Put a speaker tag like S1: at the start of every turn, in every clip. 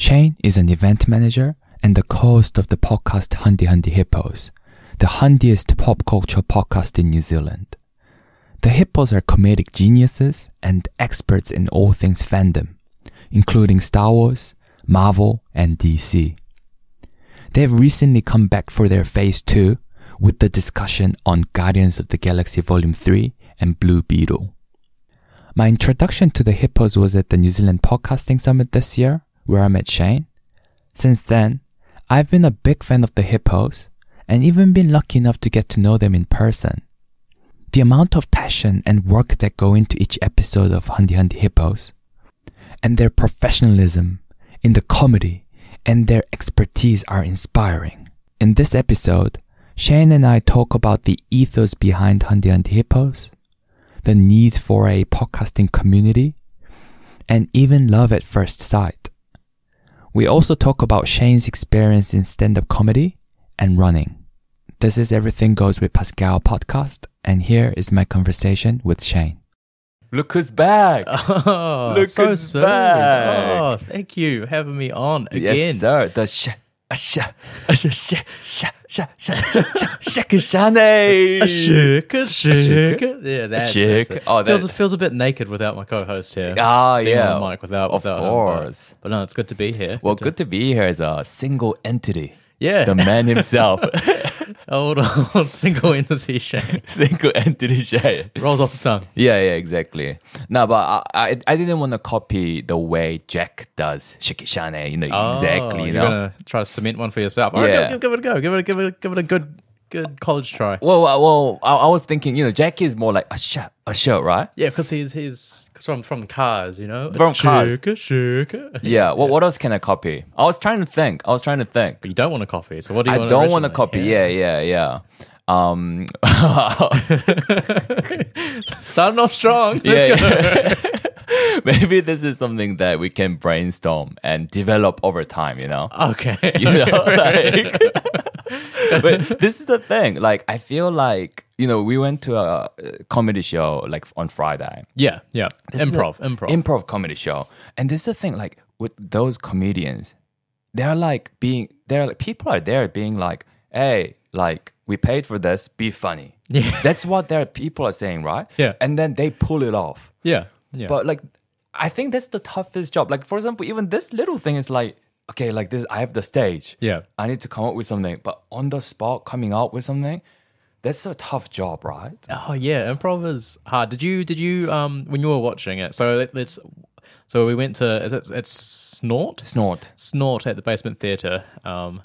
S1: Shane is an event manager and the host of the podcast Hundy Hundy Hippos, the hundiest pop culture podcast in New Zealand. The hippos are comedic geniuses and experts in all things fandom, including Star Wars, Marvel, and DC. They've recently come back for their phase 2 with the discussion on Guardians of the Galaxy Volume 3 and Blue Beetle. My introduction to the hippos was at the New Zealand Podcasting Summit this year, where I met Shane. Since then, I've been a big fan of the hippos and even been lucky enough to get to know them in person. The amount of passion and work that go into each episode of Hundy Hundy Hippos and their professionalism in the comedy and their expertise are inspiring. In this episode, Shane and I talk about the ethos behind Hundy Hundy Hippos, the need for a podcasting community, and even love at first sight. We also talk about Shane's experience in stand up comedy and running. This is Everything Goes with Pascal podcast, and here is my conversation with Shane. Look who's back!
S2: Oh,
S1: Look
S2: so
S1: who's
S2: soon.
S1: back.
S2: Oh, thank you for having me on again.
S1: Yes, sir. The sh- a sh- a sh- sh- sh- sh- sh- sh- sh- Shane.
S2: A shake, a shake. Yeah, that's
S1: shake.
S2: that's it.
S1: Oh, that-
S2: feels, feels a bit naked without my co-host here.
S1: Ah,
S2: Being
S1: yeah.
S2: on the mic without,
S1: Of
S2: without him,
S1: course.
S2: But, but no, it's good to be here.
S1: Well, good to be here as a single entity.
S2: Yeah.
S1: The man himself.
S2: old, old single entity shame.
S1: single entity Shane.
S2: Rolls off the tongue.
S1: Yeah, yeah, exactly. No, but I, I, I didn't want to copy the way Jack does Shikishane, you know, exactly,
S2: Oh,
S1: you
S2: you're
S1: know.
S2: gonna try to cement one for yourself. All right,
S1: Yeah.
S2: give, give it a go. Give it, a, give it, a, give it a good, good college try.
S1: Well, well, well, I, I was thinking, you know, Jack is more like a shot, a shot, right?
S2: Yeah, because he's he's 'cause from from cars, you know.
S1: From Cars.
S2: Shake, a shake. You
S1: Yeah. Well, what else can I copy? I was trying to think. I was trying to think.
S2: don't want a coffee, so what do you?
S1: I don't want to
S2: originally?
S1: copy. Yeah, yeah, yeah. Um,
S2: Starting off strong. Let's
S1: yeah,
S2: go.
S1: yeah. Maybe this is something that we can brainstorm and develop over time, you know?
S2: Okay.
S1: You know, like, but this is the thing. Like, I feel like, you know, we went to a uh, comedy show like on Friday.
S2: yeah, yeah.
S1: This is the-
S2: Improv, improv.
S1: improv comedy show and this is the thing like with those comedians they're like being they're like people are there being like hey like we paid for this be funny
S2: Yeah.
S1: that's what their people are saying right
S2: Yeah.
S1: and then they pull it off
S2: yeah, yeah.
S1: but like i think that's the toughest job like for example even this little thing is like okay like this i have the stage
S2: Yeah.
S1: i need to come up with something but on the spot coming up with something that's a tough job right
S2: oh yeah, improv is hard. Did you did you um when you were watching it? So let, let's so we went to is it it's Snort
S1: snort
S2: Snort at the Basement Theatre, um,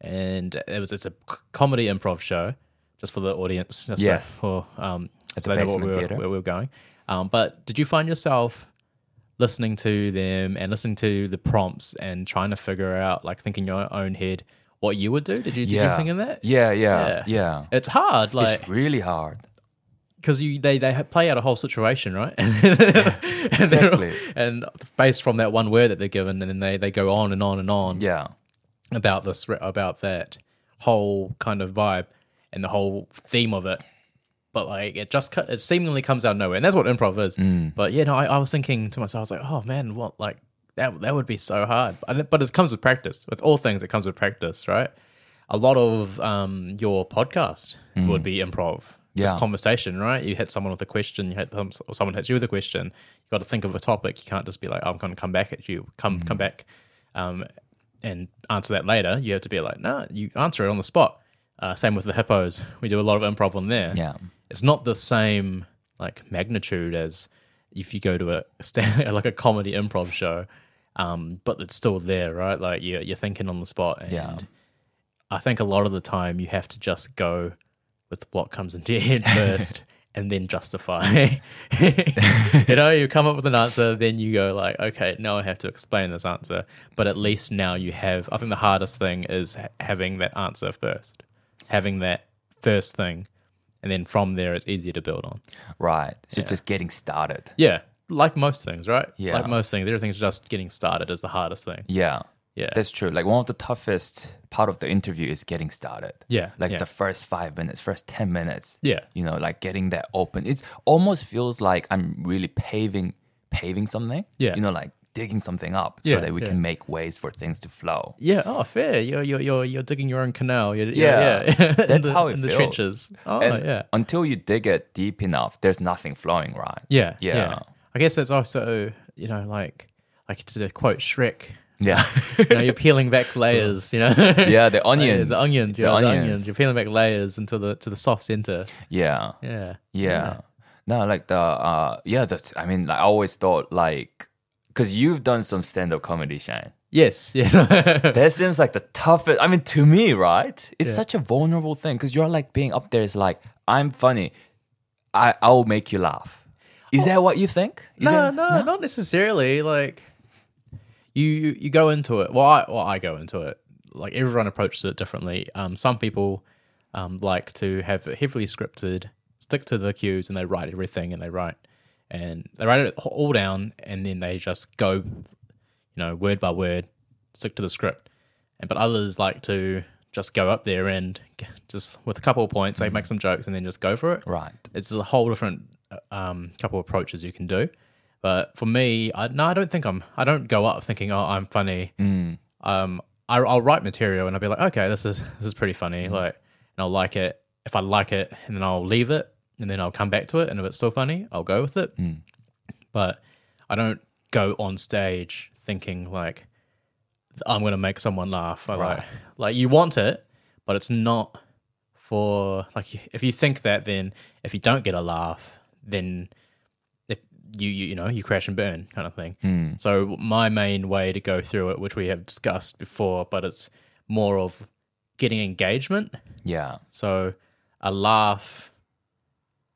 S2: and it was it's a c- comedy improv show just for the audience. Just so-
S1: Yes.
S2: for um, so
S1: the
S2: they know what
S1: Basement
S2: we were,
S1: Theatre.
S2: where we were going. Um, but did you find yourself listening to them and listening to the prompts and trying to figure out, like thinking your own head, what you would do? Did you, did you think of that?
S1: yeah yeah yeah,
S2: It's hard, like
S1: it's really hard
S2: because you they they ha- play out a whole situation, right? And they're all-
S1: exactly.
S2: And based from that one word that they're given, and then they, they go on and on and on
S1: Yeah.
S2: about this re- about that whole kind of vibe and the whole theme of it. But like it just co- it seemingly comes out of nowhere, and that's what improv is. But yeah, no, I, I was thinking to myself, I was like, oh man, what like that that would be so hard. But it, but it comes with practice. With all things, it comes with practice, right? A lot of um, your podcast would be improv. Just
S1: Yeah.
S2: conversation, right? You hit someone with a question, you hit them, or someone hits you with a question. You got to think of a topic. You can't just be like, "Oh, "I'm going to come back at you." Come, come back. Um, and answer that later, you have to be like, no, you answer it on the spot. Uh, same with the hippos. We do a lot of improv on there.
S1: Yeah.
S2: It's not the same like magnitude as if you go to a stand, like a comedy improv show, um, but it's still there, right? Like you're, you're thinking on the spot. And
S1: Yeah.
S2: I think a lot of the time you have to just go with what comes into your head first and then justify. you know, you come up with an answer, then you go like, okay, now I have to explain this answer. But at least now you have, I think the hardest thing is ha- having that answer first, having that first thing. And then from there, it's easier to build on.
S1: Right. So just getting started.
S2: Yeah. Like most things, right?
S1: Yeah.
S2: Like most things, everything's just getting started is the hardest thing.
S1: Yeah.
S2: Yeah.
S1: That's true. Like one of the toughest part of the interview is getting started.
S2: Yeah,
S1: Like
S2: yeah.
S1: the first five minutes, first ten minutes.
S2: Yeah.
S1: You know, like getting that open. It's almost feels like I'm really paving paving something.
S2: Yeah.
S1: You know, like
S3: digging something up
S2: Yeah,
S3: so that we
S2: yeah.
S3: can make ways for things to flow.
S2: Yeah. Oh, fair. You're you're you're, you're digging your own canal. You're,
S3: Yeah.
S2: yeah. Yeah. In
S3: That's
S2: the-
S3: how it
S2: in
S3: feels.
S2: the trenches. Oh,
S3: and
S2: yeah.
S3: until you dig it deep enough, there's nothing flowing, right?
S2: Yeah,
S3: Yeah.
S2: yeah. I guess it's also, you know, like like to quote Shrek,
S3: Yeah.
S2: you know, you're peeling back layers, you know.
S3: yeah, the onions.
S2: Layers, the onions,
S3: The
S2: yeah, the onions.
S3: onions.
S2: You're peeling back layers until the to the soft center.
S3: Yeah.
S2: Yeah.
S3: Yeah. No, like the uh yeah, the I mean like I always thought like cuz you've done some stand up comedy, Shane.
S2: Yes, yes.
S3: That seems like the toughest I mean to me, right? It's
S2: Yeah.
S3: such a vulnerable thing cuz you're like being up there is like I'm funny. I I'll make you laugh. Is that what you think? Is
S2: Oh. no,
S3: that-
S2: no, not necessarily. Like you, you, you go into it. Well, I, well, I go into it. Like everyone approaches it differently. Um, some people um, like to have it heavily scripted, stick to the cues, and they write everything, and they write, and they write it all down, and then they just go, you know, word by word, stick to the script. And but others like to just go up there and just with a couple of points, they make some jokes, and then just go for it
S3: Right.
S2: it's a whole different uh, um, couple of approaches you can do. But for me, I, no, I don't think I'm. I don't go up thinking, "Oh, I'm funny." Um, I, I'll write material and I'll be like, "Okay, this is this is pretty funny." Like, and I'll like it if I like it, and then I'll leave it, and then I'll come back to it, and if it's still funny, I'll go with it. But I don't go on stage thinking like I'm going to make someone laugh. I
S3: Right.
S2: Like, like you want it, but it's not for like if you think that then if you don't get a laugh then if you you, you know you crash and burn kind of thing so my main way to go through it which we have discussed before but it's more of getting engagement
S3: Yeah.
S2: so a laugh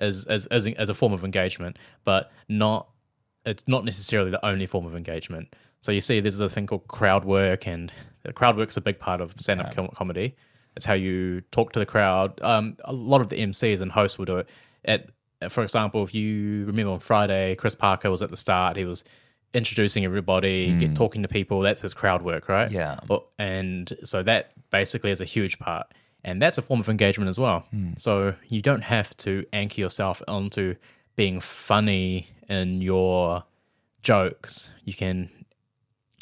S2: is as as as a form of engagement, but not it's not necessarily the only form of engagement. So you see, there's this thing called crowd work, and crowd work's a big part of stand-up com- comedy. It's how you talk to the crowd. Um, a lot of the MCs and hosts will do it. At for example, if you remember on Friday, Chris Parker was at the start. He was introducing everybody, get, talking to people. That's his crowd work, right?
S3: Yeah.
S2: Well, Oh, and so that basically is a huge part. And that's a form of engagement as well. So you don't have to anchor yourself onto being funny in your jokes. You can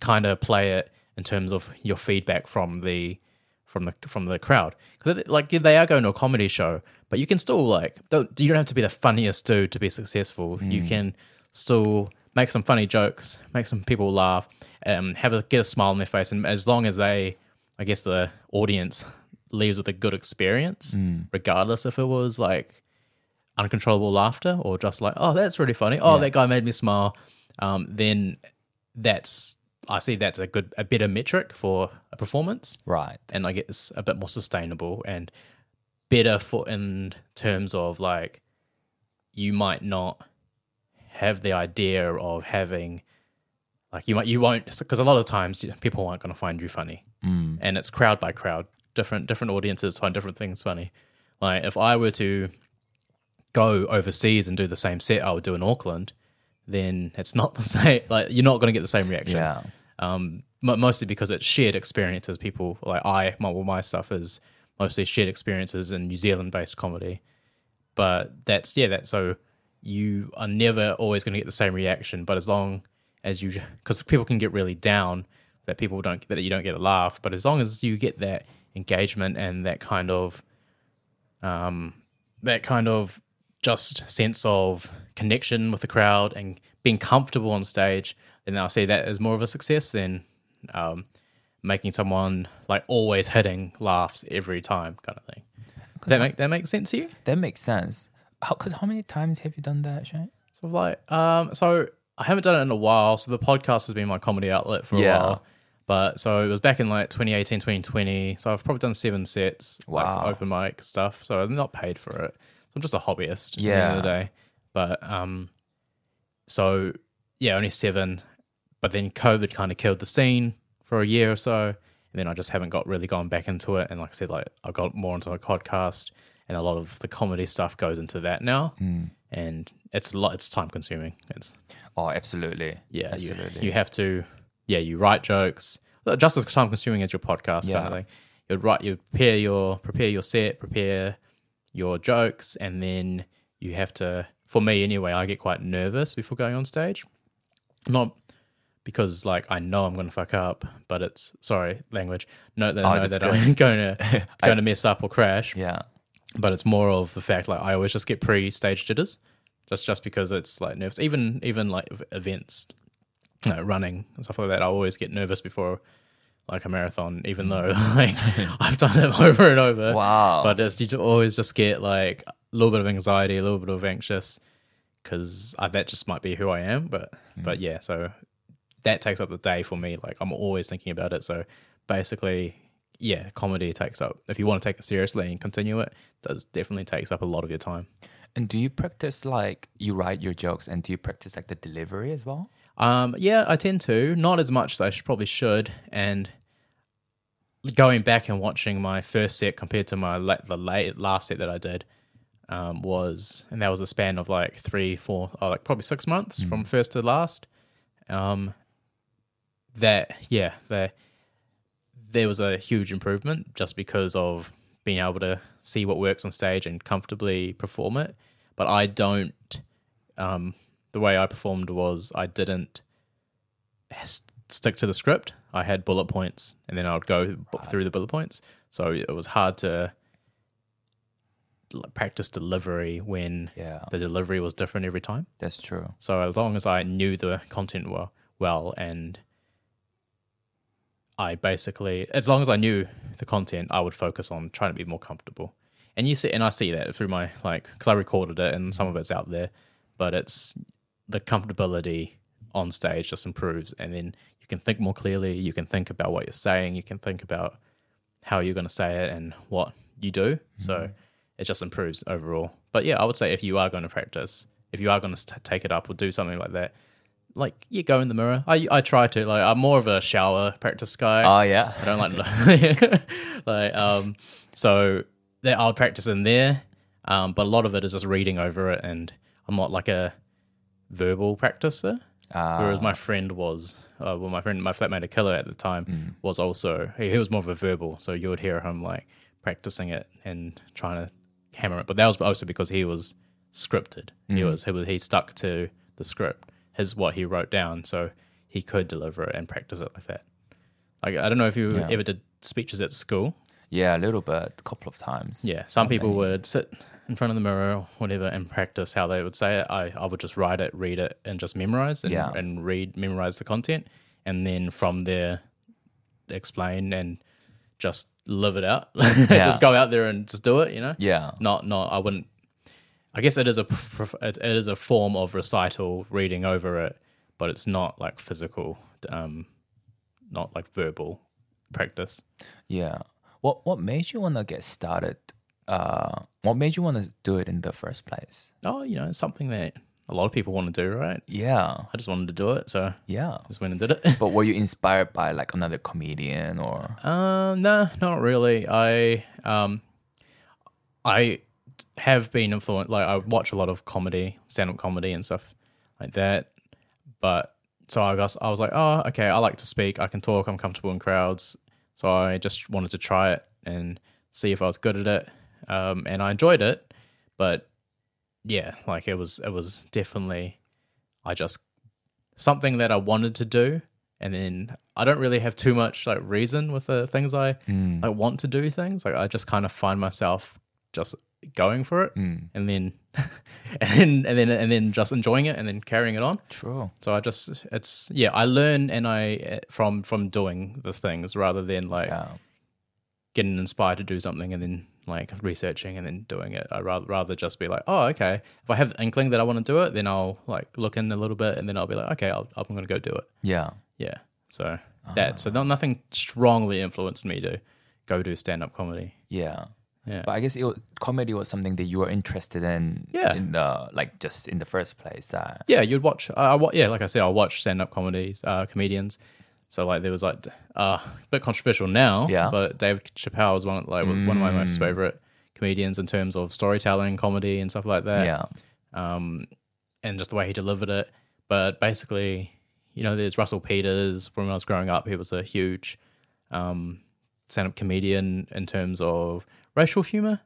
S2: kind of play it in terms of your feedback from the from the from the crowd because like they are going to a comedy show, but you can still like don't you don't have to be the funniest dude to be successful. You can still make some funny jokes, make some people laugh, um, have a get a smile on their face, and as long as they, I guess the audience leaves with a good experience, regardless if it was like uncontrollable laughter or just like, oh, that's really funny. Oh, that guy made me smile. Um, then that's I see that's a good a better metric for a performance,
S3: Right.
S2: and I guess a bit more sustainable and better for in terms of like you might not have the idea of having like you might you won't because a lot of times people aren't going to find you funny
S3: Mm.
S2: and it's crowd by crowd. Different different audiences find different things funny. Like if I were to go overseas and do the same set I would do in Auckland, then it's not the same. Like you're not going to get the same reaction.
S3: Yeah.
S2: Um, mo- mostly because it's shared experiences. People like I, my, well, my stuff is mostly shared experiences in New Zealand based comedy. But that's yeah, that's so you are never always going to get the same reaction. But as long as you, because people can get really down that people don't that you don't get a laugh. But as long as you get that engagement and that kind of, um, that kind of just sense of connection with the crowd and being comfortable on stage, then I'll see that as more of a success than um, making someone like always hitting laughs every time kind of thing. Does that make that make sense to you?
S3: That makes sense. How, Cause how many times have you done that, Shane?
S2: So like, um, so I haven't done it in a while. So the podcast has been my comedy outlet for
S3: Yeah.
S2: a while. But so it was back in like 2018, 2020. So I've probably done seven sets, like
S3: Wow.
S2: open mic stuff. So I'm not paid for it. So I'm just a hobbyist. At the end of the day. But um, so yeah, only seven. But then COVID kind of killed the scene for a year or so, and then I just haven't got really gone back into it. And like I said, like I got more into my podcast, and a lot of the comedy stuff goes into that now, and it's a lot. It's time consuming. It's
S3: Oh, absolutely.
S2: yeah, you,
S3: absolutely.
S2: you have to yeah you write jokes just as time consuming as your podcast
S3: Yeah.
S2: kind of thing. You'd write you prepare your prepare your set, prepare your jokes, and then you have to. For me anyway, I get quite nervous before going on stage. Not because like I know I'm gonna fuck up, but it's sorry language. No, they
S3: Oh,
S2: know
S3: that's
S2: that
S3: good.
S2: I'm gonna
S3: I-
S2: gonna mess up or crash.
S3: Yeah.
S2: But it's more of the fact like I always just get pre-stage jitters, just just because it's like nerves. Even even like v- events, you know, running and stuff like that. I always get nervous before like a marathon, even though like I've done it over and over.
S3: Wow.
S2: But it's, you ju- always just get like a little bit of anxiety, a little bit of anxious, because that just might be who I am. But but yeah, so that takes up the day for me. Like I'm always thinking about it. So basically, yeah, comedy takes up. If you want to take it seriously and continue it, does definitely takes up a lot of your time.
S3: and do you practice like you write your jokes and do you practice like the delivery as well?
S2: Um, yeah, I tend to not as much as I should, probably should, and going back and watching my first set compared to my la- the late last set that I did um, was, and that was a span of like three, four, oh, like probably six months from first to last. Um, that yeah, there there was a huge improvement just because of being able to see what works on stage and comfortably perform it. But I don't. Um, the way I performed was I didn't s- stick to the script. I had bullet points, and then I would go b- through the bullet points. So it was hard to l- practice delivery when
S3: Yeah.
S2: the delivery was different every time.
S3: That's true.
S2: So as long as I knew the content well, well, and I basically, as long as I knew the content, I would focus on trying to be more comfortable. And you see, and I see that through my like, because I recorded it, and some of it's out there, but it's the comfortability on stage just improves, and then you can think more clearly. You can think about what you're saying. You can think about how you're going to say it and what you do. So it just improves overall. But yeah, I would say if you are going to practice, if you are going to st- take it up or do something like that, like you go in the mirror. I I try to like I'm more of a shower practice guy.
S3: Oh yeah.
S2: I don't like like um so that I'll practice in there. Um but a lot of it is just reading over it and I'm not like a verbal practicer.
S3: Uh,
S2: Whereas my friend was, uh, well, my friend, my flatmate, a killer at the time, was also he, he was more of a verbal, so you would hear him like practicing it and trying to hammer it. But that was also because he was scripted. He was he was he stuck to the script, his what he wrote down, so he could deliver it and practice it like that. Like I don't know if you
S3: Yeah.
S2: ever did speeches at school.
S3: yeah, a little bit, a couple of times.
S2: Yeah, some people would sit in front of the mirror or whatever and practice how they would say it. I, I would just write it, read it, and just memorize and,
S3: Yeah.
S2: and read, memorize the content. And then from there, explain and just live it out.
S3: Yeah.
S2: just go out there and just do it, you know?
S3: Yeah.
S2: Not, not, I wouldn't. I guess it is a prof- it it is a form of recital, reading over it, but it's not like physical, um, not like verbal practice.
S3: Yeah. What what made you want to get started? Uh, what made you want to do it in the first place?
S2: Oh, you know, it's something that a lot of people want to do, right?
S3: Yeah.
S2: I just wanted to do it, so
S3: Yeah.
S2: just went and did it.
S3: But were you inspired by like another comedian or
S2: um, no, not really. I um, I have been influenced. Like I watch a lot of comedy, stand-up comedy, and stuff like that. But so I guess I was like, oh, okay, I like to speak. I can talk. I'm comfortable in crowds. So I just wanted to try it and see if I was good at it. Um, and I enjoyed it, but yeah, like it was, it was definitely, I just something that I wanted to do, and then I don't really have too much like reason with the things I I want to do things. Like I just kind of find myself just going
S1: Mm.
S2: for it,
S3: Mm.
S2: and then and then and then and then just enjoying it, and then carrying it on.
S3: true?
S2: So I just it's yeah I learn and I eh, from from doing the things rather than like
S3: Yeah.
S2: getting inspired to do something and then like researching and then doing it. I rather rather just be like, oh okay, if I have the inkling that I want to do it, then I'll like look in a little bit and then I'll be like, okay, I'll, I'm gonna go do it.
S3: Yeah.
S2: Yeah. So that
S3: Ah.
S2: so not, nothing strongly influenced me to go do stand up comedy.
S3: Yeah.
S2: Yeah.
S3: But I guess it was, comedy was something that you were interested in.
S2: Yeah.
S3: In the like just in the first place. Uh,
S2: yeah, you'd watch. I, I wa- yeah, like I said, I watch stand up comedies, uh, comedians. So like there was like uh, a bit controversial now,
S3: Yeah. Mm.
S2: But David Chappelle was one like one of my most favorite comedians in terms of storytelling, comedy, and stuff like that.
S3: yeah.
S2: um, and just the way he delivered it. But basically, you know, there's Russell Peters. When I was growing up, he was a huge um, stand-up comedian in terms of racial humor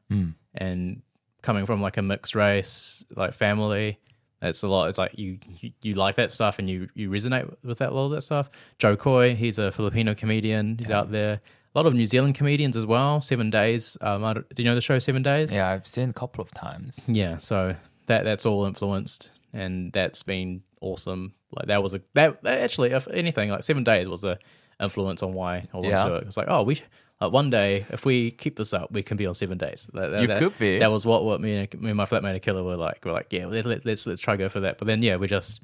S2: and coming from like a mixed race, like family. It's a lot. It's like you you, you like that stuff and you you resonate with that a lot of that stuff. Joe Coy, he's a Filipino comedian. He's out there. A lot of New Zealand comedians as well. Seven Days. Um, I don't- do you know the show Seven Days?
S3: Yeah, I've seen a couple of times.
S2: Yeah, so that that's all influenced, and that's been awesome. Like that was a that, that actually, if anything, like seven days was a influence on why I wanted
S3: Yeah.
S2: to do it. It's like, oh, we sh- like one day if we keep this up, we can be on seven days. That, that-
S3: You
S2: that-
S3: could be.
S2: That was what what me and, me and my flatmate Akila were like. We're like, yeah, let's let's let's, let's try go for that. But then yeah, we just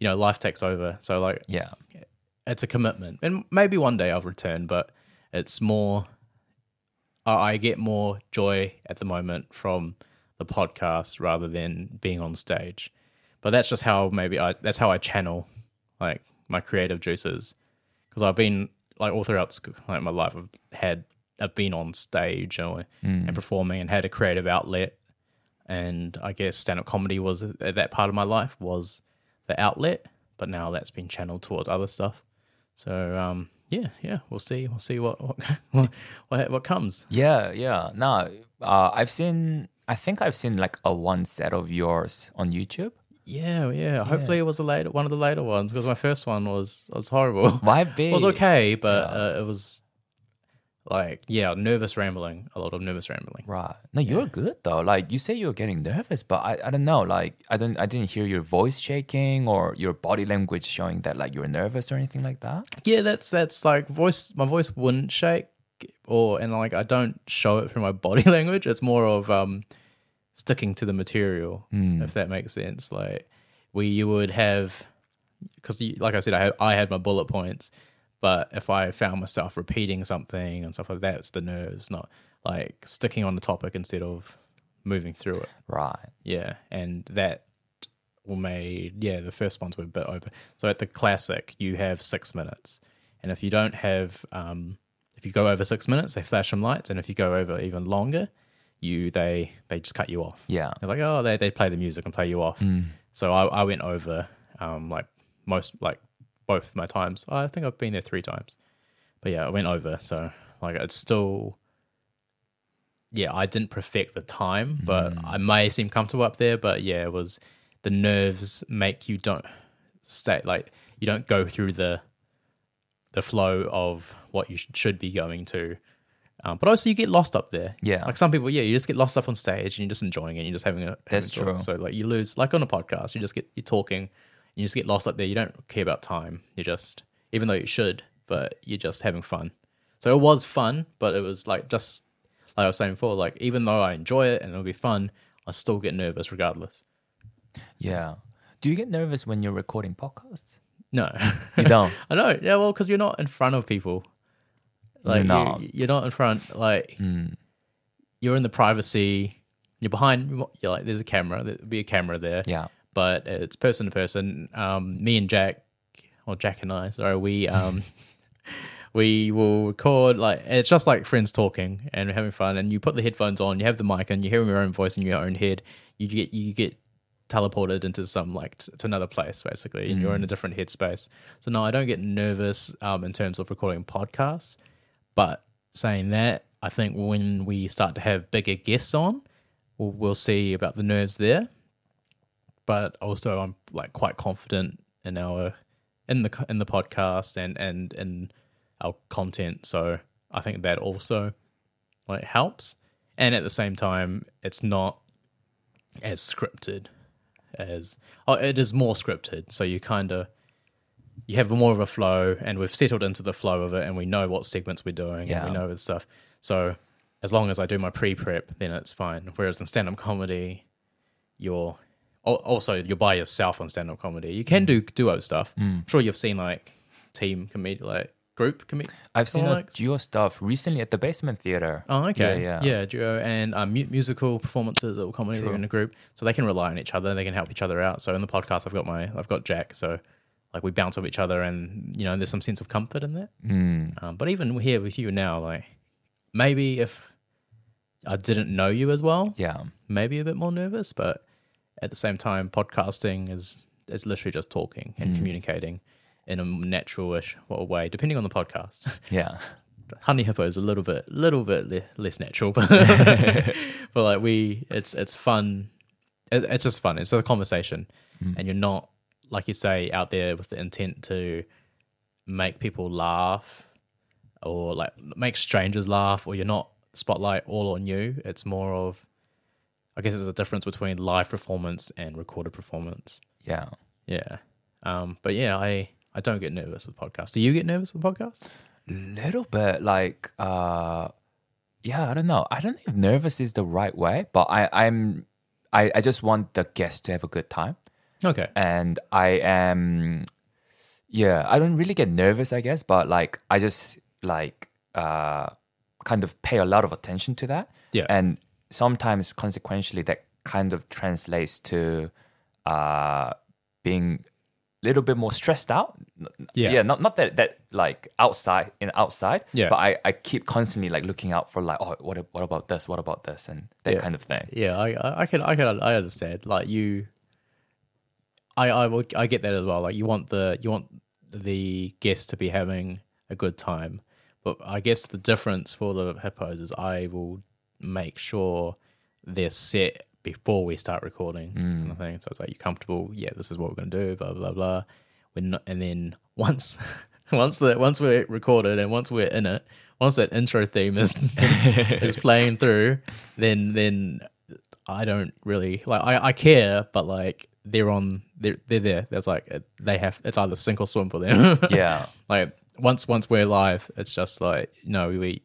S2: you know life takes over. So like
S3: Yeah.
S2: it's a commitment, and maybe one day I'll return, but it's more. I I get more joy at the moment from the podcast rather than being on stage, but that's just how maybe I that's how I channel like my creative juices because I've been like all throughout school, like my life I've had I've been on stage or, and performing and had a creative outlet, and I guess stand up comedy was at that part of my life was the outlet, but now that's been channeled towards other stuff. So um, yeah, yeah, we'll see, we'll see what what what, what comes.
S3: Yeah, yeah. No, uh, I've seen. I think I've seen like a one set of yours on YouTube.
S2: Yeah, yeah. Hopefully, it was a later one of the later ones because my first one was was horrible.
S3: Why
S2: It
S3: big?
S2: was okay, but uh, it was like yeah, nervous rambling, a lot of nervous rambling.
S3: Right. No, you're good though. Like you say, you're getting nervous, but I, I don't know. Like I don't. I didn't hear your voice shaking or your body language showing that like you're nervous or anything like that.
S2: yeah that's that's like voice my voice wouldn't shake or and like i don't show it through my body language it's more of um sticking to the material if that makes sense like where you would have because like i said I had, I had my bullet points but if i found myself repeating something and stuff like that it's the nerves not like sticking on the topic instead of moving through it
S3: Right.
S2: yeah, and that will made yeah the first ones were a bit over. So at the classic, you have six minutes, and if you don't have um, if you go over six minutes, they flash some lights, and if you go over even longer, you they they just cut you off.
S3: Yeah.
S2: They're like, oh, they they play the music and play you off. So I, I went over um like most like both my times. I think I've been there three times, but yeah, I went over. So like it's still. Yeah, I didn't perfect the time, but I may seem comfortable up there. But yeah, it was the nerves make you don't stay like you don't go through the the flow of what you sh- should be going to. Um, but also, you get lost up there.
S3: Yeah.
S2: like some people, yeah, you just get lost up on stage and you're just enjoying it. You're just having a having
S3: That's
S2: a talk.
S3: true.
S2: So like you lose, like on a podcast, you just get you're talking, you just get lost up there. You don't care about time. You just, even though you should, but you're just having fun. So it was fun, but it was like just like I was saying before, like even though I enjoy it and it'll be fun, I still get nervous regardless.
S3: Yeah. Do you get nervous when you're recording podcasts?
S2: No,
S3: You don't.
S2: I know. Yeah, well, because you're not in front of people. Like
S3: You're not. Hmm.
S2: You, are not in front. Like you're in the privacy. You're behind. You're like there's a camera. There'll be a camera there.
S3: yeah.
S2: But it's person to person. Um, me and Jack, or Jack and I. Sorry, we um, we will record. Like it's just like friends talking and having fun. And you put the headphones on. You have the mic, and you're hearing your own voice in your own head. You get you get teleported into some like t- to another place basically and you're in a different headspace so no i don't get nervous um, in terms of recording podcasts but saying that i think when we start to have bigger guests on we'll, we'll see about the nerves there but also i'm like quite confident in our in the in the podcast and and in our content so i think that also like helps and at the same time it's not as scripted as oh, it is more scripted so you kind of you have more of a flow and we've settled into the flow of it and we know what segments we're doing and
S3: Yeah.
S2: we know this stuff so as long as i do my pre-prep then it's fine whereas in stand-up comedy you're al- also you're by yourself on stand-up comedy you
S3: Mm.
S2: can do duo stuff i'm sure you've seen like team comedy like group comedy
S3: I've seen a
S2: comics.
S3: duo stuff recently at the Basement Theater.
S2: Oh, okay.
S3: Yeah,
S2: Yeah,
S3: yeah.
S2: duo and um, mu- musical performances or comedy in a group, so they can rely on each other. They can help each other out. So in the podcast, I've got my, I've got Jack. So like we bounce off each other, and you know, there's some sense of comfort in that.
S3: Mm.
S2: Um, but even here with you now, like maybe if I didn't know you as well,
S3: Yeah.
S2: maybe a bit more nervous, but at the same time, podcasting is it's literally just talking and communicating in a natural-ish way, depending on the podcast.
S3: Yeah.
S2: Honey Hippo is a little bit, little bit le- less natural, but, but like we, it's it's fun. It, it's just fun. It's a conversation, and you're not like you say out there with the intent to make people laugh or like make strangers laugh or you're not spotlight all on you it's more of i guess there's a difference between live performance and recorded performance
S1: Yeah.
S2: yeah um but yeah i i don't get nervous with podcasts do you get nervous with podcasts
S1: little bit like uh yeah i don't know i don't think nervous is the right way but i i'm i, I just want the guest to have a good time
S2: okay
S1: and i am yeah i don't really get nervous i guess but like i just like uh kind of pay a lot of attention to that
S2: Yeah.
S1: and sometimes consequentially that kind of translates to uh being a little bit more stressed out
S2: Yeah.
S1: yeah not not that that like outside in outside
S2: Yeah.
S1: but i i keep constantly like looking out for like oh what what about this what about this and that
S2: Yeah.
S1: kind of thing
S2: yeah I- i i can i can i understand like you i i would i get that as well like you want the you want the guest to be having a good time but i guess the difference for the hippos is i will make sure they're set before we start recording kind of thing so it's like you're comfortable yeah this is what we're going to do blah blah blah we're not, and then once once the once we're recorded and once we're in it once that intro theme is is, is playing through then then i don't really like i, I care but like they're on they're, they're there there's like it- they have it's either sink or swim for them
S1: yeah
S2: like once once we're live it's just like no we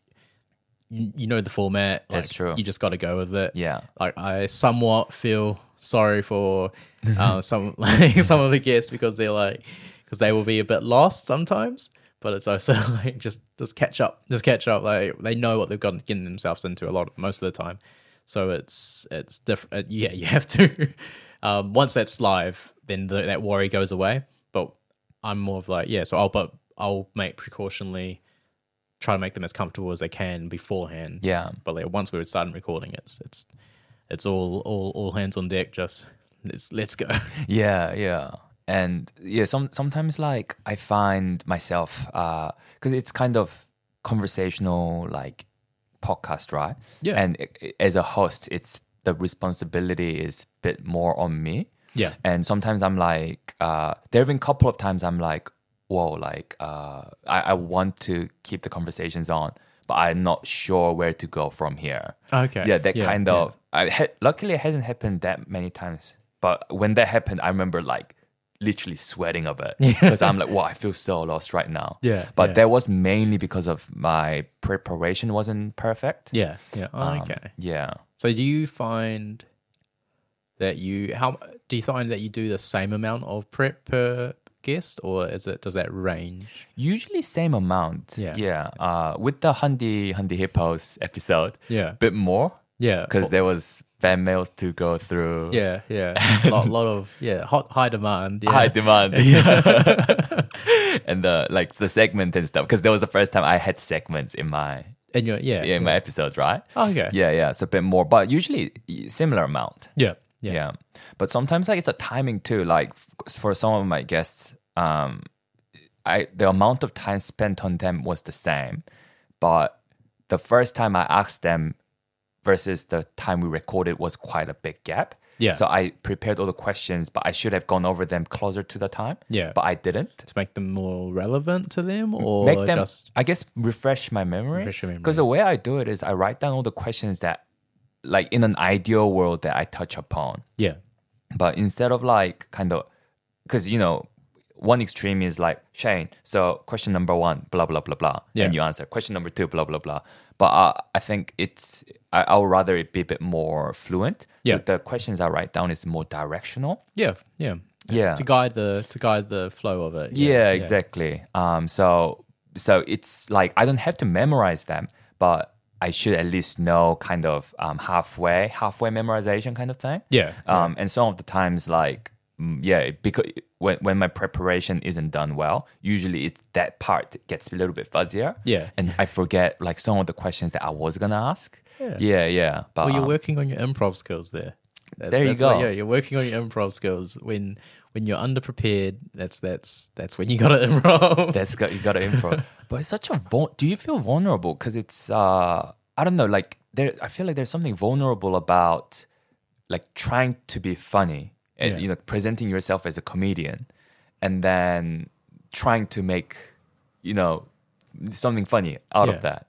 S2: you you know the format like,
S1: That's true.
S2: you just got to go with it
S1: yeah
S2: like I somewhat feel sorry for um, some like some of the guests because they're like because they will be a bit lost sometimes. But it's also like just just catch up, just catch up. Like they know what they've gotten getting themselves into a lot most of the time. So it's it's different. Yeah, you have to. Um, once that's live, then the, that worry goes away. But I'm more of like yeah. So I'll but I'll make precautionally try to make them as comfortable as they can beforehand
S1: yeah
S2: but like once we were starting recording, it's it's it's all all all hands on deck. Just let's let's go.
S1: Yeah, yeah. And yeah, some sometimes like I find myself uh cuz it's kind of conversational like podcast, right?
S2: Yeah.
S1: And i i- as a host, it's the responsibility is a bit more on me.
S2: Yeah.
S1: And sometimes I'm like uh there've been a couple of times I'm like whoa, like uh I I want to keep the conversations on, but I'm not sure where to go from here.
S2: Okay.
S1: Yeah, that
S2: Yeah,
S1: kind
S2: yeah.
S1: of. I had, luckily, it hasn't happened that many times. But when that happened, I remember like literally sweating a bit because I'm like, wow, I feel so lost right now.
S2: Yeah,
S1: But
S2: yeah.
S1: that was mainly because of my preparation wasn't perfect.
S2: Yeah. Yeah. Oh,
S1: Um,
S2: okay.
S1: Yeah.
S2: So do you find that you how do you find that you do the same amount of prep per guest, or is it does that range?
S1: Usually same amount.
S2: Yeah.
S1: Yeah. Uh, with the Hundi Hundi Hippos episode,
S2: Yeah.
S1: bit more
S2: Yeah.
S1: because there was fan mails to go through.
S2: Yeah. Yeah. A lot, lot of yeah hot high demand. Yeah.
S1: high demand. Yeah. and the like the segment and stuff. Because that was the first time I had segments in my
S2: and you're yeah
S1: yeah, in my episodes, right?
S2: Oh, okay.
S1: Yeah, yeah. So a bit more, but usually y- similar amount.
S2: Yeah.
S1: Yeah. But sometimes like it's a timing too. Like f- for some of my guests, um, I the amount of time spent on them was the same, but the first time I asked them versus the time we recorded was quite a big gap.
S2: Yeah.
S1: So I prepared all the questions, but I should have gone over them closer to the time.
S2: Yeah.
S1: But I didn't.
S2: To make them more relevant to them, or
S1: Make them,
S2: just
S1: I guess, refresh my memory.
S2: Refresh your memory.
S1: Because the way I do it is I write down all the questions that, like, in an ideal world that I touch upon.
S2: yeah
S1: But instead of like kind of, because you know, one extreme is like Shane. So question number one, blah blah blah blah,
S2: Yeah.
S1: and you answer. Question number two, blah blah blah. But uh, I think it's I, I would rather it be a bit more fluent.
S2: Yeah.
S1: So the questions I write down is more directional.
S2: yeah yeah
S1: Yeah.
S2: to guide the to guide the flow of it.
S1: yeah, exactly. Um. So so it's like I don't have to memorize them, but I should at least know kind of um halfway halfway memorization kind of thing.
S2: Yeah.
S1: Um, and some of the times, like, mm, yeah, because when, when my preparation isn't done well, usually it's that part that gets a little bit fuzzier.
S2: Yeah.
S1: And I forget, like, some of the questions that I was going to ask.
S2: Yeah.
S1: Yeah, yeah. But
S2: Well, you're
S1: um,
S2: working on your improv skills there. That's,
S1: There you
S2: that's what-
S1: go.
S2: yeah, you're working on your improv skills when when you're underprepared. That's that's that's when you got to improv.
S1: that's got, you got to improv. but it's such a, vul- do you feel vulnerable? Because it's, uh, I don't know, like, there, I feel like there's something vulnerable about, like, trying to be funny.
S3: and
S2: Yeah.
S3: you know presenting yourself as a comedian, and then trying to make you know something funny out
S2: Yeah.
S3: of that.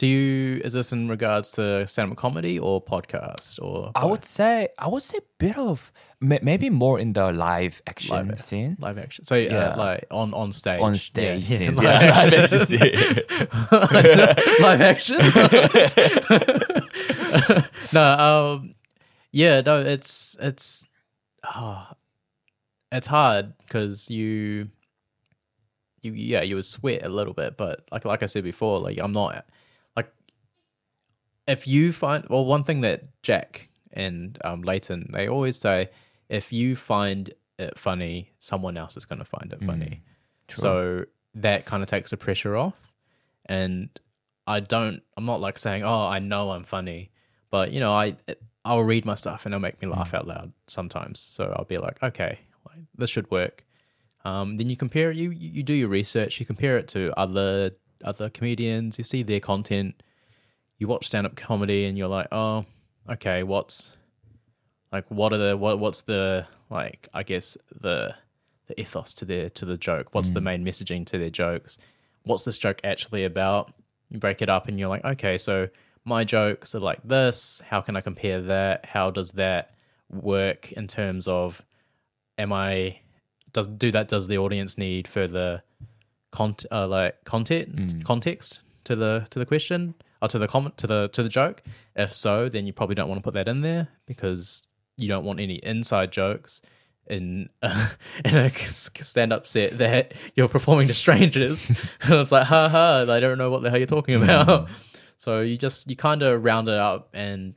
S2: Do you is this in regards to stand up comedy or podcast or
S3: I would say I would say a bit of ma- maybe more in the live action
S2: Live-
S3: scene.
S2: live action? So
S3: Yeah.
S2: uh, like on on stage
S3: on stage
S2: yeah,
S3: scenes,
S2: live
S3: yeah, live
S2: action.
S3: action scene.
S2: live action. no, um, yeah, no, it's it's ah, it's hard because you, you, yeah, you would sweat a little bit, but like like I said before, like I'm not like if you find well, one thing that Jack and um, Leighton they always say, if you find it funny, someone else is going to find
S3: Mm.
S2: it funny. So that kind of takes the pressure off. And I don't, I'm not like saying, oh, I know I'm funny, but you know, I, I'll read my stuff and it'll make me laugh out loud sometimes. So I'll be like, okay, like, this should work. Um, then you compare it, you, you do your research, you compare it to other, other comedians, you see their content, you watch stand up comedy and you're like, oh, okay, what's, like what are the what what's the like i guess the the ethos to their to the joke what's the main messaging to their jokes what's this joke actually about you break it up and you're like okay so my jokes are like this how can i compare that how does that work in terms of am i does do that does the audience need further cont- uh, like content context to the to the question or to the comment to the to the joke if so then you probably don't want to put that in there because you don't want any inside jokes in in a stand up set that you're performing to strangers and it's like ha ha they don't know what the hell you're talking about so you just you kind of round it up and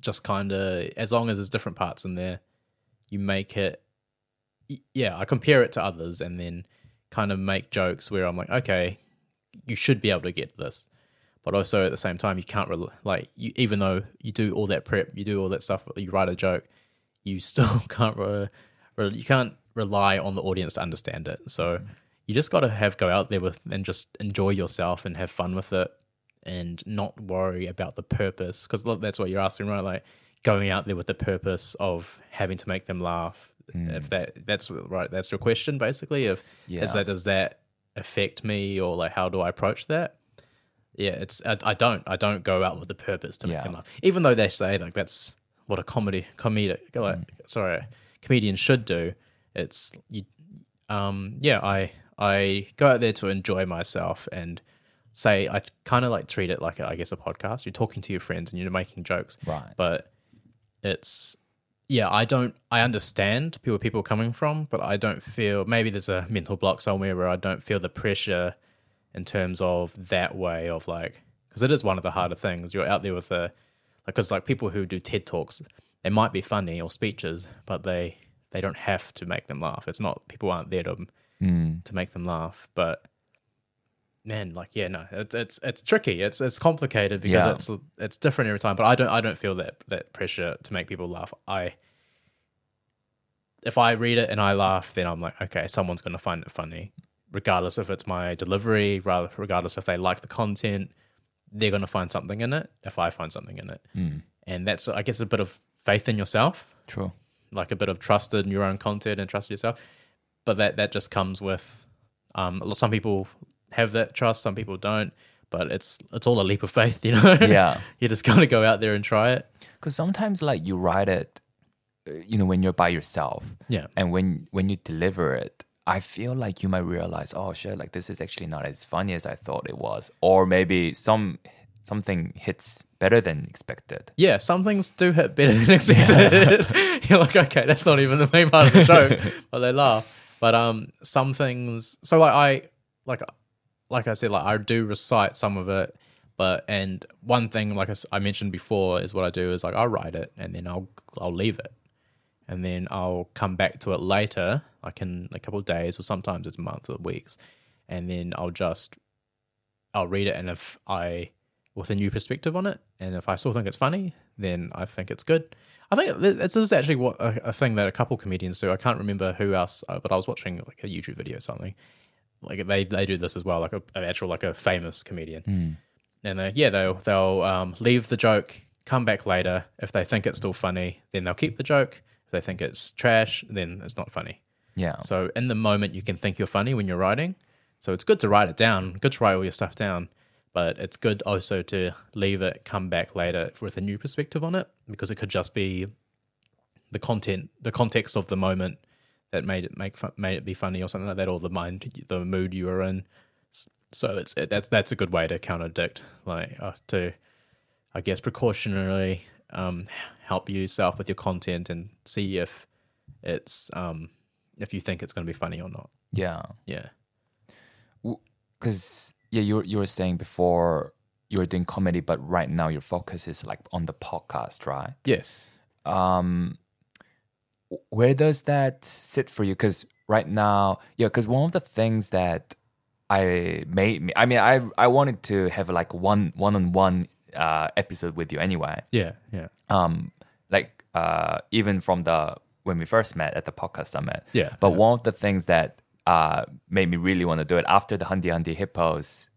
S2: just kind of as long as there's different parts in there you make it y- yeah i compare it to others and then kind of make jokes where i'm like okay you should be able to get this but also at the same time you can't rel like you even though you do all that prep you do all that stuff you write a joke you still can't re- re- you can't rely on the audience to understand it so you just got to have go out there with and just enjoy yourself and have fun with it and not worry about the purpose because that's what you're asking right like going out there with the purpose of having to make them laugh if that that's right that's your question basically if
S3: Yeah.
S2: is that does that affect me or like how do i approach that yeah it's i, I don't i don't go out with the purpose to make
S3: Yeah.
S2: them laugh even though they say like that's what a comedy comedic
S3: Hmm.
S2: like sorry comedian should do it's you um yeah i i go out there to enjoy myself and say i kind of like treat it like a, i guess a podcast you're talking to your friends and you're making jokes
S3: Right.
S2: but it's yeah i don't i understand where people are coming from but i don't feel maybe there's a mental block somewhere where i don't feel the pressure in terms of that way of like because it is one of the harder things you're out there with the because like people who do ted talks they might be funny or speeches but they they don't have to make them laugh it's not people aren't there to
S3: Mm.
S2: to make them laugh. But man, like yeah, no, it's it's it's tricky. It's it's complicated because
S3: Yeah.
S2: it's it's different every time. But I don't I don't feel that that pressure to make people laugh. I if I read it and I laugh, then I'm like, okay, someone's going to find it funny, regardless if it's my delivery, rather regardless if they like the content, they're going to find something in it. If I find something in it,
S3: Mm.
S2: and that's I guess a bit of faith in yourself
S3: True.
S2: like a bit of trust in your own content and trust yourself. But that that just comes with um some people have that trust, some people don't. But it's it's all a leap of faith, you know.
S3: Yeah.
S2: you just gotta go out there and try it.
S3: Because sometimes like you write it, uh, you know, when you're by yourself,
S2: Yeah.
S3: and when when you deliver it, I feel like you might realize, oh shit, like this is actually not as funny as I thought it was, or maybe some something hits better than expected.
S2: Yeah, some things do hit better than expected. You're like, okay, that's not even the main part of the joke, but they laugh. But um, some things. So like I, like, like I said, like I do recite some of it, but and one thing like I, s- I mentioned before is what I do is like I write it and then I'll I'll leave it, and then I'll come back to it later, like in a couple of days or sometimes it's months or weeks, and then I'll just I'll read it and if I with a new perspective on it and if I still think it's funny, then I think it's good. I think th- this is actually what a, a thing that a couple comedians do. I can't remember who else, uh, but I was watching like a YouTube video or something. Like they they do this as well, like a, an actual like a famous comedian. And they, yeah, they'll they'll um, leave the joke, come back later. If they think it's still funny, then they'll keep the joke. If they think it's trash, then it's not funny.
S1: Yeah.
S2: So in the moment, you can think you're funny when you're writing. So it's good to write it down. Good to write all your stuff down, but it's good also to leave it, come back later with a new perspective on it because it could just be the content, the context of the moment that made it make fu- made it be funny or something like that, or the mind, the mood you were in. S- So it's it, that's that's a good way to contradict, like uh, to, I guess, precautionarily um, help yourself with your content and see if it's um, if you think it's going to be funny or not.
S1: Yeah.
S2: Yeah.
S1: Because yeah, you were- you were saying before you were doing comedy, but right now your focus is like on the podcast, right?
S2: Yes.
S1: um where does that sit for you because right now yeah because one of the things that i made me i mean i i wanted to have like one one-on-one uh episode with you anyway
S2: Yeah. Yeah.
S1: um like uh even from the when we first met at the podcast summit
S2: Yeah,
S1: but
S2: yeah.
S1: one of the things that uh made me really want to do it after the hundi hundi hippos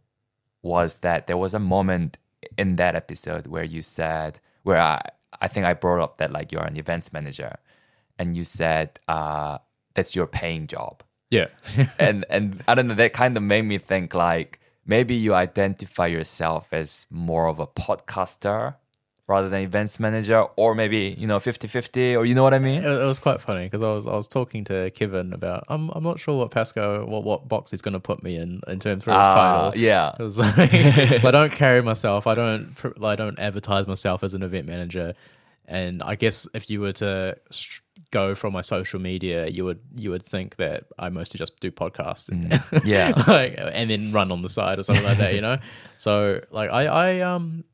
S1: was that there was a moment in that episode where you said where i i think i brought up that like you're an events manager and you said uh that's your paying job
S2: Yeah.
S1: and and I don't know. That kind of made me think like maybe you identify yourself as more of a podcaster rather than events manager, or maybe you know 50-50 or you know what I
S2: it,
S1: mean?
S2: it was quite funny because I was I was talking to Kevin about I'm I'm not sure what Pasco what what box he's going to put me in in terms of his
S1: Uh,
S2: title.
S1: yeah,
S2: It was like, I don't carry myself. I don't. pr- I don't advertise myself as an event manager. And I guess if you were to sh- go from my social media, you would you would think that I mostly just do podcasts, and,
S1: yeah,
S2: like, and then run on the side or something like that. You know. So like I I um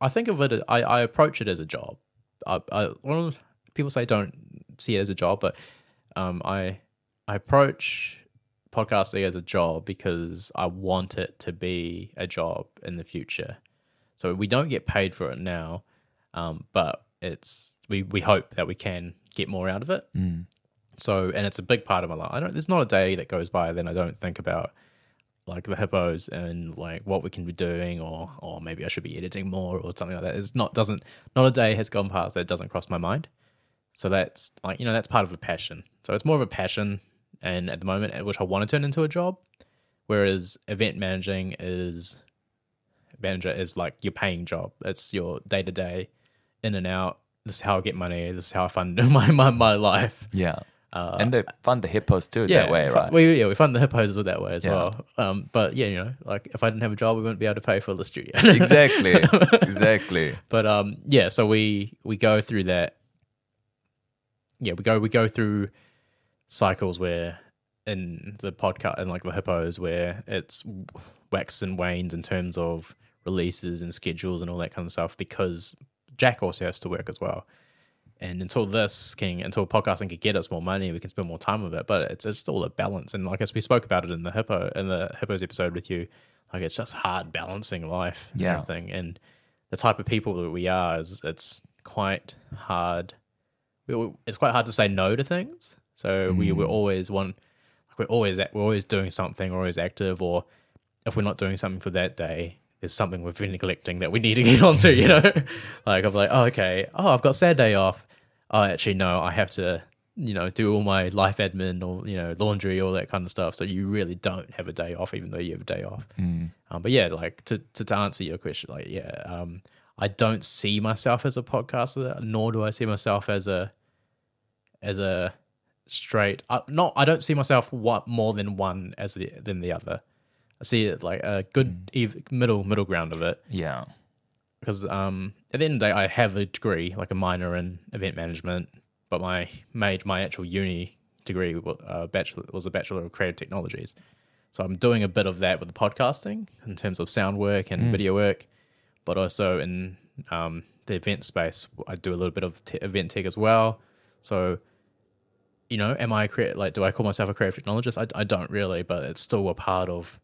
S2: I think of it. I I approach it as a job. I, I one of the- people say don't see it as a job, but um I I approach podcasting as a job because I want it to be a job in the future. So we don't get paid for it now, um, but it's we we hope that we can get more out of it.
S1: Mm,
S2: So and it's a big part of my life. I don't. There's not a day that goes by that I don't think about like the hippos and like what we can be doing or or maybe I should be editing more or something like that. It's not doesn't not a day has gone past that doesn't cross my mind. So that's like you know that's part of a passion. So it's more of a passion, and at the moment, which I want to turn into a job. Whereas event managing is manager is like your paying job. It's your day to day, in and out. This is how I get money. This is how I fund my my, my life.
S1: yeah. and they fund the hippos too that way,
S2: we
S1: right?
S2: fund- We, Uh, yeah, we fund the hippos that way as
S1: Yeah.
S2: well. Um, but yeah, you know, like if I didn't have a job, we wouldn't be able to pay for the studio.
S1: exactly, exactly.
S2: but um yeah so we we go through that yeah we go we go through cycles where in the podcast and like the hippos where it's wax and wanes in terms of releases and schedules and all that kind of stuff because jack also has to work as well and until this can until podcasting could get us more money we can spend more time with it but it's, it's still a balance and like as we spoke about it in the hippo in the hippos episode with you like it's just hard balancing life and
S1: Yeah.
S2: everything and the type of people that we are is it's quite hard we- it's quite hard to say no to things so we we're always one like we're always at, we're always doing something we're always active or if we're not doing something for that day there's something we've been neglecting that we need to get onto you know like i'm like oh okay oh i've got saturday off oh actually no i have to you know do all my life admin or you know laundry all that kind of stuff so you really don't have a day off even though you have a day off um, but yeah like to, to to answer your question like yeah um i don't see myself as a podcaster nor do i see myself as a as a straight uh, not i don't see myself what more than one as the than the other i see it like a good ev- middle middle ground of it
S1: Yeah,
S2: because um at the end of the day i have a degree like a minor in event management but my made my actual uni degree wa- uh, bachelor was a bachelor of creative technologies so i'm doing a bit of that with the podcasting in terms of sound work and video work but also in um, the event space, I do a little bit of te- event tech as well. So, you know, am I a create like do I call myself a creative technologist? I, I don't really, but it's still a part of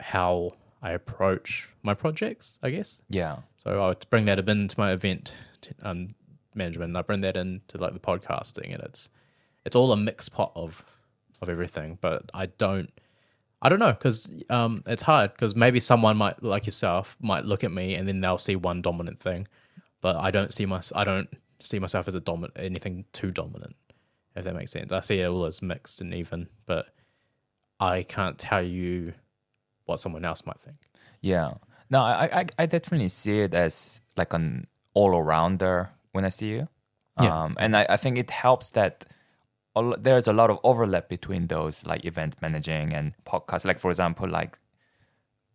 S2: how I approach my projects, I guess.
S1: yeah,
S2: So I would bring that up into my event t- um, management, and I bring that into like the podcasting, and it's it's all a mixed pot of of everything. But I don't, I don't know, because um, it's hard. Because maybe someone might like yourself might look at me, and then they'll see one dominant thing, but I don't see my I don't see myself as a dominant anything too dominant, if that makes sense. I see it all as mixed and even, but I can't tell you what someone else might think.
S1: Yeah. No, I, I, I definitely see it as like an all arounder when I see you.
S2: Yeah.
S1: Um, and I, I think it helps that a lo- there's a lot of overlap between those like event managing and podcast. Like, for example, like,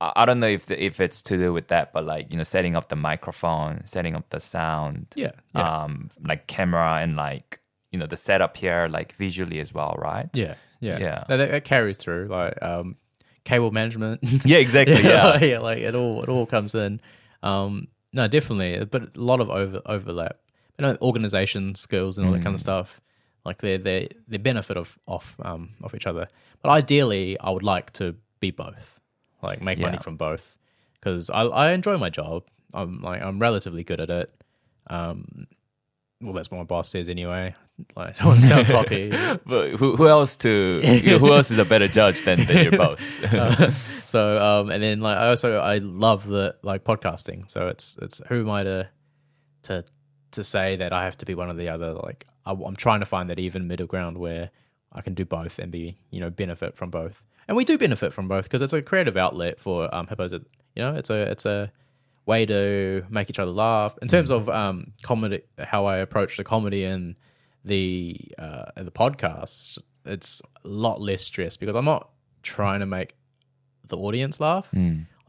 S1: I I don't know if the, if it's to do with that, but like you know, setting up the microphone, setting up the sound,
S2: Yeah, yeah.
S1: um, like camera and like you know the setup here, like visually as well, right?
S2: Yeah, yeah,
S1: Yeah.
S2: That, that- that carries through, like um, cable management.
S1: Yeah, exactly.
S2: yeah, yeah, like it all it all comes in. Um, no, definitely, but a lot of over overlap. You know, organization skills and all that
S1: Mm.
S2: kind of stuff. Like they they they benefit of off um off each other. But ideally, I would like to be both, like make money
S1: Yeah.
S2: from both, because I I enjoy my job. I'm like I'm relatively good at it. Um, well, that's what my boss says anyway. Like, I don't want to sound cocky.
S1: but who, who else to you know, who else is a better judge than, than you both?
S2: so um and then like I also I love the like podcasting. So it's it's who am I to to to say that I have to be one or the other? Like I, am trying to find that even middle ground where I can do both and be you know benefit from both. And we do benefit from both because it's a creative outlet for um hippos. It- You know it's a it's a way to make each other laugh in terms of um comedy how I approach the comedy and the uh the podcast it's a lot less stress because I'm not trying to make the audience laugh.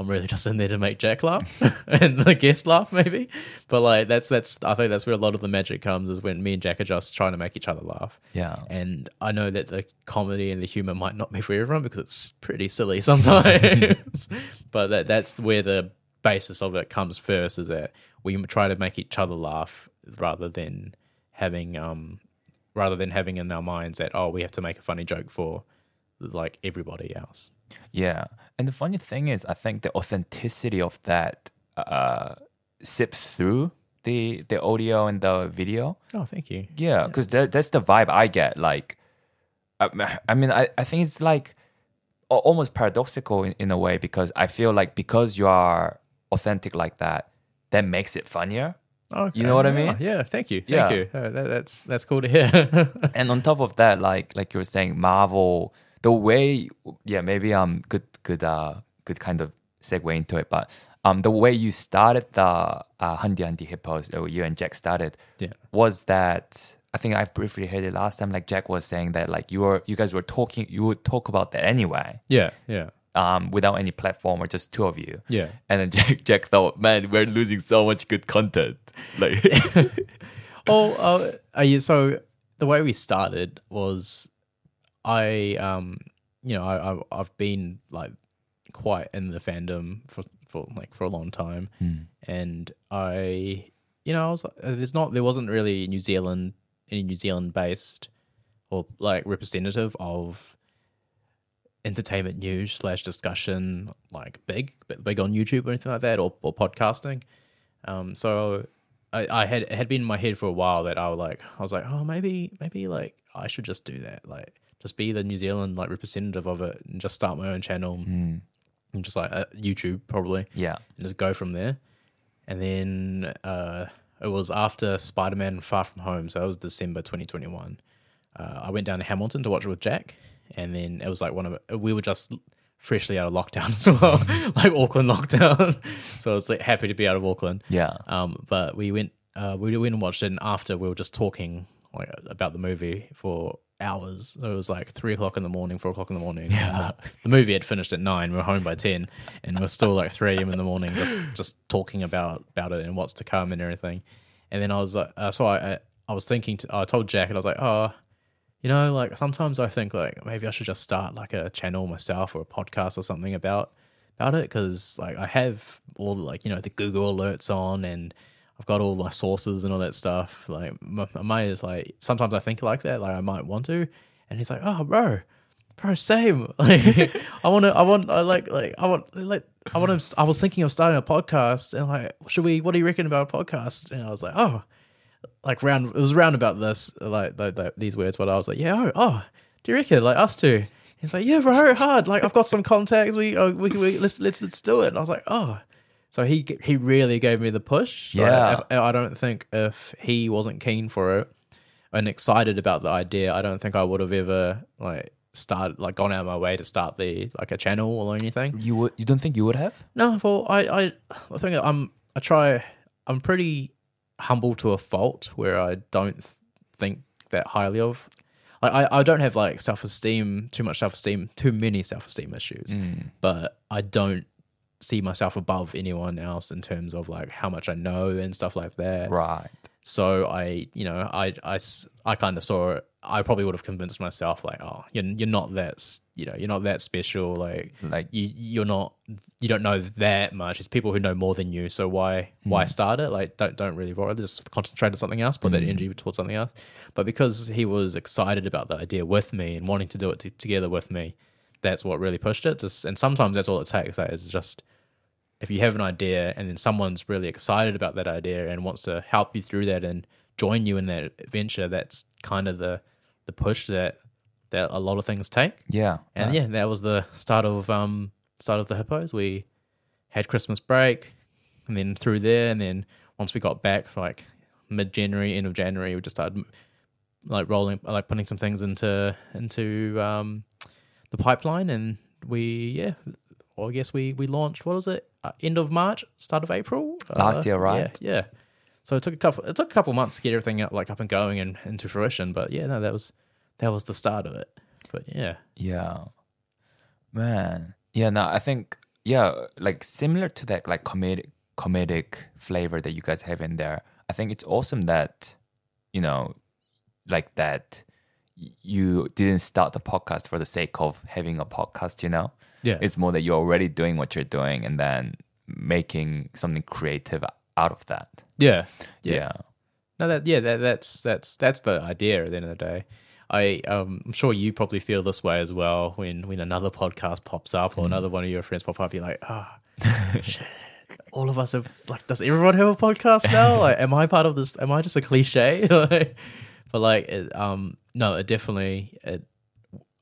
S2: I'm really just in there to make Jack laugh and the guest laugh, maybe. But like that's that's I think that's where a lot of the magic comes is when me and Jack are just trying to make each other laugh.
S1: Yeah.
S2: And I know that the comedy and the humor might not be for everyone because it's pretty silly sometimes. but that that's where the basis of it comes first is that we try to make each other laugh rather than having um rather than having in our minds that oh we have to make a funny joke for like everybody else.
S1: Yeah. And the funny thing is, I think the authenticity of that uh, sips through the the audio and the video.
S2: Oh, thank you.
S1: Yeah, because that, that's the vibe I get. Like, I, I mean, I, I think it's like a- almost paradoxical in, in a way because I feel like because you are authentic like that, that makes it funnier.
S2: Oh,
S1: You know what I mean?
S2: Yeah. Thank you. Thank
S1: Yeah.
S2: you. Uh, that, that's that's cool to hear.
S1: and on top of that, like like you were saying, Marvel, the way yeah, maybe um good good uh good kind of segue into it, but um the way you started the uh Hundi Hundi Hippos, or you and Jack started,
S2: Yeah.
S1: was that I think I briefly heard it last time, like Jack was saying that like you were you guys were talking you would talk about that anyway.
S2: yeah. Yeah.
S1: Um, without any platform or just two of you.
S2: Yeah.
S1: And then Jack, Jack thought, man, we're losing so much good content. Like,
S2: Oh, uh, are you, so the way we started was, I um, you know, I, I I've been like quite in the fandom for for like for a long time, and I, you know, I was like, uh, there's not there wasn't really New Zealand any New Zealand based or like representative of entertainment news slash discussion like big big on YouTube or anything like that or, or podcasting. Um, so I, I had it had been in my head for a while that I was like I was like oh maybe maybe like I should just do that like just be the New Zealand like representative of it and just start my own channel and just like uh, YouTube probably
S1: yeah,
S2: and just go from there. And then uh, it was after Spider Man Far From Home, so that was December 2021. Uh, I went down to Hamilton to watch it with Jack, and then it was like one of we were just freshly out of lockdown as well, like Auckland lockdown. so I was like happy to be out of Auckland.
S1: yeah,
S2: Um, but we went, uh, we went and watched it, and after we were just talking like about the movie for hours. So it was like three o'clock in the morning, four o'clock in the morning. Yeah. The movie had finished at nine. We were home by ten, and we're still like three a.m. in the morning, just just talking about about it and what's to come and everything. And then I was like, uh, so I I- I was thinking, to, I told Jack, and I was like, oh. You know, like sometimes I think like maybe I should just start like a channel myself or a podcast or something about about it because like I have all the, like you know the Google alerts on and I've got all my sources and all that stuff. Like my, my mate is like sometimes I think like that, like I might want to, and he's like, oh bro, bro, same. Like I want to, I want, I like, like I want, like I want to. I was thinking of starting a podcast, and like, should we? What do you reckon about a podcast? And I was like, oh, like round it was round about this like th- th- these words but i was like yeah oh, oh do you reckon like us two he's like yeah bro hard like i've got some contacts we uh, we, we let's, let's let's do it and i was like oh So he g- he really gave me the push. Like,
S1: Yeah.
S2: if- I don't think if he wasn't keen for it and excited about the idea, I don't think I would have ever like started like gone out of my way to start the like a channel or anything.
S1: You would, you don't think you would have?
S2: No, well, I I I think I'm I try I'm pretty humble to a fault where I don't th- think that highly of. Like, I I don't have like self esteem too much self esteem too many self esteem issues but I don't see myself above anyone else in terms of like how much I know and stuff like that.
S1: Right.
S2: So I, you know, I, I s- I kind of saw it. I probably would have convinced myself like, oh, you're, you're not that, s- you know, you're not that special. Like,
S1: Like-
S2: you, you're not, you don't know that much. It's people who know more than you. So why, why start it? Like, don't, don't really bother. Just concentrate on something else. Put that energy towards something else. But because he was excited about the idea with me and wanting to do it t- together with me, that's what really pushed it. Just, and sometimes that's all it takes. Like, it's just if you have an idea and then someone's really excited about that idea and wants to help you through that and join you in that adventure, that's kind of the the push that that a lot of things take.
S1: Yeah.
S2: And yeah, that was the start of um start of the hippos. We had Christmas break and then through there and then once we got back for like mid January, end of January, we just started like rolling like putting some things into into um the pipeline and we yeah well, I guess we we launched what was it uh, end of March start of April Uh,
S1: Last year,
S2: yeah,
S1: right?
S2: yeah so it took a couple it took a couple months to get everything up like up and going and into fruition but yeah no that was that was the start of it but yeah
S1: Yeah. Man. Yeah, no, I think yeah, like similar to that like comedic comedic flavor that you guys have in there. I think it's awesome that you know like that y- you didn't start the podcast for the sake of having a podcast, you know?
S2: Yeah.
S1: It's more that you're already doing what you're doing and then making something creative out of that.
S2: yeah
S1: Yeah.
S2: No, that yeah, that, that's that's that's the idea. At the end of the day, I um, I'm sure you probably feel this way as well when when another podcast pops up or another one of your friends pop up. You're like, ah, shit. All of us have like, does everyone have a podcast now? Like, am I part of this? Am I just a cliche? Like, but like, it, um, no, it definitely. It,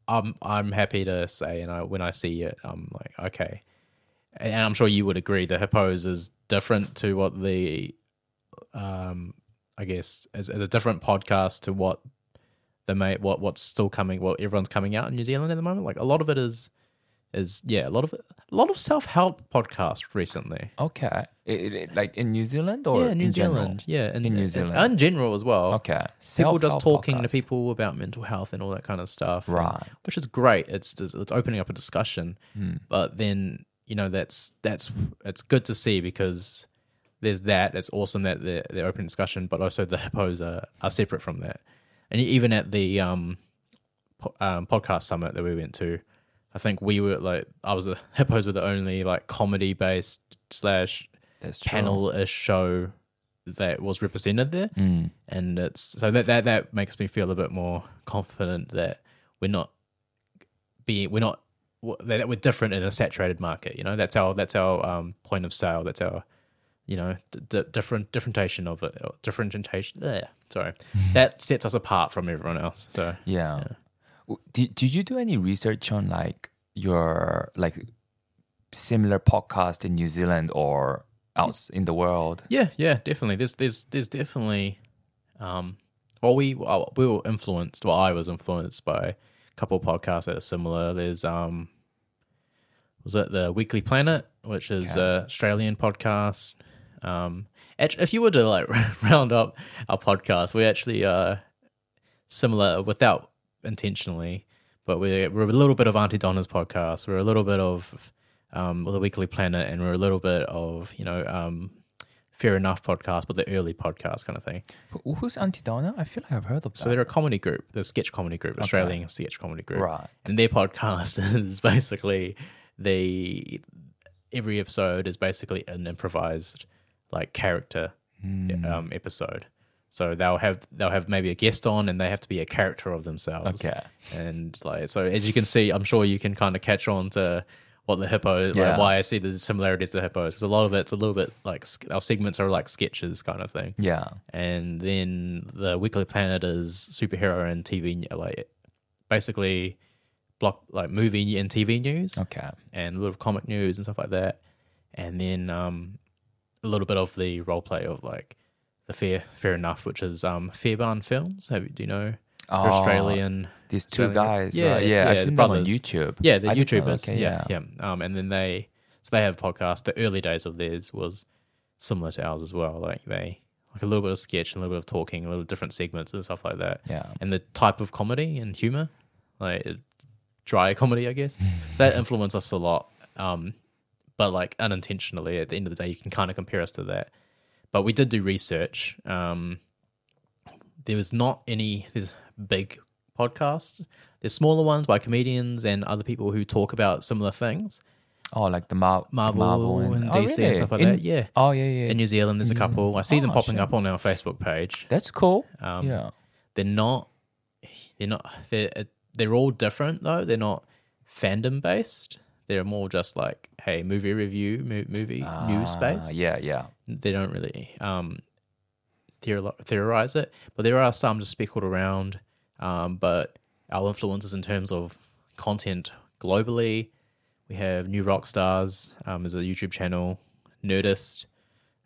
S2: I'm I'm happy to say, and I when I see it, I'm like, okay. And I'm sure you would agree, the hippos is different to what the um I guess as, as a different podcast to what the mate what what's still coming what everyone's coming out in New Zealand at the moment. Like a lot of it is is yeah, a lot of it, a lot of self help podcasts recently.
S1: Okay. It- it- it- like in New Zealand or
S2: yeah, New
S1: Oh, in general?
S2: Zealand. Yeah, in,
S1: In New
S2: in-
S1: Zealand.
S2: in general as well.
S1: Okay.
S2: People just
S1: Self-help
S2: talking to
S1: podcast.
S2: people about mental health and all that kind of stuff, and-
S1: Right.
S2: Which is great. It's it's opening up a discussion, but then you know that's that's it's good to see because there's that. It's awesome that they're, they're open discussion, but also the hippos are, are separate from that. And even at the um, po- um, podcast summit that we went to, I think we were like I was the hippos were the only like comedy based slash
S1: That's true.
S2: panel ish show that was represented there
S1: Mm.
S2: and it's so that that that makes me feel a bit more confident that we're not being we're not w- that we're different in a saturated market. You know, that's our that's our um, point of sale. That's our you know d- d- different differentiation of it. Or differentiation. There, sorry, that sets us apart from everyone else. So
S1: Yeah. W Did, did you do any research on like your like similar podcast in New Zealand or else in the world?
S2: Yeah, yeah, definitely. There's there's there's definitely um well we well, we were influenced, well I was influenced by a couple podcasts that are similar. There's um was it the Weekly Planet, which is an Australian podcast. Um act- if you were to like round up our podcast, we actually uh similar without intentionally, but we're, we're a little bit of Auntie Donna's podcast. We're a little bit of um, the Weekly Planet, and we're a little bit of you know um, Fair Enough podcast, but the early podcast kind of thing.
S1: Who- Who's Auntie Donna? I feel like I've heard of that.
S2: So they're a comedy group, the sketch comedy group, Australian sketch comedy group,
S1: Right.
S2: And their podcast is basically they every episode is basically an improvised like character
S1: Hmm.
S2: um, episode. So they'll have they'll have maybe a guest on, and they have to be a character of themselves.
S1: Okay.
S2: And like so, as you can see, I'm sure you can kind of catch on to what the hippo,
S1: Yeah.
S2: like why I see the similarities to the hippos. Because a lot of it's a little bit like sk- our segments are like sketches kind of thing
S1: yeah.
S2: and then the Weekly Planet is superhero and TV like basically block like movie and TV news
S1: Okay.
S2: and a little comic news and stuff like that. and then um, a little bit of the role play of like the fair fair enough, which is um, Fairbairn Films. Have, do you know they're
S1: Oh,
S2: Australian?
S1: These two
S2: Australian-
S1: guys.
S2: Yeah,
S1: Yeah, right? yeah,
S2: yeah,
S1: I've
S2: the
S1: seen them on
S2: brothers.
S1: YouTube.
S2: Yeah, they're
S1: I didn't know,
S2: YouTubers.
S1: okay,
S2: yeah, yeah, Um, and then they so they have a podcast. The early days of theirs was similar to ours as well. Like they like a little bit of sketch and a little bit of talking, a little different segments and stuff like that.
S1: Yeah.
S2: And the type of comedy and humor, like it- dry comedy, I guess, that influenced us a lot. Um, but like unintentionally, at the end of the day, you can kind of compare us to that. But we did do research. Um, there was not any there's big podcasts. There's smaller ones by comedians and other people who talk about similar things,
S1: Oh, like the Mar-
S2: Marvel, and,
S1: oh,
S2: DC
S1: really?
S2: and stuff like
S1: In-
S2: that. Yeah.
S1: Oh yeah, yeah.
S2: In New Zealand, there's a couple. I see them
S1: Oh,
S2: popping
S1: shit.
S2: up on our Facebook page.
S1: That's cool.
S2: Um,
S1: yeah.
S2: They're not. They're not. They're they're all different though. They're not fandom based. They're more just like, hey, movie review, mo- movie news
S1: Ah,
S2: space.
S1: Yeah, yeah.
S2: they don't really um, theorilo- theorize it, but there are some just speckled around. Um, but our influences in terms of content globally, we have New Rock Stars um, is a YouTube channel, Nerdist,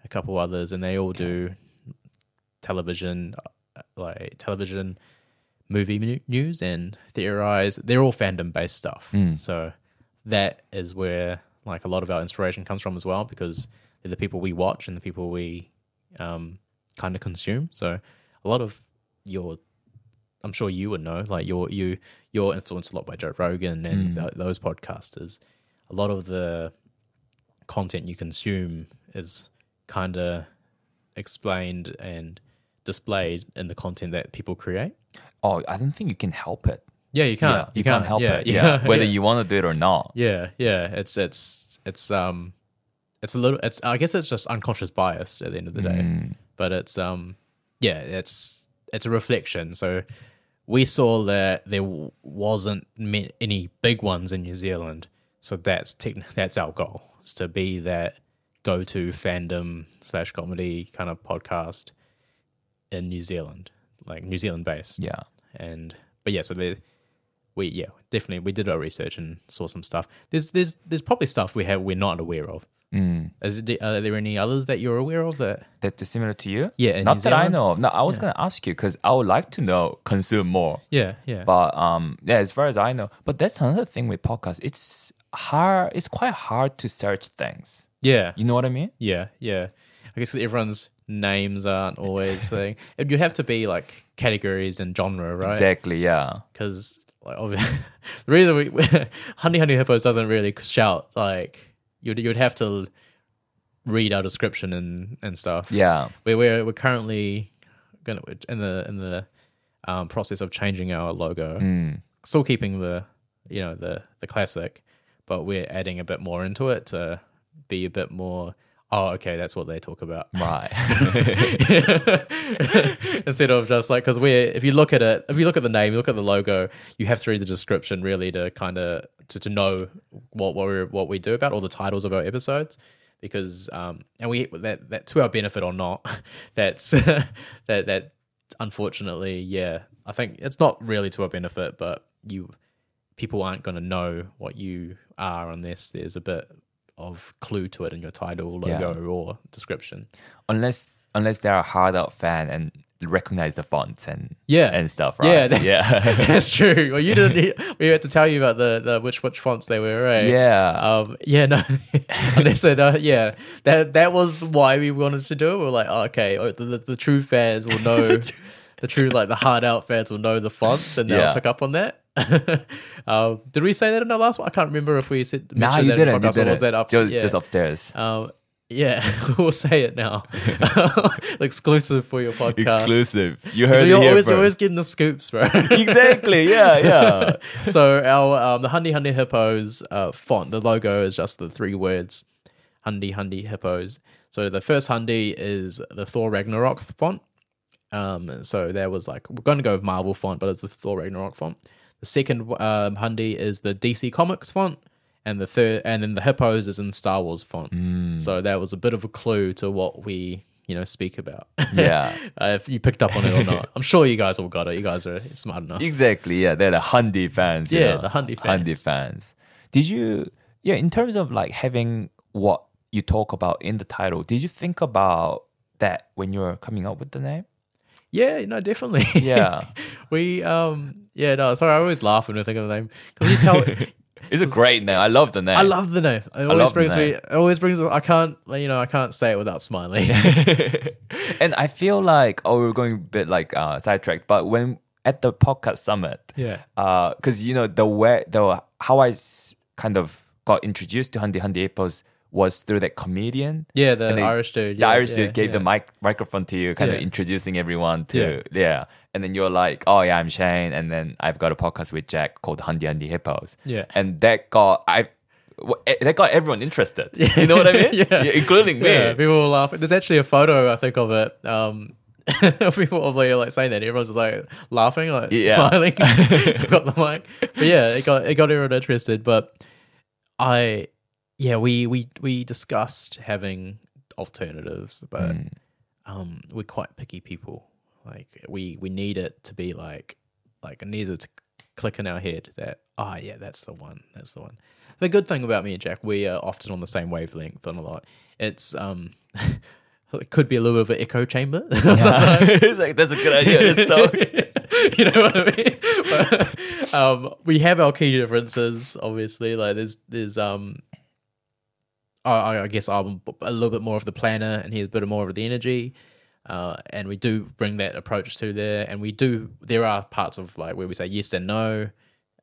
S2: a couple others, and they all do television, uh, like television, movie nu- news, and theorize. They're all fandom based stuff, so that is where like a lot of our inspiration comes from as well because they're the people we watch and the people we um, kind of consume. So a lot of your, I'm sure you would know, like your you you're influenced a lot by Joe Rogan
S1: Hmm.
S2: and th- those podcasters. A lot of the content you consume is kind of explained and displayed in the content that people create.
S1: Oh, I don't think you can help it.
S2: Yeah, you can't.
S1: yeah, you, can't, help it. Yeah, whether you want to do it or not.
S2: Yeah, yeah. It's it's it's um it's a little it's I guess it's just unconscious bias at the end of the day.
S1: Mm.
S2: But it's um yeah, it's it's a reflection. So we saw that there w- wasn't ma- any big ones in New Zealand. So that's techn that's our goal is to be that go to fandom slash comedy kind of podcast in New Zealand, like New Zealand based
S1: Yeah.
S2: and but yeah, so they, we yeah definitely we did our research and saw some stuff. There's there's there's probably stuff we have we're not aware of. Mm. Is it, are there any others that you're aware of that?
S1: That is similar to you.
S2: Yeah, in
S1: Not
S2: New
S1: that I
S2: Zealand.
S1: know of. No, I was gonna ask you because I would like to know, consume more.
S2: Yeah, yeah,
S1: But um, yeah, as far as I know, but that's another thing with podcasts. It's hard. It's quite hard to search things.
S2: yeah,
S1: You know what I mean?
S2: yeah, yeah. I guess everyone's names aren't always thing. It would have to be like categories and genre, right?
S1: Exactly. Yeah.
S2: because like obviously the reason we honey honey hippos doesn't really shout like you'd you'd have to read our description and and stuff
S1: Yeah.
S2: we we're we're currently gonna in the in the um, process of changing our logo
S1: Mm.
S2: still keeping the you know the the classic but we're adding a bit more into it to be a bit more oh okay that's what they talk about
S1: Right.
S2: instead of just like because we're if you look at it if you look at the name you look at the logo you have to read the description really to kind of to, to know what what we what we do about all the titles of our episodes because um and we that that to our benefit or not that's that that unfortunately yeah I think it's not really to our benefit but you people aren't going to know what you are unless there's a bit of clue to it in your title logo or description
S1: unless unless they're a hard out fan and recognize the fonts and
S2: Yeah.
S1: and stuff, right?
S2: Yeah, that's,
S1: yeah.
S2: that's true. Well, you didn't. We had to tell you about the, the which which fonts they were, right?
S1: Yeah.
S2: Um. Yeah. No. Unless they know. Yeah. That that was why we wanted to do it. We are like, oh, okay, oh, the, the the true fans will know. The true, like the hard out fans, will know the fonts and they'll
S1: Yeah.
S2: pick up on that. um, did we say that in our last one? I can't remember if we said.
S1: nah,
S2: mentioned
S1: you
S2: that in the
S1: didn't. You
S2: podcast or
S1: didn't.
S2: Was that up?
S1: just,
S2: yeah.
S1: just upstairs.
S2: Um, yeah, we'll say it now. Exclusive for your podcast.
S1: Exclusive. You
S2: So
S1: heard
S2: you're
S1: it here
S2: always,
S1: first.
S2: you're always getting the scoops, bro.
S1: exactly. Yeah. Yeah.
S2: so our um, the Hundy Hundy Hippos uh, font, the logo is just the three words, Hundy Hundy Hippos. So the first Hundy is the Thor Ragnarok font. Um, so there was like we're going to go with Marvel font, but it's the Thor Ragnarok font. The second um, Hundy is the DC Comics font, and the third, and then the Hippos is in Star Wars font. So that was a bit of a clue to what we you know speak about.
S1: Yeah.
S2: Uh, if you picked up on it or not, I'm sure you guys all got it. You guys are smart enough.
S1: Exactly. Yeah, they're the Hyundai fans. you
S2: Yeah,
S1: know,
S2: the Hyundai
S1: Hyundai fans. Did you? Yeah, in terms of like having what you talk about in the title. Did you think about that when you were coming up with the name?
S2: Yeah, no, definitely.
S1: Yeah.
S2: we um yeah, no, sorry, I always laugh when we think of the name. Because you tell
S1: It's a great name. I love the name.
S2: I love the name. It always
S1: love the
S2: brings me
S1: name.
S2: it always brings I can't you know, I can't say it without smiling.
S1: and I feel like oh, we're going a bit like uh, sidetracked, but when at the podcast summit,
S2: Yeah.
S1: because you know the way the how I s- kind of got introduced to Hundi Hundi Apples was through that comedian.
S2: Yeah, the
S1: And they-
S2: Irish dude.
S1: the
S2: yeah,
S1: Irish
S2: yeah,
S1: dude gave
S2: yeah.
S1: the mic microphone to you, kind of
S2: Yeah.
S1: introducing everyone to yeah. And then you're like, oh yeah, I'm Shane, and then I've got a podcast with Jack called Hundi Hundi Hippos.
S2: Yeah.
S1: and that got I. w- eh, That got everyone interested. You know what I mean?
S2: Yeah.
S1: including me.
S2: Yeah, people were laughing. There's actually a photo I think of it. Um, of people are like saying that everyone's just, like laughing, like
S1: Yeah.
S2: smiling. got the mic, but yeah, it got it got everyone interested. But I, yeah, we we we discussed having alternatives, but um, we're quite picky people. Like we we need it to be like like it needs it to click in our head that ah yeah that's the one that's the one. The good thing about me and Jack, we are often on the same wavelength on a lot. It's um, it could be a little bit of an echo chamber.
S1: it's like that's a good idea. It's so
S2: you know what I mean? But, um, we have our key differences, obviously. Like there's there's um, I- I, I guess I'm a little bit more of the planner, and he's a bit more of the energy. Uh, and we do bring that approach to there, and we do. There are parts of like where we say yes and no.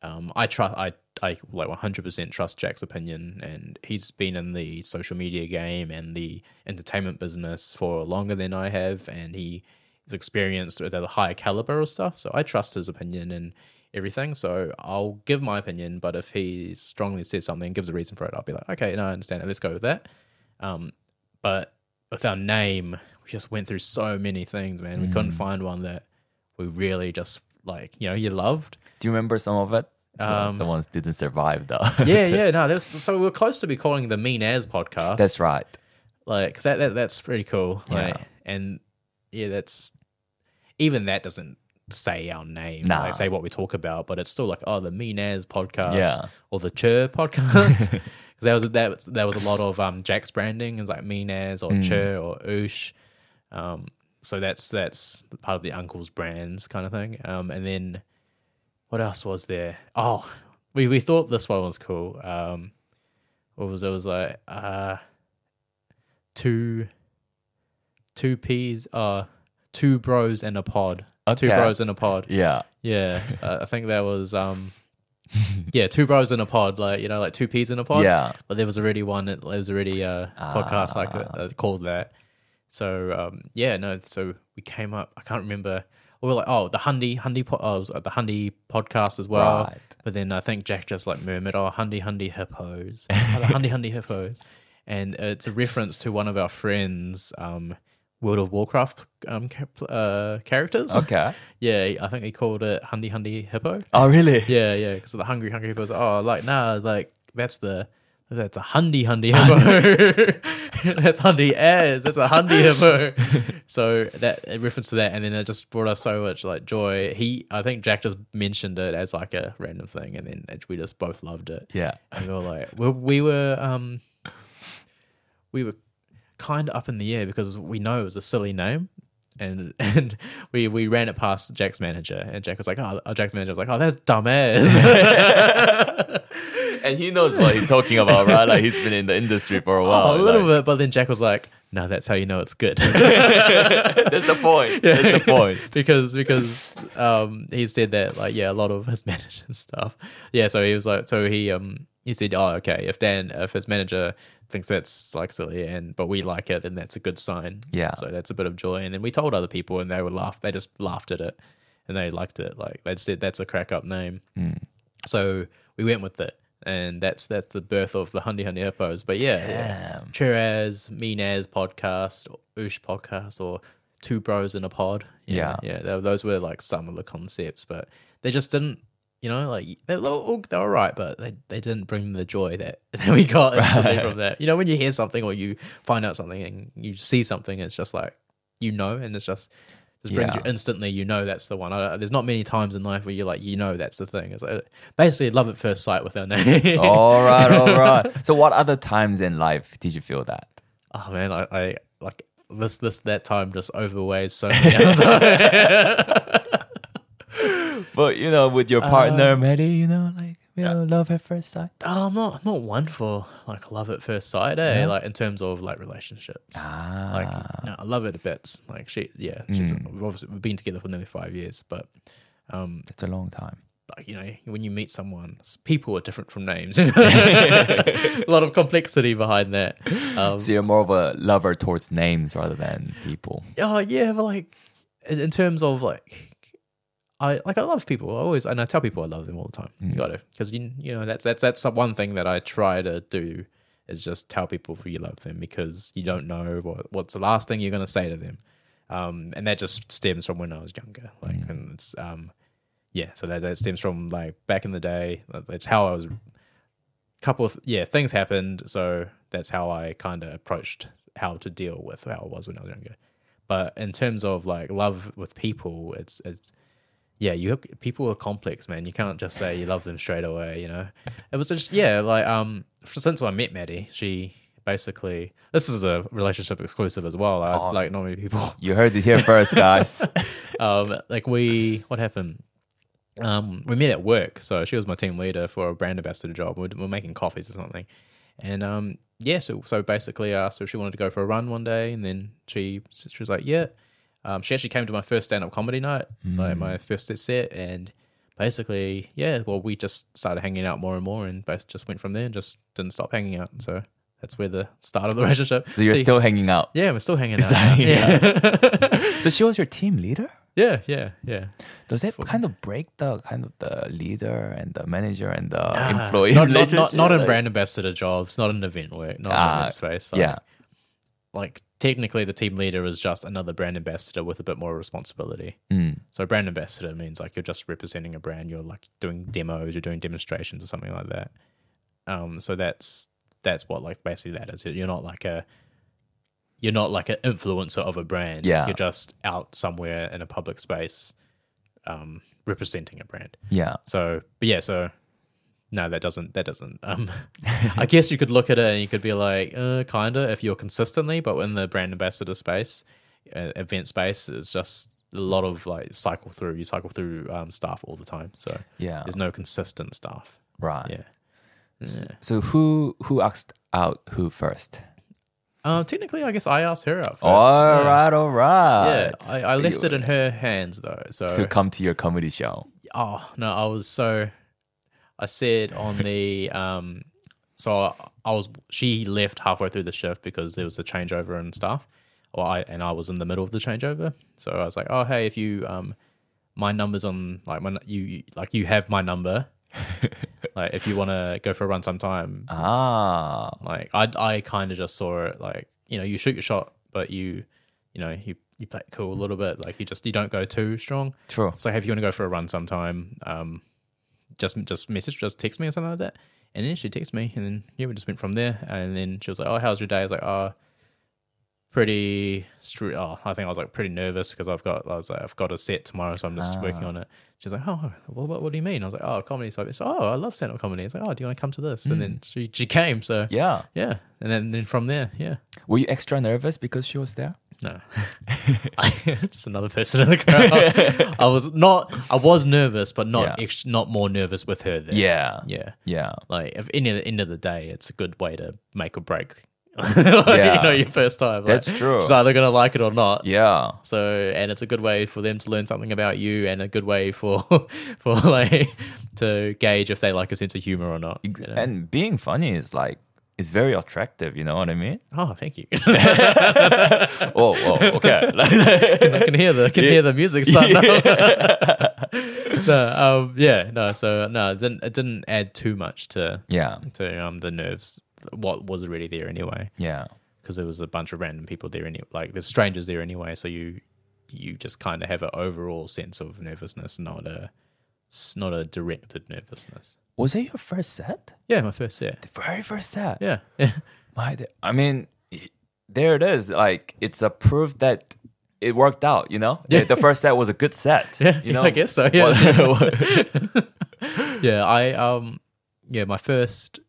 S2: Um, I trust. I I like 100% trust Jack's opinion, and he's been in the social media game and the entertainment business for longer than I have, and he is experienced with a higher caliber of stuff. So I trust his opinion and everything. So I'll give my opinion, but if he strongly says something, gives a reason for it, I'll be like, okay, no, I understand that. Let's go with that. Um, but with our name, we just went through so many things, man. We couldn't find one that we really just like, you know, you loved.
S1: Do you remember some of it? So
S2: Um,
S1: the ones didn't survive though.
S2: Yeah, yeah, no, that's so we were close to be calling the Mean As podcast.
S1: That's right.
S2: like 'cause that, that that's pretty cool
S1: Yeah.
S2: like and yeah that's even that doesn't say our name
S1: Nah.
S2: like say what we talk about but it's still like oh the mean as podcast
S1: Yeah.
S2: or the chur podcast because there was that was- there was a lot of um jack's branding is like mean as or chur or oosh um so that's that's part of the uncle's brands kind of thing um and then what else was there oh we we thought this one was cool um what was it? it was like uh two two peas uh two bros in a pod two
S1: Okay.
S2: bros in a pod
S1: Yeah.
S2: yeah uh, i think that was um yeah two bros in a pod like you know like two peas in a pod
S1: Yeah.
S2: but there was already one there was already a podcast like
S1: Ah.
S2: that, that called that so um yeah no so we came up i can't remember we were like oh the hundy hundy po- oh, it was, uh, the hundy podcast as well
S1: Right.
S2: but then i think jack just like murmured oh hundy hundy hippos oh, the hundy hundy hippos and it's a reference to one of our friends um world of warcraft um ca- pl- uh characters
S1: Okay.
S2: yeah i think he called it hundy hundy hippo
S1: Oh really?
S2: yeah, yeah, because the hungry, hungry hippos. Oh, like nah, like that's the that's a hundy hundy hippo. that's hundy as that's a hundy hippo. so that a reference to that, and then it just brought us so much like joy. He, I think Jack just mentioned it as like a random thing, and then it- we just both loved it.
S1: Yeah.
S2: And we were like, we, we were um, we were kind of up in the air because we know it was a silly name. And and we, we ran it past Jack's manager, and Jack was like, "Oh, our Jack's manager was like, oh, that's dumbass."
S1: And he knows what he's talking about, right? Like he's been in the industry for a while.
S2: oh, a little
S1: like,
S2: bit, but then Jack was like, "No, that's how you know it's good,"
S1: That's the point. That's the point.
S2: because because um he said that like yeah, a lot of his manager stuff. Yeah, so he was like, so he um he said, "Oh, okay, if Dan if his manager thinks that's like silly and but we like it, then that's a good sign."
S1: Yeah.
S2: so that's a bit of joy. And then we told other people, and they would laugh. They just laughed at it, and they liked it. Like they said, that's a crack up name.
S1: Hmm.
S2: So we went with it, and that's that's the birth of the Hundy Hundy Hippos. But yeah, yeah. Cheraz, Mean As podcast, or Oosh podcast, or Two Bros in a Pod. You know, yeah. tho- Those were like some of the concepts, but they just didn't. You know, like they were, all- they were right, but they, they didn't bring the joy that, that we got instantly from that. You know, when you hear something or you find out something and you see something, it's just like you know, and it's just just brings you
S1: Yeah.
S2: instantly. You know that's the one. I don't, there's not many times in life where you're like, you know, that's the thing. It's like, basically love at first sight with her name.
S1: all right, all right. So, what other times in life did you feel that?
S2: Oh man, I, I like this this that time just overweighs so many other
S1: But you know, with your partner, maybe you know, like you know, love at first sight.
S2: oh, I'm not I'm not one for like love at first sight, eh? Like in terms of like relationships.
S1: Ah.
S2: Like no, I love it a bit. Like she yeah, she's we've obviously we've been together for nearly five years, but um
S1: That's a long time.
S2: like, you know, when you meet someone, s- people are different from names. a lot of complexity behind that. Um,
S1: So you're more of a lover towards names rather than people.
S2: oh yeah, but like in, in terms of like I like I love people. I always and I tell people I love them all the time. You got to because you you know that's that's that's one thing that I try to do is just tell people who you love them because you don't know what what's the last thing you're gonna say to them, um, and that just stems from when I was younger. Like and it's um yeah, so that that stems from like back in the day. that- That's how I was. Couple of yeah things happened, so that's how I kind of approached how to deal with how I was when I was younger. But in terms of like love with people, it's it's yeah, you have, people are complex, man. You can't just say you love them straight away. You know, it was just yeah, like um, since I met Maddie, she basically this is a relationship exclusive as well. I,
S1: Oh.
S2: Like not many people
S1: You heard it here first, guys.
S2: um, like we what happened um, we met at work so she was my team leader for a brand ambassador job we were, we were making coffees or something and um, yeah so, so basically i asked her if she wanted to go for a run one day and then she she was like yeah um, she actually came to my first stand-up comedy night like
S1: Mm.
S2: my first set and basically yeah well we just started hanging out more and more and bas- just went from there and just didn't stop hanging out so that's where the start of the relationship
S1: So you're
S2: See-
S1: still hanging out.
S2: yeah we're still hanging out
S1: Sorry,
S2: yeah.
S1: So she was your team leader.
S2: yeah yeah yeah
S1: Does that kind of break the kind of the leader and the manager and the
S2: Ah,
S1: employee
S2: not, not,
S1: relationship?
S2: not, not in
S1: Like-
S2: brand ambassador jobs, not in event work, not
S1: Ah,
S2: in that space. Like,
S1: Yeah,
S2: like technically, the team leader is just another brand ambassador with a bit more responsibility.
S1: Mm.
S2: So, brand ambassador means like you're just representing a brand. You're like doing demos, you're doing demonstrations or something like that. Um, so that's that's what like basically that is. You're not like a you're not like an influencer of a brand.
S1: Yeah.
S2: you're just out somewhere in a public space, um, representing a brand.
S1: yeah.
S2: So, but yeah, so no, that doesn't that doesn't. Um, I guess you could look at it and you could be like, uh, kinda, if you're consistently, but in the brand ambassador space, uh, event space, it's just a lot of like cycle through. You cycle through um, staff all the time, so
S1: Yeah.
S2: there's no consistent staff.
S1: Right.
S2: Yeah. Yeah.
S1: So who who asked out who first?
S2: Um, technically, I guess I asked her out. First.
S1: All
S2: yeah.
S1: right, all right.
S2: Yeah, I, I left it in her hands though. So
S1: to come to your comedy show.
S2: oh no i was so i said on the um so I, I was she left halfway through the shift because there was a changeover and stuff well i and i was in the middle of the changeover so i was like oh hey if you um my number's on like my n- you you- like you have my number like if you want to go for a run sometime
S1: Ah,
S2: like i i kind of just saw it like you know you shoot your shot but you you know you you play it cool a little bit like you just you don't go too strong
S1: true.
S2: so if you want to go for a run sometime, um, just just message, just text me or something like that. And then she texted me, and then yeah, we just went from there. And then she was like, "Oh, how's your day?" I was like, "Oh, pretty. Str- oh, I think I was like pretty nervous because I've got I was like I've got a set tomorrow, so I'm just working on it." She's like, "Oh, well, what, what do you mean?" I was like, "Oh, comedy." So it's oh, I love stand up comedy. It's like, "Oh, do you want to come to this?" And then she she came. So
S1: Yeah.
S2: yeah, and then then from there, yeah.
S1: Were you extra nervous because she was there?
S2: No, just another person in the crowd. I was not. I was nervous, but not
S1: Yeah.
S2: ex- not more nervous with her. There.
S1: Yeah.
S2: yeah.
S1: Yeah.
S2: Like, if any at the end of the day, it's a good way to make or break. yeah.
S1: Yeah.
S2: you know, your first time. Like,
S1: That's true.
S2: She's either gonna like it or not.
S1: Yeah.
S2: So, and it's a good way for them to learn something about you, and a good way for for like to gauge if they like a sense of humor or not. you know?
S1: And being funny is like is very attractive. You know what I mean?
S2: oh, thank you.
S1: oh, whoa, okay.
S2: I can hear the I can hear the music start now. no, um, yeah, no. So no, it didn't it didn't add too much to
S1: yeah.
S2: to um the nerves. What was already there anyway,
S1: Yeah.
S2: because there was a bunch of random people there, any like there's strangers there anyway. So you you just kind of have an overall sense of nervousness, not a s- not a directed nervousness.
S1: Was it your first set?
S2: Yeah, my first set.
S1: The very first set.
S2: Yeah, yeah,
S1: My, d- I mean, there it is. Like, it's a proof that it worked out, you know? The, the first set was a good set.
S2: Yeah,
S1: you know?
S2: I guess so, yeah.
S1: What-
S2: yeah, I um yeah, my first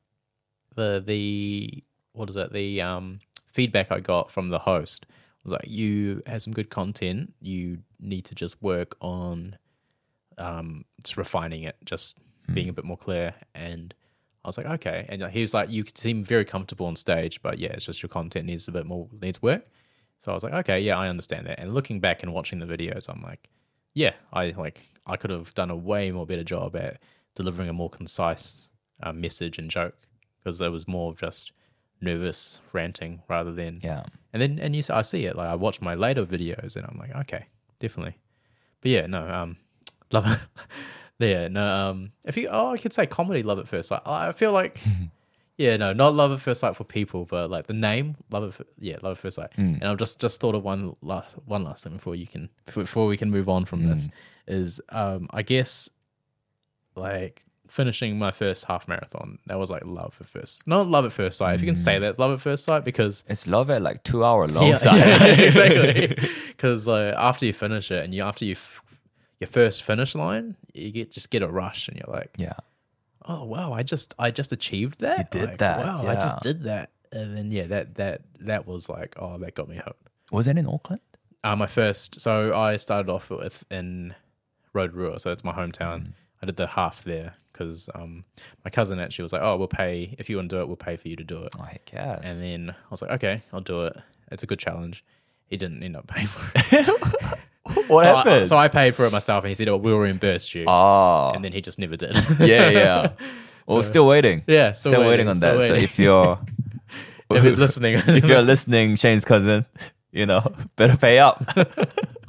S2: the the what is it? The um feedback I got from the host was like you have some good content, you need to just work on um just refining it, just being a bit more clear and I was like, okay. And he was like, you seem very comfortable on stage, but yeah, it's just your content needs a bit more needs work. So I was like, okay, yeah, I understand that. And looking back and watching the videos, I'm like, yeah, I like I could have done a way more better job at delivering a more concise uh, message and joke because there was more of just nervous ranting rather than
S1: yeah.
S2: And then and you s- I see it like I watch my later videos and I'm like, okay, definitely. But yeah, no, um, love it. yeah, no, um, if you oh, I could say comedy love at first sight. I feel like. Yeah, no, not love at first sight for people, but like the name, love at Fir- yeah, love at first sight. And I've just just thought of one last one last thing before you can before we can move on from this is um I guess like finishing my first half marathon that was like love at first not love at first sight if you can say that love at first sight because
S1: It's love at like two hour long
S2: yeah,
S1: side.
S2: yeah, exactly. Because like after you finish it, and you after you f- your first finish line, you get just get a rush, and you're like,
S1: Yeah.
S2: oh wow, I just I just achieved that.
S1: did
S2: Like,
S1: that,
S2: Wow, I
S1: yeah.
S2: just did that. And then yeah, that that that was like oh that got me hooked.
S1: Was that in Auckland?
S2: Uh, my first, so I started off with in Rotorua, so it's my hometown.
S1: Mm.
S2: I did the half there because um, my cousin actually was like, oh, we'll pay if you want to do it, we'll pay for you to do it.
S1: I guess.
S2: And then I was like, okay, I'll do it. It's a good challenge. He didn't end up paying for it.
S1: what
S2: so, I,
S1: happened?
S2: so I paid for it myself, and he said, "Oh, we'll reimburse you."
S1: oh.
S2: And then he just never did.
S1: yeah, yeah. Well, we're still waiting.
S2: yeah. Still,
S1: still waiting, on
S2: still
S1: that.
S2: waiting.
S1: So if you're
S2: If he's listening,
S1: if you're listening, Shane's cousin, you know, better pay up.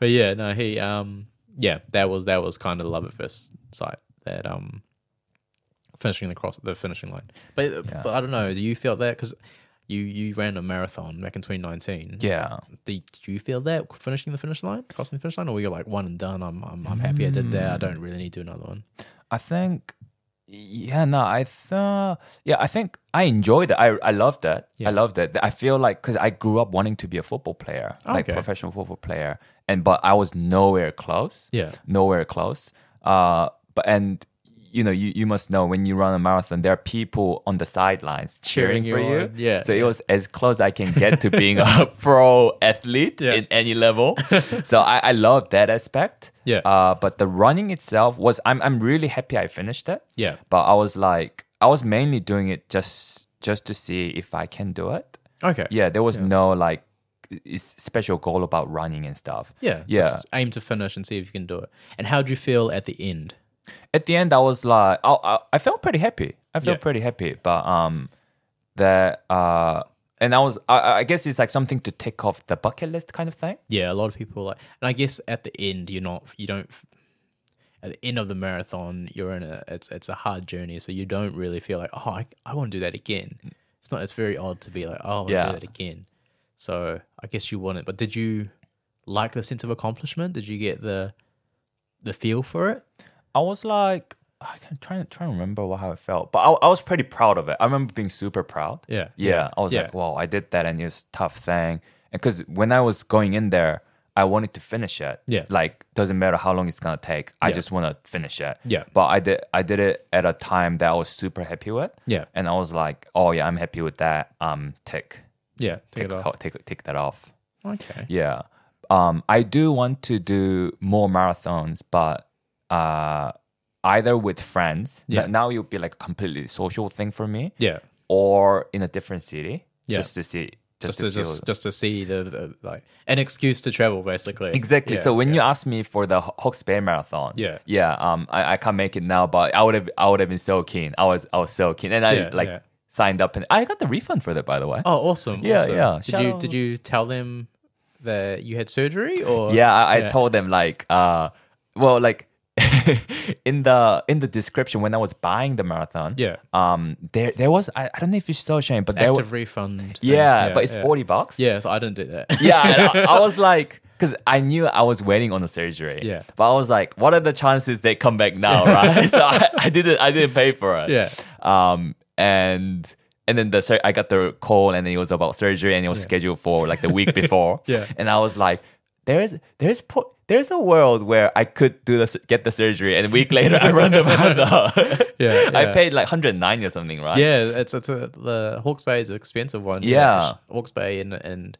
S2: but yeah, no, he um, yeah, that was that was kind of love at first sight. That um, finishing the cross, the finishing line. But, uh, but I don't know. Do you feel that because you you ran a marathon back in 2019?
S1: yeah.
S2: Did you feel that finishing the finish line, crossing the finish line, or were you like one and done? I'm I'm, I'm happy I did that. I
S1: Mm.
S2: don't really need to do another one.
S1: I think yeah, no, I thought yeah, I think I enjoyed it. I I loved that. I loved that. I feel like because I grew up wanting to be a football player, like
S2: Okay.
S1: professional football player, and but I was nowhere close.
S2: Yeah.
S1: nowhere close. Uh, but and you know you, you must know when you run a marathon, there are people on the sidelines cheering,
S2: Cheering
S1: for
S2: you
S1: you.
S2: on. Yeah,
S1: So
S2: yeah.
S1: it was as close I can get to being a pro athlete
S2: Yeah.
S1: in any level. so I, I love that aspect.
S2: Yeah.
S1: Uh, but the running itself was I'm I'm really happy I finished it.
S2: Yeah.
S1: But I was like I was mainly doing it just just to see if I can do it.
S2: Okay.
S1: Yeah, there was no like i- special goal about running and stuff.
S2: Yeah.
S1: Yeah.
S2: Just aim to finish and see if you can do it. And how do you feel at the end?
S1: at the end, I was like, I, I, I felt pretty happy. I felt
S2: Yeah.
S1: pretty happy, but um, that uh, and I was, I, I guess it's like something to tick off the bucket list kind of thing.
S2: Yeah, a lot of people like, and I guess at the end you're not, you don't. At the end of the marathon, you're in a it's it's a hard journey, so you don't really feel like oh I, I want to do that again. It's not it's very odd to be like oh I want to
S1: Yeah.
S2: do that again. So I guess you want it, but did you like the sense of accomplishment? Did you get the the feel for it?
S1: I was like, I can try and try and remember what, how it felt, but I, I was pretty proud of it. I remember being super proud.
S2: Yeah.
S1: yeah. I was
S2: Yeah.
S1: like, wow, I did that, and it's a tough thing. Because when I was going in there, I wanted to finish it.
S2: Yeah.
S1: like doesn't matter how long it's gonna take. I just want to finish it.
S2: Yeah.
S1: but I did I did it at a time that I was super happy with.
S2: Yeah.
S1: and I was like, oh yeah, I'm happy with that. Um, tick,
S2: Yeah, take
S1: tick,
S2: it off.
S1: tick, tick, tick that off.
S2: Okay.
S1: Yeah. Um, I do want to do more marathons, but uh, either with friends.
S2: Yeah.
S1: N- Now it would be like a completely social thing for me.
S2: Yeah.
S1: Or in a different city.
S2: Yeah.
S1: Just to see. Just,
S2: Just to
S1: to feel.
S2: just just to see the, the like an excuse to travel basically.
S1: Exactly.
S2: Yeah,
S1: so when
S2: yeah.
S1: you asked me for the Ho- Hawke's Bay Marathon,
S2: Yeah.
S1: yeah, um, I, I can't make it now, but I would have, I would have been so keen. I was, I was so keen, and I
S2: Yeah,
S1: like
S2: yeah.
S1: signed up, and I got the refund for that, by the way.
S2: Oh, awesome!
S1: Yeah,
S2: awesome.
S1: yeah.
S2: Did
S1: Shout
S2: you
S1: out.
S2: did you tell them that you had surgery or?
S1: yeah I, I told them like uh well like in the in the description when i was buying the marathon
S2: Yeah.
S1: um there there was i, I don't know if you saw shane but there was
S2: active refund. thing.
S1: yeah, but it's
S2: yeah.
S1: 40 bucks
S2: Yeah, so I didn't do that.
S1: yeah and I, I was like because i knew i was waiting on the surgery
S2: Yeah.
S1: but i was like what are the chances they come back now right so I, I didn't i didn't pay for it
S2: Yeah.
S1: um and and then the sur- I got the call, and it was about surgery, and it was scheduled for like the week before.
S2: Yeah.
S1: and I was like, there is there is po- there is a world where I could do the s- get the surgery, and a week later I run the marathon.
S2: Yeah,
S1: I
S2: yeah.
S1: paid like hundred nine or something, right?
S2: Yeah, it's it's a, the Hawke's Bay is an expensive one.
S1: Yeah.
S2: Hawke's Bay and and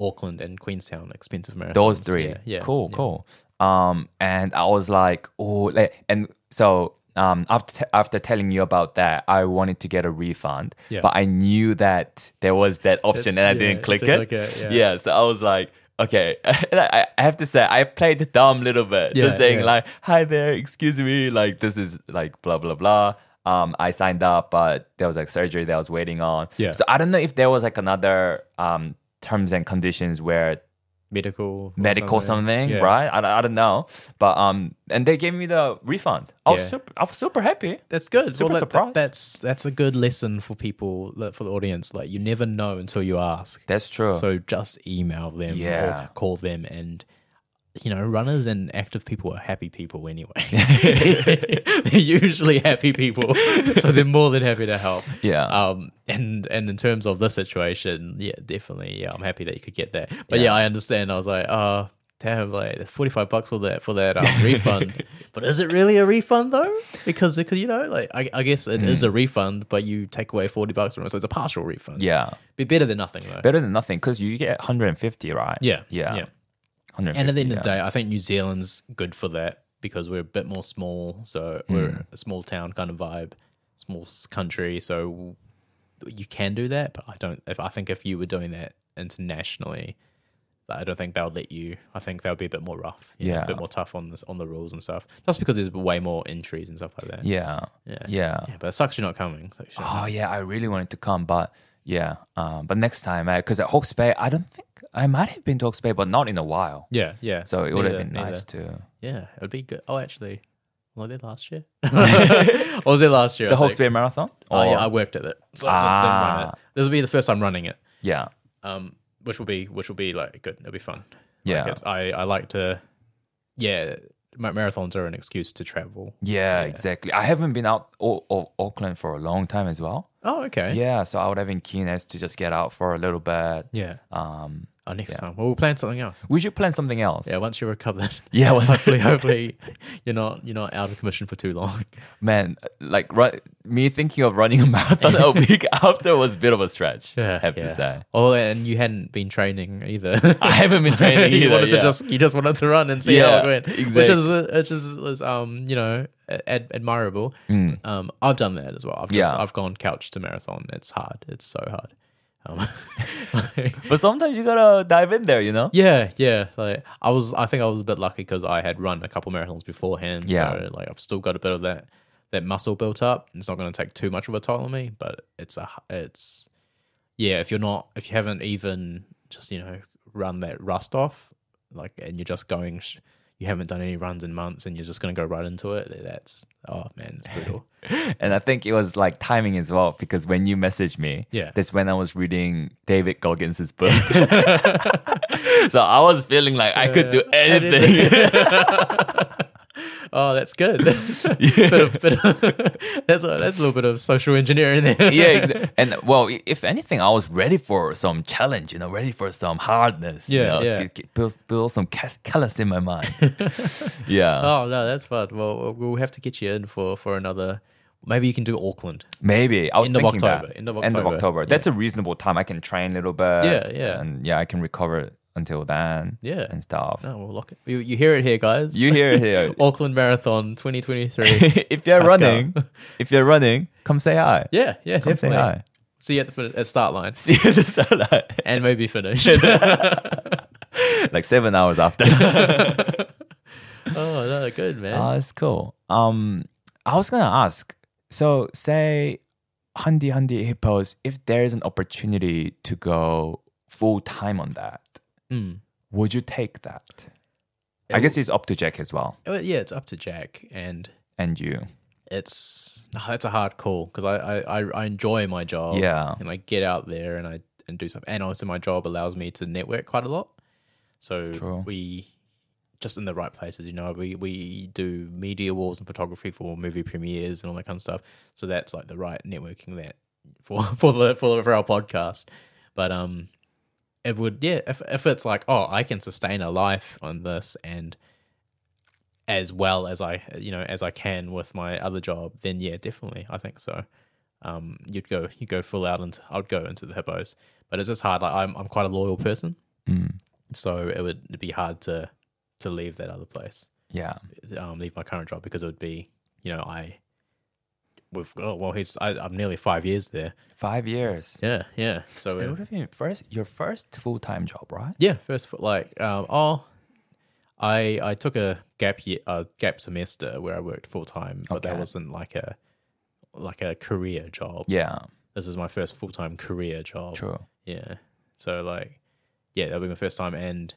S2: Auckland and Queenstown expensive marathons.
S1: those three.
S2: Yeah, yeah.
S1: cool,
S2: yeah.
S1: cool. Um, and I was like, oh, like, and so um, after after telling you about that, I wanted to get a refund,
S2: Yeah.
S1: but I knew that there was that option, and I
S2: yeah,
S1: didn't
S2: you
S1: click
S2: didn't
S1: it.
S2: click it, yeah.
S1: so I was like. Okay, and I, I have to say I played dumb little bit,
S2: Yeah,
S1: just saying
S2: yeah.
S1: like, "Hi there, excuse me, like this is like blah blah blah." Um, I signed up, but there was like surgery that I was waiting on.
S2: Yeah.
S1: So I don't know if there was like another um terms and conditions where
S2: Medical, or
S1: medical something,
S2: Yeah.
S1: right? I, I don't know, but um, and they gave me the refund. I was
S2: Yeah.
S1: super, I was super happy.
S2: That's good.
S1: Super
S2: well, that- that-
S1: surprised.
S2: that's that's a good lesson for people that- for the audience. Like you never know until you ask.
S1: That's true.
S2: So just email them
S1: Yeah.
S2: or call them and you know, runners and active people are happy people anyway. they're usually happy people. So they're more than happy to help.
S1: Yeah.
S2: Um and and in terms of this situation, yeah, definitely. Yeah, I'm happy that you could get that. But yeah, I understand. I was like, oh damn, like it's forty five bucks for that for that um, refund. But is it really a refund though? Because it could, you know, like I, I guess it is a refund, but you take away forty bucks from it, so it's a partial refund.
S1: yeah,
S2: Be better than nothing though.
S1: better than nothing because you get 150, right?
S2: Yeah,
S1: yeah,
S2: yeah.
S1: 150.
S2: And at the end
S1: yeah.
S2: of the day, I think New Zealand's good for that because we're a bit more small. So we're
S1: Hmm.
S2: a small town kind of vibe, small s- country. So you can do that, but I don't. If I think if you were doing that internationally, I don't think they'll let you. I think they'll be a bit more rough, you know,
S1: Yeah.
S2: a bit more tough on this on the rules and stuff. Just because there's way more entries and stuff like that.
S1: yeah,
S2: yeah,
S1: yeah.
S2: Yeah, but it sucks you're not coming. So shit.
S1: Oh yeah, I really wanted to come, but yeah, um, but next time, because at Hawke's Bay, I don't think I might have been to Hawke's Bay, but not in a while.
S2: yeah, yeah.
S1: So it would have
S2: Neither-
S1: been
S2: neither.
S1: nice to
S2: Yeah, it would be good. Oh, actually, was I there last year? I was there last year.
S1: the
S2: I think.
S1: Hawke's Bay Marathon.
S2: Oh yeah,
S1: Or-
S2: I worked at it. So I didn't- didn't
S1: Ah.
S2: run it. This will be the first time running it,
S1: yeah,
S2: um, which will be which will be like good. It'll be fun. Like,
S1: yeah,
S2: it's- I I like to, yeah. ma- Marathons are an excuse to travel.
S1: yeah, exactly. I haven't been out o- o- Auckland for a long time as well.
S2: Oh, okay.
S1: Yeah, so I would have been keen as to just get out for a little bit.
S2: Yeah.
S1: Um,
S2: Oh, next time. Well, we'll plan something else.
S1: we should plan something else.
S2: Yeah. Once you're recovered.
S1: Yeah, once-
S2: hopefully, hopefully, you're not you're not out of commission for too long.
S1: man. Like run, me thinking of running a marathon a week after was a bit of a stretch. I have to say. Ah,
S2: Oh, and you hadn't been training either.
S1: I haven't been training
S2: you
S1: either,
S2: wanted to
S1: yeah.
S2: just you just wanted to run and see how
S1: Yeah,
S2: it went, which
S1: exact-
S2: is which is, is, um you know ad- admirable. Um, I've done that as well. I've just,
S1: Mm. Yeah.
S2: I've gone couch to marathon. It's hard. It's so hard. Um,
S1: But sometimes you gotta dive in there, you know.
S2: yeah, yeah. Like I was, I think I was a bit lucky because I had run a couple marathons beforehand.
S1: Yeah.
S2: So like I've still got a bit of that that muscle built up. It's not going to take too much of a toll on me, but it's a it's yeah. If you're not, if you haven't even just you know run that rust off, like, and you're just going, sh- you haven't done any runs in months, and you're just going to go right into it. That's oh man, it's brutal.
S1: And I think it was like timing as well because when you messaged me,
S2: Yeah.
S1: that's when I was reading David Goggins' book. so I was feeling like I could do anything.
S2: oh, that's good. bit of, bit of, that's a that's a little bit of social engineering there.
S1: yeah, exa- and well, i- if anything, I was ready for some challenge, you know, ready for some hardness. you
S2: Yeah,
S1: know,
S2: yeah.
S1: g- g- build, build some cas- callous in my mind. yeah,
S2: Oh no, that's fun. Well, we'll have to get you in for for another. Maybe you can do Auckland.
S1: maybe I was
S2: End of
S1: thinking
S2: October,
S1: that
S2: end of October,
S1: October. That's a reasonable time. I can train a little bit.
S2: Yeah, yeah.
S1: and yeah, I can recover until then.
S2: Yeah.
S1: and stuff.
S2: No, we'll lock it. You, you hear it here, guys.
S1: You hear it here.
S2: Auckland Marathon 2023.
S1: if you're
S2: Pascal.
S1: running, if you're running, come say hi.
S2: yeah, yeah,
S1: come say
S2: definitely.
S1: hi.
S2: See you at the fin- at start line
S1: See you at the starlight.
S2: and maybe finish.
S1: like seven hours after.
S2: oh no, good man.
S1: Oh, that's cool. Um, I was gonna ask. So, say, Hundi Hundi Hippos, if there is an opportunity to go full time on that,
S2: Mm.
S1: would you take that? I guess it's up to Jack as well,
S2: Well, yeah, it's up to Jack, and
S1: and you.
S2: it's no, that's a hard call because I, I I- I enjoy my job.
S1: Yeah.
S2: and I get out there and I and do something. And also, my job allows me to network quite a lot. So
S1: True.
S2: we just in the right places, you know. We we do media wars and photography for movie premieres and all that kind of stuff. So that's like the right networking that for for the for, the, for our podcast. But um, it would yeah. If if it's like oh, I can sustain a life on this and as well as I you know as I can with my other job, then yeah, definitely I think so. Um, you'd go you go full out and I'd go into the hippos, but it's just hard. Like I'm I'm quite a loyal person,
S3: Mm.
S2: so it would it'd be hard to to leave that other place
S1: Yeah.
S2: um, leave my current job because it would be, you know, I we've oh, well, he's I, I'm nearly five years there.
S1: Five years.
S2: Yeah, yeah. So
S1: That
S2: uh,
S1: would have been first your first full time job, right?
S2: yeah, first foot like um, oh, I I took a gap year, a gap semester where I worked full time, but that
S1: Okay.
S2: wasn't like a like a career job.
S1: Yeah.
S2: This is my first full time career job.
S1: True.
S2: Yeah. So like, yeah, that'll be my first time, and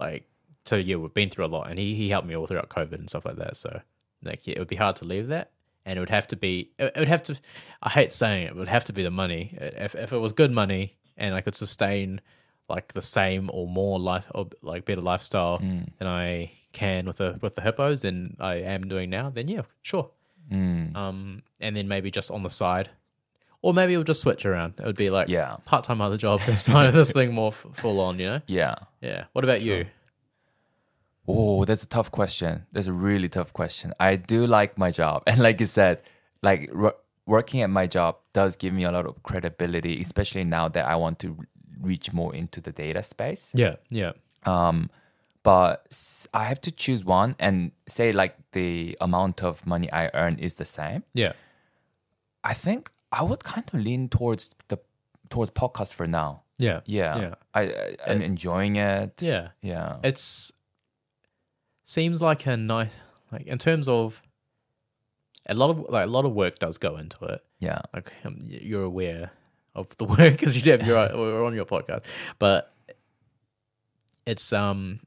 S2: like, so yeah, we've been through a lot, and he he helped me all throughout COVID and stuff like that. So like, yeah, it would be hard to leave that, and it would have to be, it it would have to. I hate saying it, but it would have to be the money. If if it was good money, and I could sustain like the same or more life or like better lifestyle than I can with the with the hippos than I am doing now, then yeah, sure. Um, and then maybe just on the side. Or maybe it'll just switch around. It would be like
S1: Yeah.
S2: part time other job this time. this thing more f- full on, you know.
S1: Yeah.
S2: Yeah. What about you?
S1: Oh, that's a tough question. That's a really tough question. I do like my job, and like you said, like wor- working at my job does give me a lot of credibility, especially now that I want to reach more into the data space.
S2: Yeah. Yeah.
S1: um but s- i have to choose one and say like the amount of money i earn is the same
S2: Yeah.
S1: i think i would kind of lean towards the towards podcast for now
S2: Yeah.
S1: yeah
S2: Yeah.
S1: i, I i'm enjoying it
S2: Yeah.
S1: yeah
S2: It's seems like a nice like in terms of a lot of like a lot of work does go into it.
S1: yeah
S2: like um, y- you're aware of the work because you did you're we're on your podcast but it's um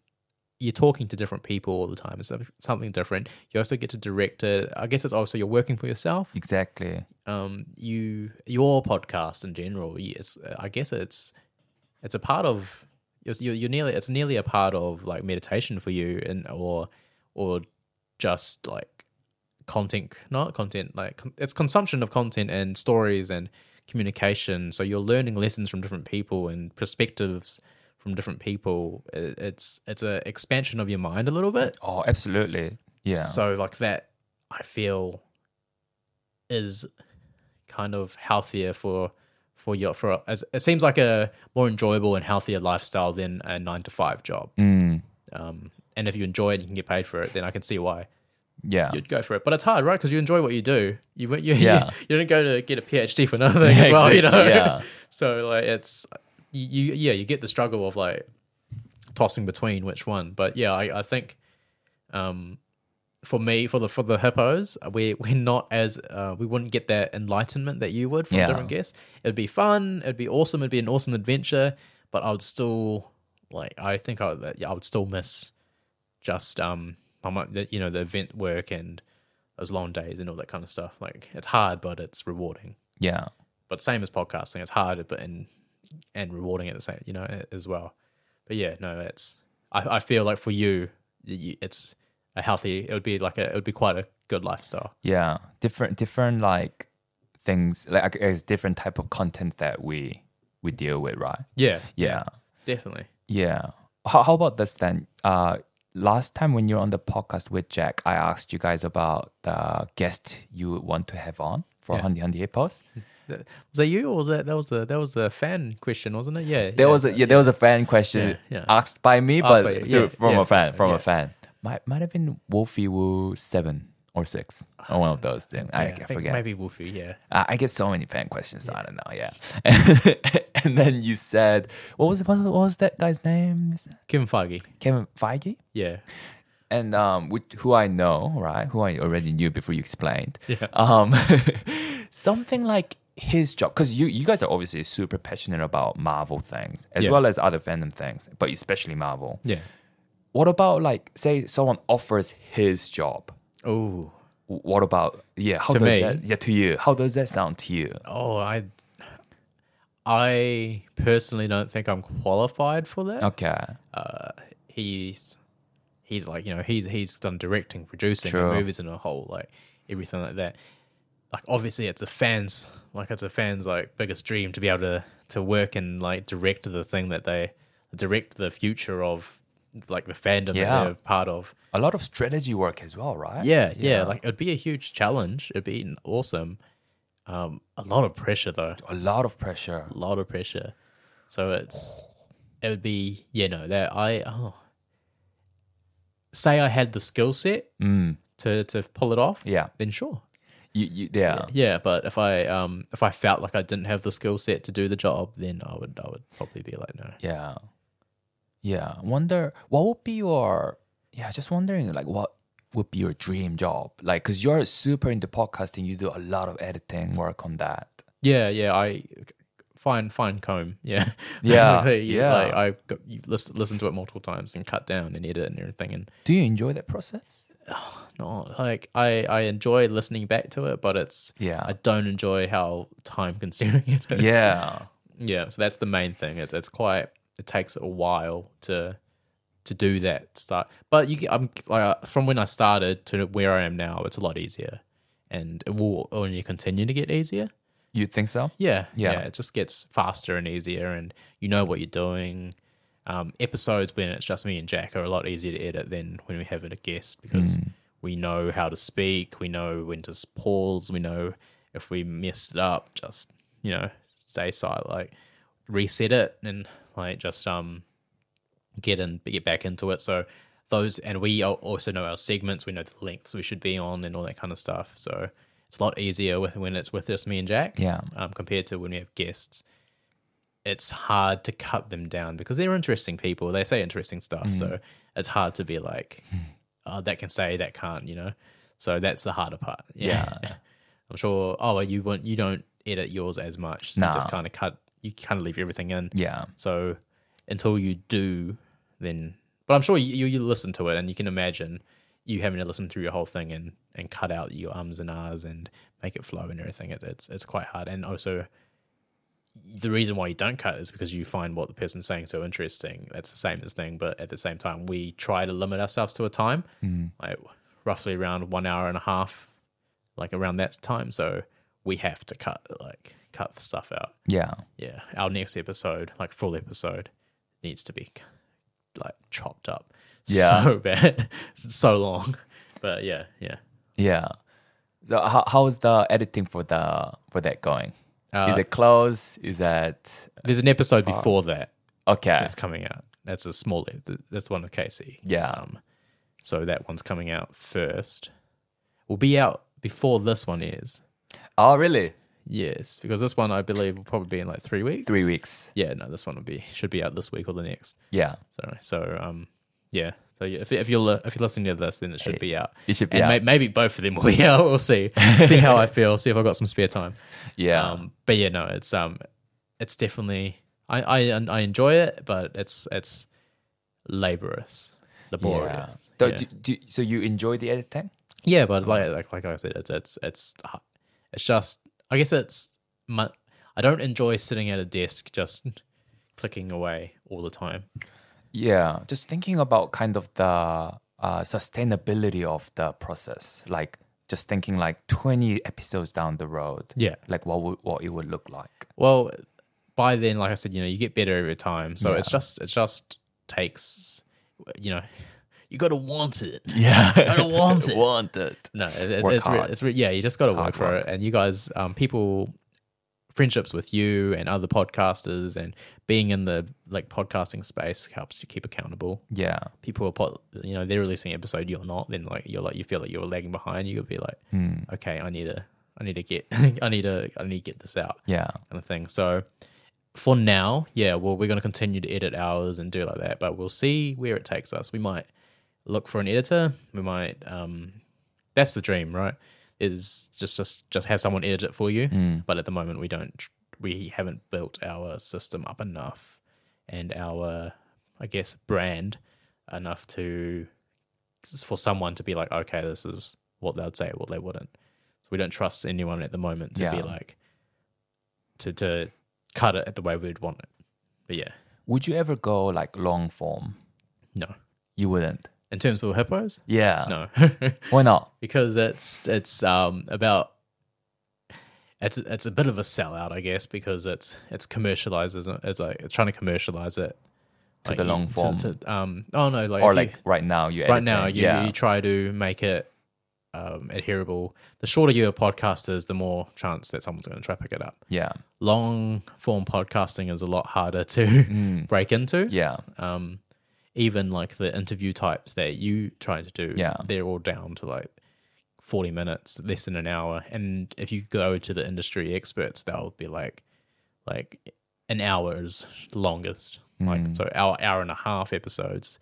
S2: you're talking to different people all the time it's some- something different you also get to direct it i guess it's also you're working for yourself
S1: exactly
S2: um you your podcast in general yes i guess it's it's a part of it's- you're, you're nearly it's nearly a part of like meditation for you and or or just like content not content like con- it's consumption of content and stories and communication so you're learning lessons from different people and perspectives from different people It- it's it's a expansion of your mind a little bit
S1: oh absolutely yeah
S2: so like that, I feel is kind of healthier for for your for as it seems like a more enjoyable and healthier lifestyle than a nine to five job.
S1: Mm,
S2: Um, and if you enjoy it, and you can get paid for it. Then I can see why
S1: yeah
S2: you'd go for it. But it's hard, right? Because you enjoy what you do. You went you
S1: Yeah.
S2: you didn't go to get a PhD for nothing as well, you know.
S1: Exactly, yeah.
S2: so like it's you, you yeah you get the struggle of like tossing between which one. But yeah, I, I think um for me for the for the hippos we we're not as uh, we wouldn't get that enlightenment that you would from
S1: Yeah.
S2: different guests. It'd be fun. It'd be awesome. It'd be an awesome adventure. But I would still like I think I would- I would still miss just um I might the- you know the event work and those long days and all that kind of stuff. Like it's hard, but it's rewarding.
S1: yeah
S2: But same as podcasting, it's hard, but and and rewarding at the same, you know, a- as well. But yeah, no, it's I, I feel like for you, y- y- it's a healthy. It would be like a it would be quite a good lifestyle.
S1: yeah different different like things like it's different type of content that we we deal with right
S2: Yeah,
S1: yeah.
S2: definitely.
S1: Yeah. How, how about this then? Uh, last time when you were on the podcast with Jack, I asked you guys about the guest you would want to have on for
S2: Yeah.
S1: Hundi Hundi Hippos.
S2: Was that you or was that that was the that was the fan question, wasn't it? Yeah,
S1: There was a, yeah, there was a fan question
S2: Yeah, yeah.
S1: asked by me,
S2: Asked
S1: but
S2: by you,
S1: through-
S2: yeah,
S1: from
S2: yeah,
S1: a fan,
S2: so,
S1: from
S2: yeah.
S1: a fan. Might might have been Wolfie Woo seven or six or one of those things. I, I
S2: Yeah, think
S1: forget.
S2: Maybe Wolfie. Yeah,
S1: Uh, I I get so many fan questions. I don't know. Yeah, and then you said, "What was what was that guy's name?
S2: Kim Feige.
S1: Kevin Feige?
S2: Yeah,
S1: and um, which, who I know, right? Who I already knew before you explained.
S2: Yeah.
S1: Um, something like his job, because you you guys are obviously super passionate about Marvel things as
S2: Yeah.
S1: well as other fandom things, but especially Marvel.
S2: yeah.
S1: What about like say someone offers his job?
S2: Oh,
S1: W- What about yeah? How
S2: To
S1: does
S2: me?
S1: that yeah to you? How does that sound to you?
S2: Oh, I, I personally don't think I'm qualified for that.
S1: Okay,
S2: Uh, he's, he's like you know he's he's done directing, producing,
S1: Sure.
S2: movies in a whole like everything like that. like obviously it's the fans like it's a fans like biggest dream to be able to to work and like direct the thing that they direct the future of like the fandom
S1: Yeah.
S2: that they're part of
S1: A lot of strategy work as well, right?
S2: yeah, yeah like it'd be a huge challenge it'd be awesome um a lot of pressure though
S1: a lot of pressure.
S2: a lot of pressure so it's it would be you know that i oh say i had the skill set
S1: Mm.
S2: to to pull it off
S1: Yeah.
S2: then sure
S1: You, you, yeah.
S2: yeah but if i um if i felt like i didn't have the skill set to do the job then i would i would probably be like no
S1: Yeah. Yeah. Wonder what would be your yeah, just wondering like what would be your dream job? Like cuz you're super into podcasting, you do a lot of editing work on that.
S2: yeah yeah i fine fine comb yeah
S1: Yeah,
S2: Basically, you-
S1: yeah.
S2: like i got, you listen, listen to it multiple times and cut down and edit and everything and
S1: Do you enjoy that process?
S2: no like i i enjoy listening back to it but it's
S1: Yeah.
S2: i don't enjoy how time consuming it is
S1: yeah.
S2: yeah so that's the main thing it's, it's quite it takes a while to to do that start but you get- i'm like uh, from when i started to where i am now it's a lot easier and it will only continue to get easier
S1: You think so?
S2: yeah
S1: Yeah.
S2: it just gets faster and easier and you know what you're doing um, episodes when it's just me and jack are a lot easier to edit than when we have a guest because
S1: Mm.
S2: we know how to speak we know when to s- pause we know if we messed it up just you know stay silent like reset it and like just um get in get back into it so those and we al- also know our segments we know the lengths we should be on and all that kind of stuff so it's a lot easier with when it's with just me and jack
S1: Yeah.
S2: um, compared to when we have guests it's hard to cut them down because they're interesting people they say interesting stuff so it's hard to be like oh, that can say that can't you know so that's the harder part yeah, i'm sure oh well, you won't you don't edit yours as much so you just
S1: Nah.
S2: kind of cut you kind of leave everything in
S1: Yeah.
S2: so until you do, then. But I'm sure you, you listen to it and you can imagine you having to listen through your whole thing and, and cut out your ums and ahs and make it flow and everything. It, it's it's quite hard. And also, the reason why you don't cut is because you find what the person's saying so interesting. That's the same as thing. But at the same time, we try to limit ourselves to a time, like roughly around one hour and a half, like around that time. So we have to cut like cut the stuff out
S1: Yeah.
S2: yeah, our next episode, like full episode, needs to be like chopped up.
S1: Yeah.
S2: So bad. so long. But yeah, yeah.
S1: Yeah. So how, how is the editing for the for that going? is it Oh. close? Is that
S2: Uh, There's an episode before that
S1: okay?
S2: that's coming out. That's a small, e, that's one with Casey.
S1: Yeah.
S2: Um, so that one's coming out first. Will be out before this one is.
S1: Oh, really?
S2: Yes, because this one I believe will probably be in like three weeks.
S1: 3 weeks.
S2: Yeah, no, this one will be should be out this week or the next.
S1: Yeah.
S2: So, so um, yeah. So yeah, if if you're li- if you're listening to this, then it should be out.
S1: it should be
S2: and
S1: out.
S2: may- maybe both of them will be out. We'll see. see how I feel. See if I've got some spare time.
S1: Yeah.
S2: Um, but yeah, no, it's um, it's definitely I I I enjoy it, but it's it's laborious,
S1: yeah.
S2: laborious.
S1: So
S2: Yeah.
S1: do- do- so you enjoy the editing?
S2: Yeah, but like like like I said, it's it's it's h- it's just I guess it's my I don't enjoy sitting at a desk just clicking away all the time.
S1: Yeah, just thinking about kind of the uh, sustainability of the process, like just thinking like 20 episodes down the road,
S2: Yeah.
S1: like what would, what it would look like.
S2: Well, by then, like I said, you know, you get better over time. So it's just it just takes, you know, you got to want it.
S1: Yeah,
S2: I don't want it.
S1: want it.
S2: No, it, it,
S1: Work
S2: it's, re-
S1: hard.
S2: it's re- yeah, you just got to
S1: Hard
S2: work for
S1: work.
S2: it. And you guys, um, people, friendships with you and other podcasters, and being in the like podcasting space helps you keep accountable.
S1: Yeah,
S2: People are, pod, you know, they're releasing an episode, you're not. Then like you're like you feel like you're lagging behind. You'll be like,
S1: Hmm.
S2: okay, I need to, I need to get, I need to, I need to get this out
S1: yeah,
S2: kind of thing. So for now, yeah, well, we're going to continue to edit hours and do like that, but we'll see where it takes us. We might look for an editor. We might. Um, that's the dream, right? Is just just just have someone edit it for you. But at the moment, we don't. We haven't built our system up enough, and our, I guess, brand enough to for someone to be like, okay, this is what they'd say, what they wouldn't. So we don't trust anyone at the moment to be
S1: Yeah.
S2: like, to to cut it at the way we'd want it. But yeah,
S1: Would you ever go like long form?
S2: no.
S1: You wouldn't.
S2: In terms of hippos,
S1: Yeah.
S2: no,
S1: Why not?
S2: because it's it's um about it's it's a bit of a sellout, I guess, because it's it's commercialized, isn't it? It's like it's trying to commercialize it
S1: To
S2: like,
S1: the long
S2: to-
S1: form.
S2: To, um, oh no, like
S1: or
S2: if you-
S1: like right now you
S2: right
S1: edit
S2: now
S1: it.
S2: you,
S1: yeah
S2: you try to make it um, adherable. The shorter your podcast is, the more chance that someone's going to try pick it up.
S1: yeah
S2: Long form podcasting is a lot harder to
S1: Mm.
S2: break into.
S1: yeah
S2: Um, even like the interview types that you try to do,
S1: Yeah.
S2: they're all down to like forty minutes, less than an hour. And if you go to the industry experts, they'll be like, like an hour is longest.
S1: Mm.
S2: Like so, our hour and a half episodes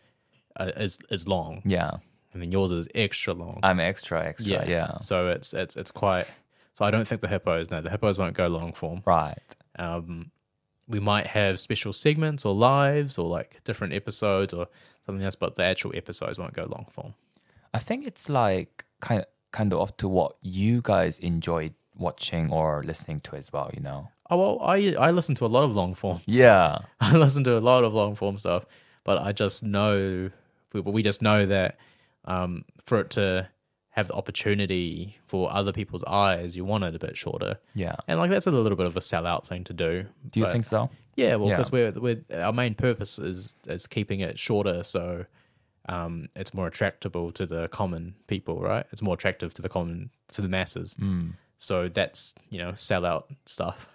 S2: uh, is is long
S1: yeah
S2: and then yours is extra long.
S1: i'm extra extra yeah,
S2: So it's it's it's quite. So I don't think the hippos. No, the hippos won't go long form.
S1: right
S2: Um, we might have special segments or lives or like different episodes or something else, but the actual episodes won't go long form.
S1: i think it's like kind of kind of up to what you guys enjoy watching or listening to as well you know
S2: Oh well, I I listen to a lot of long form.
S1: yeah
S2: I listen to a lot of long form stuff, but I just know we, we just know that um, for it to have the opportunity for other people's eyes, you want it a bit shorter.
S1: yeah
S2: And like that's a little bit of a sellout thing to do.
S1: do you
S2: but-
S1: think so
S2: Yeah, well,
S1: Yeah.
S2: because we're, we're our main purpose is is keeping it shorter, so um, it's more attractable to the common people, right? It's more attractive to the common to the masses.
S1: Mm.
S2: So that's you know sellout stuff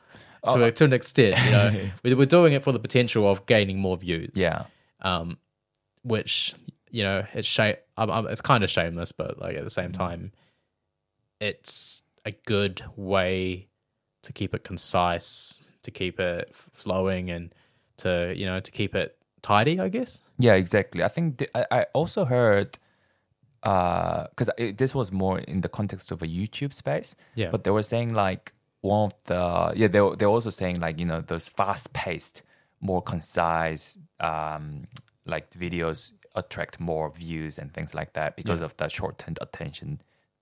S2: to, a- to an extent. You know, We- we're doing it for the potential of gaining more views.
S1: yeah
S2: Um, which you know it's shame. I'm, I'm, it's kind of shameless, but like at the
S1: Mm.
S2: same time, it's a good way to keep it concise, to keep it f- flowing, and to you know to keep it tidy. I guess.
S1: Yeah, exactly. I think th- I, I also heard because this was more in the context of a YouTube space.
S2: Yeah.
S1: But they were saying like one of the yeah they were- they were also saying like you know those fast paced, more concise um like videos attract more views and things like that because of the shortened attention.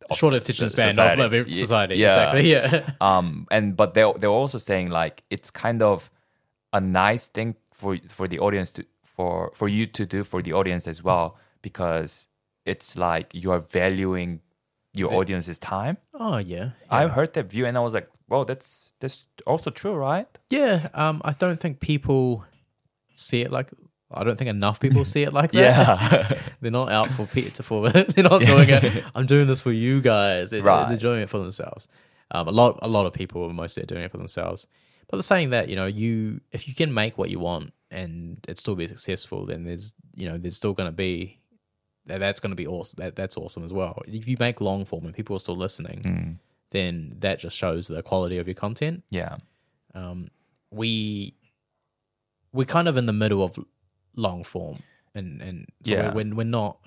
S1: of
S2: Short
S1: the
S2: attention
S1: so-
S2: span
S1: society.
S2: of every
S1: Ye-
S2: society. Exactly. Yeah.
S1: um, and but they they were also saying like it's kind of a nice thing for for the audience to for for you to do for the audience as well because it's like you are valuing your audience's time.
S2: Oh yeah.
S1: I heard that view and I was like, well, that's that's also true, right?
S2: Yeah, um, I don't think people see it like. I don't think enough people see it like that.
S1: Yeah.
S2: they're not out for Peter for it. They're not doing it. I'm doing this for you guys. They're,
S1: Right.
S2: they're doing it for themselves. Um, a lot, a lot of people are mostly doing it for themselves. But the saying that you know, you if you can make what you want and it still be successful, then there's you know there's still going to be that, that's going to be awesome. That, that's awesome as well. If you make long form and people are still listening, then that just shows the quality of your content
S1: Yeah.
S2: um, we we're kind of in the middle of long form, and and so
S1: Yeah.
S2: we're, we're not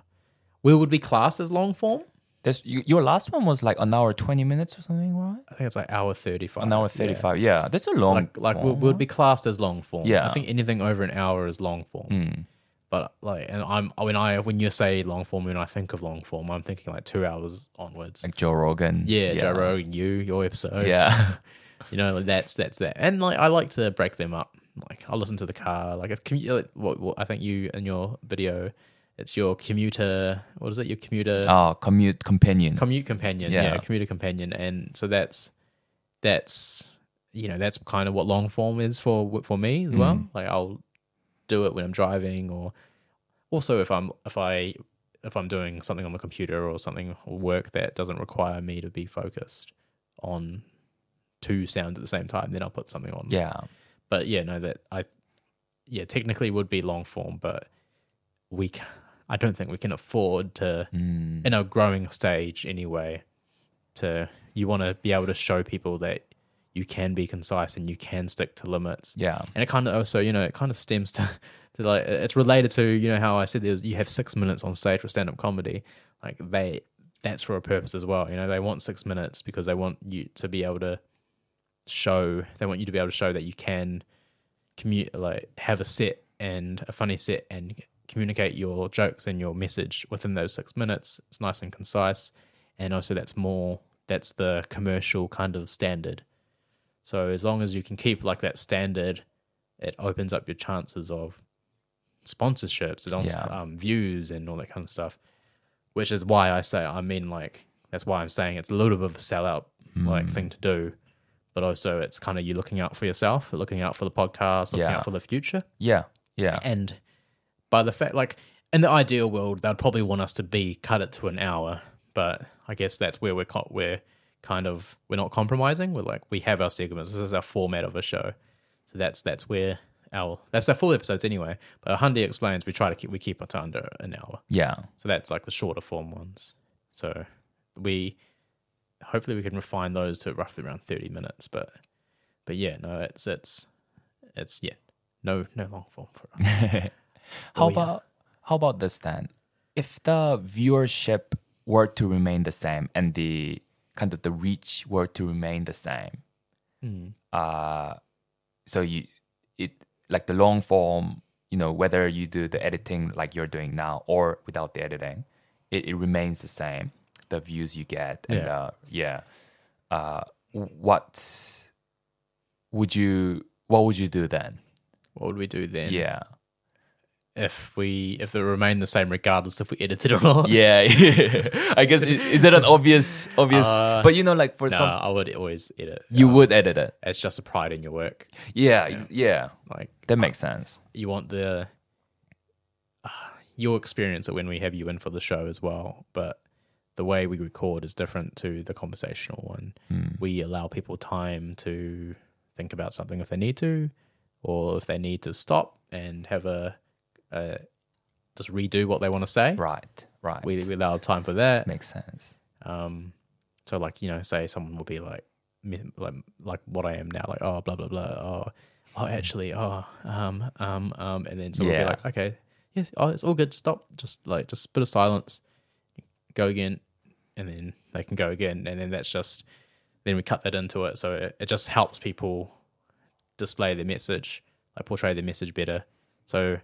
S2: we would be classed as long form.
S1: That's you, your last one was like an hour twenty minutes or something, right?
S2: I think it's like hour thirty five.
S1: An hour thirty five. Yeah. that's a long
S2: Like like we
S1: form,
S2: we would be classed as long form.
S1: Yeah.
S2: I think anything over an hour is long form.
S1: Mm.
S2: But like, and I'm when I when you say long form, when I think of long form, I'm thinking like two hours onwards.
S1: like Joe Rogan.
S2: Yeah, Joe Rogan, you your episodes.
S1: Yeah.
S2: you know like, that's that's that and like i like to break them up like i'll listen to the car like it's commu- like, what, what i think you in your video it's your commuter what is it your commuter
S1: Oh, commute companion.
S2: commute companion yeah.
S1: Yeah.
S2: commuter companion and so that's that's you know that's kind of what long form is for for me as well like i'll do it when i'm driving or also if i'm if i if i'm doing something on the computer or something or work that doesn't require me to be focused on two sounds at the same time then i'll put something on
S1: yeah.
S2: but yeah no that i yeah technically would be long form but we c- i don't think we can afford to
S1: Mm.
S2: in a growing stage anyway to you want to be able to show people that you can be concise and you can stick to limits
S1: Yeah.
S2: and it kind of also you know it kind of stems to, to like it's related to you know how i said there's you have six minutes on stage for stand-up comedy like they that's for a purpose as well you know they want six minutes because they want you to be able to show they want you to be able to show that you can commute like have a set and a funny set and communicate your jokes and your message within those six minutes it's nice and concise and also that's more that's the commercial kind of standard so as long as you can keep like that standard it opens up your chances of sponsorships and
S1: Yeah.
S2: um, views and all that kind of stuff which is why i say i mean like that's why i'm saying it's a little bit of a sellout like thing to do but also it's kind of you looking out for yourself, looking out for the podcast, looking
S1: Yeah.
S2: out for the future.
S1: Yeah. Yeah.
S2: And by the fact, like in the ideal world, they'd probably want us to be cut it to an hour, but I guess that's where we're co- we're kind of we're not compromising. We're like we have our segments. This is our format of a show, so that's that's where our that's our full episodes anyway. But Hyundai explains we try to keep we keep it to under an hour,
S1: Yeah.
S2: so that's like the shorter form ones. So we hopefully we can refine those to roughly around thirty minutes, but but yeah, no, it's it's it's yeah, no no long form for us.
S1: How
S2: Oh, yeah.
S1: about how about this then? If the viewership were to remain the same and the kind of the reach were to remain the same, uh, so you it like the long form, you know, whether you do the editing like you're doing now or without the editing, it, it remains the same. The views you get and
S2: Yeah.
S1: uh, yeah, uh, what would you what would you do then?
S2: What would we do then?
S1: Yeah,
S2: If we if they remain the same regardless if we edit it or not.
S1: Yeah, I guess i- is that an obvious, obvious?
S2: Uh,
S1: but you know, like for
S2: No,
S1: some,
S2: I would always edit.
S1: you would edit it.
S2: It's just a pride in your work.
S1: Yeah, ex- yeah,
S2: Like
S1: that makes sense.
S2: you want the ah, you'll experience it when we have you in for the show as well but the way we record is different to the conversational one we allow people time to think about something if they need to or if they need to stop and have a, a just redo what they want to say
S1: Right, right,
S2: we, we allow time for that
S1: makes sense.
S2: um, so like you know, say someone will be like, me- like like what I am now, like oh blah blah blah, oh oh actually oh um um um, and then someone will
S1: Yeah.
S2: be like, okay, yes, oh it's all good, stop, just like just bit of silence, go again, and then they can go again, and then that's just then we cut that into it, so it, it just helps people display their message, like portray their message better. So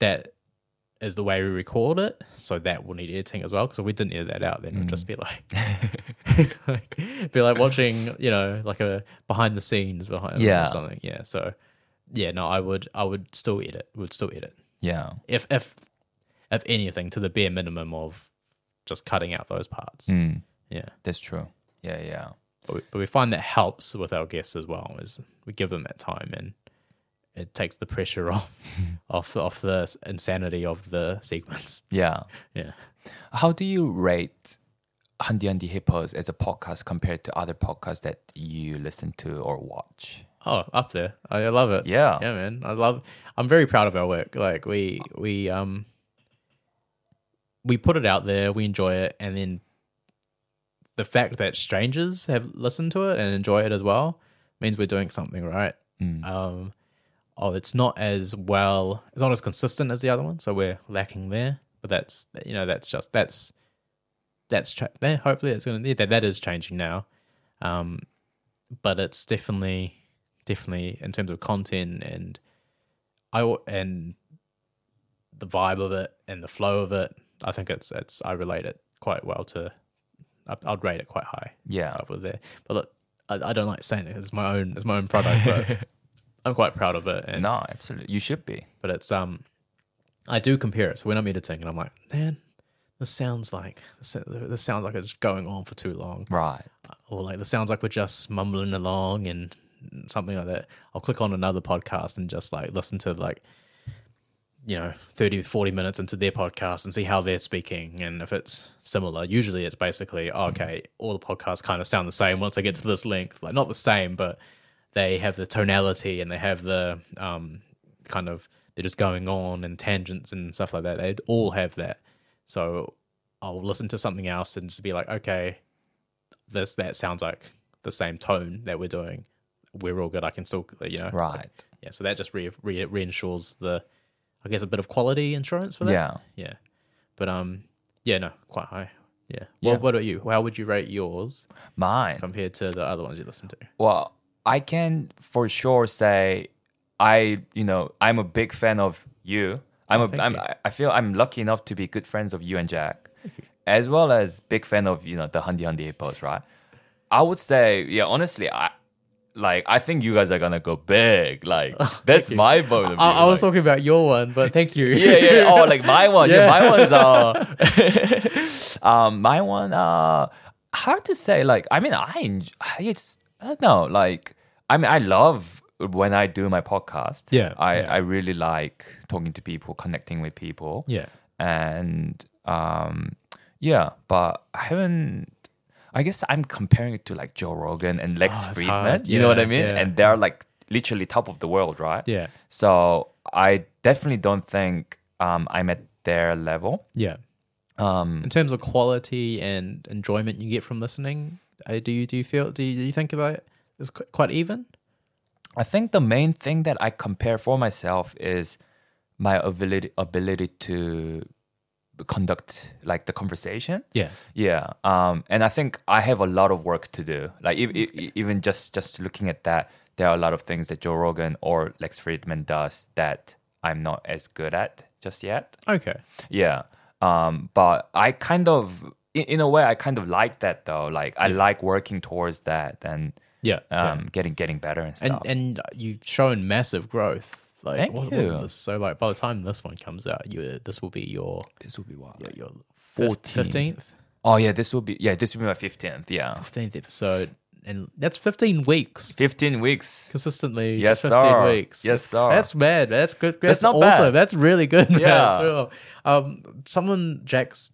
S2: that is the way we record it. So that will need editing as well. Because if we didn't edit that out, then it would just be
S1: Mm.
S2: like, like- be like watching, you know, like a behind the scenes behind
S1: Yeah.
S2: or something. Yeah. So yeah, no, I would, I would still edit. Would still edit
S1: Yeah,
S2: if, if, if anything, to the bare minimum of just cutting out those parts.
S1: Mm,
S2: Yeah.
S1: that's true. Yeah, yeah,
S2: But we, but we find that helps with our guests as well. Is we give them that time and it takes the pressure off, off, off the insanity of the sequence.
S1: yeah.
S2: Yeah.
S1: How do you rate Handy Handy Hippos as a podcast compared to other podcasts that you listen to or watch?
S2: Oh, up there. I I love it.
S1: Yeah.
S2: Yeah, man. I love I'm very proud of our work. Like we we um we put it out there, we enjoy it, and then the fact that strangers have listened to it and enjoy it as well means we're doing something right.
S1: Hmm.
S2: Um oh it's not as well it's not as consistent as the other one, so we're lacking there. But that's you know, that's just that's that's cha- there. Hopefully it's gonna yeah, that, that is changing now. Um but it's definitely definitely in terms of content and I w- and the vibe of it and the flow of it. I think it's it's I relate it quite well to. I- I'd rate it quite high
S1: Yeah,
S2: up with there. But look, I, I don't like saying it. It's my own it's my own product, but I'm quite proud of it. And
S1: no, absolutely. You should be.
S2: but it's um I do compare it. So when I'm editing and I'm like, man, this sounds like this, this sounds like it's going on for too long
S1: Right.
S2: or like the sounds like we're just mumbling along and something like that i'll click on another podcast and just like listen to like you know 30 40 minutes into their podcast and see how they're speaking and if it's similar usually it's basically oh, okay all the podcasts kind of sound the same once they get to this length like not the same but they have the tonality and they have the um kind of they're just going on and tangents and stuff like that they all have that so i'll listen to something else and just be like okay this that sounds like the same tone that we're doing we're all good i can still you know
S1: Right.
S2: yeah so that just re, re, reinsures the i guess a bit of quality insurance for that
S1: Yeah.
S2: yeah but um yeah no quite high yeah, Well,
S1: Yeah.
S2: what about you how would you rate yours
S1: Mine.
S2: compared to the other ones you listen to
S1: Well, I can for sure say I, you know, I'm a big fan of you. I'm a, I'm,
S2: you.
S1: I- I feel I'm lucky enough to be good friends of you and Jack, as well as big fan of you know the Hundi Hundi Hippos, right? I would say, yeah, honestly, I like I think you guys are gonna go big. Like that's my point of view.
S2: I, I was
S1: like-
S2: talking about your one but thank you
S1: yeah, yeah. Oh, like my one. Yeah, my one's uh, um, my one. Uh, hard to say. Like, I mean, I en- it's I don't know. Like, I mean, I love when I do my podcast.
S2: Yeah,
S1: I,
S2: yeah.
S1: I really like talking to people, connecting with people.
S2: Yeah.
S1: And um, yeah, but I haven't. I guess I'm comparing it to like Joe Rogan and Lex
S2: Oh, it's
S1: Friedman.
S2: hard.
S1: You know what I
S2: Yeah,
S1: mean?
S2: yeah.
S1: And they're like literally top of the world, right?
S2: Yeah.
S1: So I definitely don't think um, I'm at their level.
S2: Yeah.
S1: Um,
S2: In terms of quality and enjoyment you get from listening, uh, do you do you feel do you, do you think about it? It's qu- quite even.
S1: I think the main thing that I compare for myself is my ability ability to conduct like the conversation.
S2: Yeah.
S1: Yeah. Um, and I think I have a lot of work to do. Like e- e- even just just looking at that, there are a lot of things that Joe Rogan or Lex Friedman does that I'm not as good at just yet.
S2: Okay.
S1: Yeah. Um, but I kind of in, in a way I kind of like that though. Like I like working towards that and
S2: Yeah.
S1: um, getting getting better and
S2: and
S1: stuff.
S2: and you've shown massive growth. Like,
S1: Thank
S2: what- what
S1: you.
S2: is this? So like by the time this one comes out, you this will be your
S1: this would be wild.
S2: your
S1: 14.
S2: fifteenth
S1: Oh yeah, this will be yeah, this will be my fifteenth. Yeah,
S2: fifteenth episode, and that's fifteen weeks
S1: fifteen weeks.
S2: consistently.
S1: Yes,
S2: just fifteen
S1: sir.
S2: weeks.
S1: Yes, sir.
S2: That's mad. man. That's good. That's,
S1: not
S2: awesome.
S1: bad.
S2: That's really good. Man.
S1: Yeah.
S2: That's real. Um, someone Jack's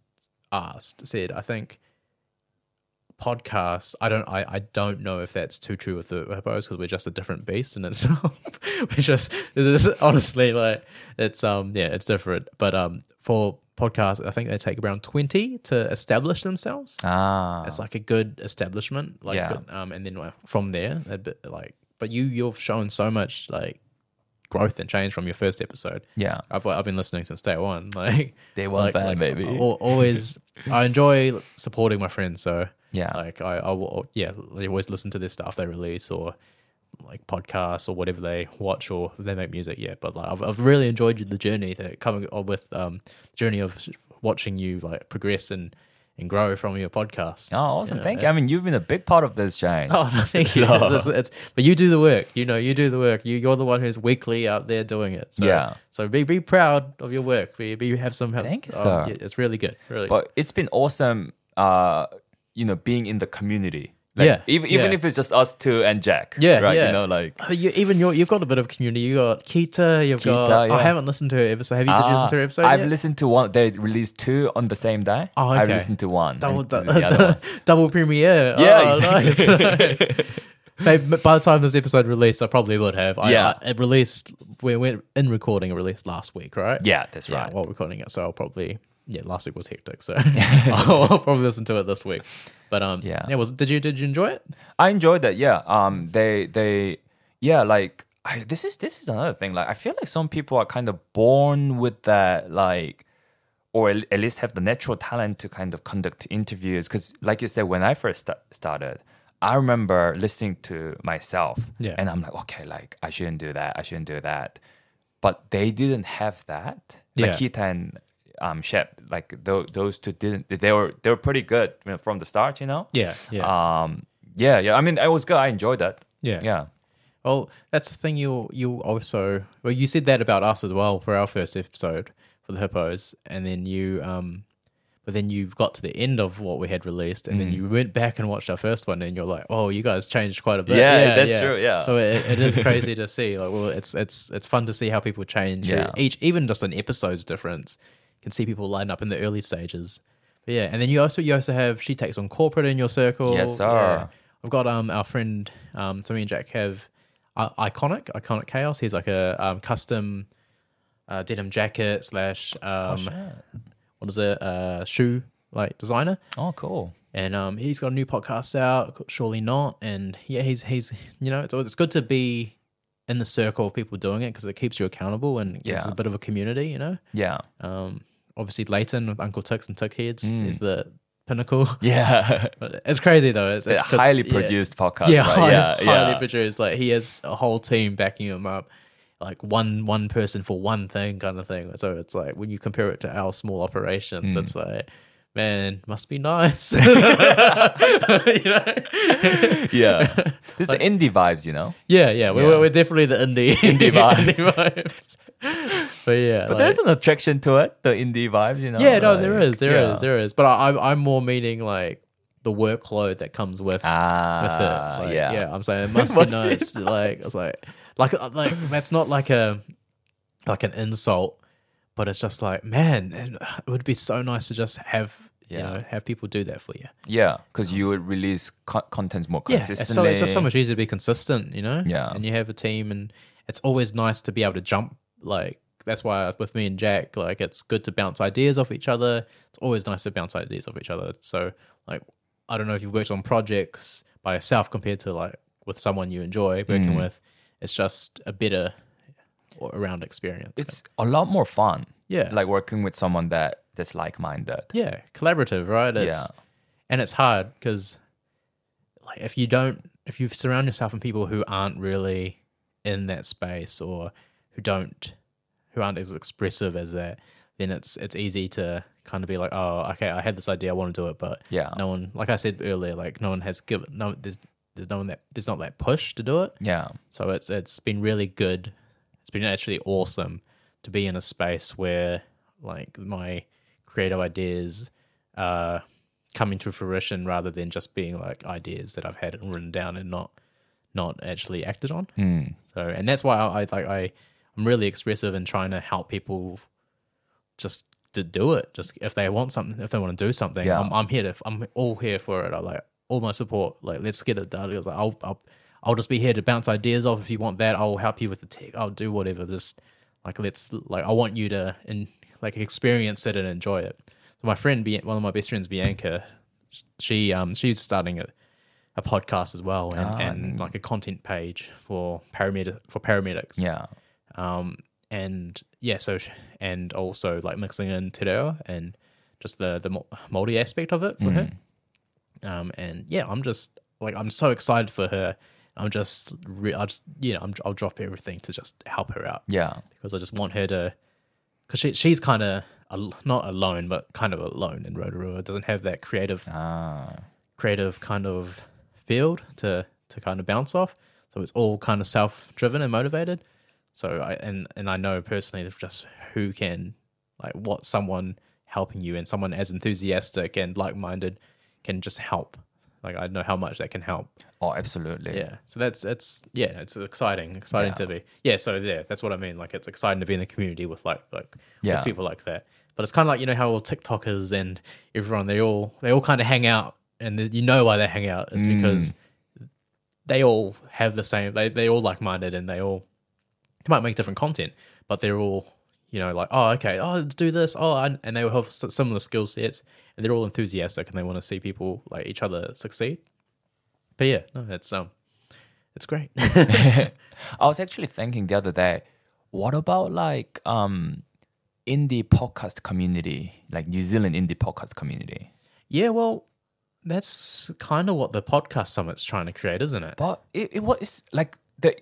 S2: asked said, I think podcasts. I don't. I, I don't know if that's too true with the hippos because we're just a different beast in itself. we just this is honestly like it's um yeah it's different. But um for podcasts, I think they take around twenty to establish themselves.
S1: Ah,
S2: It's like a good establishment, like,
S1: Yeah.
S2: good- um, and then like, from there, a bit like, but you you've shown so much like growth and change from your first episode.
S1: yeah,
S2: I've I've been listening since day one, like
S1: Day one
S2: like,
S1: fan, baby.
S2: al- Always, I enjoy supporting my friends, so
S1: Yeah.
S2: like I I will, yeah, I always listen to their stuff they release or like podcasts or whatever they watch or they make music. Yeah, but like I've I've really enjoyed the journey that coming on with um journey of watching you like progress and. And grow from your podcast.
S1: Oh, awesome! Thank you. I mean, you've been a big part of this, Shane.
S2: Oh, no, thank you. It's- it's- it's- but you do the work. You know, you do the work. You, you're the one who's weekly out there doing it. So,
S1: Yeah.
S2: So be be proud of your work. Be, be have some help.
S1: Thank you,
S2: Um,
S1: sir.
S2: yeah, it's really good. Really.
S1: But it's been awesome. Uh, you know, being in the community. Like,
S2: Yeah,
S1: Even even
S2: yeah.
S1: if it's just us two and Jack.
S2: Yeah,
S1: Right.
S2: yeah.
S1: You know, like
S2: good. Oh, you, even your, you've got a bit of community. You got Kita. You've
S1: Kita,
S2: got. I
S1: yeah.
S2: haven't listened to her episode. Have you? did you
S1: Ah,
S2: listen to her episode?
S1: I've
S2: yet?
S1: listened to one. They released two on the same day.
S2: Oh,
S1: I
S2: okay.
S1: listened to one.
S2: Double,
S1: and the
S2: du-
S1: other one.
S2: double premiere.
S1: Yeah,
S2: Oh, nice, nice. Maybe by the time this episode released, I probably would have. I,
S1: Yeah.
S2: I, it released. We went in recording. It released last week, right?
S1: Yeah, that's
S2: yeah,
S1: right.
S2: while recording it. So I'll probably yeah, last week was hectic, so I'll, I'll probably listen to it this week. But um,
S1: Yeah.
S2: yeah, was did you did you enjoy it?
S1: I enjoyed that. Yeah. Um. They. They. Yeah. Like. I, this is this is another thing. Like I feel like some people are kind of born with that. Like, or at at least have the natural talent to kind of conduct interviews. Because, like you said, when I first sta- started, I remember listening to myself,
S2: Yeah.
S1: and I'm like, okay, like I shouldn't do that. I shouldn't do that. But they didn't have that. Like
S2: Yeah.
S1: Kita and um, Shep, like those those two didn't. They were they were pretty good you know, from the start. You know.
S2: Yeah, yeah.
S1: Um, yeah, yeah. I mean, it was good. I enjoyed that.
S2: Uh, Yeah.
S1: Yeah.
S2: Well, that's the thing. You you also well, you said that about us as well for our first episode for the hippos, and then you um, but then you got to the end of what we had released,
S1: Mm.
S2: and then you went back and watched our first one, and you're like, oh, you guys changed quite a bit.
S1: Yeah, that's true, yeah.
S2: So it, it is crazy to see. Like, well, it's it's it's fun to see how people change.
S1: Yeah.
S2: Each even just an episode's difference, you can see people line up in the early stages. But yeah, and then you also you also have she takes on corporate in your circle.
S1: Yes,
S2: Yeah.
S1: sir.
S2: I've got um our friend um so me and Jack have uh, iconic iconic chaos. He's like a um, custom uh, denim jacket slash um what is it uh shoe like designer,
S1: Oh, cool.
S2: and um he's got a new podcast out. called Surely not, and yeah he's he's you know it's it's good to be in the circle of people doing it because it keeps you accountable and it's
S1: Yeah.
S2: a bit of a community, you know.
S1: Yeah.
S2: Um, obviously Leighton with Uncle Tux and Tuck Heads
S1: Hmm.
S2: is the pinnacle.
S1: Yeah.
S2: But it's crazy though. It's,
S1: It's
S2: it's 'cause-
S1: highly
S2: yeah.
S1: produced podcast.
S2: Yeah,
S1: right?
S2: highly,
S1: yeah.
S2: highly
S1: yeah.
S2: produced. Like he has a whole team backing him up, like one one person for one thing kind of thing. So it's like when you compare it to our small operations,
S1: Hmm.
S2: it's like. Man, must be nice. you know?
S1: yeah. This is the indie vibes, you know?
S2: Yeah, yeah. We're,
S1: Yeah.
S2: we're definitely the indie, indie
S1: vibes.
S2: vibes. But yeah.
S1: But
S2: like-
S1: there's an attraction to it, the indie vibes, you know?
S2: Yeah, no, there
S1: like,
S2: is, there is,
S1: yeah.
S2: there is. But I, I'm, I'm more meaning like the workload that comes with with it.
S1: Ah,
S2: Like,
S1: yeah.
S2: I'm saying it must be
S1: Must be.
S2: nice. like I was like, like, uh, like that's not like a like an insult, but it's just like, man, and it would be so nice to just have you
S1: Yeah.
S2: know have people do that for you.
S1: Yeah, because you would release co- contents more
S2: Yeah, it's so
S1: consistently.
S2: it's just so much easier to be consistent, you know.
S1: Yeah.
S2: and you have a team, and it's always nice to be able to jump. Like that's why with me and Jack, like it's good to bounce ideas off each other. It's always nice to bounce ideas off each other. So like, I don't know if you've worked on projects by yourself compared to like with someone you enjoy working
S1: Mm.
S2: with. It's just a better all around experience.
S1: It's a lot more fun.
S2: Yeah.
S1: like working with someone that that's like-minded.
S2: yeah collaborative right it's,
S1: Yeah.
S2: and it's hard because like if you don't if you surround yourself with people who aren't really in that space or who don't who aren't as expressive as that then it's it's easy to kind of be like oh okay i had this idea i want to do it but
S1: Yeah.
S2: no one like i said earlier like no one has given no there's there's no one that there's not that push to do it
S1: Yeah,
S2: so it's it's been really good. It's been actually awesome to be in a space where like my creative ideas are coming to fruition rather than just being like ideas that I've had and written down and not not actually acted on.
S1: Mm.
S2: So and that's why I, I like I I'm really expressive in trying to help people just to do it. Just if they want something, if they want to do something,
S1: Yeah.
S2: I'm, I'm here to. I'm all here for it. I like all my support. Like let's get it done. Because I'll, I'll I'll just be here to bounce ideas off. If you want that, I'll help you with the tech. I'll do whatever. Just like let's like I want you to and like experience it and enjoy it. So my friend, Bi- one of my best friends, Bianca, she um she's starting a a podcast as well and, and like a content page for paramedic for paramedics
S1: yeah,
S2: um and yeah so sh- and also like mixing in te reo and just the the multi aspect of it for her um and yeah i'm just like i'm so excited for her i'm just re- i just you know I'm, i'll drop everything to just help her out
S1: yeah,
S2: because i just want her to because she, she's kind of al- not alone but kind of alone in rotorua doesn't have that creative
S1: ah,
S2: creative kind of field to to kind of bounce off. So it's all kind of self driven and motivated. So I and and I know personally that just who can like what someone helping you and someone as enthusiastic and like minded can just help. Like I know how much that can help.
S1: oh, absolutely.
S2: Yeah. So that's that's yeah, it's exciting, exciting to be. Yeah. So yeah, that's what I mean. Like it's exciting to be in the community with like like
S1: Yeah.
S2: with people like that. But it's kind of like you know how all TikTokers and everyone they all they all kind of hang out, and th- you know why they hang out is because they all have the same. They they all like minded, and they all they might make different content, but they're all you know like oh okay oh let's do this oh and, and they all have s- similar skill sets, and they're all enthusiastic, and they want to see people like each other succeed. But yeah, no, it's um, it's great.
S1: I was actually thinking the other day, what about like um indie podcast community, like New Zealand indie podcast community?
S2: yeah, well, that's kind of what the podcast summit's trying to create, isn't it?
S1: But it, it was like the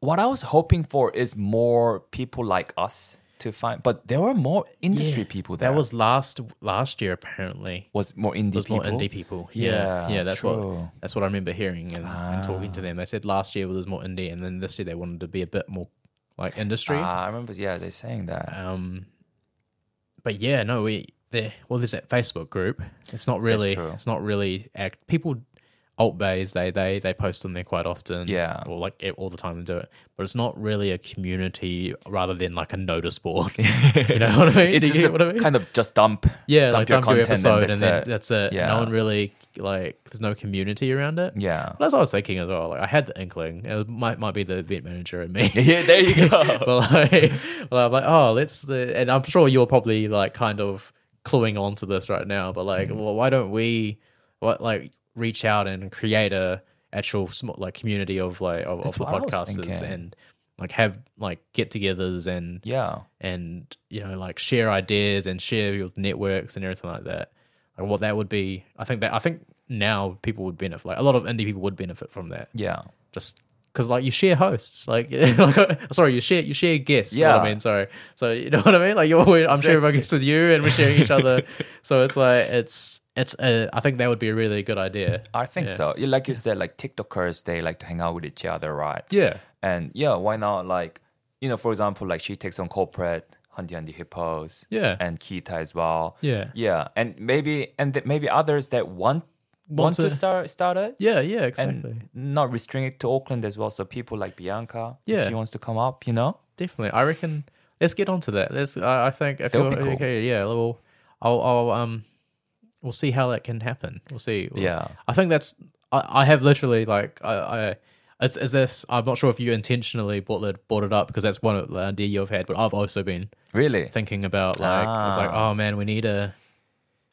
S1: what I was hoping for is more people like us to find, but there were more industry people there.
S2: That was last last year, apparently.
S1: was more indie
S2: There's
S1: people.
S2: more indie people. Yeah,
S1: Yeah,
S2: yeah, that's
S1: true. Ah.
S2: what that's what I remember hearing and, and talking to them. They said last year was more indie, and then this year they wanted to be a bit more like industry.
S1: Ah, I remember. Yeah, they're saying that.
S2: Um, but yeah, no, we there. Well, there's that Facebook group. It's not really.
S1: true.
S2: It's not really act. People alt bays. They they they post on there quite often.
S1: Yeah.
S2: or like eh, all the time they do it. But it's not really a community, rather than like a notice board. you know what I mean?
S1: It's
S2: Do
S1: just
S2: you get
S1: a
S2: what I mean?
S1: kind of just dump.
S2: yeah,
S1: dump
S2: like
S1: your
S2: dump your
S1: content
S2: episode, and,
S1: that's
S2: then
S1: it.
S2: that's it.
S1: Yeah.
S2: no one really like. There's no community around it.
S1: Yeah.
S2: But that's what I was thinking as well. Like I had the inkling. It might might be the event manager in me.
S1: Yeah, there you go.
S2: but like, well, I'm like, oh, let's. Uh, and I'm sure you're probably like kind of cluing on to this right now. But like,
S1: Mm.
S2: well, why don't we, what like, reach out and create a actual sm- like community of like of, of
S1: That's
S2: the
S1: what I was
S2: podcasters
S1: thinking.
S2: and like have like get-togethers and
S1: yeah.
S2: and you know like share ideas and share your networks and everything like that like what that would be i think that i think now people would benefit like a lot of indie people would benefit from that
S1: Yeah.
S2: just because like you share hosts like, like, uh, sorry you share you share guests yeah i
S1: Yeah.
S2: mean sorry so you know what i mean like you're always, i'm sharing my guests with you and we're sharing each other so it's like it's it's uh, i think that would be a really good idea
S1: I think so. Yeah, Like you said, like TikTokers, they like to hang out with each other, right?
S2: yeah
S1: And yeah, why not? Like, you know, for example, like she takes on corporate, Hunty Hunty Hippos,
S2: Yeah.
S1: and Kita as well.
S2: Yeah.
S1: Yeah. And maybe, and th- maybe others that want want to start start it
S2: Yeah, yeah,
S1: and
S2: exactly.
S1: not restrict it to Auckland as well. So people like Bianca, if
S2: Yeah.
S1: she wants to come up, you know.
S2: Definitely, I reckon. Let's get onto that. Let's. I, I think if
S1: That would
S2: you're-
S1: be cool.
S2: okay, yeah, we'll. I'll, I'll. Um. We'll see how that can happen. We'll see. We'll-
S1: Yeah.
S2: I think that's. I, I have literally like I. I is, is this? I'm not sure if you intentionally brought it brought it up because that's one of the idea you've had, but I've also been
S1: Really?
S2: thinking about like I was like,
S1: Ah.
S2: oh man, we need a.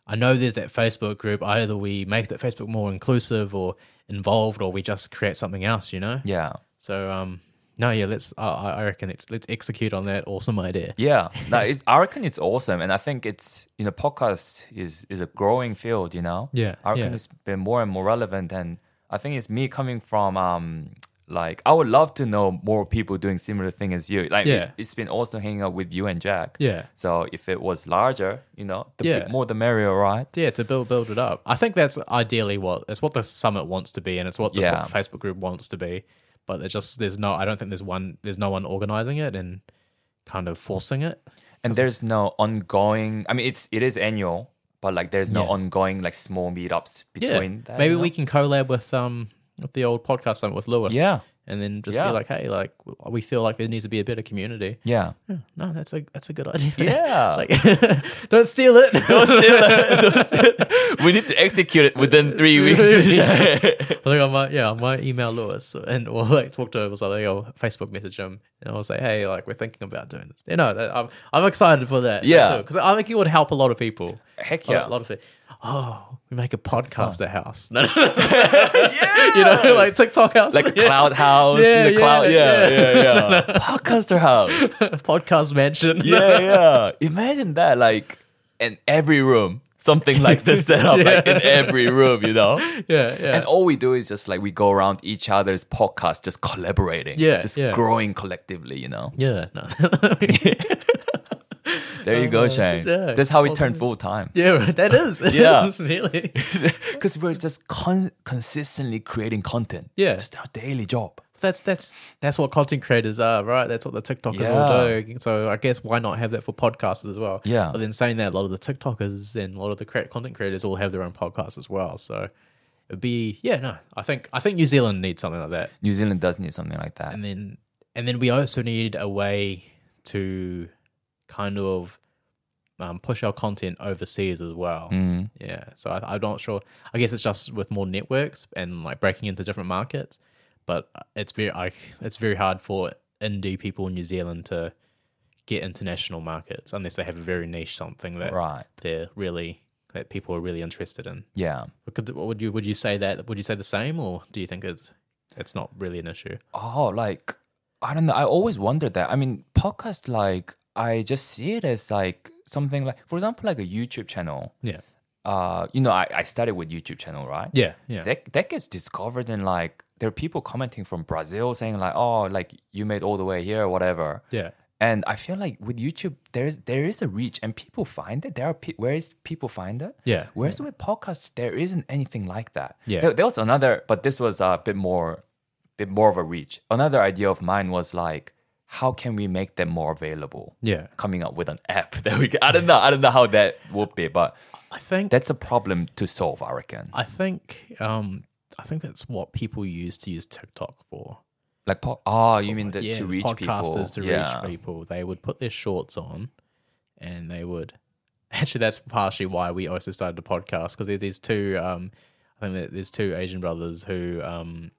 S2: I know there's that Facebook group. Either we make that Facebook more inclusive or involved, or we just create something else. You know.
S1: Yeah.
S2: So um, no, yeah, let's. I I I reckon let's let's execute on that awesome idea.
S1: Yeah. No, it's, I reckon it's awesome. And I think it's, you know, podcast is, is a growing field, you know?
S2: Yeah,
S1: I reckon
S2: yeah.
S1: it's been more and more relevant. And I think it's me coming from, um, like, I would love to know more people doing similar thing as you. Like,
S2: Yeah.
S1: it, has been awesome hanging out with you and Jack.
S2: Yeah.
S1: So if it was larger, you know, the
S2: Yeah.
S1: more the merrier, right?
S2: Yeah, to build build it up. I think that's ideally what it's what the summit wants to be, and it's what the
S1: Yeah.
S2: Facebook group wants to be. But there's just there's no. I don't think there's one. There's no one organizing it and kind of forcing it.
S1: and there's no ongoing i mean it's it is annual but like there's no
S2: Yeah.
S1: ongoing like small meetups
S2: Yeah,
S1: between that
S2: maybe
S1: you
S2: we
S1: know?
S2: can collab with um with the old podcast summit with Lewis.
S1: Yeah.
S2: and then just
S1: Yeah.
S2: be like, hey, like we feel like there needs to be a better community.
S1: yeah
S2: Yeah, no, that's a that's a good idea.
S1: Yeah.
S2: like don't steal it. Don't steal it.
S1: we need to execute it within three weeks
S2: I think I might, yeah, I might email Lewis and or like talk to him or something, or Facebook message him, and I'll say, hey, like we're thinking about doing this. You know, that- I'm, I'm excited for that.
S1: Yeah.
S2: because I think it would help a lot of people.
S1: heck
S2: A lot-
S1: yeah
S2: a lot of it. Oh, we make a podcaster house. No, no, no. you know, like TikTok house,
S1: like
S2: Yeah.
S1: cloud house
S2: Yeah,
S1: the
S2: yeah,
S1: cloud yeah
S2: yeah.
S1: yeah yeah, podcaster house
S2: podcast mansion.
S1: yeah yeah imagine that like in every room something like this set up like in every room you know
S2: yeah, yeah.
S1: And all we do is just like we go around each other's podcast, just collaborating,
S2: Yeah,
S1: just
S2: yeah.
S1: growing collectively, you know.
S2: yeah, no.
S1: There you go, Shane.
S2: yeah.
S1: That's how we turn full time.
S2: yeah, right, that is, it
S1: Yeah.
S2: is, really.
S1: Because we're just con- consistently creating content.
S2: Yeah.
S1: Just our daily job.
S2: that's that's that's what content creators are, right? That's what the TikTokers all
S1: Yeah.
S2: do. So I guess why not have that for podcasters as well?
S1: Yeah.
S2: But then saying that, a lot of the TikTokers and a lot of the crea- content creators all have their own podcasts as well. So it'd be yeah, no, I think I think New Zealand needs something like that,
S1: New Zealand does need something like that.
S2: and then and then we also need a way to kind of um, push our content overseas as well.
S1: Mm.
S2: Yeah. So I, I'm not sure. I guess it's just with more networks and like breaking into different markets, but it's very like it's very hard for indie people in New Zealand to get international markets unless they have a very niche something that
S1: Right.
S2: they're really that people are really interested in.
S1: Yeah.
S2: Could, would you would you say that? Would you say the same, or do you think it's it's not really an issue?
S1: Oh, like, I don't know. I always wonder that. I mean, podcast, like, I just see it as like something like, for example, like a YouTube channel.
S2: Yeah.
S1: Uh, you know, I, I started with YouTube channel, right?
S2: Yeah. Yeah.
S1: that that gets discovered in like there are people commenting from Brazil saying like oh like you made all the way here or whatever
S2: yeah.
S1: and I feel like with YouTube there is there is a reach and people find it there are pe- where is people find it
S2: Yeah.
S1: whereas with podcasts there isn't anything like that
S2: Yeah.
S1: there, there was another but this was a bit more bit more of a reach another idea of mine was like how can we make them more available
S2: Yeah.
S1: coming up with an app that we can, I don't know I don't know how that would be but
S2: I think
S1: that's a problem to solve I reckon
S2: I think um I think that's what people use to use TikTok for.
S1: Like, po- oh, you mean the,
S2: yeah,
S1: to reach people?
S2: podcasters to reach people. They would put their shorts on, and they would. Actually, that's partially why we also started the podcast because there's these two. Um, I think that there's two Asian brothers who um,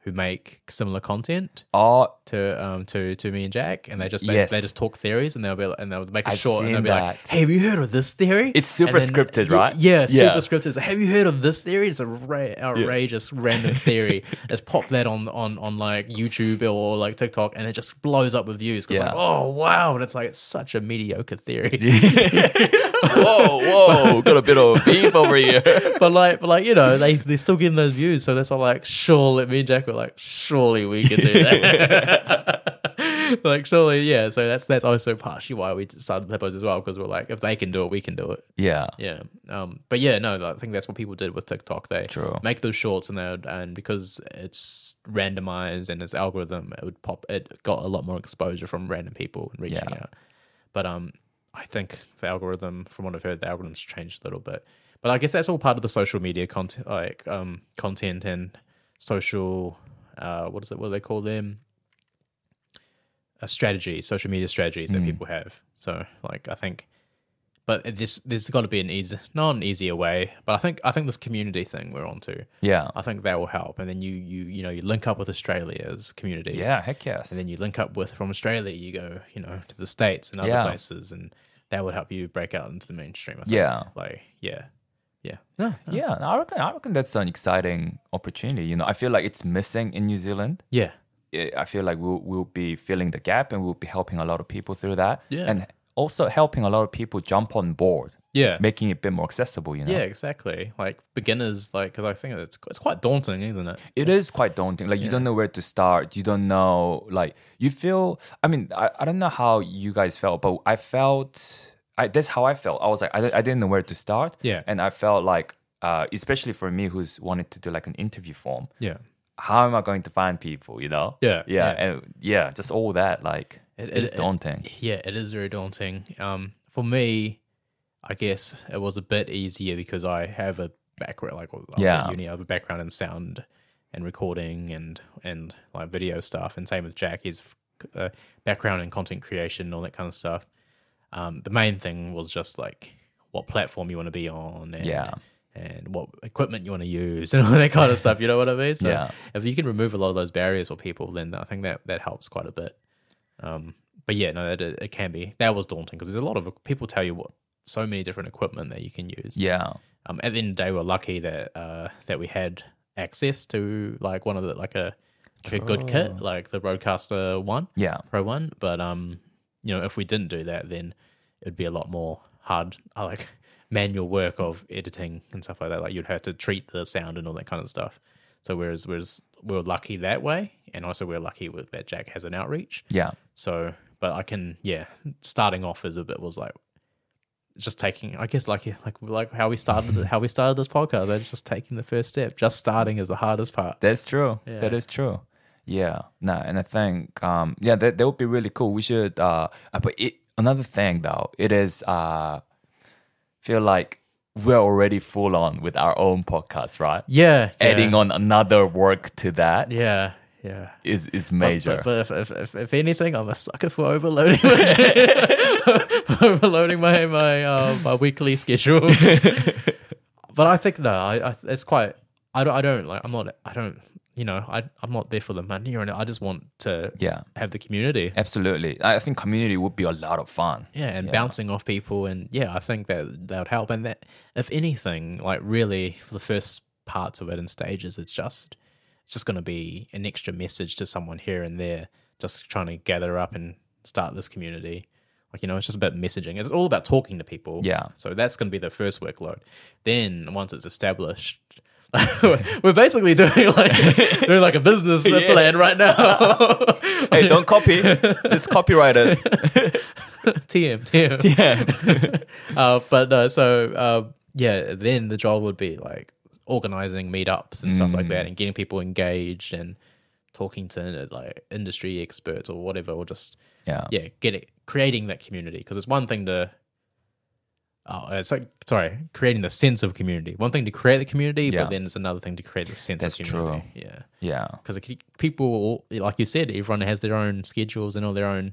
S2: who make similar content
S1: Oh,
S2: to um to to me and Jack, and they just they,
S1: Yes.
S2: they just talk theories, and they'll be like- and they'll make a
S1: I've
S2: short, and they'll
S1: seen
S2: be like,
S1: that.
S2: "Hey, have you heard of this theory?"
S1: It's super
S2: And
S1: scripted,
S2: y-
S1: right?
S2: Yeah, super
S1: Yeah.
S2: scripted. It's like, have you heard of this theory? It's a ra- outrageous random theory. Let's pop that on on on like YouTube or like TikTok, and it just blows up with views. 'cause it's
S1: Yeah.
S2: like, oh wow, and it's like it's such a mediocre theory.
S1: whoa, whoa, got a bit of beef over here.
S2: but like, but like you know, they they're still getting those views, so that's why like, surely me and Jack were like, surely we can do that. like, surely, yeah. So that's that's also partially why we started the post as well, because we're like, if they can do it, we can do it.
S1: Yeah,
S2: Yeah. Um. But yeah, no, I think that's what people did with TikTok. They
S1: True.
S2: make those shorts, and they would- and because it's randomized and its algorithm, it would pop. It got a lot more exposure from random people and reaching
S1: Yeah.
S2: out. But um, I think the algorithm, from what I've heard, the algorithm's changed a little bit. But I guess that's all part of the social media content, like um, content and social. Uh, what is it? What do they call them? A strategy, social media strategies
S1: Hmm.
S2: that people have. So, like, I think, but this there's got to be an easy, not an easier way. But I think I think this community thing we're onto.
S1: Yeah.
S2: I think that will help. And then you you you know you link up with Australia's community.
S1: Yeah, heck yes.
S2: And then you link up with from Australia, you go, you know, to the states and other
S1: Yeah.
S2: places, and that would help you break out into the mainstream. I think.
S1: Yeah.
S2: like yeah, yeah,
S1: yeah, I reckon I reckon that's an exciting opportunity. You know, I feel like it's missing in New Zealand.
S2: yeah,
S1: I I feel like we'll we'll be filling the gap and we'll be helping a lot of people through that.
S2: Yeah.
S1: And also helping a lot of people jump on board,
S2: yeah,
S1: making it a bit more accessible, you know.
S2: yeah, exactly. Like beginners, like because I think it's it's quite daunting, isn't it?
S1: It is quite daunting. Like you don't know where to start. You don't know like you feel I mean, I, I don't know how you guys felt, but I felt I, that's how I felt. I was like I, don't- I didn't know where to start.
S2: Yeah.
S1: And I felt like uh, especially for me who's wanted to do like an interview form.
S2: Yeah,
S1: how am I going to find people? You know?
S2: Yeah,
S1: yeah,
S2: yeah.
S1: and yeah, just all that. Like it
S2: It-
S1: is
S2: it- it-
S1: daunting.
S2: yeah, it is very daunting. Um, for me, I guess it was a bit easier because I have a background, like I was
S1: Yeah.
S2: at uni, I have a background in sound and recording and and like video stuff, and same with Jack, his uh, background in content creation and all that kind of stuff. Um, the main thing was just like what platform you want to be on, and
S1: Yeah.
S2: and what equipment you want to use, and all that kind of stuff. You know what I mean? So
S1: Yeah.
S2: if you can remove a lot of those barriers for people, then I think that that helps quite a bit. Um, but yeah, no, it, it can be. That was daunting because there's a lot of people tell you what so many different equipment that you can use.
S1: yeah,
S2: Um, at the end of the day, we're lucky that uh, that we had access to like one of the like a like a good kit, like the Rodecaster one,
S1: yeah,
S2: Pro one. But um, you know, if we didn't do that, then it'd be a lot more hard, uh, like manual work of editing and stuff like that. Like you'd have to treat the sound and all that kind of stuff. So whereas whereas we're lucky that way, and also we're lucky with that Jack has an outreach.
S1: yeah,
S2: So, but I can, yeah, starting off as a bit was like just taking, I guess, like like like how we started how we started this podcast. That's just taking the first step. Just starting is the hardest part.
S1: That's true. That is true. Yeah. No, and I think um yeah, that that would be really cool. We should uh uh, but it another thing though, it is uh feel like we're already full on with our own podcast, right?
S2: Yeah,
S1: Adding on another work to that is
S2: Yeah, yeah.
S1: is major.
S2: But, but if, if, if, if anything, I'm a sucker for overloading my, for overloading my my, uh, my weekly schedules. but I think no, I, I it's quite. I don't, I don't like. I'm not. I don't. You know, I I'm not there for the money or anything. I just want to
S1: Yeah.
S2: have the community.
S1: Absolutely. I I think community would be a lot of fun.
S2: yeah and bouncing off people and yeah i think that that would help and that if anything like really for the first parts of it and stages it's just it's just going to be an extra message to someone here and there just trying to gather up and start this community like you know it's just about messaging it's all about talking to people
S1: Yeah.
S2: so that's going to be the first workload then once it's established we're basically doing like doing like a business plan right now
S1: Hey, don't copy. it's copyrighted.
S2: TM, TM. Yeah. uh, but no, so uh, yeah, then the job would be like organizing meetups and stuff like
S1: Mm.
S2: that and getting people engaged and talking to like industry experts or whatever, or just,
S1: Yeah.
S2: yeah, get it, creating that community. Because it's one thing to, oh, it's like, sorry, creating the sense of community. One thing to create the community,
S1: Yeah.
S2: but then it's another thing to create the sense
S1: That's
S2: of
S1: true.
S2: community. Yeah
S1: Yeah.
S2: because people, like you said, everyone has their own schedules and all their own.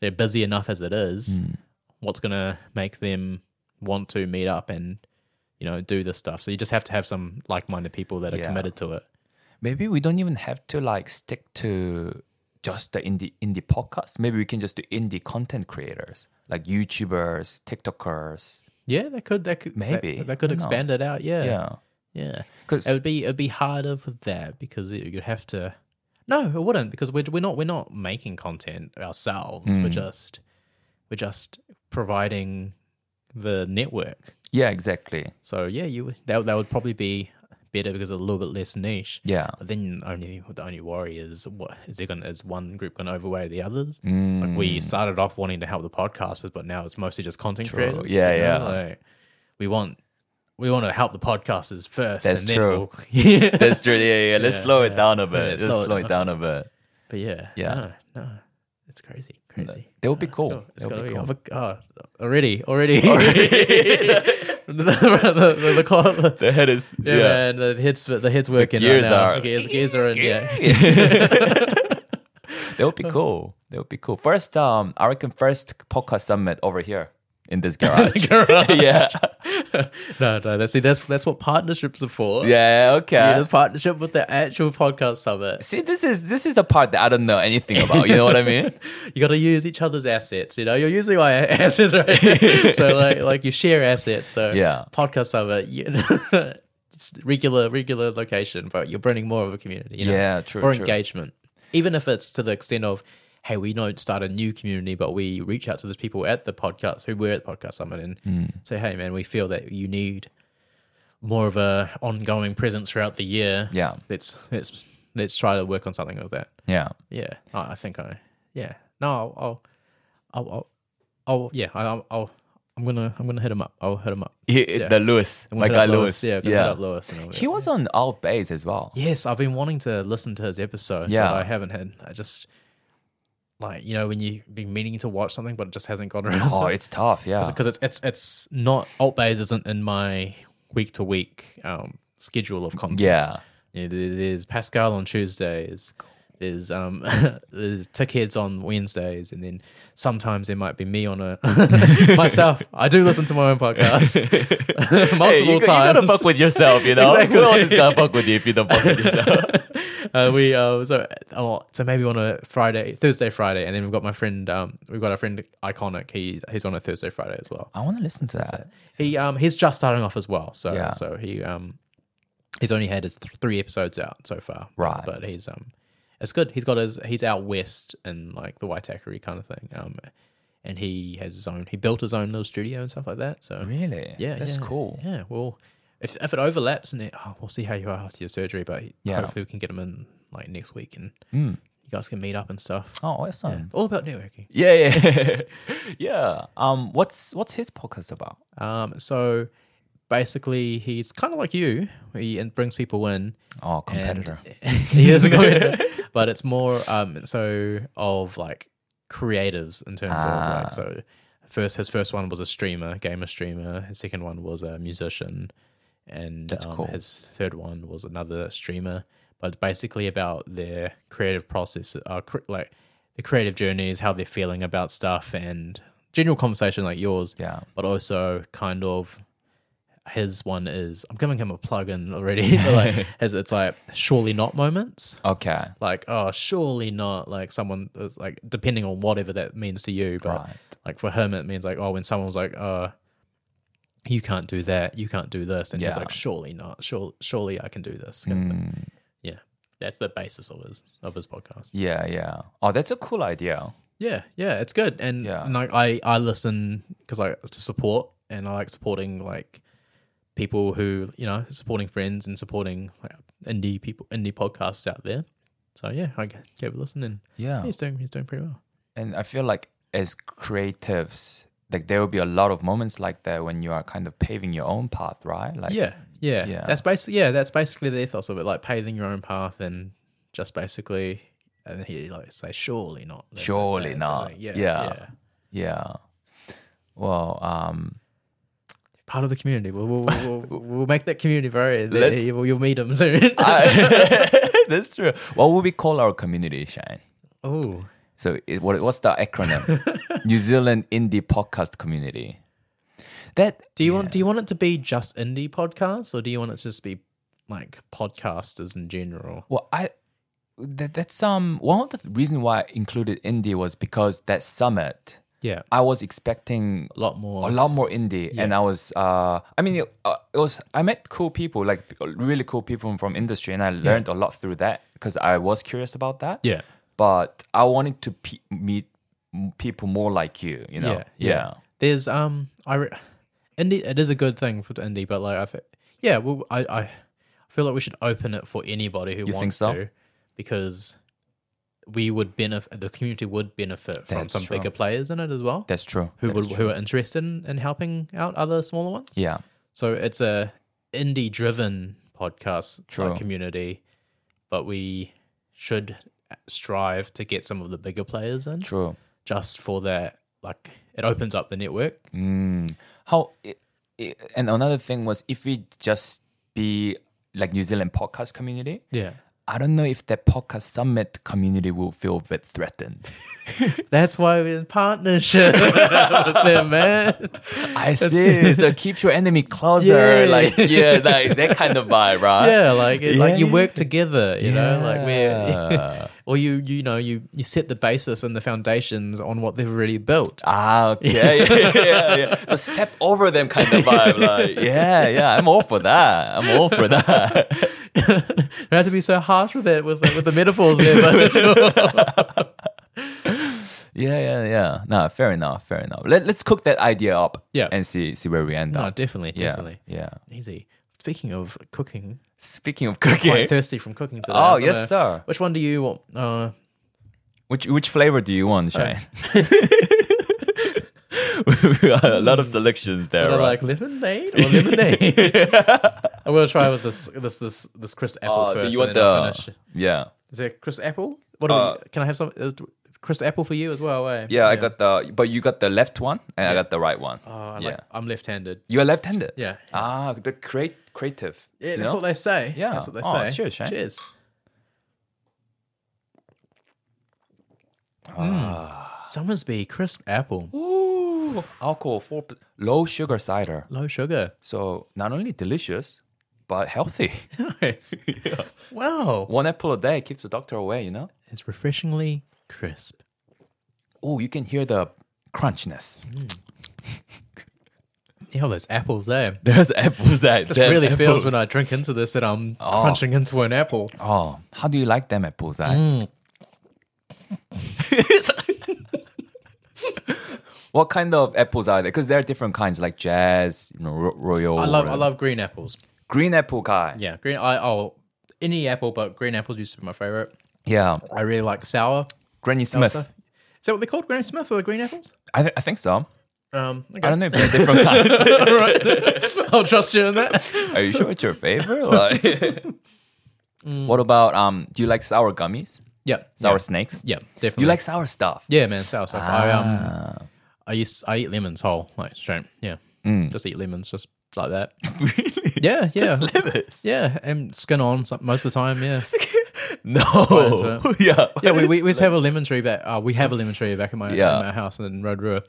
S2: They're busy enough as it is.
S1: Hmm.
S2: What's gonna make them want to meet up and you know do this stuff? So you just have to have some like-minded people that are
S1: Yeah.
S2: committed to it.
S1: Maybe we don't even have to like stick to just the indie indie podcast. Maybe we can just do indie content creators, like YouTubers, TikTokers.
S2: Yeah, that could that could that-
S1: Maybe.
S2: that, could
S1: Why not?
S2: expand it out. Yeah,
S1: Yeah.
S2: yeah.
S1: 'Cause-
S2: it would be it'd be harder for that because you- you'd have to. No, it wouldn't because we're we're not we're not making content ourselves.
S1: Hmm.
S2: We're just we're just providing the network
S1: Yeah, exactly.
S2: So yeah, you would- that that would probably be better because it's a little bit less niche.
S1: Yeah.
S2: But then only the only worry is what is there going to is one group going to overweigh the others?
S1: Mm,
S2: Like we started off wanting to help the podcasters, but now it's mostly just content creators.
S1: Yeah, yeah.
S2: like, we want we want to help the podcasters first.
S1: That's
S2: and then
S1: true.
S2: We'll, yeah.
S1: That's true. Yeah, yeah. Let's
S2: Yeah,
S1: slow it
S2: yeah.
S1: down a
S2: Yeah,
S1: bit.
S2: slow
S1: Let's
S2: it
S1: slow it down a bit.
S2: but yeah,
S1: Yeah.
S2: No, no, it's crazy, crazy.
S1: That would be
S2: It's
S1: cool.
S2: gonna- It's
S1: That
S2: gonna
S1: would
S2: be,
S1: be
S2: oh, already, already. oh, the, the, the, the, clock- the-
S1: The head is
S2: yeah, man, the heads the heads working
S1: gears
S2: right now.
S1: are-
S2: The gears, gears are in. Yeah,
S1: That would be cool. That would be cool. First, um, I reckon first podcast summit over here in this garage. yeah,
S2: no, no. That's see, that's that's what partnerships are for.
S1: yeah, okay.
S2: yeah, this partnership with the actual podcast summit.
S1: See, this is this is the part that I don't know anything about. You know what I mean?
S2: You got to use each other's assets. You know, you're using my assets, right? so like, like you share assets. So
S1: Yeah.
S2: podcast summit. You it's regular, regular location, but you're bringing more of a community. You know?
S1: Yeah, true,
S2: Or
S1: true.
S2: engagement, even if it's to the extent of. Hey, we don't start a new community, but we reach out to those people at the podcast who were at the podcast summit and
S1: Hmm.
S2: say, "Hey, man, we feel that you need more of a ongoing presence throughout the year.
S1: Yeah.
S2: let's let's let's try to work on something like that.
S1: Yeah,
S2: Yeah, I, I think I. Yeah, no, I'll, I'll, I'll, I'll, I'll yeah, I, I'll, I'll, I'm gonna, I'm gonna hit him up. I'll hit him up.
S1: He- the Lewis,
S2: I'm gonna
S1: my
S2: hit
S1: guy
S2: up
S1: Lewis.
S2: yeah, I'm gonna hit up Lewis. And all that.
S1: he was on Out Base as well.
S2: Yes, I've been wanting to listen to his episode. Yeah,
S1: Yeah.
S2: but I haven't had. I just like you know when you've been meaning to watch something, but it just hasn't gone around.
S1: Oh, it's tough. Yeah,
S2: because it's it's it's not alt bays isn't in my week to week um schedule of content.
S1: yeah,
S2: You know, there- there's Pascal on Tuesdays. There's um there's Tickheads on Wednesdays, and then sometimes there might be me on a myself. I do listen to my own podcast multiple
S1: Hey, you,
S2: times.
S1: got- You gotta fuck with yourself, you know.
S2: Exactly.
S1: Who else is gonna fuck with you if you don't fuck with yourself?
S2: uh, we uh, so oh, so maybe on a Friday, Thursday, Friday, and then we've got my friend um we've got our friend Iconic. He he's on a Thursday, Friday as well.
S1: I want to listen to that.
S2: He um he's just starting off as well, so
S1: Yeah.
S2: so he um he's only had his th- three episodes out so far,
S1: Right.
S2: But he's um it's good. He's got his he's out west in like the Waitakere kind of thing, um, and he has his own. He built his own little studio and stuff like that. So
S1: Really?
S2: yeah,
S1: that's
S2: yeah,
S1: cool.
S2: Yeah, well, if if it overlaps and it, oh, we'll see how you are after your surgery, but
S1: Yeah.
S2: hopefully we can get him in like next week and
S1: Mm.
S2: you guys can meet up and stuff.
S1: Oh, awesome.
S2: All about networking.
S1: Yeah, yeah, yeah. Um, what's what's his podcast about?
S2: Um, so basically, he's kind of like you. He and brings people in.
S1: Oh,
S2: and-
S1: competitor.
S2: he is a competitor, but it's more um, so of like creatives in terms
S1: Ah.
S2: of like so. First, his first one was a streamer, gamer streamer. His second one was a musician, and
S1: That's
S2: um,
S1: cool.
S2: his third one was another streamer. But it's basically about their creative process, uh, cr- like the creative journeys, how they're feeling about stuff, and general conversation like yours
S1: yeah.
S2: but also kind of his one is I'm giving him a plug in already. but like his, it's like surely not moments.
S1: Okay.
S2: Like oh surely not like someone is like depending on whatever that means to you. But
S1: Right.
S2: like for him it means like oh when someone's like uh you can't do that you can't do this and he's
S1: Yeah.
S2: like surely not surely surely I can do this.
S1: Mm,
S2: Yeah, that's the basis of his of his podcast.
S1: yeah, yeah. Oh, that's a cool idea.
S2: Yeah, yeah, it's good, and
S1: Yeah.
S2: and like I I listen because I to support, and I like supporting like people who you know supporting friends and supporting like, indie people, indie podcasts out there. So yeah, I g- gave a listen, and
S1: Yeah.
S2: he's doing he's doing pretty well.
S1: And I feel like as creatives, like there will be a lot of moments like that when you are kind of paving your own path, right? Like
S2: yeah, yeah,
S1: yeah.
S2: That's basically yeah, that's basically the ethos of it, like paving your own path and just basically, and then he like say surely not, this and
S1: Surely
S2: that," so,
S1: not.
S2: like, yeah,
S1: Yeah.
S2: yeah,
S1: Yeah. Well, um,
S2: Part of the community. We'll, we'll, we'll, we'll- we'll make that community very.
S1: Let's-
S2: You'll you'll meet him soon.
S1: I- that's true. What would we call our community, Shane?
S2: oh.
S1: So it, what, what's the acronym? New Zealand Indie Podcast Community. That
S2: Do you want do you want it to be just indie podcasts or do you want it to just be like podcasters in general?
S1: Well, I that, that's um one of the reason why I included indie was because that summit
S2: Yeah.
S1: I was expecting
S2: A lot more.
S1: a lot more indie, and I was uh I mean it, uh, it was I met cool people like really cool people from industry, and I learned a lot through that because I was curious about that.
S2: Yeah.
S1: but I wanted to pe- meet m- people more like you. You know.
S2: Yeah, yeah. There's um I re- indie it is a good thing for indie but like I think yeah, well I I feel like we should open it for anybody who
S1: think
S2: wants
S1: so?
S2: to because we would benefit the community would benefit from
S1: That's
S2: some
S1: true.
S2: bigger players in it as well
S1: That's true.
S2: who
S1: That's
S2: would
S1: true.
S2: who are interested in, in helping out other smaller ones.
S1: Yeah.
S2: So it's a indie driven podcast
S1: True.
S2: like, community, but we should strive to get some of the bigger players in
S1: True.
S2: just for that. Like it opens up the network.
S1: Mm. How i- i- and another thing was if we just be like New Zealand podcast community,
S2: Yeah.
S1: I don't know if that podcast summit community will feel a bit threatened.
S2: That's why we're in partnership with them, man.
S1: I see. so keep your enemy closer.
S2: Yeah.
S1: Like yeah, like that kind of vibe, right?
S2: Yeah, like it's like you
S1: Uh, Yeah.
S2: work together, you know, like we're
S1: Yeah.
S2: or you you know, you you set the basis and the foundations on what they've already built.
S1: Ah, okay. Yeah, yeah, yeah. So step over them kind of vibe. Like, yeah, yeah, I'm all for that. I'm all for that.
S2: You don't have to be so harsh with it with with the metaphors there, but
S1: Yeah, yeah, yeah. No, fair enough, fair enough. Let, let's cook that idea up
S2: Yeah.
S1: and see see where we end
S2: no,
S1: up.
S2: definitely, definitely.
S1: Yeah, yeah.
S2: Easy. Speaking of cooking,
S1: Speaking of
S2: quite
S1: cooking,
S2: thirsty from cooking today.
S1: Oh,
S2: I don't
S1: yes, sir.
S2: Which one do you want? Uh,
S1: which which flavor do you want, Shane? We got a lot of selections there,
S2: they're
S1: right?
S2: like lemonade or lemonade. I'm gonna try with this this this this crisp apple
S1: Oh, do
S2: first.
S1: you
S2: and
S1: want
S2: then I'll
S1: the
S2: finish.
S1: yeah,
S2: Is there crisp apple? What do
S1: Uh,
S2: we, can I have some uh, crisp apple for you as well? Eh?
S1: yeah? I got the but you got the left one and I got the right one.
S2: Oh, I like,
S1: yeah,
S2: I'm left-handed.
S1: you are left-handed.
S2: Yeah.
S1: Ah, the create creative.
S2: Yeah,
S1: you
S2: that's
S1: know?
S2: what they say.
S1: Yeah.
S2: that's what they
S1: Oh,
S2: say.
S1: cheers, Shane.
S2: Cheers. Hmm. Summersby crisp apple,
S1: Ah. Ooh, alcohol four per- low sugar cider.
S2: low sugar.
S1: So not only delicious, but healthy.
S2: Nice. Wow,
S1: One apple a day keeps the doctor away. You know.
S2: it's refreshingly crisp.
S1: Oh, you can hear the crunchiness.
S2: Yeah, those apples there.
S1: There's the apples Oh. that
S2: Just really feels when I drink into this that I'm crunching into an apple.
S1: Oh, how do you like them apples? I.
S2: Mm.
S1: what kind of apples are they? Because there are different kinds, like jazz, you know, ro- royal.
S2: I love I
S1: and-
S2: love green apples.
S1: green apple guy.
S2: Yeah, green. I oh any apple, but green apples used to be my favorite.
S1: Yeah,
S2: I really like sour.
S1: Granny Smith.
S2: Also. Is that what they're called? Granny Smith or the green apples?
S1: I, th- I think so.
S2: Um,
S1: I don't know if they're different kinds.
S2: I'll trust you in that.
S1: Are you sure it's your favorite? Like, What about um? Do you like sour gummies?
S2: Mm. Yeah,
S1: Sour snakes?
S2: Yeah, definitely.
S1: You like Ah. sour stuff?
S2: Yeah, man, sour stuff. I um, I use I eat lemons whole, like straight. Yeah,
S1: Mm.
S2: just eat lemons, just like that.
S1: really?
S2: Yeah, yeah,
S1: Slivers?
S2: yeah, and skin on some, most of the time. Yeah,
S1: No.
S2: into
S1: yeah.
S2: yeah. We we, we have a lemon tree back. Uh, we have a lemon tree back in my
S1: Yeah.
S2: in my house in Rotorua,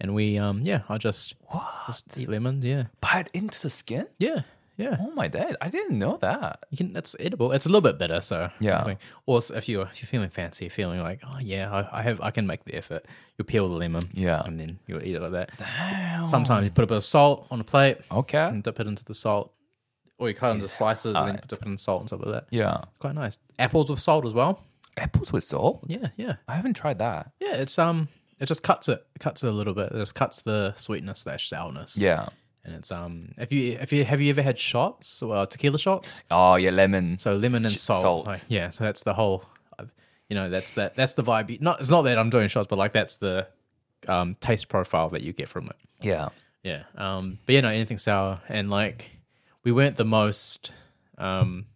S2: and we um yeah, I just just eat lemon. Yeah,
S1: Bite into the skin?
S2: yeah, yeah.
S1: Oh my dad! I didn't know that.
S2: You can. That's edible. It's a little bit bitter, so
S1: Yeah.
S2: I mean, or s- if you are if you're feeling fancy, feeling like oh yeah, I, I have I can make the effort. You peel the lemon,
S1: Yeah.
S2: and then you'll eat it like that. Sometimes you put a bit of salt on a plate
S1: Okay.
S2: and dip it into the salt, or you cut it into slices and then dip it in salt and stuff like that.
S1: Yeah.
S2: It's quite nice. Apples with salt as well.
S1: Apples with salt?
S2: Yeah, yeah,
S1: I haven't tried that.
S2: yeah. It's um, it just cuts it, it cuts it a little bit. It just cuts the sweetness slash sourness.
S1: Yeah.
S2: and it's um, if you if you have you ever had shots or tequila shots?
S1: Oh yeah, lemon.
S2: So lemon and
S1: Sh-
S2: salt.
S1: salt.
S2: Like, yeah, so that's the whole. You know, that's that. That's the vibe. You- Not it's not that I'm doing shots, but like that's the um, taste profile that you get from it.
S1: yeah.
S2: Yeah. Um, but you know, anything sour and like we weren't the most. Um,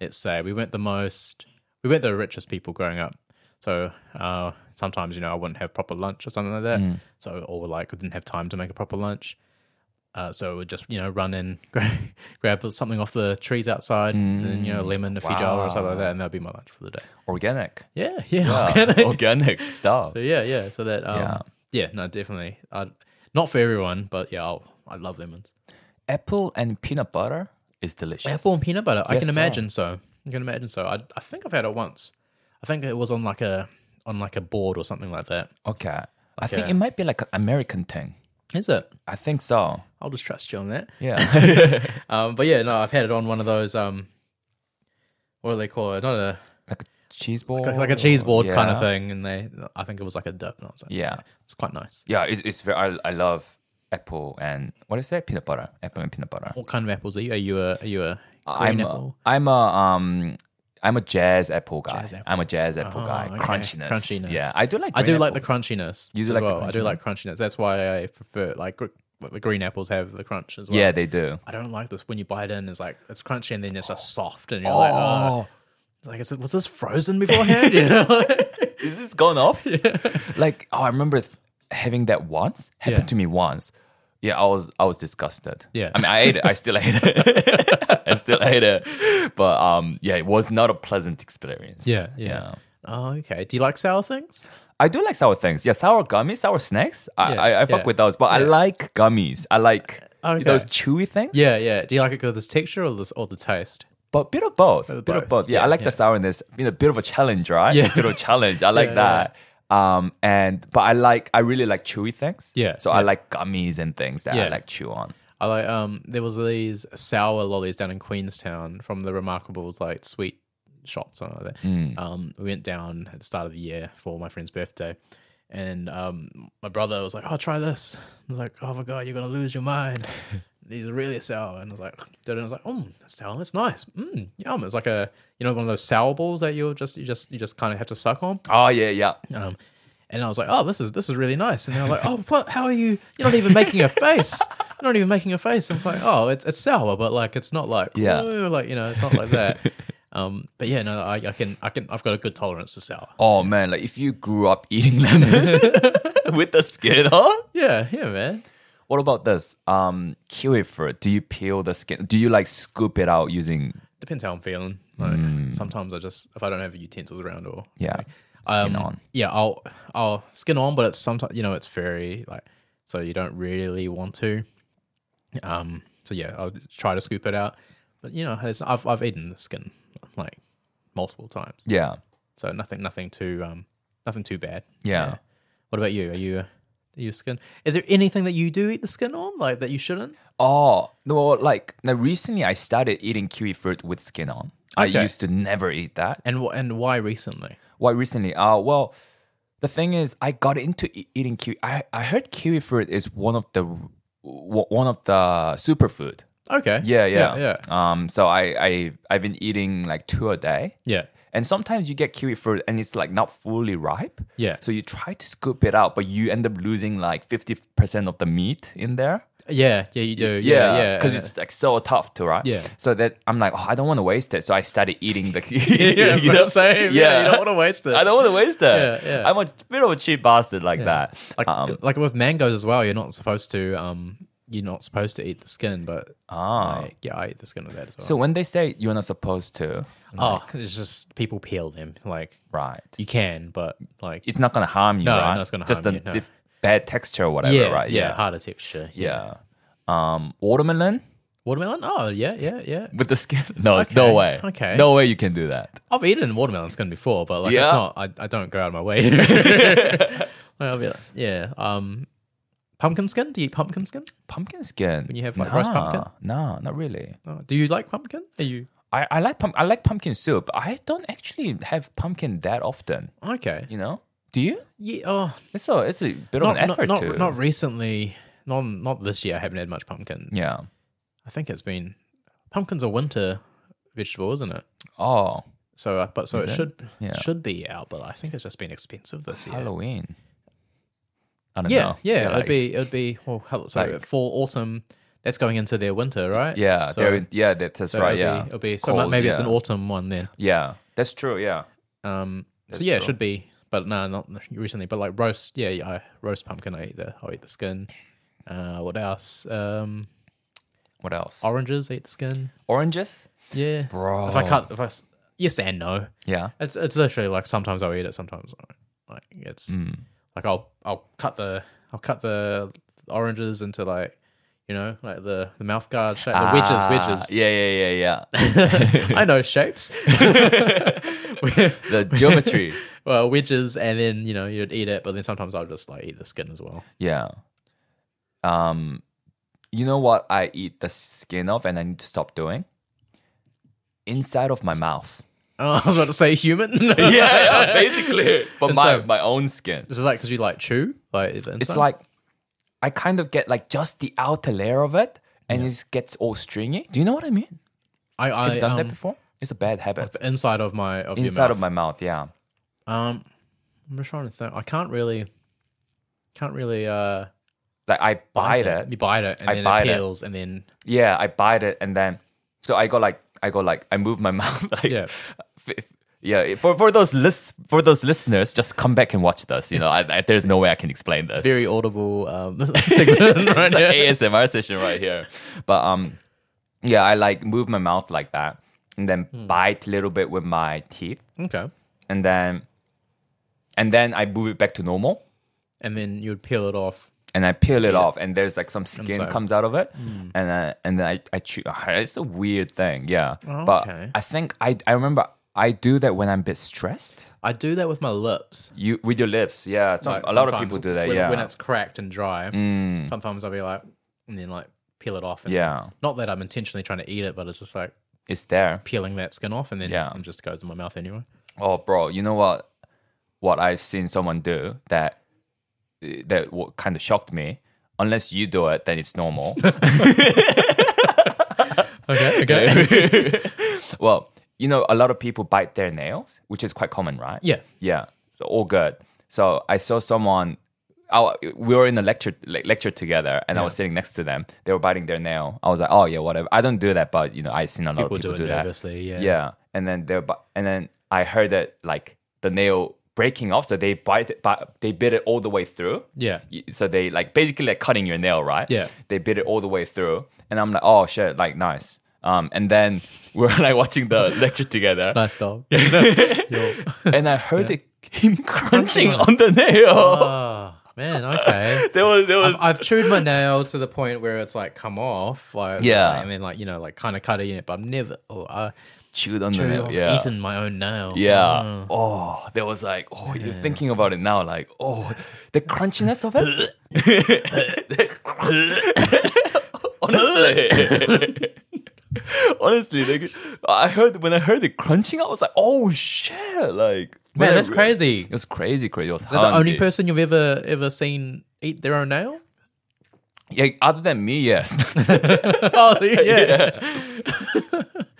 S2: let's say we weren't the most. We weren't the richest people growing up. So uh, sometimes you know I wouldn't have proper lunch or something like that. So or like didn't have time to make a proper lunch. Uh, so we'd just you know run in, grab, grab something off the trees outside, and then, you know lemon, a fijara or something like that, and that'd be my lunch for the day.
S1: Organic.
S2: Yeah, yeah.
S1: Yeah, organic stuff.
S2: So yeah, yeah. So that um,
S1: Yeah.
S2: yeah, no, definitely. I, not for everyone, but yeah, I'll, I love lemons.
S1: Apple and peanut butter is delicious.
S2: Apple and peanut butter. I
S1: Yes,
S2: can
S1: sir.
S2: imagine so. I can imagine so. I, I think I've had it once. I think it was on like a on like a board or something like that.
S1: Okay. I think
S2: Okay.
S1: it might be like an American thing.
S2: Is it?
S1: I think so.
S2: I'll just trust you on that.
S1: Yeah.
S2: Um, but yeah, no, I've had it on one of those. Um, what do they call it? Not a
S1: like a cheese board.
S2: like, like a cheese board kind
S1: Yeah.
S2: of thing. And they, I think it was like a dip. And I was like,
S1: Yeah.
S2: it's quite nice.
S1: Yeah, it's, it's very. I, I love apple and what is that? Peanut butter. Apple and peanut butter.
S2: What kind of apples are you? Are you a are you a
S1: I'm
S2: green apple?
S1: A, I'm a um I'm a jazz apple guy.
S2: Jazz apple.
S1: I'm a jazz apple
S2: Oh,
S1: guy.
S2: okay.
S1: Crunchiness.
S2: Crunchiness.
S1: Yeah, I do like.
S2: I do
S1: green
S2: like the
S1: apples.
S2: crunchiness.
S1: You do
S2: as
S1: like the
S2: well. I do
S1: crunchiness?
S2: like crunchiness. That's why I prefer like gr- what the green apples have the crunch as well.
S1: Yeah, they do.
S2: I don't like this when you bite in. It's like it's crunchy and then it's just soft and you're like, oh. It's like, is it, was this frozen beforehand? you know?
S1: Is this gone off? Like, oh, I remember th- having that once. Happened
S2: Yeah.
S1: to me once. Yeah, I was I was disgusted.
S2: Yeah.
S1: I mean, I ate it. I still ate it. I still ate it. But um, yeah, it was not a pleasant experience.
S2: Yeah, yeah. Oh, okay. Do you like sour things?
S1: I do like sour things. Yeah, sour gummies, sour snacks. I
S2: Yeah,
S1: I, I fuck
S2: yeah.
S1: with those. But I
S2: Yeah.
S1: like gummies. I like
S2: Okay.
S1: those chewy things.
S2: Yeah, yeah. Do you like it because of this texture or this or the taste?
S1: But bit of both.
S2: of
S1: bit of
S2: both.
S1: both. Yeah, I
S2: Yeah,
S1: like
S2: yeah.
S1: the sourness. You know, bit of a challenge, right?
S2: Yeah.
S1: Bit of a challenge. I like
S2: Yeah,
S1: that. Um, and but I like I really like chewy things.
S2: Yeah,
S1: So I like gummies and things that I
S2: Yeah.
S1: like chew on.
S2: I like um there was these sour lollies down in Queenstown from the Remarkables like sweet shop something like that. Um we went down at the start of the year for my friend's birthday and um my brother was like, Oh try this. I was like, Oh my god, you're gonna lose your mind. These are really sour, and I was like, did it, and I was like, oh, that's sour, that's nice, mm, yum. It's like a, you know, one of those sour balls that you just, you just, you just kind of have to suck on.
S1: Oh yeah, yeah.
S2: Um, and I was like, "Oh, this is this is really nice." And they were like, "Oh, what? How are you? You're not even making a face. You're not even making a face." And it's like, "Oh, it's it's sour, but like it's not like
S1: Yeah.
S2: "Ooh," like you know, it's not like that." um, but yeah, no, I, I can I can I've got a good tolerance to sour.
S1: Oh man, like if you grew up eating lemon with the skin on.
S2: Yeah, yeah, man.
S1: What about this? Um, kiwi fruit. Do you peel the skin? Do you like scoop it out using
S2: Depends how I'm feeling. Like, Sometimes I just if I don't have utensils around or
S1: yeah skin
S2: Um,
S1: on?
S2: Yeah, I'll I'll skin on, but it's sometimes you know it's very like so you don't really want to. Um. So yeah, I'll try to scoop it out, but you know, it's, I've I've eaten the skin like multiple times,
S1: Yeah,
S2: so nothing nothing too um nothing too bad.
S1: yeah.
S2: What about you? Are you uh, are you skin? Is there anything that you do eat the skin on like that you shouldn't?
S1: Oh no, like now recently I started eating kiwi fruit with skin on. I
S2: Okay.
S1: used to never eat that.
S2: And wh- and why recently?
S1: Why recently? Uh, well, the thing is, I got into e- eating kiwi. I, I heard kiwi fruit is one of the w- one of the superfood.
S2: Okay.
S1: Yeah, yeah,
S2: yeah,
S1: Um, so I I I've been eating like two a day.
S2: yeah.
S1: And sometimes you get kiwi fruit and it's like not fully ripe.
S2: Yeah.
S1: So you try to scoop it out, but you end up losing like fifty percent of the meat in there.
S2: Yeah, yeah, you do. Yeah, yeah.
S1: Because it's like so tough to right.
S2: Yeah.
S1: So that I'm like, oh, I don't want to waste it. So I started eating the.
S2: yeah, you know, same. Yeah, you don't want to waste it.
S1: I don't want to waste it.
S2: Yeah, yeah.
S1: I'm a bit of a cheap bastard like that.
S2: like
S1: um,
S2: like with mangoes as well. You're not supposed to um you're not supposed to eat the skin, but
S1: ah.
S2: I, yeah, I eat the skin of that as well.
S1: So ah. when they say you're not supposed to,
S2: oh, it's just people peel them. Like
S1: right?
S2: you can, but like
S1: It's not gonna harm you,
S2: No,
S1: right?
S2: no, it's gonna
S1: just
S2: harm
S1: a
S2: you, no.
S1: diff- bad texture or whatever,
S2: yeah,
S1: right?
S2: yeah, harder texture.
S1: yeah. Um, watermelon
S2: Watermelon? Oh yeah, yeah, yeah.
S1: with the skin? No, no way.
S2: okay.
S1: No way you can do that.
S2: I've eaten watermelon skin before, but like
S1: Yeah.
S2: it's not. I, I don't go out of my way. Like, I'll be like, yeah. Um, pumpkin skin? Do you eat pumpkin skin?
S1: Pumpkin skin. When
S2: you have, like, roast pumpkin?
S1: No, not really.
S2: Oh, do you like pumpkin? Are you
S1: I, I like pump, I like pumpkin soup. I don't actually have pumpkin that often.
S2: okay?
S1: You know? Do you?
S2: Yeah. Oh,
S1: It's a it's a bit
S2: not
S1: of an effort
S2: not,
S1: to.
S2: not, not recently. Not not this year. I haven't had much pumpkin.
S1: yeah.
S2: I think it's been pumpkins are winter vegetable, isn't it?
S1: Oh,
S2: So, uh, but so it,
S1: it?
S2: should
S1: Yeah.
S2: should be out, but I think it's just been expensive this year.
S1: Halloween. I don't
S2: Yeah,
S1: know.
S2: yeah, it'd
S1: like-
S2: be it'd be well, hell, so
S1: like-
S2: fall autumn. That's going into their winter, right?
S1: Yeah,
S2: so,
S1: there- yeah, that- that's
S2: so
S1: right.
S2: it'll
S1: yeah,
S2: be, it'll be so mu-
S1: Cold,
S2: maybe it's
S1: yeah.
S2: an autumn one then.
S1: Yeah, that's true. Yeah,
S2: Um, so
S1: That's
S2: yeah, it
S1: true.
S2: should be, but no, not recently. But like roast, yeah, yeah I roast pumpkin. I eat the I eat the skin. Uh, what else? Um,
S1: what else?
S2: oranges I eat the skin.
S1: Oranges.
S2: Yeah, If I cut, if I s- yes and no.
S1: Yeah.
S2: It's it's literally like sometimes I'll eat it, sometimes I won't. like it's
S1: Hmm.
S2: like I'll I'll cut the I'll cut the oranges into like you know like the the mouth guard shape, the
S1: Ah,
S2: wedges
S1: Yeah, yeah, yeah, yeah.
S2: wedges. I know shapes.
S1: the geometry.
S2: well, wedges, and then you know you'd eat it, but then sometimes I'll just like eat the skin as well.
S1: Yeah. Um, you know what I eat the skin of, and I need to stop doing. Inside of my mouth.
S2: Oh, I was about to say human.
S1: yeah, yeah, basically. But
S2: And
S1: my
S2: so-
S1: my own skin.
S2: This is like because you like chew like the
S1: It's
S2: inside?
S1: like I kind of get like just the outer layer of it, and it gets all stringy. Do you know what I mean?
S2: I I
S1: Have you done that
S2: um,
S1: before? It's a bad habit.
S2: the inside of my of your
S1: Inside
S2: mouth.
S1: of my mouth, yeah.
S2: Um, I'm just trying to think. I can't really, can't really uh
S1: Like I bite it.
S2: You bite it, and
S1: I
S2: then
S1: bite it.
S2: it peels, and then
S1: Yeah, I bite it, and then so I go like I go like I move my mouth like
S2: Yeah.
S1: f- Yeah, it- for for those list for those listeners, just come back and watch this. You know, I, I, there's no way I can explain this.
S2: Very audible um, segment right now.
S1: it's an ASMR session right here. But um, yeah, I like move my mouth like that, and then
S2: Hmm.
S1: bite a little bit with my teeth,
S2: Okay.
S1: and then and then I move it back to normal,
S2: And then you would peel it off.
S1: and I peel it off, and there's like some skin
S2: Inside. Hmm.
S1: comes out of it, and I, and then I I chew. It's a weird thing, yeah.
S2: Okay.
S1: But I think I I remember I do that when I'm a bit stressed.
S2: I do that with my lips.
S1: You with your lips, yeah. Some,
S2: Like,
S1: a lot of
S2: sometimes
S1: people do that,
S2: when,
S1: yeah. Mm.
S2: When it's cracked and dry, sometimes I'll be like, and then like peel it off. And
S1: Yeah.
S2: Not that I'm intentionally trying to eat it, but it's just like
S1: it's there.
S2: peeling that skin off, and then
S1: Yeah.
S2: it just goes in my mouth anyway.
S1: Oh, bro, you know what? What I've seen someone do that that what kind of shocked me. Unless you do it, then it's normal.
S2: Okay. Okay.
S1: well, you know, a lot of people bite their nails, which is quite common, right?
S2: yeah.
S1: Yeah. So all good. So I saw someone. I, we were in a lecture le- lecture together, and I was sitting next to them. They were biting their nail. I was like, "Oh yeah, whatever." I don't do that, but you know, I've seen a lot
S2: People
S1: of
S2: do
S1: people
S2: it
S1: do that.
S2: nervously. Yeah.
S1: Yeah, and then they bu- and then I heard that like the nail breaking off, so they bite it, but they bit it all the way through.
S2: Yeah.
S1: Y- So they like basically like cutting your nail, right?
S2: Yeah.
S1: They bit it all the way through, and I'm like, oh shit, like nice. Um, and then we're like watching the lecture together,
S2: Nice dog.
S1: and I heard it, him crunching on the nail.
S2: oh man. Okay.
S1: there was there was
S2: I've, I've chewed my nail to the point where it's like come off, like
S1: Yeah.
S2: I mean, like you know, like kind of cutting it, but I've never, oh, I
S1: chewed on the
S2: chewed
S1: nail.
S2: on-
S1: Yeah.
S2: eaten my own nail. Mm.
S1: Yeah. Oh, there was like, oh, you're thinking about it now, like, oh, the crunchiness of it. Honestly. Honestly, like, I heard when I heard the crunching, I was like, "Oh shit!" Like, when
S2: man,
S1: I
S2: that's
S1: re-
S2: crazy.
S1: It was crazy, crazy. It was
S2: You're the only
S1: hungry.
S2: person you've ever ever seen eat their own nail.
S1: Yeah, other than me, yes.
S2: oh, so you- yeah.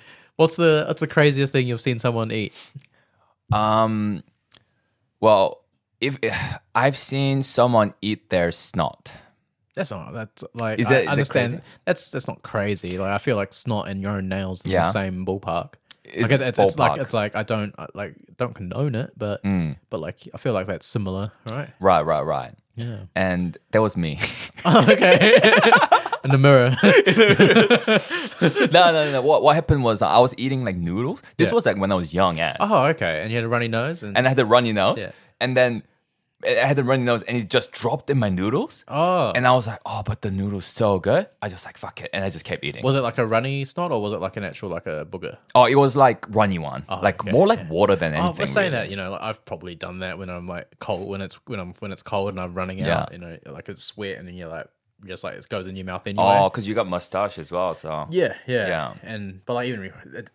S2: what's the what's the craziest thing you've seen someone eat?
S1: um, well, if I've seen someone eat their snot,
S2: That's not. That's like
S1: Is
S2: I
S1: that- is that
S2: understand.
S1: crazy?
S2: That's that's not crazy. Like I feel like snot and your own nails in
S1: Yeah.
S2: the same ballpark.
S1: It's
S2: like it- it's, it's like
S1: ballpark. Mm.
S2: it's like I don't I, like don't condone it, but but like I feel like that's similar, right?
S1: right, right, right,
S2: Yeah.
S1: and that was me.
S2: Oh, okay. in the mirror.
S1: no, no, no. What, what happened was I was eating like noodles. This
S2: Yeah.
S1: was like when I was young, ass.
S2: oh, okay. And you had a runny nose, and,
S1: And I had a runny nose.
S2: Yeah.
S1: And then I I had a runny nose and it just dropped in my noodles.
S2: oh,
S1: And I was like, oh, but the noodles so good. I just like, fuck it. And I just kept eating.
S2: was it like a runny snot, or was it like an actual like a booger?
S1: oh, it was like runny one. like
S2: Oh, okay,
S1: more like water than
S2: Oh,
S1: anything.
S2: for saying
S1: really.
S2: that, you know, like, I've probably done that when I'm like cold, when it's when I'm when it's cold and I'm running
S1: Yeah.
S2: out, you know, like it's sweat, and then you're like, you're just like it goes in your mouth anyway.
S1: Oh, because you got mustache as well. So
S2: Yeah, yeah,
S1: Yeah.
S2: And but like even re-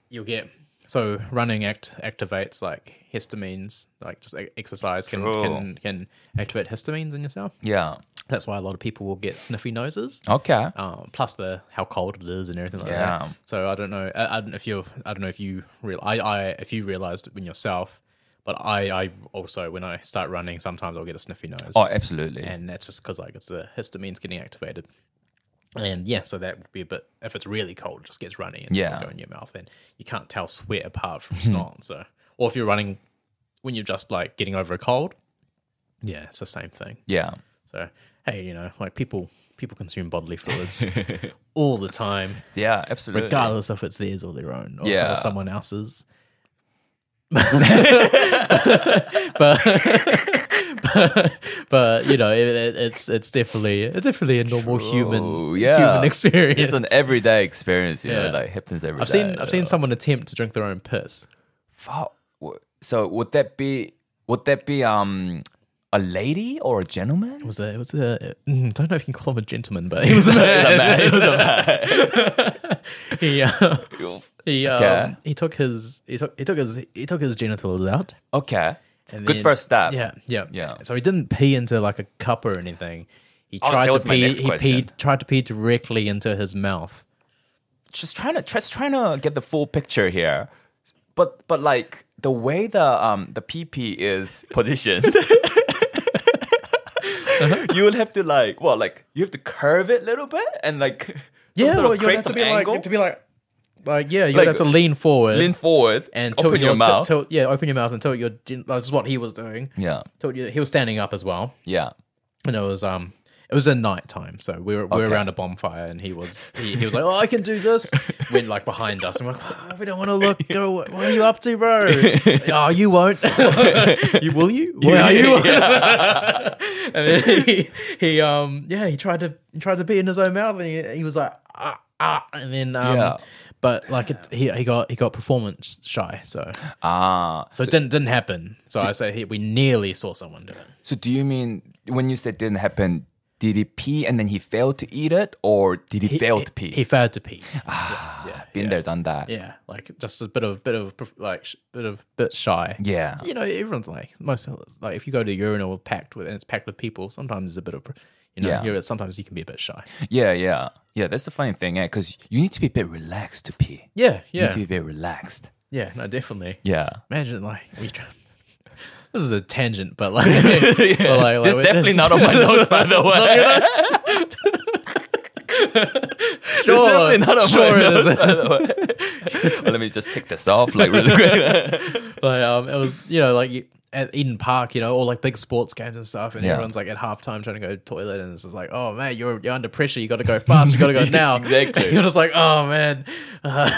S2: you'll get so running act activates like histamines, like just e- exercise can
S1: True.
S2: can can activate histamines in yourself.
S1: yeah.
S2: That's why a lot of people will get sniffy noses.
S1: Okay.
S2: Um, plus the how cold it is and everything like
S1: Yeah.
S2: that. So I don't know. I, I don't know if you. I don't know if you. Real, I, I if you realized it when yourself, but I I also when I start running, sometimes I'll get a sniffy nose
S1: Oh, absolutely.
S2: and that's just because like it's the histamine's getting activated and yeah so that would be a bit if it's really cold it just gets runny and
S1: Yeah.
S2: it'll go in your mouth and you can't tell sweat apart from snot so or if you're running when you're just like getting over a cold yeah it's the same thing
S1: yeah.
S2: so hey you know like people people consume bodily fluids all the time
S1: Yeah, absolutely.
S2: regardless if it's theirs or their own or,
S1: Yeah.
S2: or someone else's. but, but you know it, it, it's it's definitely it's definitely a normal
S1: True,
S2: human
S1: yeah.
S2: human experience.
S1: It's an everyday experience, you know,
S2: Yeah.
S1: like happens every
S2: I've
S1: day,
S2: seen
S1: you
S2: I've seen
S1: know.
S2: someone attempt to drink their own piss.
S1: Fuck. Wh- So would that be would that be um a lady or a gentleman?
S2: Was it was a mm, don't know if you can call him a gentleman, but he was a man.
S1: It was a man.
S2: he uh, he, um,
S1: Okay.
S2: he took his he took he took his he took his genitals out.
S1: okay.
S2: And
S1: Good
S2: then-
S1: first step.
S2: Yeah, yeah,
S1: Yeah.
S2: So he didn't pee into like a cup or anything. He
S1: Oh,
S2: tried
S1: that
S2: to
S1: was my
S2: pee.
S1: next
S2: He
S1: question.
S2: peed, tried to pee directly into his mouth.
S1: Just trying to just trying to get the full picture here. But but like the way the um the PP is positioned. you would have to like well like you have to curve it a little bit and like some
S2: Yeah,
S1: sort
S2: well,
S1: of
S2: you'd
S1: create
S2: have to
S1: some
S2: be
S1: angle.
S2: like to be like Like, yeah, you
S1: Like,
S2: have to lean forward
S1: Lean forward
S2: and
S1: and
S2: tilt
S1: open your
S2: ti-
S1: mouth.
S2: tilt- yeah, open your mouth and tilt your. Gen- that's what he was doing.
S1: yeah,
S2: Tilt your, he was standing up as well,
S1: yeah.
S2: and it was um, it was at night time, so we were we were
S1: Okay.
S2: around a bonfire, and he was he, he was like, oh, I can do this. Went like behind us, and we're like, "Ah, we don't want to look. Go, what are you up to, bro? oh, you won't. you will you? Well, you. won't." and then he, he um yeah he tried to he tried to pee in his own mouth and he, he was like ah, ah and then um
S1: Yeah.
S2: but like it, he he got he got performance shy so
S1: Ah,
S2: so it didn't didn't happen so I say he, we nearly saw someone do it
S1: so do you mean when you said didn't happen? Did he pee and then he failed to eat it, or did he, fail to pee?
S2: he failed to pee
S1: yeah, been there, done that.
S2: yeah like just a bit of bit of like sh- bit of bit shy
S1: Yeah.
S2: you know everyone's like most of us- like if you go to the urinal packed with and it's packed with people sometimes there's a bit of you know
S1: Yeah.
S2: you're, sometimes you can be a bit shy
S1: Yeah, yeah, yeah. That's the funny thing, yeah, because you need to be a bit relaxed to pee.
S2: yeah
S1: You
S2: yeah
S1: need to be a bit relaxed.
S2: yeah no definitely
S1: Yeah.
S2: Imagine like we. Try- this is a tangent, but like, but like, like
S1: This
S2: we-
S1: definitely not on my notes, by the way. It's
S2: sure,
S1: definitely not on my
S2: sure it
S1: notes,
S2: is.
S1: by the way. well, let me just take this off, like really quick.
S2: Like um, it was you know like you- at Eden Park, you know, all like big sports games and stuff, and
S1: Yeah.
S2: everyone's like at halftime trying to go to the toilet, and it's just like, oh man, you're you're under pressure, you got to go fast, you got to go now.
S1: Exactly.
S2: you're just like, oh man. Uh,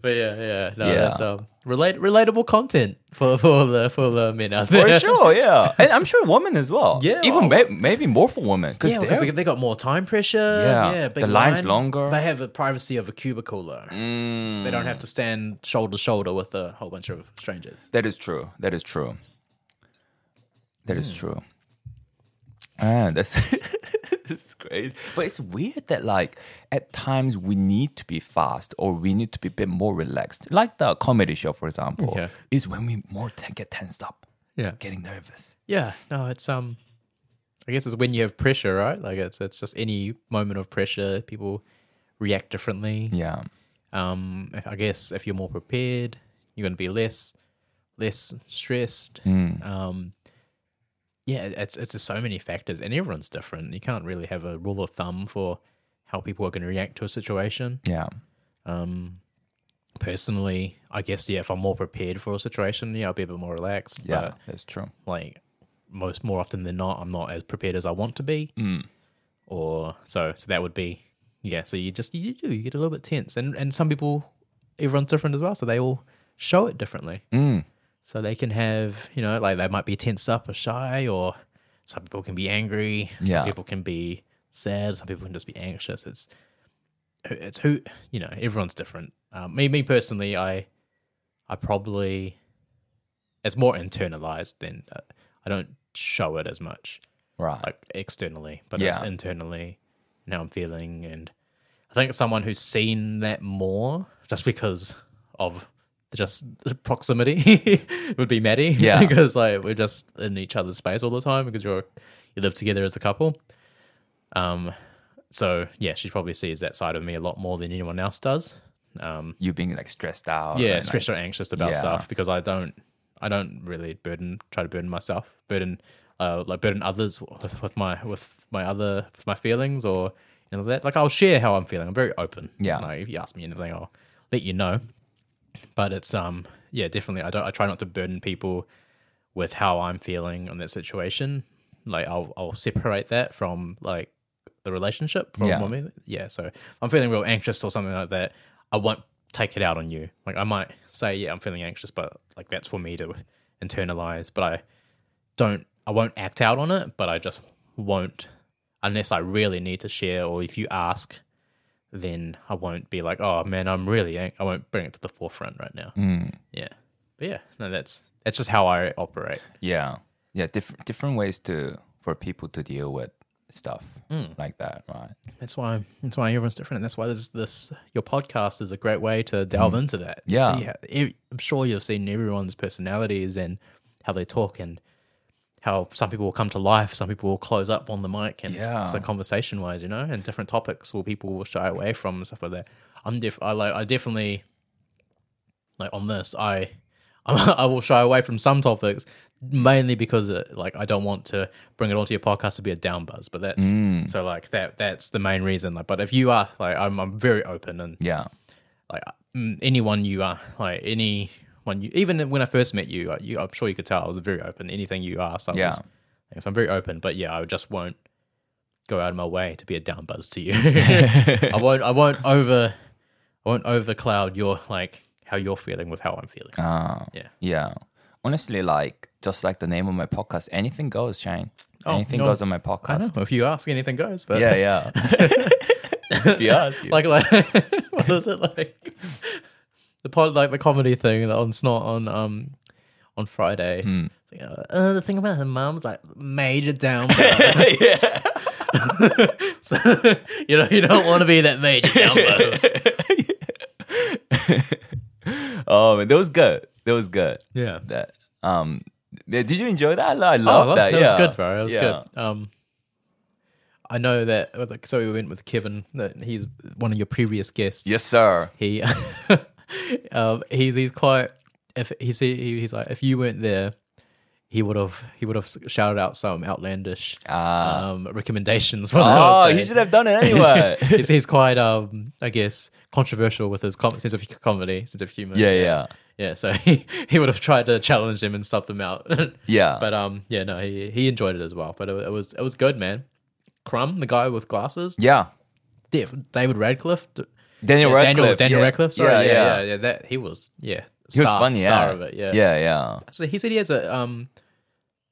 S2: but yeah, yeah, no,
S1: Yeah.
S2: that's um, relate relatable content for for the for the men out there.
S1: For sure, yeah, and I'm sure women as well.
S2: Yeah.
S1: even may- maybe more for women because
S2: Yeah, because they, they got more time pressure.
S1: Yeah,
S2: Yeah,
S1: the line's longer. Mm.
S2: They have the privacy of a cubicle though. They don't have to stand shoulder to shoulder with a whole bunch of strangers.
S1: That is true. That is true. That
S2: Hmm.
S1: is true. Ah, that's it's crazy. But it's weird that like at times we need to be fast or we need to be a bit more relaxed. Like the comedy show, for example,
S2: Yeah.
S1: is when we more te- get tensed up,
S2: Yeah,
S1: getting nervous.
S2: yeah. No, it's um, I guess it's when you have pressure, right? Like it's it's just any moment of pressure, people react differently.
S1: Yeah.
S2: Um, I guess if you're more prepared, you're going to be less less stressed. Um, yeah, it's it's just so many factors, and everyone's different. You can't really have a rule of thumb for how people are going to react to a situation.
S1: Yeah.
S2: Um, personally, I guess yeah, if I'm more prepared for a situation, yeah, I'll be a bit more relaxed.
S1: Yeah.
S2: But
S1: that's true.
S2: like most more often than not, I'm not as prepared as I want to be.
S1: Mm.
S2: Or so so that would be yeah. So you just you do you get a little bit tense, and and some people everyone's different as well, so they all show it differently.
S1: Mm.
S2: So they can have you know like they might be tensed up or shy, or some people can be angry. Some
S1: Yeah.
S2: people can be sad. Some people can just be anxious. It's it's who you know. Everyone's different. Um, me me personally, I I probably it's more internalized than uh, I don't show it as much
S1: Right.
S2: like externally, but it's
S1: Yeah.
S2: internally and how I'm feeling. And I think someone who's seen that more just because of just the proximity would be Maddie.
S1: Yeah.
S2: because like we're just in each other's space all the time because you're you live together as a couple. Um, so yeah, she probably sees that side of me a lot more than anyone else does. Um,
S1: you being like stressed out.
S2: yeah,
S1: and, like,
S2: stressed or anxious about
S1: Yeah.
S2: stuff because I don't, I don't really burden, try to burden myself, burden, uh, like burden others with, with my with my other with my feelings or you know that. Like I'll share how I'm feeling. I'm very open.
S1: Yeah.
S2: Like if you ask me anything, I'll let you know. But it's um yeah, definitely. I don't. I try not to burden people with how I'm feeling on that situation. Like I'll I'll separate that from like the relationship. From
S1: Yeah.
S2: yeah. yeah. So if I'm feeling real anxious or something like that. I won't take it out on you. Like I might say, yeah, I'm feeling anxious, but like that's for me to internalize. But I don't. I won't act out on it. But I just won't unless I really need to share or if you ask. Then I won't be like, oh man, I'm really. Ang-. I won't bring it to the forefront right now. Yeah. But yeah, no, that's that's just how I operate.
S1: Yeah, yeah, different different ways to for people to deal with stuff
S2: Hmm.
S1: like that, right?
S2: That's why that's why everyone's different, and that's why this this your podcast is a great way to delve into that.
S1: Yeah.
S2: See how- ev- e, I'm sure you've seen everyone's personalities and how they talk, and how some people will come to life, some people will close up on the mic, and
S1: Yeah.
S2: it's like conversation wise, you know, and different topics will people will shy away from and stuff like that. I'm def I like I definitely like on this I. I will shy away from some topics mainly because uh, like I don't want to bring it onto your podcast to be a down buzz, but that's so like that that's the main reason. Like, but if you are like I'm, I'm very open and
S1: Yeah.
S2: like mm, anyone you are like anyone you even when I first met you, like, you I'm sure you could tell I was very open. Anything you asked, I
S1: Yeah.
S2: was, so I'm very open. But yeah, I just won't go out of my way to be a down buzz to you. I won't I won't over I won't overcloud your like how you're feeling with how I'm feeling.
S1: Uh,
S2: Yeah.
S1: Yeah. Honestly, like just like the name of my podcast, anything goes, Shane.
S2: Oh,
S1: anything
S2: no.
S1: goes on my
S2: I
S1: podcast.
S2: don't know if you ask, anything goes. But
S1: Yeah, yeah. if you ask, you.
S2: like like what was it like the pod like the comedy thing on snot on um on Friday.
S1: Hmm.
S2: Uh, the thing about her mum's like major down.
S1: yeah.
S2: so, you know you don't want to be that major down. buzz.
S1: Oh, man, that was good. That was good.
S2: yeah.
S1: That um, yeah, did you enjoy that? I lo- I
S2: Oh,
S1: love
S2: well,
S1: that.
S2: that
S1: yeah,
S2: was good, bro. That was
S1: Yeah.
S2: good. Um, I know that. uh, like, So we went with Kevin. That he's one of your previous guests.
S1: Yes, sir.
S2: he um he's he's quite if he's he, he's like if you weren't there he would have he would have shouted out some outlandish
S1: Ah.
S2: um recommendations for
S1: Oh, he should have done it anyway.
S2: he's, he's quite um i guess controversial with his com- sense of comedy sense of humor
S1: yeah, yeah,
S2: yeah so he, he would have tried to challenge them and stop them out
S1: yeah.
S2: but um yeah no he he enjoyed it as well but it, it was it was good man crumb the guy with glasses
S1: yeah.
S2: Dave- david radcliffe d-
S1: Daniel
S2: yeah,
S1: Radcliffe.
S2: Daniel Daniel
S1: yeah.
S2: Radcliffe. Sorry, yeah, yeah, yeah, That he was, yeah,
S1: He
S2: star,
S1: was funny. Yeah.
S2: star of it. Yeah.
S1: yeah, yeah.
S2: So he said he has a um,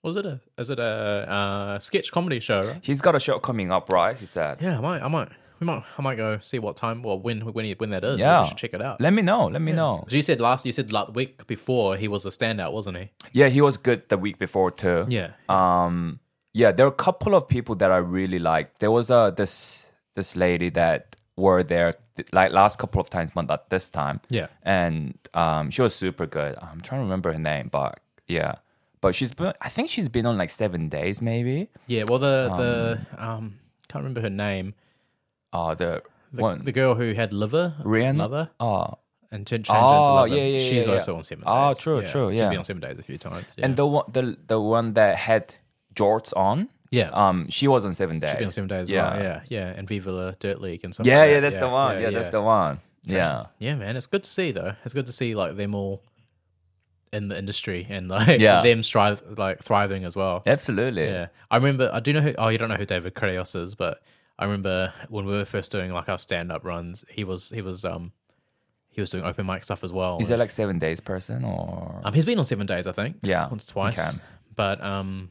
S2: was it a is it a uh, sketch comedy show? Right?
S1: He's got a show coming up, right? He said.
S2: Yeah, I might, I might, we might, I might go see what time, well, when, when, he, when that is.
S1: Yeah.
S2: we should check it out.
S1: Let me know. Let me know.
S2: 'Cause you said last, you said like the week before he was a standout, wasn't he?
S1: Yeah, he was good the week before too.
S2: Yeah.
S1: Um, yeah, there are a couple of people that I really liked. There was uh, this this lady that were there th- like last couple of times, but not this time.
S2: Yeah.
S1: and um, she was super good. I'm trying to remember her name, but yeah, but she's been. I think she's been on like seven days, maybe.
S2: yeah. Well, the the um, can't remember her name.
S1: Oh, the,
S2: The,
S1: one.
S2: the girl who had liver,
S1: Rihanna?
S2: lover,
S1: oh,
S2: and turned, changed into
S1: Oh,
S2: lover.
S1: yeah, yeah,
S2: She's
S1: yeah,
S2: also
S1: yeah.
S2: on seven.
S1: Oh,
S2: Days.
S1: true, true,
S2: She's
S1: yeah.
S2: been on seven days a few times. Yeah.
S1: and the one the the one that had jorts on.
S2: yeah.
S1: Um, she was on seven days.
S2: Should be on the same day as
S1: yeah.
S2: well. Yeah, yeah, and Viva La Dirt League and stuff.
S1: Yeah,
S2: like
S1: yeah,
S2: that.
S1: that's the one. Yeah, that's the one. Yeah.
S2: Yeah, man, it's good to see though. It's good to see like them all in the industry and like
S1: Yeah.
S2: them strive like thriving as well.
S1: Absolutely.
S2: Yeah, I remember. I do know who. Oh, you don't know who David Credios is, but I remember when we were first doing like our stand up runs, he was he was um he was doing open mic stuff as well.
S1: Is that like seven days person or
S2: Um, he's been on Seven Days, I think.
S1: Yeah.
S2: once twice.
S1: Okay.
S2: But um,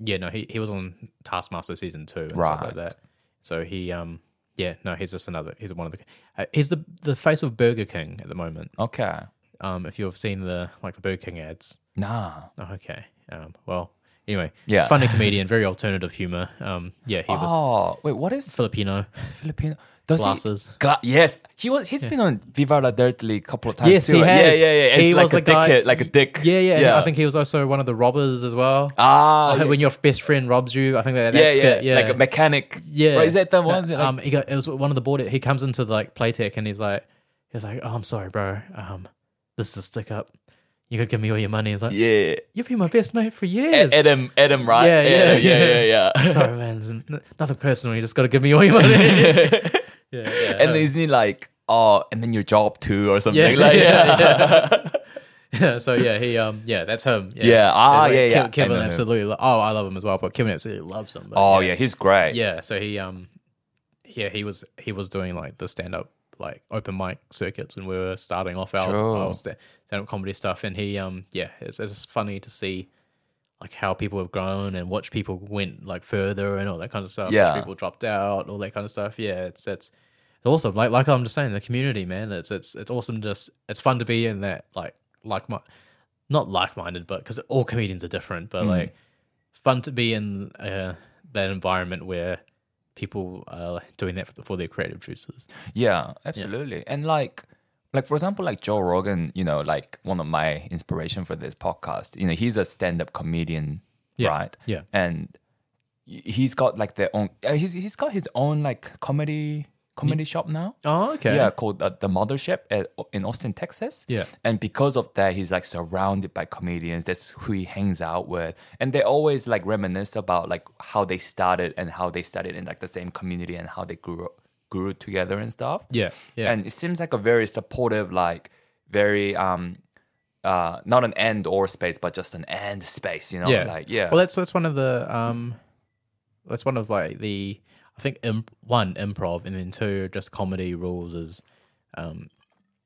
S2: yeah, no, he, he was on Taskmaster season two and stuff like
S1: Right.
S2: that. So he um, yeah, no, he's just another. He's one of the. Uh, he's the the face of Burger King at the moment.
S1: okay?
S2: Um, if you've seen the like the Burger King ads.
S1: Nah.
S2: Oh, okay. Um, well, anyway,
S1: Yeah.
S2: funny comedian, very alternative humor. Um, yeah, he was
S1: Oh wait, what is
S2: Filipino.
S1: Filipino? Does he-
S2: Glasses.
S1: Gla- yes, he was. He's been on Viva la Dirt League a couple of times.
S2: Yes,
S1: too.
S2: he
S1: right?
S2: has.
S1: Yeah, yeah, yeah. It's
S2: He
S1: like
S2: was
S1: a
S2: the guy-
S1: dickhead, like a dick.
S2: Yeah, yeah, And I think he was also one of the robbers as well. Uh,
S1: ah,
S2: when your best friend robs you, I think that,
S1: yeah,
S2: that's
S1: yeah,
S2: it. Yeah,
S1: like a mechanic.
S2: Yeah,
S1: right, is that the
S2: No,
S1: one? that, like-
S2: um, he got, it was one of the board. He comes into the, like Playtech and he's like, he's like, oh, I'm sorry, bro. Um, this is a stick up. You could give me all your money. He's like,
S1: yeah,
S2: you've been my best mate for years.
S1: Adam, Adam, right?
S2: Yeah, yeah,
S1: yeah, yeah, yeah. yeah.
S2: sorry, man. It's n- nothing personal. You just got to give me all your money. yeah, yeah.
S1: and isn't he like, oh, and then your job too or something?
S2: Yeah,
S1: like,
S2: yeah,
S1: yeah,
S2: yeah. So yeah, he um, yeah, that's him. Yeah.
S1: Yeah, ah,
S2: There's,
S1: yeah, yeah,
S2: Ke-
S1: I
S2: Kevin
S1: know him.
S2: absolutely. lo- oh, I love him as well, but Kevin absolutely loves him. but
S1: Oh yeah, he's great.
S2: yeah so he um yeah he was he was doing like the stand up like open mic circuits when we were starting off our,
S1: Sure.
S2: stand up comedy stuff and he um yeah it's, it's just funny to see like how people have grown and which people went like further and all that kind of stuff which
S1: Yeah.
S2: people dropped out all that kind of stuff yeah it's it's it's awesome like like i'm just saying the community man it's it's it's awesome just it's fun to be in that like like my not like-minded but because all comedians are different but like fun to be in uh, that environment where people are doing that for, for their creative juices.
S1: Yeah, absolutely. And like like for example, like Joe Rogan, you know, like one of my inspiration for this podcast, you know, he's a stand-up comedian,
S2: Yeah,
S1: right?
S2: yeah.
S1: And y- he's got like their own uh, he's he's got his own like comedy comedy shop now.
S2: Oh, okay.
S1: Yeah, called uh, the Mothership at, in Austin, Texas.
S2: Yeah.
S1: and because of that, he's like surrounded by comedians. That's who he hangs out with, and they always like reminisce about like how they started and how they started in like the same community and how they grew grew together and stuff.
S2: Yeah, yeah.
S1: And it seems like a very supportive, like very um, uh, not an end or space, but just an end space. You know,
S2: yeah,
S1: like yeah,
S2: Well, that's that's one of the um, that's one of like the I think imp- one improv and then two just comedy rules is, um,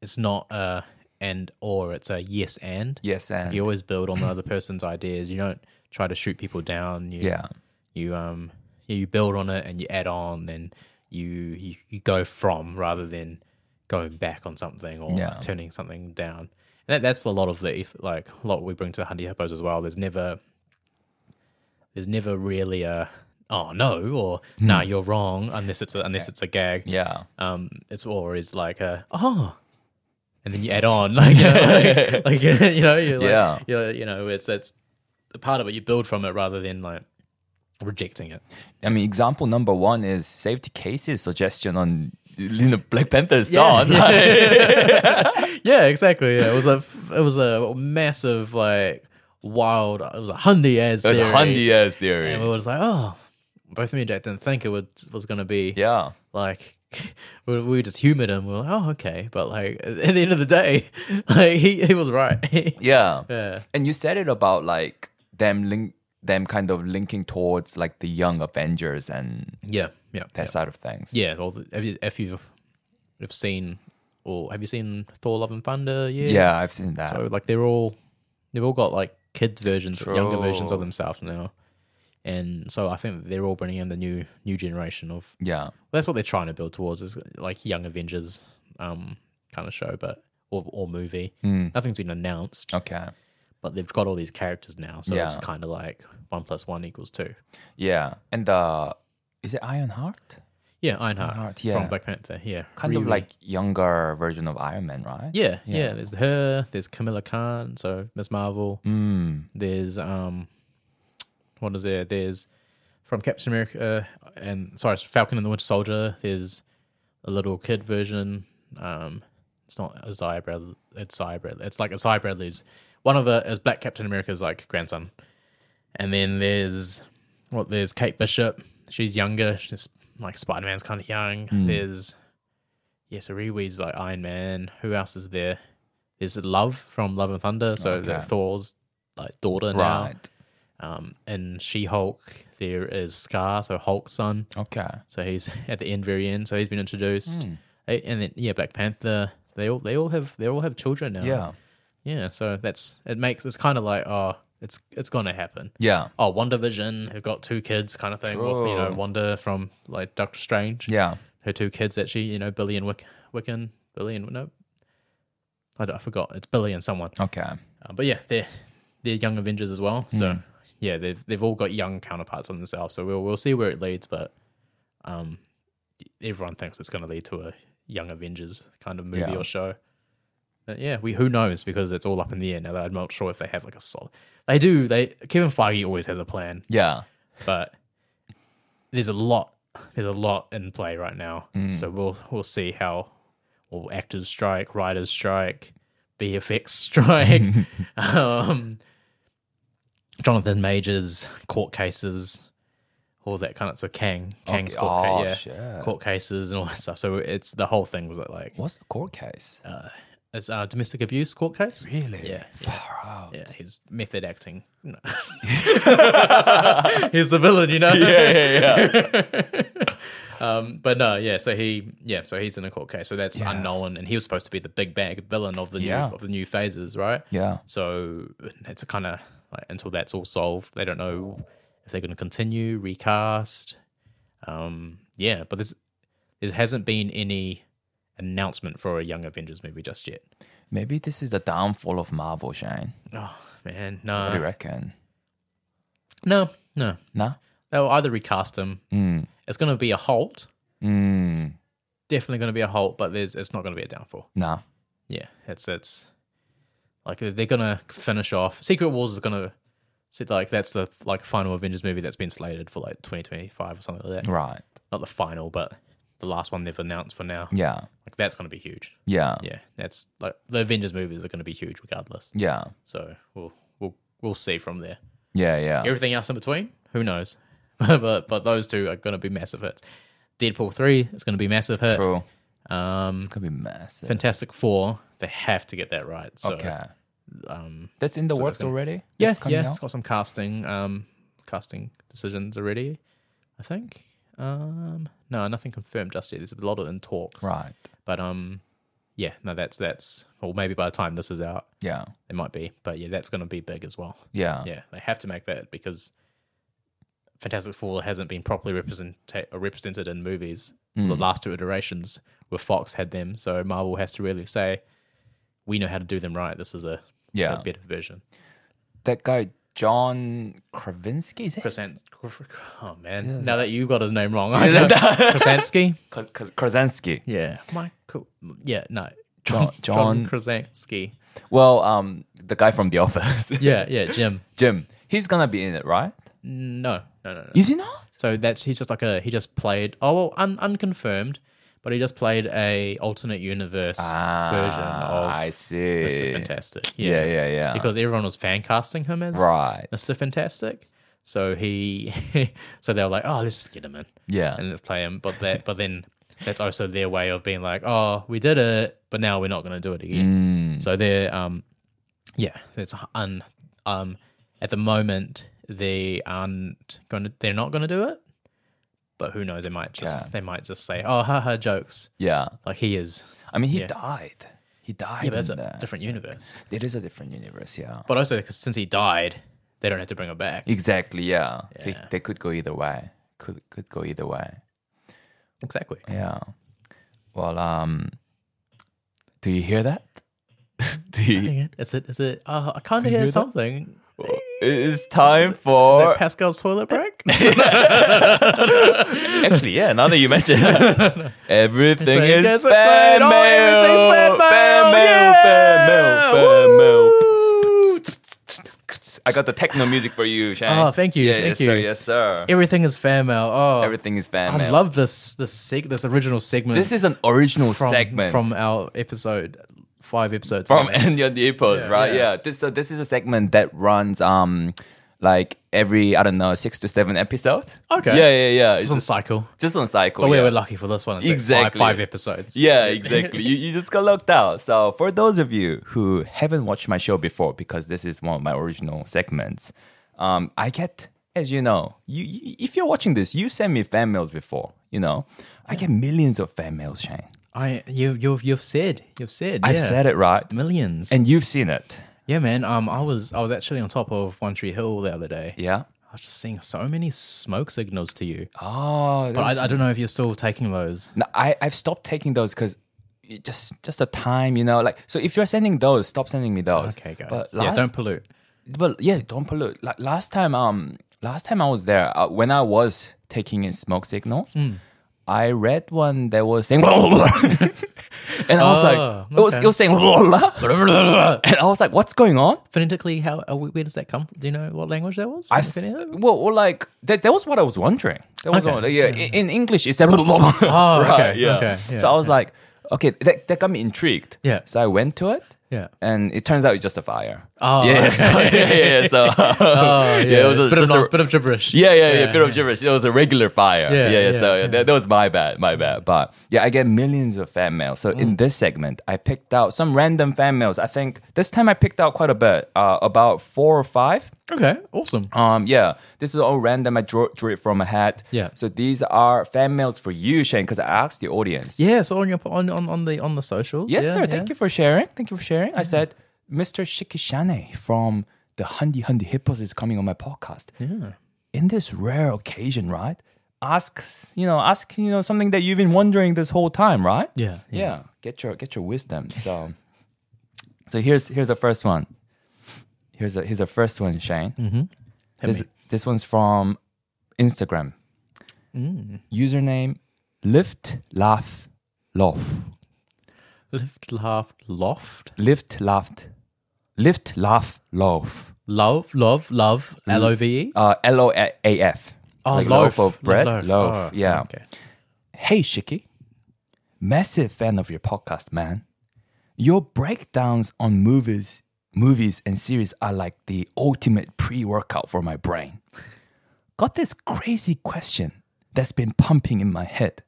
S2: it's not a and or it's a yes and.
S1: yes, and
S2: You always build on the other person's ideas. You don't try to shoot people down. You,
S1: yeah.
S2: You um you build on it and you add on and you you, you go from rather than going back on something or
S1: Yeah.
S2: turning something down. And that, that's a lot of the eth- like a lot we bring to the Hundy Hippos as well. There's never there's never really a oh no or nah you're wrong unless it's a, unless it's a gag.
S1: Hmm. Yeah,
S2: Um, it's always like a oh, and then you add on like you know, like, like, you know you're like,
S1: Yeah.
S2: you're, you know it's it's a part of it you build from it rather than like rejecting it.
S1: I mean, example number one is safety cases suggestion on you know, Black Panther's
S2: Yeah.
S1: song. Like,
S2: Yeah, exactly. Yeah, it was a it was a massive like wild. It was a hundy as
S1: There's a Hundy ass theory.
S2: And it was like oh, both me and Jack didn't think it would, was going to be
S1: yeah,
S2: like we we just humored him. We were like oh okay, but like at the end of the day, like he he was right.
S1: yeah,
S2: yeah.
S1: And you said it about like them link them kind of linking towards like the young Avengers and
S2: Yeah, yeah,
S1: that side of things.
S2: yeah. Well, the- if you if you've, if seen or have you seen Thor: Love and Thunder? Yeah,
S1: Yeah, I've seen that.
S2: So like they're all they've all got like kids versions, younger versions of
S1: True.
S2: themselves now, and so I think they're all bringing in the new new generation of.
S1: yeah,
S2: Well, that's what they're trying to build towards is like Young Avengers, um, kind of show, but or or movie. Nothing's been announced,
S1: Hmm. okay.
S2: but they've got all these characters now, so it's
S1: Yeah.
S2: kind of like one plus one equals two.
S1: Yeah, and uh, is it Ironheart?
S2: Yeah, Ironheart,
S1: Ironheart,
S2: Uh, from
S1: yeah.
S2: Black Panther. Yeah,
S1: Kind of
S2: Riri.
S1: like younger version of Iron Man, right?
S2: Yeah, yeah, There's her. There's Camilla Khan. So Miss Marvel.
S1: Mm,
S2: There's um, what is there? There's from Captain America uh, and sorry, it's Falcon and the Winter Soldier. There's a little kid version. Um, it's not a Zaya Bradley. It's Zaya Bradley. It's like a Zaya Bradley's. One of the is Black Captain America's like grandson, and then there's what there's Kate Bishop. She's younger. She's like Spider Man's kind of young. There's yeah, so Riwi's like Iron Man. Who else is there? There's Love from Love and Thunder. So
S1: Okay.
S2: Thor's like daughter now.
S1: right.
S2: Um, in She Hulk, there is Scar, so Hulk's son.
S1: Okay.
S2: So he's at the end, very end. So he's been introduced,
S1: Hmm.
S2: A- and then yeah, Black Panther. They all they all have they all have children now.
S1: Yeah.
S2: yeah. So that's it makes it's kind of like oh, it's it's gonna happen.
S1: Yeah.
S2: Oh, Wonder Vision, who've got two kids, kind of thing. Well, you know,
S1: True.
S2: Wonder from like Doctor Strange.
S1: Yeah.
S2: her two kids that she, you know, Billy and Wick, Wiccan, Billy and no, I, don't- I forgot. It's Billy and someone.
S1: Okay. Hmm.
S2: Uh, but yeah, they're they're young Avengers as well. So yeah, they've they've all got young counterparts on themselves. So we'll we'll see where it leads, but um, everyone thinks it's going to lead to a young Avengers kind of movie
S1: Yeah.
S2: or show. But yeah, we who knows because it's all up in the air now. I'm not sure if they have like a solid. They do. They Kevin Feige always has a plan,
S1: Yeah.
S2: but there's a lot. There's a lot in play right now.
S1: Mm.
S2: So we'll we'll see how. Well, actors strike, writers strike, BFX strike. um, Jonathan Majors court cases, all that kind of so Kang, Kang's
S1: Okay.
S2: court, ca-
S1: Oh,
S2: yeah,
S1: shit.
S2: court cases and all that stuff. So it's the whole thing's like, like
S1: What's the court case?
S2: it's a domestic abuse court case.
S1: really?
S2: Uh, Yeah,
S1: Far out.
S2: yeah, his method acting. No. He's the villain, you know.
S1: yeah, yeah.
S2: Um, but no, yeah. So he, yeah. So he's in a court case. So that's unknown, and he was supposed to be the big bad villain of the
S1: Yeah.
S2: new of the new phases, right?
S1: yeah.
S2: So it's a kind of like until that's all solved, they don't know if they're going to continue recast. Um, yeah, but there's there hasn't been any announcement for a Young Avengers movie just yet.
S1: Maybe this is the downfall of Marvel, Shane.
S2: Oh man,
S1: What do you
S2: no,
S1: reckon?
S2: no, no.
S1: Nah?
S2: They'll either recast him.
S1: Mm.
S2: It's going to be a halt.
S1: Mm.
S2: Definitely going to be a halt, but there's it's not going to be a downfall.
S1: Nah.
S2: Yeah, it's it's like they're gonna finish off. Secret Wars is gonna sit like that's the like final Avengers movie that's been slated for like 2025 or something like that.
S1: Right.
S2: not the final, but the last one they've announced for now.
S1: Yeah.
S2: Like that's going to be huge.
S1: Yeah.
S2: Yeah, that's like the Avengers movies are going to be huge regardless.
S1: Yeah.
S2: So we'll we'll we'll see from there.
S1: Yeah. Yeah.
S2: Everything else in between, who knows? but but those two are going to be massive hits. Deadpool three is going to be massive hit.
S1: True.
S2: Um,
S1: It's gonna be massive.
S2: Fantastic Four, they have to get that right. So,
S1: Okay.
S2: um,
S1: That's in the
S2: So
S1: works
S2: it's gonna-
S1: already.
S2: yeah,
S1: It's coming
S2: yeah, it's
S1: out?
S2: got some casting um casting decisions already, I think. Um, no, nothing confirmed just yet. There's a lot of in talks,
S1: Right.
S2: but um, yeah, no, that's that's or maybe by the time this is out,
S1: Yeah.
S2: it might be, but yeah, that's going to be big as well.
S1: Yeah.
S2: Yeah, they have to make that because Fantastic Four hasn't been properly representa- or represented in movies. The
S1: Hmm.
S2: last two iterations where Fox had them, so Marvel has to really say, "We know how to do them right. This is a,
S1: Yeah.
S2: a better version."
S1: That guy John Kravinsky is it?
S2: Krasan- oh man, now that you got his name wrong, I know. Krasansky.
S1: Kra- Kra- Krasinski.
S2: Yeah, Michael. Yeah, no,
S1: John-
S2: John,
S1: John-
S2: Krasansky.
S1: Well, um, the guy from The Office,
S2: Yeah, yeah, Jim.
S1: Jim. He's gonna be in it, right?
S2: No, no, no, no.
S1: Is he not?
S2: So that's he's just like a he just played oh well un, unconfirmed, but he just played a alternate universe
S1: Ah, I
S2: version
S1: see.
S2: of Mr. Fantastic.
S1: Yeah, yeah, yeah.
S2: Because everyone was fan casting him as
S1: right.
S2: Mr. Fantastic. So he so they were like, Oh, let's just get him in.
S1: Yeah.
S2: And let's play him. But that but then that's also their way of being like, Oh, we did it, but now we're not gonna do it again.
S1: Mm.
S2: So they're um yeah, it's un um at the moment they aren't gonna they're not gonna do it. But who knows, they might just
S1: Yeah.
S2: they might just say, Oh haha jokes.
S1: Yeah.
S2: Like he is.
S1: I mean, he
S2: Yeah.
S1: died. He died.
S2: Yeah, but that's
S1: in
S2: a
S1: that.
S2: different universe.
S1: It is a different universe. Yeah.
S2: But also because since he died, they don't have to bring him back.
S1: E Exactly. Yeah. So
S2: Yeah.
S1: they could go either way. Could could go either way.
S2: Exactly.
S1: Yeah. Well, um, do you hear that? do you?
S2: Hang on, Is it? Is it? Uh, I kind of hear,
S1: hear that?
S2: something.
S1: It's time
S2: Is
S1: for
S2: it Pascal's toilet break?
S1: actually, yeah. Now that you mention it, everything
S2: Everything
S1: is
S2: is a
S1: fan
S2: fan- oh,
S1: mail.
S2: everything's fan
S1: Fan
S2: mail,
S1: mail. Fan mail.
S2: yeah!
S1: Fan
S2: Woo!
S1: mail. I got the techno music for you, Shane.
S2: Oh, thank you,
S1: Yeah,
S2: thank
S1: yes,
S2: you.
S1: sir. Yes, sir.
S2: Everything is fan mail. Oh,
S1: Everything is fan
S2: I
S1: mail.
S2: love this this seg- this original segment.
S1: this is an original
S2: from,
S1: segment
S2: from our episode five episodes
S1: from
S2: ago.
S1: any of the Epos,
S2: Yeah.
S1: right?
S2: Yeah.
S1: Yeah. This so this is a segment that runs um like every I don't know six to seven episode.
S2: Okay.
S1: Yeah, yeah, yeah. It's
S2: It's on
S1: just,
S2: cycle.
S1: just on cycle.
S2: But we
S1: yeah.
S2: were lucky for this one. It's like
S1: Exactly.
S2: five, five episodes.
S1: Yeah, exactly. you, you just got locked out. So for those of you who haven't watched my show before, because this is one of my original segments, um, I get, as you know, you, you if you're watching this, you sent me fan mails before. You know, I get millions of fan mails, Shane.
S2: I you you've you've said you've said
S1: I've
S2: yeah.
S1: said it right,
S2: millions.
S1: and you've seen it.
S2: yeah, man. Um, I was I was actually on top of One Tree Hill the other day.
S1: Yeah.
S2: I was just seeing so many smoke signals to you.
S1: Oh,
S2: But I, I don't know if you're still taking those.
S1: No, I I've stopped taking those because just just the time, you know. Like so, if you're sending those, stop sending me those.
S2: Okay, guys.
S1: But
S2: yeah,
S1: la-
S2: don't pollute.
S1: But yeah, don't pollute. Like last time, um, last time I was there, uh, when I was taking in smoke signals,
S2: Hmm.
S1: I read one that was saying, and I was like,
S2: Oh,
S1: it was
S2: okay.
S1: it was saying, and I was like, what's going on?
S2: Phonetically, how uh, where does that come? Do you know what language that was?
S1: I
S2: Phonetic-
S1: th- well, well, like that, that was what I was wondering. That was
S2: Okay.
S1: what- yeah, i- In English, it's said. Oh,
S2: okay, okay, yeah,
S1: so I was like, okay, that, that got me intrigued.
S2: Yeah.
S1: So I went to it.
S2: Yeah.
S1: And it turns out it's just a fire.
S2: Oh,
S1: yeah,
S2: okay. Oh,
S1: so, yeah, yeah. So uh, yeah, it was a,
S2: bit, of
S1: just a-
S2: nonsense, bit of gibberish.
S1: yeah, yeah, yeah, bit of gibberish. It was a regular fire.
S2: Yeah,
S1: Yeah, yeah. so
S2: yeah,
S1: That, that was my bad, my bad. But yeah, I get millions of fan mail. So in
S2: Mm.
S1: this segment, I picked out some random fan mails. I think this time I picked out quite a bit, uh, about four or five.
S2: Okay, awesome.
S1: Um, yeah, this is all random. I drew, drew it from a hat.
S2: Yeah.
S1: So these are fan mails for you, Shane, because I asked the audience.
S2: Yeah, so on your on on, on the on the socials.
S1: Yes,
S2: yeah,
S1: sir.
S2: yeah.
S1: Thank you for sharing. Thank you for sharing. I said, Mr. Shikishane from the Hundi Hundi Hippos is coming on my podcast. Yeah. In this rare occasion, right? Ask you know, ask you know something that you've been wondering this whole time, right?
S2: Yeah, yeah.
S1: Yeah. Get your get your wisdom. So, so here's here's the first one. Here's a here's the first one, Shane. Mm-hmm. This this one's from Instagram.
S2: Mm.
S1: Username lift laugh love
S2: Lift, laugh, loft,
S1: lift, laughed, lift, laugh, loaf.
S2: love, love, love, L O V E.
S1: Uh, L O A F.
S2: Oh,
S1: like loaf of bread, loaf. yeah.
S2: Okay.
S1: Hey, Shiki.
S3: Massive fan of your podcast, man. Your breakdowns on movies, movies and series are like the ultimate pre-workout for my brain. Got this crazy question that's been pumping in my head.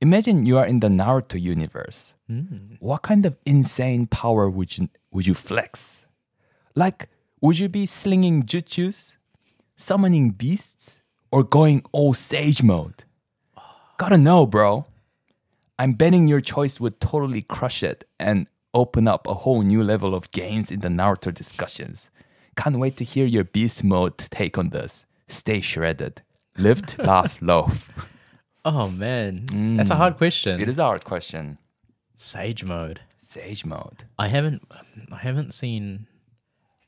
S3: Imagine you are in the Naruto universe. What kind of insane power would you would you flex? Like, would you be slinging jutsus, summoning beasts, or going all sage mode? Gotta know, bro. I'm betting your choice would totally crush it and open up a whole new level of gains in the Naruto discussions. Can't wait to hear your beast mode take on this. Stay shredded. Lift, laugh, loaf.
S2: Oh man, that's a
S1: Mm.
S2: hard question.
S3: It is a hard question.
S2: Sage mode.
S3: Sage mode.
S2: I haven't, I haven't seen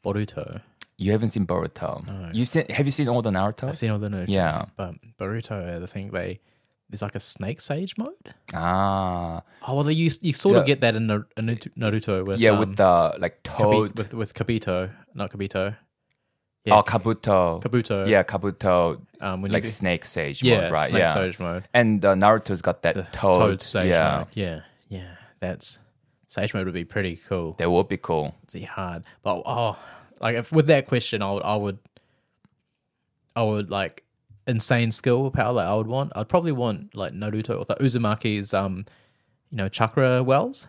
S2: Boruto.
S3: You haven't seen Boruto. You seen, have you seen all the Naruto?
S2: I've seen all the Naruto,
S3: Yeah.
S2: but Boruto, I think they there's like a snake sage mode.
S3: Ah,
S2: Oh well, they, you you sort of
S3: Yeah.
S2: get that in Nar- in Naruto- Naruto with
S1: yeah,
S2: um,
S1: with the like
S2: Kabi-
S1: toad.
S2: with with Kabuto, not Kabuto. Yeah,
S1: oh, Kabuto.
S2: Kabuto.
S1: Yeah, Kabuto.
S2: um, when
S1: Like
S2: you do-
S1: snake sage
S2: yeah,
S1: mode, right?
S2: snake
S1: yeah.
S2: sage mode.
S1: And uh, Naruto's got that toad.
S2: Toad sage
S1: yeah,
S2: mode. Yeah, yeah, that's sage mode would be pretty cool.
S1: that would be cool.
S2: It's hard, but oh, like if, with that question, I would, I would, I would like insane skill power that I would want. I'd probably want like Naruto or the Uzumaki's um, you know, chakra wells.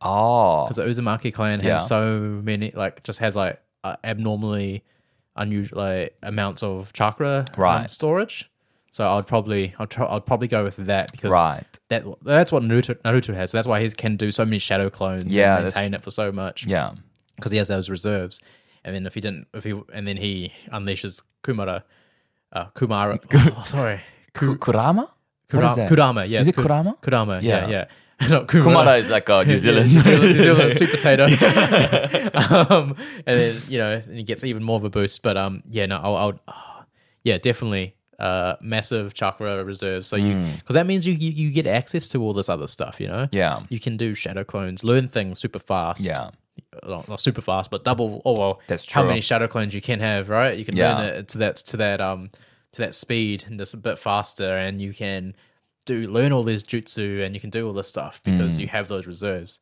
S1: Oh,
S2: because the Uzumaki clan has
S1: Yeah.
S2: so many, like, just has like uh, abnormally unusual like, amounts of chakra um,
S1: Right.
S2: storage. So I'd probably I'd, try, I'd probably go with that because
S1: Right.
S2: that that's what Naruto, Naruto has. That's why he can do so many shadow clones.
S1: Yeah,
S2: and
S1: that's
S2: maintain it for so much
S1: yeah.
S2: because he has those reserves. And then if he didn't, if he and then he unleashes Kumara, uh, Kumara. oh, sorry,
S3: Ku- Kurama. What is
S2: Kura-
S3: that?
S2: Kurama. Yeah,
S3: Is
S2: it's
S3: it
S2: Ku-
S3: Kurama?
S2: Kurama. Yeah,
S3: Yeah.
S2: yeah. Not Kumara.
S1: Kumada is like a New Zealand.
S2: New Zealand, New Zealand sweet potato. um, and then you know and it gets even more of a boost. But um, yeah, no, I'll, I'll oh, yeah, definitely uh, massive chakra reserve. So you because that means you, you you get access to all this other stuff. You know,
S1: Mm. Yeah.
S2: you can do shadow clones, learn things super fast.
S1: Yeah.
S2: Not, not super fast, but double. Oh well,
S1: That's
S2: How
S1: true.
S2: many shadow clones you can have, right? You can
S1: Yeah.
S2: learn it to that to that um to that speed and just a bit faster, and you can do learn all this jutsu and you can do all this stuff because
S1: Mm.
S2: you have those reserves.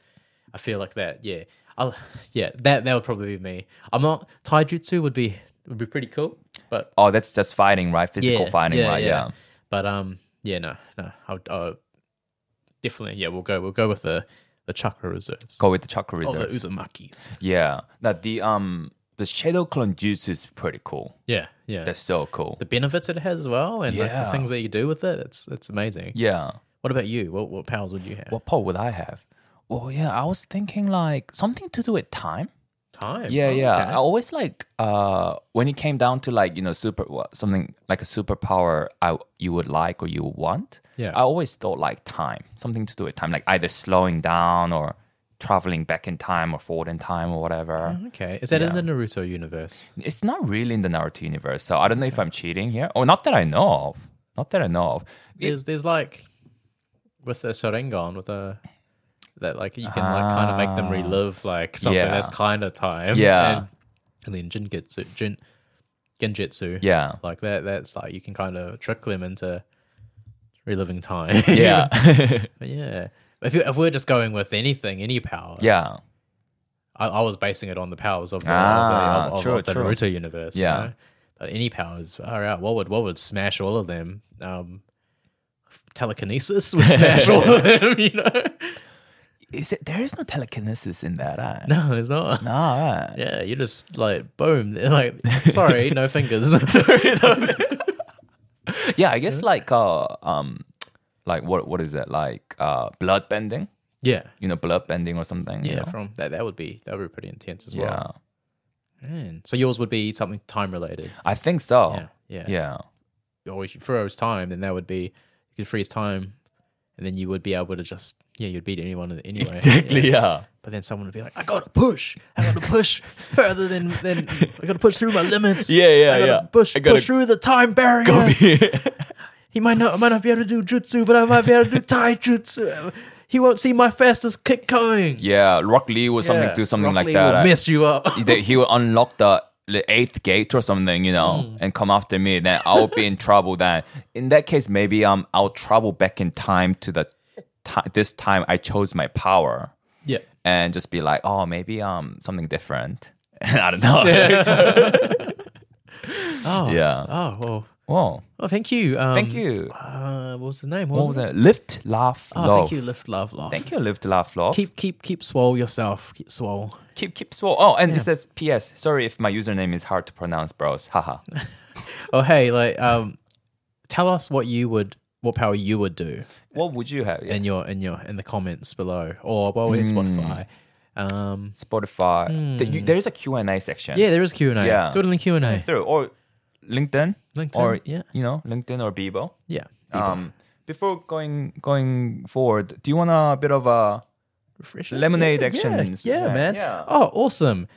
S2: I feel like that, yeah. I'll, yeah, that that would probably be me. I'm not taijutsu would be would be pretty cool, but
S1: Oh, that's just fighting, right? Physical
S2: yeah,
S1: fighting, right? Yeah.
S2: But um, yeah, no, no, I'll, i definitely yeah. We'll go we'll go with the the chakra reserves.
S1: Go with the chakra
S2: Oh, the
S1: reserve.
S2: uzumakis.
S1: yeah. Now the um the shadow clone jutsu is pretty cool.
S2: Yeah, yeah.
S1: That's so cool.
S2: the benefits it has as well, and like,
S1: Yeah.
S2: the things that you do with it, it's it's amazing.
S1: yeah.
S2: What about you? What what powers would you have?
S3: What power would I have? Well, yeah, I was thinking like something to do with time.
S2: time?
S1: Yeah,
S2: Oh,
S1: yeah.
S2: okay.
S1: I always like uh when it came down to like you know super what- something like a superpower I you would like or you would want.
S2: Yeah.
S1: I always thought like time, something to do with time, like either slowing down or traveling back in time or forward in time or whatever.
S2: Okay, is that in the Naruto universe?
S1: It's not really in the Naruto universe, so I don't know if I'm cheating here. Oh, not that I know of. Not that I know of.
S2: there's there's like with the Sharingan with the that like you can like kind of make them relive like something
S1: Ah. Yeah.
S2: that's kind of time.
S1: Yeah.
S2: and, and then Jingetsu, Jin, Genjutsu.
S1: Yeah.
S2: like that. That's like you can kind of trick them into reliving time.
S1: Yeah.
S2: but yeah. If, you, if we're just going with anything, any power,
S1: yeah.
S2: I, I was basing it on the powers of the,
S1: Ah,
S2: of the, of,
S1: true,
S2: of the
S1: true.
S2: Naruto universe. you
S1: Yeah.
S2: know? But any powers, all right. What would what would smash all of them? Um, telekinesis would smash all of them. You know?
S3: Is it? There is no telekinesis in that. eh? Right?
S2: No, there's not.
S3: No,
S1: eh.
S3: right.
S2: Yeah, you just like boom. They're Like sorry, no fingers. sorry. No.
S1: Yeah, I guess like uh um like what what is that? Like uh blood bending?
S2: Yeah.
S1: You know, blood bending or something. you
S2: Yeah,
S1: know?
S2: from that that would be that would be pretty intense as
S1: Yeah.
S2: well. Man. So yours would be something time related.
S1: I think so.
S2: Yeah, yeah.
S1: Oh, Yeah.
S2: Or if you froze time, then that would be you could freeze time, and then you would be able to just yeah you'd beat anyone anyway. Yeah.
S1: yeah.
S2: But then someone would be like, I gotta push. I gotta push further than than I gotta push through my limits.
S1: Yeah, yeah,
S2: I gotta
S1: yeah.
S2: push
S1: I gotta
S2: push through the time barrier. he might not I might not be able to do jutsu, but I might be able to do tai jutsu. He won't see my fastest kick coming.
S1: Yeah. Rock Lee or something
S2: Yeah,
S1: do something
S2: Rock
S1: like
S2: Lee
S1: that.
S2: Will
S1: I-
S2: mess you up.
S1: that he will unlock the the eighth gate or something, you know,
S2: Mm.
S1: and come after me, then I'll be in trouble then. In that case, maybe um I'll travel back in time to the ti- this time I chose my power
S2: Yeah.
S1: and just be like, oh, maybe um something different. I don't know.
S2: Oh.
S1: Yeah.
S2: Oh well.
S1: Whoa.
S2: Well, thank you. Um,
S1: Thank you.
S2: Uh, what was the name?
S1: What was it? Lift, laugh,
S2: Oh,
S1: love.
S2: thank you. Lift, love, love.
S1: Thank you, lift, laugh, love.
S2: Keep, keep, keep. Swole yourself. Keep swole.
S1: keep, keep swole. Oh, and it says, P.S. Sorry if my username is hard to pronounce, bros. Haha.
S2: Oh, hey, like, um, tell us what you would, what power you would do
S1: what would you have? Yeah. Hmm.
S2: in your, in your, in the comments below, or well, it's Spotify. Um,
S1: Spotify. Th- you- there is a Q&A section.
S2: yeah, there is Q and A.
S1: Yeah.
S2: Do it in the Q and
S1: It's
S2: A.
S1: Through. Or LinkedIn.
S2: LinkedIn,
S1: Or,
S2: yeah.
S1: you know, LinkedIn or Bebo.
S2: Yeah.
S1: Um, before going going forward, do you want a bit of a
S2: Refresh it.
S1: lemonade
S2: Yeah,
S1: actions?
S2: Yeah,
S1: Yeah,
S2: man.
S1: yeah.
S2: Oh, awesome.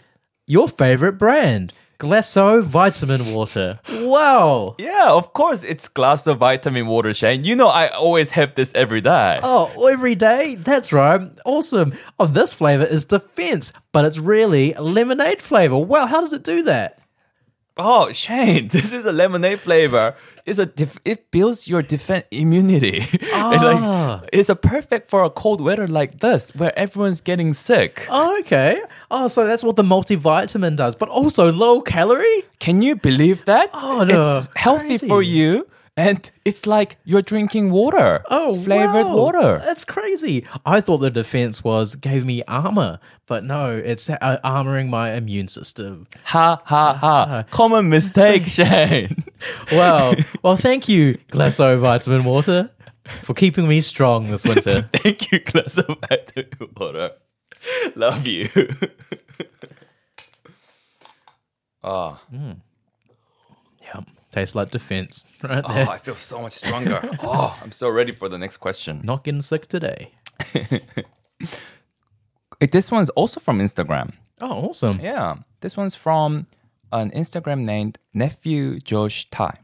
S2: Your favorite brand, Glasso Vitamin Water. Wow.
S1: yeah, of course it's glass of vitamin water, Shane. You know I always have this every day.
S2: Oh, every day? That's right. Awesome. Oh, this flavor is defense, but it's really lemonade flavor. Wow, how does it do that?
S1: Oh, Shane, this is a lemonade flavor. It's a def- it builds your defense immunity. It's like-
S2: Ah.
S1: it's a perfect for a cold weather like this where everyone's getting sick.
S2: Oh, okay. Oh, so that's what the multivitamin does, but also low calorie?
S1: Can you believe that?
S2: Oh, no.
S1: It's healthy for
S2: Crazy.
S1: you and it's like you're drinking water.
S2: Oh,
S1: flavored
S2: wow.
S1: water.
S2: That's crazy. I thought the defense was gave me armor, but no, it's uh, armoring my immune system.
S1: Ha ha
S2: Uh,
S1: ha. Common mistake, Shane.
S2: Wow. well, thank you, Glasso Vitamin Water, for keeping me strong this winter.
S1: Thank you, glass of vitamin water. Love you. oh,
S2: yeah. Tastes like defense right
S1: oh,
S2: there.
S1: I feel so much stronger. Oh, I'm so ready for the next question.
S2: Not getting sick today.
S1: eh, This one's also from Instagram.
S2: Oh, awesome.
S1: Yeah, this one's from an Instagram named Nephew Josh Tai.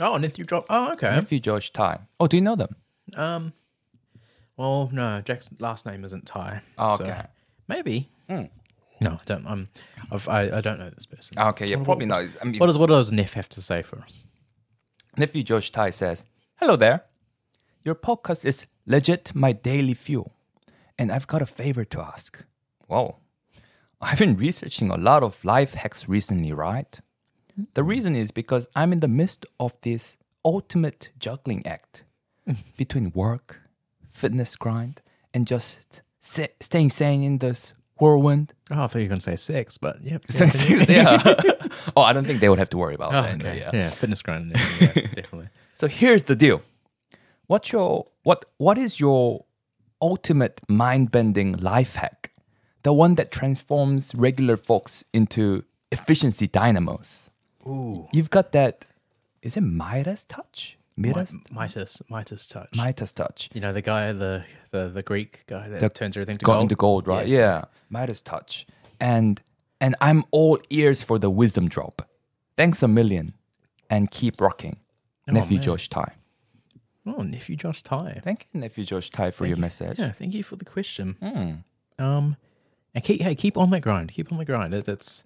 S2: Oh, nephew drop. Oh, okay.
S1: Nephew Josh Tai. Oh, do you know them?
S2: Um, well, no, Jack's last name isn't Ty.
S1: Oh,
S2: so
S1: okay. Hmm.
S2: maybe. No, I don't. I'm. I've, I I don't know this person.
S1: Ah, Okay, yeah, probably not. I mean,
S2: What does what does Neff have to say for us?
S1: Nephew Josh Tai says, Hello there. Your podcast is legit my daily fuel, and I've got a favor to ask. Wow. I've been researching a lot of life hacks recently, right? The reason is because I'm in the midst of this ultimate juggling act between work, fitness grind, and just sa- staying sane in this whirlwind.
S2: Oh, I thought you were going to say sex, but yep.
S1: yeah. oh, I don't think they would have to worry about
S2: Oh,
S1: that.
S2: okay.
S1: Yeah.
S2: yeah. fitness grind. yeah, definitely.
S1: So here's the deal. What's your what what is your ultimate mind-bending life hack? The one that transforms regular folks into efficiency dynamos.
S2: Ooh,
S1: You've got that is it Midas touch? Midas
S2: Midas, Midas touch.
S1: Midas touch.
S2: you know the guy, the the, the Greek guy that turns everything to
S1: Got
S2: gold.
S1: into gold, right? Yeah. Midas touch. And and I'm all ears for the wisdom drop. Thanks a million. And keep rocking. nephew Josh Tai.
S2: Oh, nephew Josh Ty.
S1: Thank you, nephew Josh Hmm. Tai, for your message.
S2: Yeah, thank you for the question. Um, and keep hey, keep on that grind. Keep on the grind. It, it's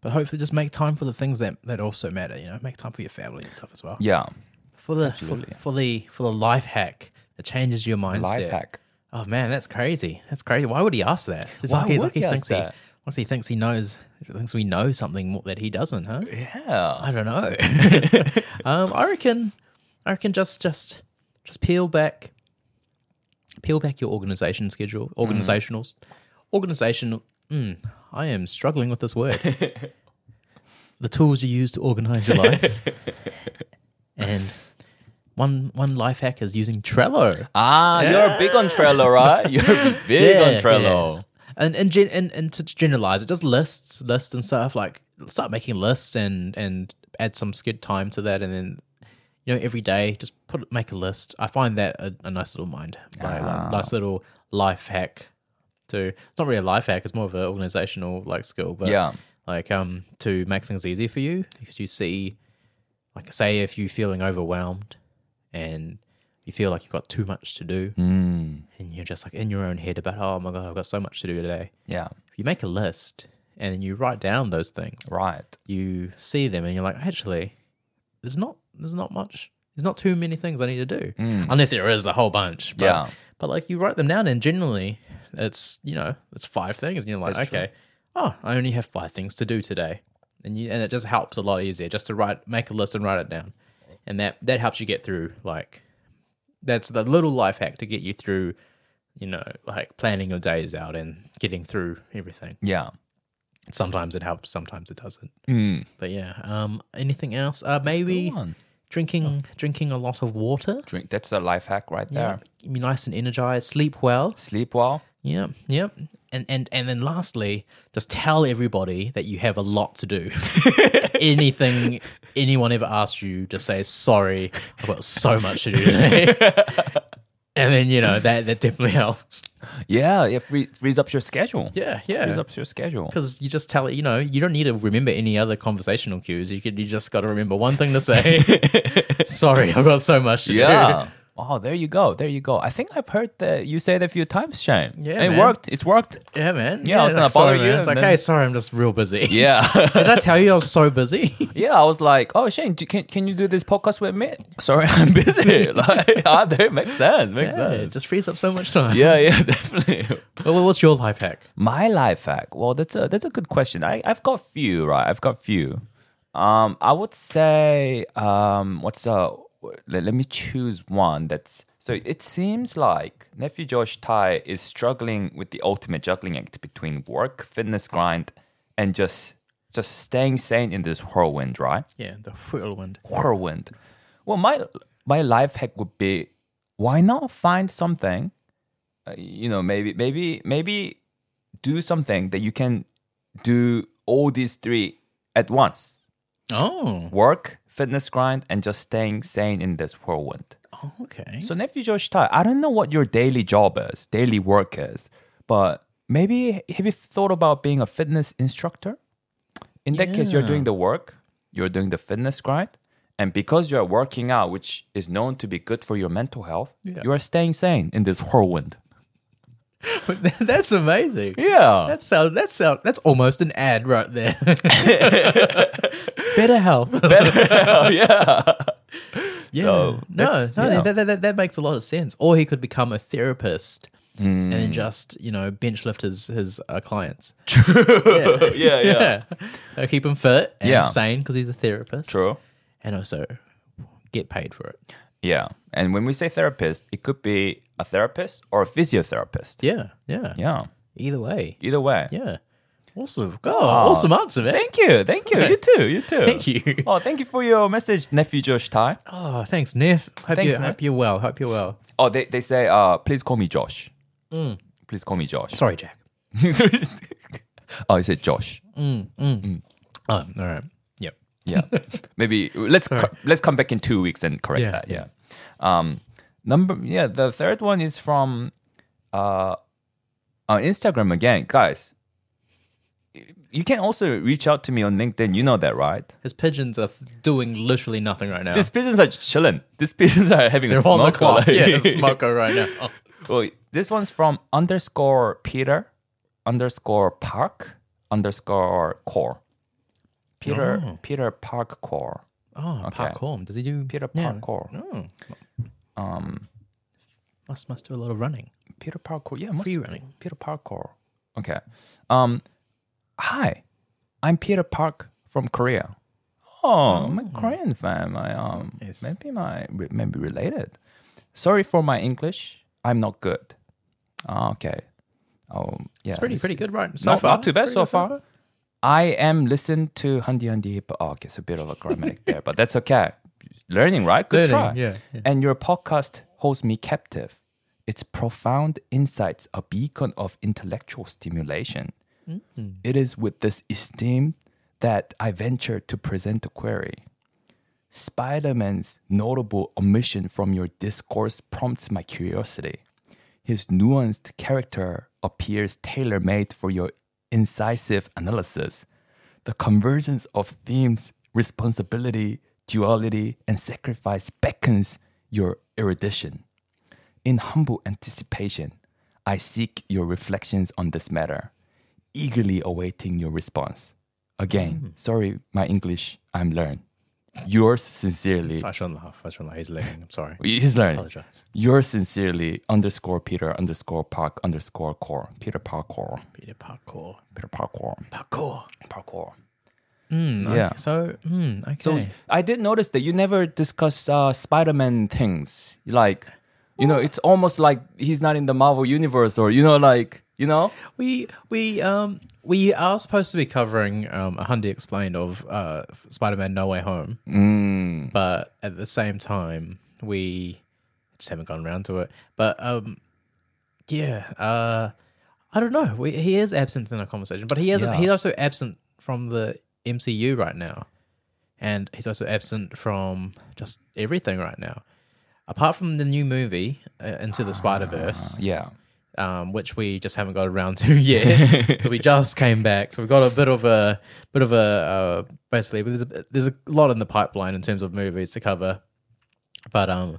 S2: but hopefully just make time for the things that that also matter. You know, make time for your family and stuff as well.
S1: yeah.
S2: For the for, for the for the life hack that changes your mindset.
S1: Life hack.
S2: Oh man, that's crazy. That's crazy. Why would he ask that? It's
S1: Why
S2: like he,
S1: would
S2: like he
S1: he ask
S2: thinks
S1: that?
S2: he once he thinks he knows thinks we know something more that he doesn't, huh?
S1: Yeah.
S2: I don't know. um, I reckon, I reckon just just just peel back, peel back your organization schedule,
S1: Mm.
S2: organizationals, organization. Mm, I am struggling with this word. the tools you use to organize your life, and one one life hack is using Trello.
S1: Ah, you're big on Trello, right? You're big
S2: Yeah,
S1: on Trello.
S2: And and, gen- and and to generalize it, just lists, lists and stuff. Like start making lists and and add some good time to that, and then you know every day just put make a list. I find that a, a nice little mind, like,
S1: Ah.
S2: like, nice little life hack. To it's not really a life hack; it's more of an organizational like skill. But
S1: Yeah.
S2: like um to make things easier for you because you see, like say if you're feeling overwhelmed and you feel like you've got too much to do
S1: Hmm.
S2: and you're just like in your own head about oh my god i've got so much to do today
S1: Yeah,
S2: if you make a list and you write down those things
S1: right.
S2: you see them and you're like actually there's not there's not much there's not too many things i need to do unless there is a whole bunch but,
S1: Mm. Yeah.
S2: But like you write them down, and generally, it's you know it's five things, and you're like,
S1: That's true.
S2: okay, oh, I only have five things to do today, and you and it just helps a lot easier just to write, make a list, and write it down, and that that helps you get through like that's the little life hack to get you through, you know, like planning your days out and getting through everything.
S1: Yeah.
S2: Sometimes it helps, sometimes it doesn't.
S1: Mm.
S2: But yeah, um, anything else? Uh, maybe
S3: Go on.
S2: drinking drinking a lot of water.
S1: Drink. That's a life hack right there.
S2: Be nice and energized. Sleep well.
S1: Sleep well.
S2: Yep, yep. And and and then lastly, just tell everybody that you have a lot to do. Anything anyone ever asks you, just say sorry. I've got so much to do today. and then you know that that definitely helps.
S1: Yeah. Yeah. Free, frees up your schedule.
S2: Yeah,
S1: Frees
S2: yeah.
S1: up your schedule.
S2: Because you just tell it, you know, you don't need to remember any other conversational cues. You could, you just got to remember one thing to say. sorry, I've got so much to
S1: Yeah. Oh, there you go. There you go. I think I've heard that you say that a few times, Shane.
S2: Yeah,
S1: It
S2: man.
S1: worked. It's worked.
S2: do. Yeah, man.
S1: Yeah, I was gonna
S2: like, sorry,
S1: bother you
S2: man. It's
S1: and
S2: like,
S1: then-
S2: hey, sorry, I'm just real busy.
S1: Yeah.
S2: Did I tell you I was so busy?
S1: Yeah, I was like, "Oh, Shane, do, can can you do this podcast with me?" Sorry, I'm busy. like, ah, that makes sense. Makes
S2: Yeah, it
S1: sense.
S2: just frees up so much time.
S1: Yeah, yeah, definitely.
S2: Well, what's your life hack?
S1: My life hack. Well, that's a that's a good question. I I've got few, right? I've got few. Um, I would say, um, what's uh, let, let me choose one that's. So it seems like nephew Josh Tai is struggling with the ultimate juggling act between work, fitness grind, and just just staying sane in this whirlwind, right?
S2: Yeah, the whirlwind.
S1: whirlwind. Well, my my life hack would be why not find something, uh, you know, maybe maybe maybe do something that you can do all these three at once:
S2: Oh,
S1: work, fitness grind, and just staying sane in this whirlwind.
S2: okay.
S1: So, nephew Josh Tai, I don't know what your daily job is, daily work is, but maybe have you thought about being a fitness instructor? In that case, you're
S2: Yeah.
S1: doing the work, you're doing the fitness grind, and because you're working out, which is known to be good for your mental health,
S2: Yeah.
S1: you are staying sane in this whirlwind.
S2: that's amazing.
S1: Yeah.
S2: That's sound, that's sound, that's almost an ad right there. Better help.
S1: yeah.
S2: Yeah.
S1: So,
S2: no,
S1: that's-
S2: no,
S1: yeah.
S2: that, that, that, that makes a lot of sense. Or he could become a therapist
S1: Mm.
S2: and then just you know bench lift his his uh, clients.
S1: yeah. Yeah.
S2: Yeah, Uh, keep him fit and
S1: Yeah.
S2: sane because he's a therapist.
S1: True.
S2: and also get paid for it.
S1: Yeah. And when we say therapist, it could be a therapist or a physiotherapist.
S2: Yeah, yeah,
S1: Yeah.
S2: Either way,
S1: Either way.
S2: yeah. Awesome. Oh, awesome answer, man.
S1: Thank you. Thank you. You too. You too.
S2: Thank you.
S1: Oh, Ah. thank you for your message, nephew Josh Tai.
S2: Oh, thanks, Neff. Hope
S1: Thanks,
S2: you
S1: Neff.
S2: hope you're well. Hope you're well.
S1: Oh, they, they say, uh, please call me Josh. Please call me Josh.
S2: Mm. Sorry, Jack.
S1: oh, he said Josh.
S2: Oh, all right. Yep.
S1: Yeah. Maybe let's co- let's come back in two weeks and correct
S2: Yeah,
S1: that. Yeah. Um, number yeah. The third one is from uh, on Instagram again, guys. You can also reach out to me on LinkedIn. You know that, right?
S2: His pigeons are doing literally nothing right now.
S1: These pigeons are chilling. These pigeons are having
S2: They're
S1: a smoke.
S2: on the clock.
S1: like-
S2: yeah, smoker right now. Oh.
S1: Well, this one's from underscore Peter underscore Park underscore Core. Peter Peter Park Core.
S2: Oh, parkour. Does he do
S1: Peter
S2: Yeah.
S1: Park Core.
S2: Oh. Um, must must do a lot of running.
S1: Peter Parkour. Yeah, must
S2: Free running.
S1: Peter Parkour. Okay. Um, hi, I'm Peter Park from Korea. Oh, my Korean fam. I um
S2: Yes.
S1: maybe my re- maybe related. Sorry for my English. I'm not good. Ah, okay. Oh, yeah.
S2: It's pretty
S1: this-
S2: pretty good, right? So
S1: not,
S2: far,
S1: not too
S2: It's
S1: bad
S2: pretty
S1: so
S2: good
S1: far. I am listening to Hundi Hundi Hip. Oh, okay, it's a bit of a grammatic there, but that's okay. Learning, right? Good try.
S2: Learning, yeah, yeah.
S1: And your podcast holds me captive. Its profound insights, a beacon of intellectual stimulation.
S2: Mm.
S1: It is with this esteem that I venture to present a query. Spider Man's notable omission from your discourse prompts my curiosity. His nuanced character appears tailor made for your incisive analysis. The convergence of themes, responsibility, duality, and sacrifice beckons your erudition. In humble anticipation, I seek your reflections on this matter, eagerly awaiting your response. Again, sorry, my English, I'm learned. Yours sincerely.
S2: I shouldn't laugh. I shouldn't laugh. He's learning. I'm sorry.
S1: He's
S2: I
S1: learning.
S2: apologize.
S1: Yours sincerely underscore Peter underscore Park underscore Core. Peter Parkour.
S2: Peter parkour.
S1: Peter Parkour.
S2: Parkour.
S1: Parkour.
S2: Mm, okay,
S1: Yeah.
S2: So, mm, okay.
S1: So I did notice that you never discussed uh, Spider-Man things. Like, you know, it's almost like he's not in the Marvel universe, or you know, like you know.
S2: we we um we are supposed to be covering um Hundi explained of uh Spider-Man No Way Home, mm. but at the same time we just haven't gone around to it. But um yeah, uh I don't know. We, he is absent in our conversation, but he is
S1: Yeah.
S2: he's also absent from the MCU right now, and he's also absent from just everything right now. Apart from the new movie, uh, Into the Spider Verse,
S1: Yeah.
S2: um, which we just haven't got around to yet. we just came back, so we've got a bit of a bit of a uh, basically. There's a, there's a lot in the pipeline in terms of movies to cover, but um,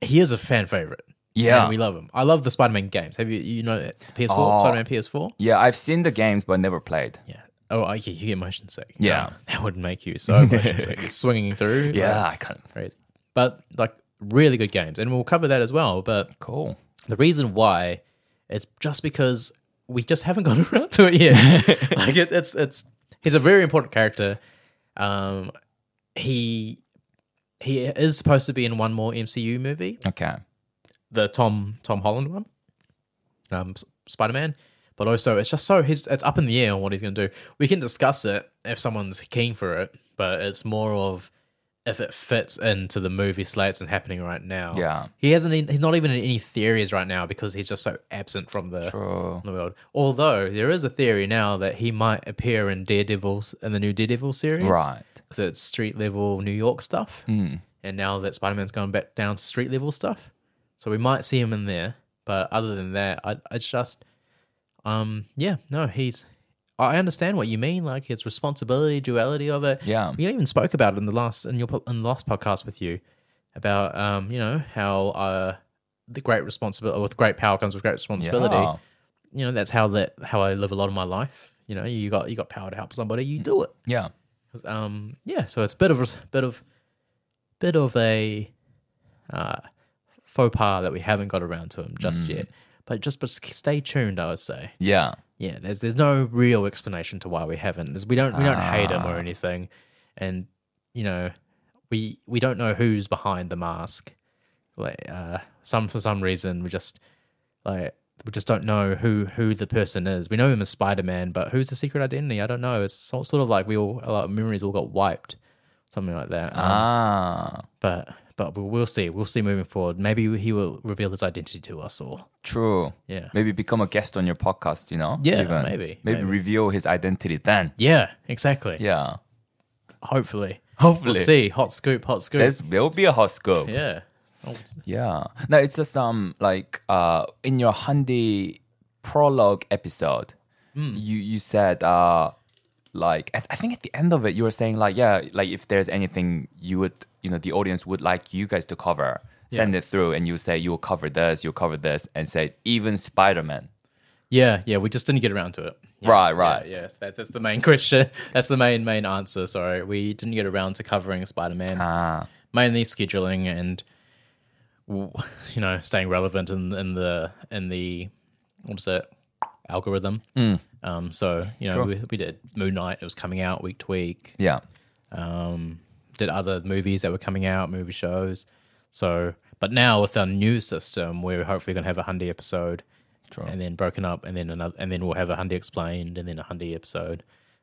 S2: he is a fan favorite.
S1: Yeah.
S2: and we love him. I love the Spider-Man games. Have you you know it? PS4
S1: Oh.
S2: Spider-Man PS4?
S1: Yeah, I've seen the games but never played.
S2: Yeah. Oh, I- yeah, you get motion sick.
S1: Yeah.
S2: No, that would make you so motion sick. It's swinging through.
S1: Yeah, I can't.
S2: Crazy. But like really good games, and we'll cover that as well. But
S1: Cool.
S2: the reason why is just because we just haven't gotten around to it yet. like it's it's it's he's a very important character. Um, he he is supposed to be in one more MCU movie,
S1: Okay.
S2: the Tom Tom Holland one, um, Spider Man. But also, it's just so his it's up in the air on what he's going to do. We can discuss it if someone's keen for it, but it's more of if it fits into the movie slates and happening right now.
S1: Yeah.
S2: he hasn't. e- He's not even in any theories right now because he's just so absent from the
S1: True.
S2: from the world. Although there is a theory now that he might appear in Daredevils in the new Daredevil series,
S1: Right.
S2: Because it's street level New York stuff,
S1: Hmm.
S2: and now that Spider Man's gone back down to street level stuff, so we might see him in there. But other than that, I it's just, um, yeah, no, he's. I understand what you mean, like his responsibility, duality of it.
S1: Yeah.
S2: we even spoke about it in the last in your po- in the last podcast with you about um, you know how uh the great responsibility with great power comes with great responsibility
S1: Yeah.
S2: you know that's how that how I live a lot of my life. You know, you got you got power to help somebody, you do it.
S1: Yeah.
S2: Um, yeah, so it's a bit of a bit of bit of a uh, faux pas that we haven't got around to him just yet. But just but stay tuned, I would say.
S1: Yeah.
S2: Yeah, there's there's no real explanation to why we haven't. There's- We don't we don't hate
S1: Ah.
S2: him or anything, and you know, we we don't know who's behind the mask. Like uh, some for some reason we just like we just don't know who who the person is. We know him as Spider Man, but who's the secret identity? I don't know. It's so- sort of like we all our memories all got wiped, something like that. Um,
S1: Ah.
S2: but but we- we'll see. We'll see moving forward. Maybe he will reveal his identity to us, or
S1: True.
S2: Yeah.
S1: Maybe become a guest on your podcast, you know?
S2: Yeah, maybe,
S1: Maybe,
S2: maybe.
S1: reveal his identity then.
S2: yeah, exactly.
S1: Yeah.
S2: Hopefully.
S1: Hopefully.
S2: We'll see. Hot scoop, hot scoop.
S1: This will be a hot scoop. Yeah.
S2: yeah. Oh,
S1: No, it's just um like uh in your Hyundai prologue episode,
S2: Hmm.
S1: you you said uh like I I think at the end of it you were saying like yeah like if there's anything you would you know the audience would like you guys to cover send it through and you say you'll cover this you'll cover this and say even Spider Man
S2: Yeah, yeah. We just didn't get around to it. Yeah,
S1: Right, right.
S2: Yeah, yes, that, that's the main question. That's the main main answer. Sorry, we didn't get around to covering Spider Man.
S1: ah
S2: Mainly scheduling and w- you know staying relevant in in the in the what was it algorithm. Um, so you know we, we did Moon Knight. It was coming out week to week.
S1: yeah
S2: um, did other movies that were coming out, movie shows. So, but now with our new system, we're hopefully going to have a Hyundai episode, and then broken up, and then another, and then we'll have a Hyundai explained, and then a Hyundai episode.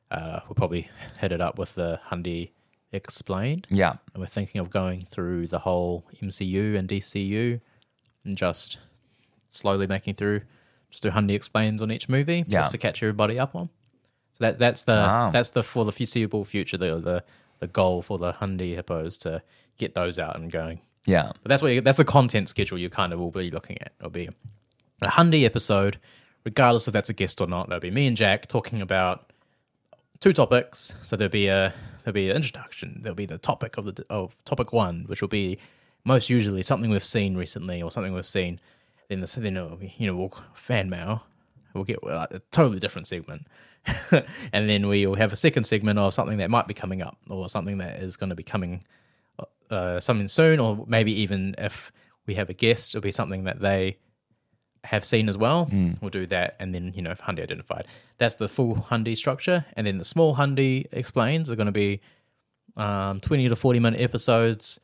S2: Uh, we'll probably hit it up with the Hyundai explained,
S1: yeah
S2: and we're thinking of going through the whole MCU and DCU, and just slowly making through, just do Hyundai explains on each movie,
S1: Yeah.
S2: just to catch everybody up on. So that that's the
S1: Ah.
S2: that's the for the foreseeable future the the the goal for the Hyundai hippos to get those out and going.
S1: yeah
S2: But that's what you, that's the content schedule you kind of will be looking at. It'll be a Hyundai episode, regardless if that's a guest or not. There'll be me and Jack talking about two topics. So there'll be a there'll be an introduction. There'll be the topic of the of topic one, which will be most usually something we've seen recently or something we've seen. Then the then it'll be, you know we'll fan mail. We'll get well, a totally different segment. and then we'll have a second segment of something that might be coming up or something that is going to be coming uh, something soon, or maybe even if we have a guest, it'll be something that they have seen as well. We'll do that, and then you know, if Hyundai identified, that's the full Hyundai structure, and then the small Hyundai explains are going to be um, twenty to forty minute episodes,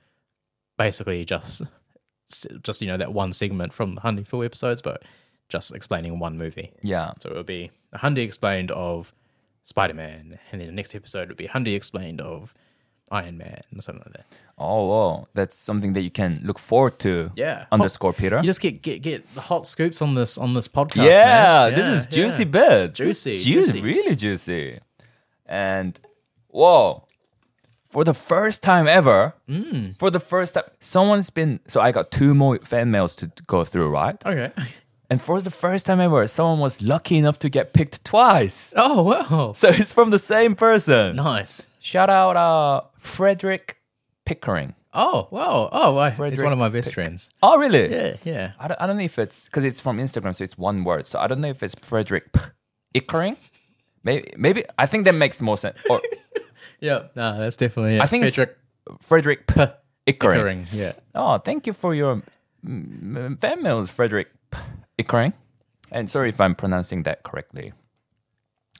S2: basically just just you know that one segment from the Hyundai full episodes, but just explaining one movie.
S1: Yeah.
S2: So it would be a Hyundai explained of Spider Man, and then the next episode would be Hyundai explained of Iron Man or something like that.
S1: Oh, wow. That's something that you can look forward to.
S2: Yeah.
S1: Underscore Peter.
S2: You just get get get the hot scoops on this on this podcast.
S1: yeah,
S2: man.
S1: this
S2: Yeah,
S1: is juicy
S2: yeah.
S1: bit.
S2: Juicy,
S1: juicy,
S2: juicy.
S1: really juicy. And whoa, for the first time ever,
S2: Mm.
S1: for the first time, someone's been. So I got two more fan mails to go through, right?
S2: Okay.
S1: And for the first time ever, someone was lucky enough to get picked twice.
S2: Oh wow.
S1: So it's from the same person.
S2: Nice.
S1: Shout out, uh, Frederick Pickering.
S2: Oh wow. Oh, I, it's
S1: Frederick
S2: one of my best friends.
S1: Oh, really?
S2: Yeah, yeah.
S1: I don't, I don't know if it's because it's from Instagram, so it's one word. So I don't know if it's Frederick P- Ickering. Maybe, maybe I think that makes more sense. Or
S2: Yeah. No, that's definitely. It.
S1: I think
S2: Patrick
S1: it's Frederick P- Ickering.
S2: Pickering. Yeah.
S1: Oh, thank you for your mm, mm, fan mails, Frederick P- Ickering. And sorry if I'm pronouncing that correctly.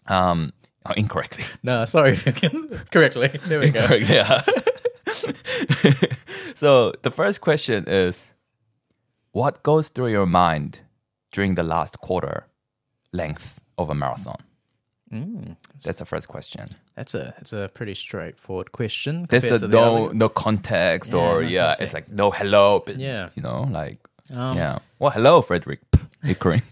S1: Um, oh, incorrectly.
S2: No, sorry. Correctly. There we go.
S1: Correct, yeah. so the first question is what goes through your mind during the last quarter length of a marathon?
S2: Mm.
S1: That's the first question.
S2: That's a that's a pretty straightforward question.
S1: There's
S2: compared
S1: a
S2: to the
S1: no
S2: other-
S1: no context or
S2: no
S1: yeah, it's like no hello, but
S2: Yeah.
S1: you know, like
S2: Um,
S1: yeah. Well, hello, Frederick Pickering.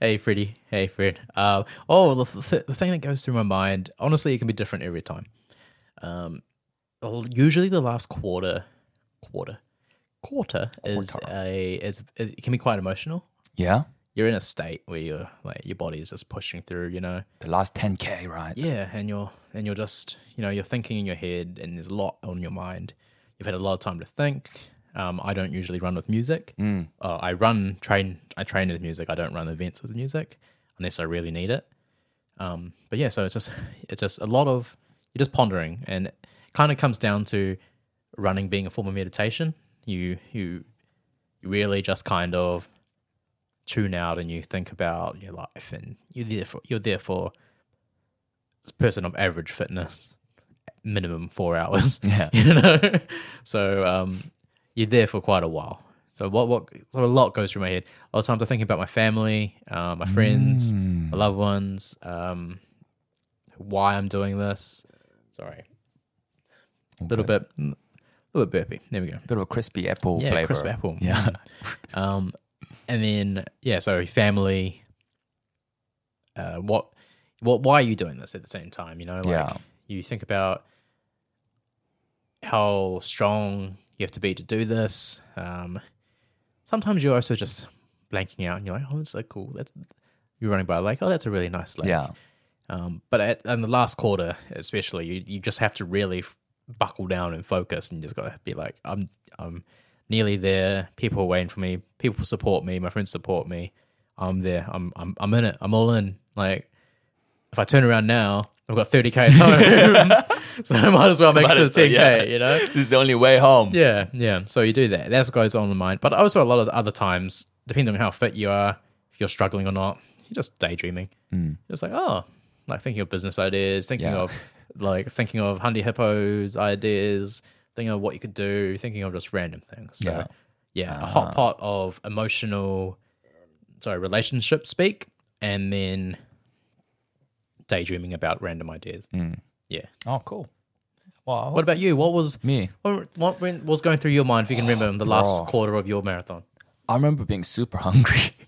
S2: Hey, Freddie. Hey, Fred. Uh, oh, the, th- the thing that goes through my mind, honestly, it can be different every time. Um, well, usually the last quarter, quarter, quarter, is a is, is it can be quite emotional.
S1: yeah,
S2: You're in a state where you're like your body is just pushing through, you know.
S1: the last 10k, right?
S2: Yeah, and you're and you're just you know you're thinking in your head, and there's a lot on your mind. You've had a lot of time to think. Um, I don't usually run with music. Mm. Uh, I run train. I train with music. I don't run events with music unless I really need it. Um, but yeah, so it's just it's just a lot of you're just pondering, and it kind of comes down to running being a form of meditation. You you you really just kind of tune out and you think about your life, and you're there for you're there for person of average fitness, minimum four hours.
S1: Yeah.
S2: you know. So um, you're there for quite a while. So what? What? So a lot goes through my head. A lot of times I'm thinking about my family, uh, my friends,
S1: Mm.
S2: my loved ones, um, why I'm doing this. Sorry, a little bit, a little bit burpy. There we go.
S1: Bit of a crispy apple
S2: Yeah,
S1: flavor.
S2: crisp apple.
S1: Yeah.
S2: Um, and then yeah, so family. Uh, what, what? Why are you doing this at the same time? You know, like
S1: Yeah.
S2: you think about how strong you have to be to do this. Um, sometimes you're also just blanking out, and you're like, "Oh, that's so cool." That's you're running by a lake. Oh, that's a really nice lake.
S1: Yeah.
S2: Um, but at, in the last quarter, especially, you, you just have to really f- buckle down and focus, and you just got to be like, I'm I'm nearly there. People are waiting for me. People support me. My friends support me. I'm there. I'm I'm I'm in it. I'm all in. Like if I turn around now, I've got 30k at home, so I might as well make it
S1: Might
S2: to
S1: as
S2: the
S1: well,
S2: 10k.
S1: yeah.
S2: You know.
S1: This is the only way home.
S2: Yeah, yeah. So you do that. That's what goes on in mind. But also a lot of the other times, depending on how fit you are, if you're struggling or not, you're just daydreaming. Mm. It's like, oh, like thinking of business ideas, thinking
S1: Hmm. Yeah.
S2: of like thinking of Hundy Hippo's ideas, thinking of what you could do, thinking of just random things. So,
S1: Yeah. Ah.
S2: yeah, a hot pot of emotional, sorry, relationship speak, and then daydreaming about random ideas. Yeah.
S1: Oh, cool. Wow.
S2: What about you? What was
S1: me?
S2: what, what went- was going through your mind, if you can remember, in the last
S1: bro.
S2: quarter of your marathon?
S1: I remember being super hungry.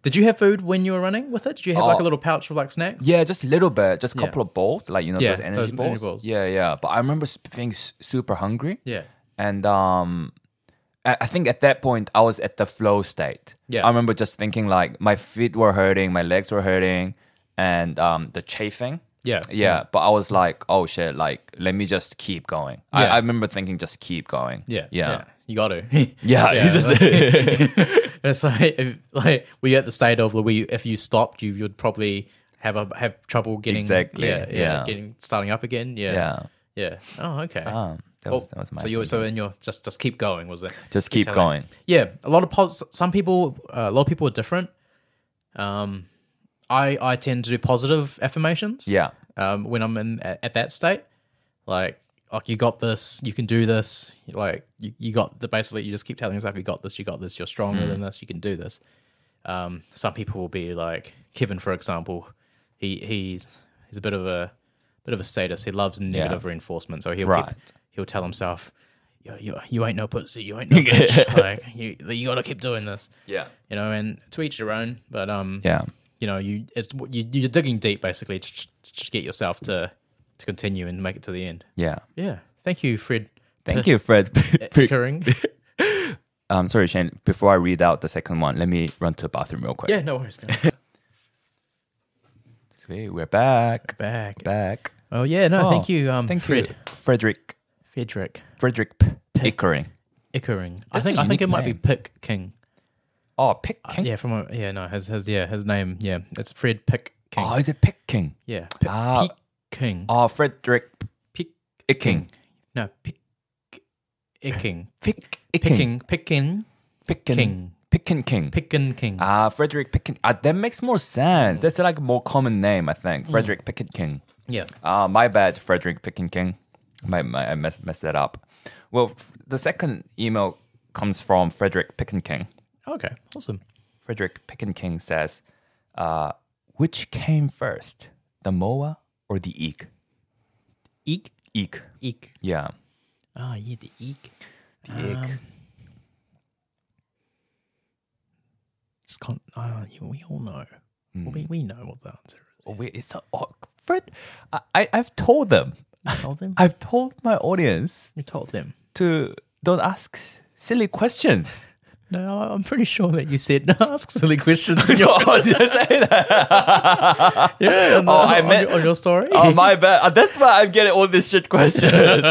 S2: Did you have food when you were running with it? Did you have like
S1: Oh.
S2: a little pouch of like snacks?
S1: Yeah, just a little bit, just a couple of balls, like you know
S2: Yeah,
S1: those energy
S2: those energy
S1: balls.
S2: balls.
S1: Yeah, yeah. But I remember s- being s- super hungry,
S2: yeah,
S1: and um, I-, I think at that point I was at the flow state.
S2: Yeah.
S1: I remember just thinking like my feet were hurting, my legs were hurting, and um, the chafing.
S2: Yeah.
S1: Yeah, but I was like, oh shit, like let me just keep going. I,
S2: Yeah.
S1: I remember thinking, just keep going.
S2: Yeah.
S1: yeah,
S2: You got to.
S1: yeah. it's just-
S2: it's like if, like we at the state of where you- if you stopped, you would probably have a have trouble getting
S1: Exactly,
S2: Yeah, yeah,
S1: yeah.
S2: getting starting up again. Yeah.
S1: yeah.
S2: Yeah. Oh, okay.
S1: Um, that
S2: Well,
S1: was, that was my.
S2: so you were so in your just just keep going was it?
S1: just keep
S2: telling-
S1: going.
S2: Yeah, a lot of pos- some people uh, a lot of people are different. Um, I I tend to do positive affirmations.
S1: Yeah,
S2: Um, when I'm in at, at that state, like like you got this, you can do this. Like you, you got the basically you just keep telling yourself you got this, you got this, you're stronger than this, you can do this. Um, some people will be like Kevin, for example. He he's he's a bit of a bit of a sadist. He loves negative reinforcement, so he'll
S1: Right.
S2: keep, he'll tell himself, "You you you ain't no pussy, you ain't no bitch. like you you gotta keep doing this."
S1: yeah,
S2: You know, and to each your own. But um,
S1: yeah,
S2: you know, you it's you you're digging deep basically to, to get yourself to to continue and make it to the end.
S1: yeah.
S2: Yeah. Thank you, Fred.
S1: Thank you, Fred.
S2: Pickering.
S1: um, sorry, Shane. Before I read out the second one, let me run to the bathroom real quick.
S2: yeah, no worries. man.
S1: Sweet, we're back,
S2: Back.
S1: back.
S2: Oh yeah, no,
S1: Oh,
S2: thank you. Um,
S1: Thank
S2: Fred.
S1: you, Frederick.
S2: Frederick
S1: Frederick P- Pickering.
S2: Ickering. I
S1: That's a
S2: think I think it
S1: unique
S2: might be
S1: name.
S2: Pick King.
S1: Oh, Picking.
S2: Uh, Yeah, from a, yeah, no, his his yeah, his name. Yeah, it's Fred Pick King.
S1: Oh, is it Picking?
S2: yeah, Pick
S1: Ah.
S2: King.
S1: Oh, Frederick
S2: Pick Mm.
S1: Picking.
S2: no Pick Icking.
S1: Pick
S2: Picking Picking
S1: Picking.
S2: King.
S1: Picking King.
S2: Picking King.
S1: Ah, Frederick Pickett. Ah, that makes more
S2: Mm.
S1: sense. That's like a more common name, I think. Frederick Pickett King.
S2: Yeah.
S1: Ah, my bad, Frederick Pickett King. My, my, I messed, messed that up. Well, f- the second email comes from Frederick Pickett King.
S2: Okay. Awesome.
S1: Frederick Pickett King says, uh, which came first, the MOA or the EEK?
S2: Eek
S1: EEK.
S2: Eek.
S1: Yeah.
S2: Oh yeah, the Um, eek.
S1: The EEK.
S2: It's con- oh, you- we all know. Well,
S1: Hmm.
S2: we, we know what the answer is.
S1: Oh, wait, it's a, oh, Fred, I, I, I've told them.
S2: You told them.
S1: I've told my audience
S2: you told them.
S1: to don't ask s- silly questions.
S2: No, I- I'm pretty sure that you said no. Ask silly questions. in your-
S1: oh, did I say that?
S2: yeah.
S1: Oh, I
S2: on,
S1: meant-
S2: your, on your story.
S1: oh, my bad. Uh, That's why I'm getting all these shit questions.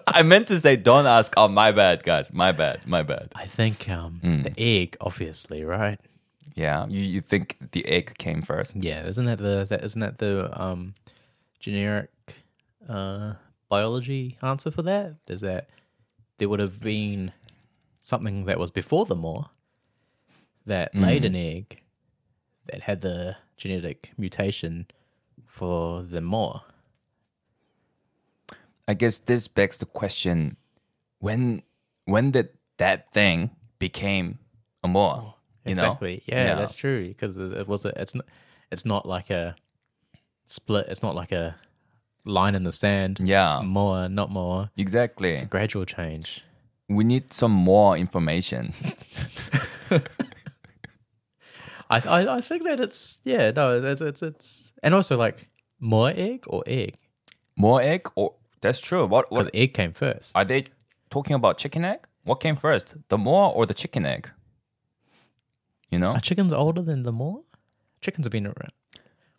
S1: I meant to say, don't ask. Oh, my bad, guys. My bad. My bad.
S2: I think um,
S1: Hmm.
S2: the egg, obviously, right?
S1: Yeah. You, you think the egg came first?
S2: Yeah, isn't that the that isn't that the um, generic uh, biology answer for that? Is that there would have been something that was before the moor that laid an egg that had the genetic mutation for the moor.
S1: I guess this begs the question when when did that thing became a more? You
S2: exactly. Yeah,
S1: Yeah.
S2: that's true. Because it it was a, it's not it's not like a split. It's not like a line in the sand.
S1: know? Yeah.
S2: More, not more.
S1: Exactly.
S2: Gradual change.
S1: We need some more information.
S2: I, I I think that it's yeah no it's it's it's and also like more egg or egg
S1: More egg or that's true. What
S2: because
S1: what
S2: egg came first.
S1: are they talking about chicken egg? What came first? The more or the chicken egg? You know?
S2: Are chickens older than the more? Chickens have been around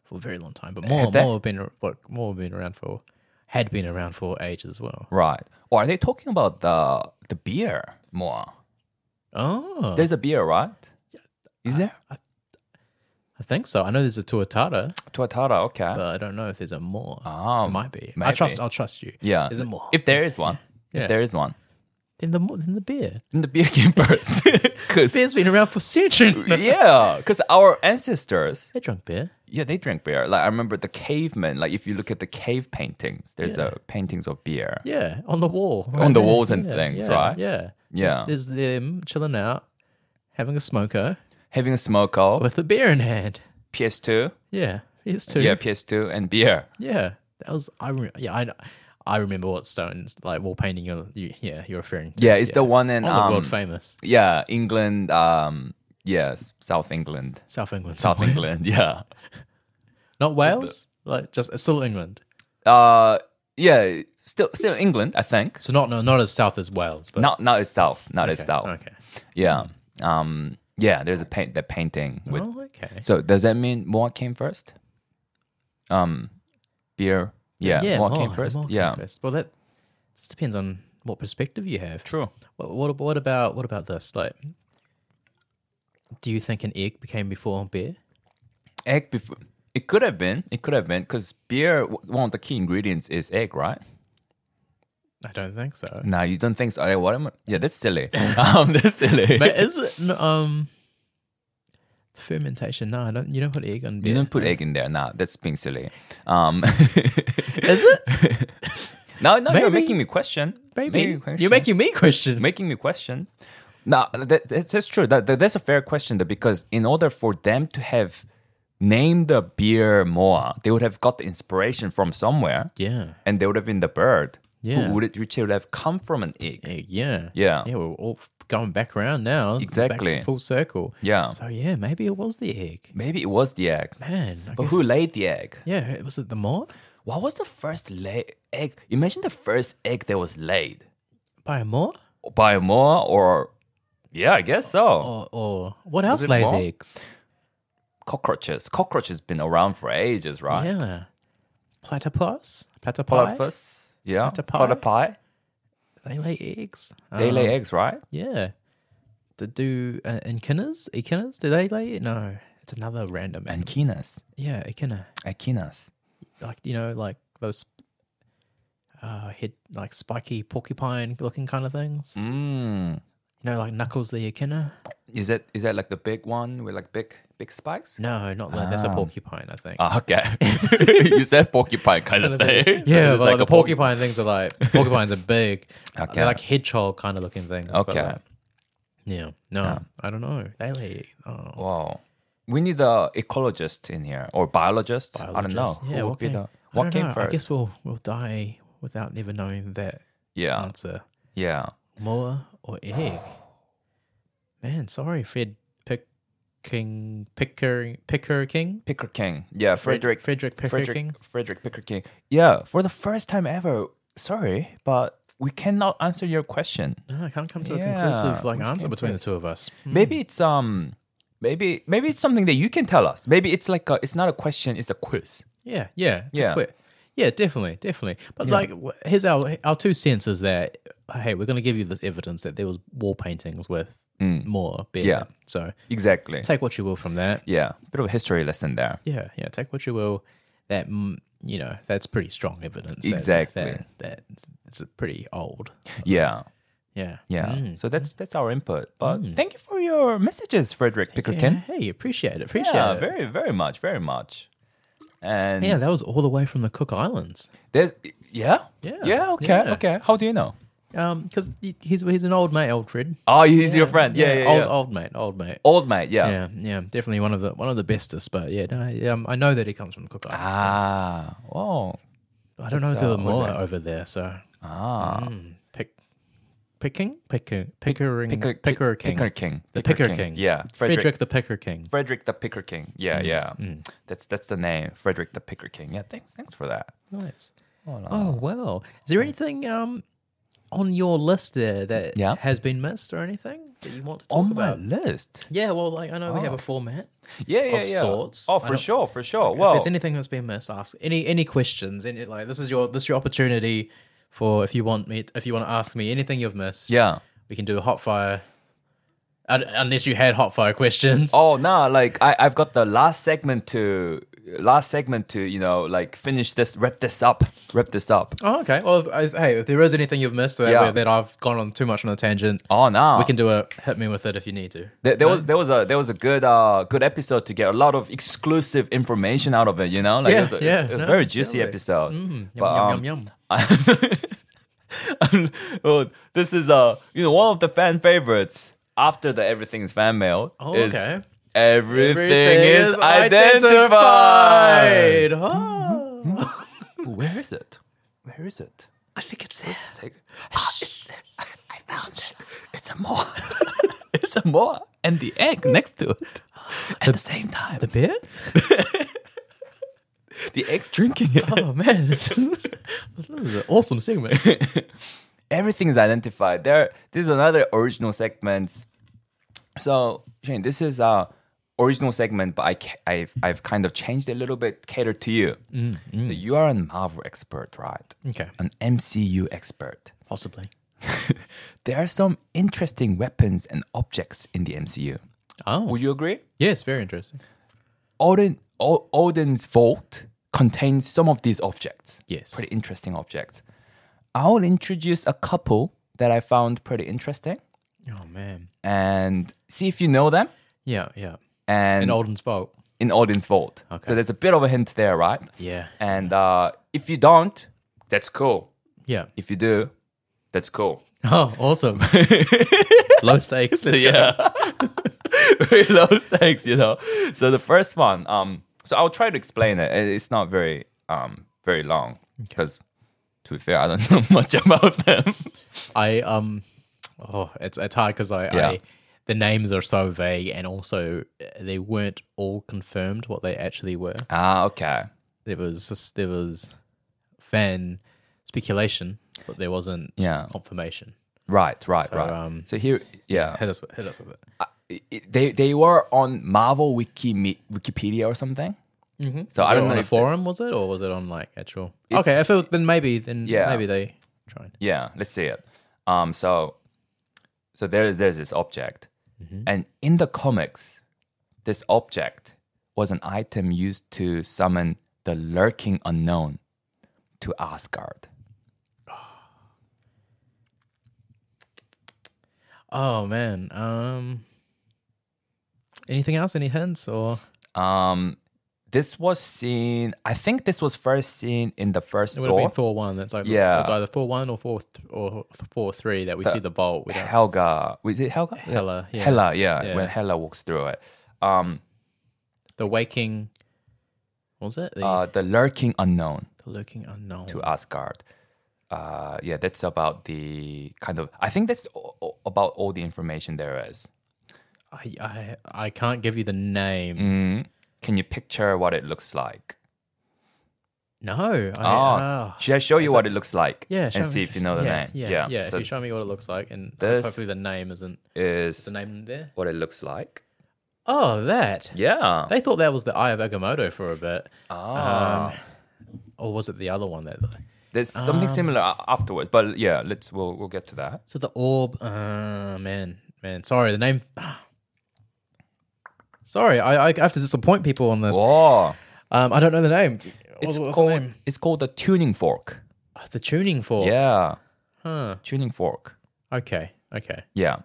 S2: for a very long time, but more
S1: Have they?
S2: more have been ar- what more have been around for had been around for ages as well.
S1: Right. Or are they talking about the the beer more?
S2: Oh,
S1: There's a beer, right? Is there?
S2: I think so. I know there's a tuatara,
S1: Tuatara, okay.
S2: but I don't know if there's a more.
S1: Ah,
S2: it might be. I
S1: maybe.
S2: trust. I'll trust you.
S1: yeah.
S2: Is it more?
S1: If there is one.
S2: Yeah.
S1: If there is one.
S2: then the more then the beer.
S1: Then the beer came first. 'Cause-
S2: Beer's been around for centuries.
S1: yeah, because our ancestors,
S2: they drunk beer.
S1: yeah, they drink beer. Like I remember the cavemen. Like if you look at the cave paintings, there's uh, paintings of beer.
S2: Yeah, on the wall.
S1: On the
S2: there.
S1: walls and things,
S2: yeah,
S1: right?
S2: Yeah.
S1: Yeah.
S2: There's them chilling out, having a smoker
S1: Having a smoke out,
S2: with a beer in hand.
S1: PS2,
S2: Yeah. It's two.
S1: yeah, PS2, and beer.
S2: Yeah. That was I. Re- yeah, I. I remember what stones like wall painting. You're, you, yeah, you're referring. To.
S1: Yeah, it's the one in
S2: All the
S1: um,
S2: world famous
S1: yeah, England. Um, yes, South England,
S2: South England.
S1: South England. Yeah,
S2: not Wales. Like just it's still England.
S1: uh, yeah, still, still England, I think.
S2: So not no, not as south as Wales, but
S1: Not, not as south, not as
S2: okay.
S1: south.
S2: Okay.
S1: Yeah, um, yeah. There's a paint, that
S2: Uh-huh.
S1: painting with
S2: oh, okay.
S1: So does that mean more came first? Um, beer. Yeah, what
S2: more
S1: came first?
S2: more came
S1: yeah,
S2: first. Well, that just depends on what perspective you have.
S1: true.
S2: What, what what about what about this? Like, do you think an egg became before beer?
S1: Egg before it could have been. It could have been because beer w- one of the key ingredients is egg, right?
S2: I don't think so.
S1: No, you don't think so. Eh, what am I? Yeah, that's silly. um, that's silly.
S2: but is it n- um it's fermentation? No, I don't. You don't put egg on beer.
S1: you don't put egg in there. Nah, that's being silly. Um,
S2: Is it?
S1: no, no, you're
S2: Maybe.
S1: making me question.
S2: Maybe
S1: question.
S2: you're making me question.
S1: making me question. No, that, that's, that's true. That, that- that's a fair question though, because in order for them to have named the beer Moa, they would have got the inspiration from somewhere,
S2: yeah.
S1: and they would have been the bird.
S2: Yeah.
S1: who would which would have come from an egg.
S2: Egg, yeah.
S1: Yeah.
S2: Yeah. We're all going back around now. It's back
S1: Exactly.
S2: full circle.
S1: Yeah.
S2: So yeah, maybe it was the egg.
S1: Maybe it was the egg,
S2: Man. I
S1: but
S2: guess-
S1: who laid the egg?
S2: Yeah. Was it the moth?
S1: What was the first lay- egg? Imagine the first egg that was laid
S2: By a moth?
S1: by a Moa, or yeah, I guess so.
S2: Or, or what else
S1: it
S2: lays
S1: moth?
S2: eggs?
S1: Cockroaches. Cockroaches been around for ages, right?
S2: Yeah. Platypus? Platypi?
S1: Platypus. Yeah.
S2: Platypi?
S1: Platypi.
S2: They lay eggs.
S1: They lay
S2: Um,
S1: eggs, right?
S2: Yeah. Do, do uh, echidnas? Echidnas? Do they lay? No, it's another random. And
S1: Anquinas.
S2: yeah, echidna.
S1: Aquinas.
S2: Like you know, like those uh, head, like spiky porcupine-looking kind of things.
S1: Mm.
S2: You know, like Knuckles the echidna.
S1: Is that is that like the big one with like big big spikes?
S2: No, not like that's a
S1: Ah.
S2: porcupine. I think.
S1: Ah, okay. you said porcupine kind of
S2: yeah,
S1: thing. So
S2: well,
S1: it's like
S2: the
S1: a porcu-
S2: porcupine things are like porcupines are big.
S1: Okay.
S2: They're like hedgehog kind of looking things. but,
S1: Okay.
S2: like, yeah. No, I don't know. They lay. Oh.
S1: Wow. We need a ecologist in here or biologist. I don't know.
S2: Biologist. Yeah,
S1: Who would
S2: what
S1: be
S2: came,
S1: the-
S2: I
S1: what
S2: don't
S1: came
S2: know.
S1: first?
S2: I guess we'll we'll die without never knowing that
S1: yeah.
S2: answer.
S1: Yeah.
S2: Moa or egg? Man, sorry, Fred Pick King Picker Picker King.
S1: Picker King. Yeah,
S2: Fred-
S1: Frederick
S2: Frederick Picker
S1: Frederick,
S2: King.
S1: Frederick Picker King. Yeah, for the first time ever. Sorry, but we cannot answer your question.
S2: No, I can't come to a
S1: Yeah,
S2: conclusive like
S1: which
S2: answer
S1: came
S2: between
S1: first?
S2: the two of us.
S1: Maybe it's um maybe maybe it's something that you can tell us. Maybe it's like a, it's not a question, it's a quiz.
S2: Yeah, yeah, it's a
S1: Yeah.
S2: quit. Yeah, definitely, definitely. But like, wh- here's our our two cents is that hey, we're going to give you this evidence that there was wall paintings with more beer.
S1: Mm. Yeah.
S2: So
S1: Exactly.
S2: take what you will from that.
S1: yeah, bit of a history lesson there.
S2: Yeah, yeah. Take what you will. That mm, you know, that's pretty strong evidence. that-
S1: Exactly.
S2: That, that it's a pretty old.
S1: Yeah.
S2: Yeah. Mm.
S1: Yeah. So that's that's our input. But thank you for your messages, Frederick
S2: Yeah,
S1: Pickerkin.
S2: hey, appreciate it. Appreciate
S1: Yeah,
S2: it.
S1: very very much, very much. And
S2: yeah, that was all the way from the Cook Islands.
S1: there's yeah?
S2: Yeah,
S1: Yeah, okay,
S2: yeah.
S1: okay. How do you know?
S2: Um, because he's he's an old mate, old Fred.
S1: Oh, he's your friend. Yeah, yeah, yeah.
S2: old
S1: Old,
S2: old mate, old mate.
S1: mate,
S2: Yeah, yeah, definitely one of the one of the bestest. But yeah, no, I- um, I know that he comes from Cook Islands.
S1: Ah, oh,
S2: I don't know if there
S1: uh,
S2: were more
S1: what's that?
S2: over there. So
S1: ah.
S2: mm, pick, picking, picker, pickering,
S1: Picker,
S2: picker, king,
S1: Picker King.
S2: the picker, king.
S1: Yeah,
S2: Frederick.
S1: Frederick.
S2: Mm. the picker king.
S1: Frederick the Picker King. Yeah, yeah. That's that's the name, Frederick the Picker King. Yeah, thanks thanks for that.
S2: Nice.
S1: Oh, no.
S2: Oh wow! Is there anything um on your list there that
S1: Yeah.
S2: has been missed or anything that you want to talk
S1: On
S2: about?
S1: my Oh. list.
S2: Yeah, well, like I know we have a format.
S1: Yeah, yeah,
S2: Of
S1: yeah.
S2: sorts.
S1: Oh,
S2: I
S1: for
S2: don't-
S1: sure, for sure.
S2: if
S1: Well,
S2: there's anything that's been missed, ask any any questions. Any like this is your this is your opportunity for if you want me if you want to ask me anything you've missed.
S1: yeah.
S2: we can do a hot fire. Un- Unless you had hot fire questions.
S1: Oh no, like I I've got the last segment to last segment to you know like finish this, wrap this up, wrap this up.
S2: Oh, okay. Well, if, if, hey, if there is anything you've missed that,
S1: Yeah.
S2: that I've gone on too much on a tangent,
S1: Oh no,
S2: we can do a hit me with it if you need to.
S1: There, there was there was a there was a good uh good episode to get a lot of exclusive information out of it. You know, like
S2: Yeah,
S1: it was a,
S2: yeah,
S1: it was a
S2: no,
S1: very juicy
S2: totally.
S1: episode.
S2: Yum, yum,
S1: um,
S2: yum, yum.
S1: oh, this is uh you know one of the fan favorites after the everything's fan mail.
S2: Oh,
S1: is
S2: okay.
S1: Everything, is, identified.
S2: identified. Oh.
S1: Where is it? Where is it?
S2: I think it's this.
S1: It's like, ah, it's there. I, I found it. It's a moa. it's a moa and the egg next to it at the, same time.
S2: The beer?
S1: the egg's drinking it.
S2: Oh man, this is, this is an awesome segment.
S1: everything is identified. There, this is another original segment. So Shane, this is uh original segment, but I ca- I've I've kind of changed a little bit, catered to you. So you are a Marvel expert, right?
S2: Okay.
S1: An MCU expert.
S2: Possibly.
S1: There are some interesting weapons and objects in the MCU.
S2: Oh.
S1: Would you agree?
S2: Yes, very interesting.
S1: Odin, o- Odin's vault contains some of these objects.
S2: Yes.
S1: Pretty interesting objects. I'll introduce a couple that I found pretty interesting
S2: Oh man.
S1: and see if you know them.
S2: Yeah, yeah.
S1: And
S2: In Olden's vault.
S1: in Odin's vault. So there's a bit of a hint there, right?
S2: Yeah.
S1: And uh, if you don't, that's cool.
S2: Yeah.
S1: If you do, that's cool.
S2: Oh, awesome. Low stakes. Let's go.
S1: very low stakes, you know. So the first one, um, so I'll try to explain it. It- It's not very, um, very long because, to be fair, I don't know much about them.
S2: I um oh it's it's hard because I,
S1: Yeah.
S2: I the names are so vague and also uh, they weren't all confirmed what they actually were.
S1: Ah, okay.
S2: There was just, there was fan speculation, but there wasn't
S1: Yeah.
S2: confirmation.
S1: Right, right,
S2: So,
S1: right.
S2: um,
S1: so here, yeah,
S2: Hit us with hit us with it.
S1: I- I- they they were on Marvel Wiki Wikipedia or something. Mm-hmm. So I
S2: Was it
S1: don't know
S2: on a
S1: if that's-
S2: forum was it or was it on like actual? Okay, if it was, then maybe then
S1: Yeah.
S2: maybe they tried.
S1: Yeah, let's see it. Um, so, so there's there's this object,
S2: Mm-hmm.
S1: and in the comics, this object was an item used to summon the lurking unknown to Asgard.
S2: Oh man. Um anything else? Any hints or
S1: Um, this was seen. I think this was first seen in the first
S2: it would have
S1: Thor.
S2: been Thor one. That's like
S1: Yeah.
S2: it's either Thor one or Thor th- or Thor three that we see the bolt. We don't
S1: Helga, was it Helga?
S2: Hela, yeah.
S1: Hela, yeah,
S2: Yeah.
S1: When Hela walks through it, um,
S2: the waking what was it the,
S1: uh, the lurking unknown.
S2: the lurking unknown
S1: to Asgard. Uh, yeah, that's about the kind of. I think that's o- o- about all the information there is.
S2: I, I i can't give you the name
S1: Mm. Can you picture what it looks like?
S2: no I,
S1: Ah,
S2: ah.
S1: should I show you what it looks like?
S2: yeah
S1: and
S2: show
S1: see
S2: me-
S1: if you know the
S2: yeah,
S1: name.
S2: yeah yeah, if
S1: so
S2: you show me what it looks like and
S1: This-
S2: hopefully the name isn't
S1: is
S2: the name there
S1: what it looks like.
S2: oh that
S1: Yeah.
S2: they thought that was the eye of agamotto for a bit
S1: Ah,
S2: Um, or was it the other one that
S1: there's something
S2: um,
S1: similar a- afterwards, but yeah, let's we'll we'll get to that.
S2: so the orb uh man man sorry the name ah. sorry I, I have to disappoint people on this
S1: Whoa,
S2: um i don't know the name
S1: it's
S2: What's- what's the
S1: called
S2: name?
S1: it's called the tuning fork.
S2: Oh, the tuning fork
S1: Yeah,
S2: huh
S1: tuning fork.
S2: Okay. Okay.
S1: Yeah.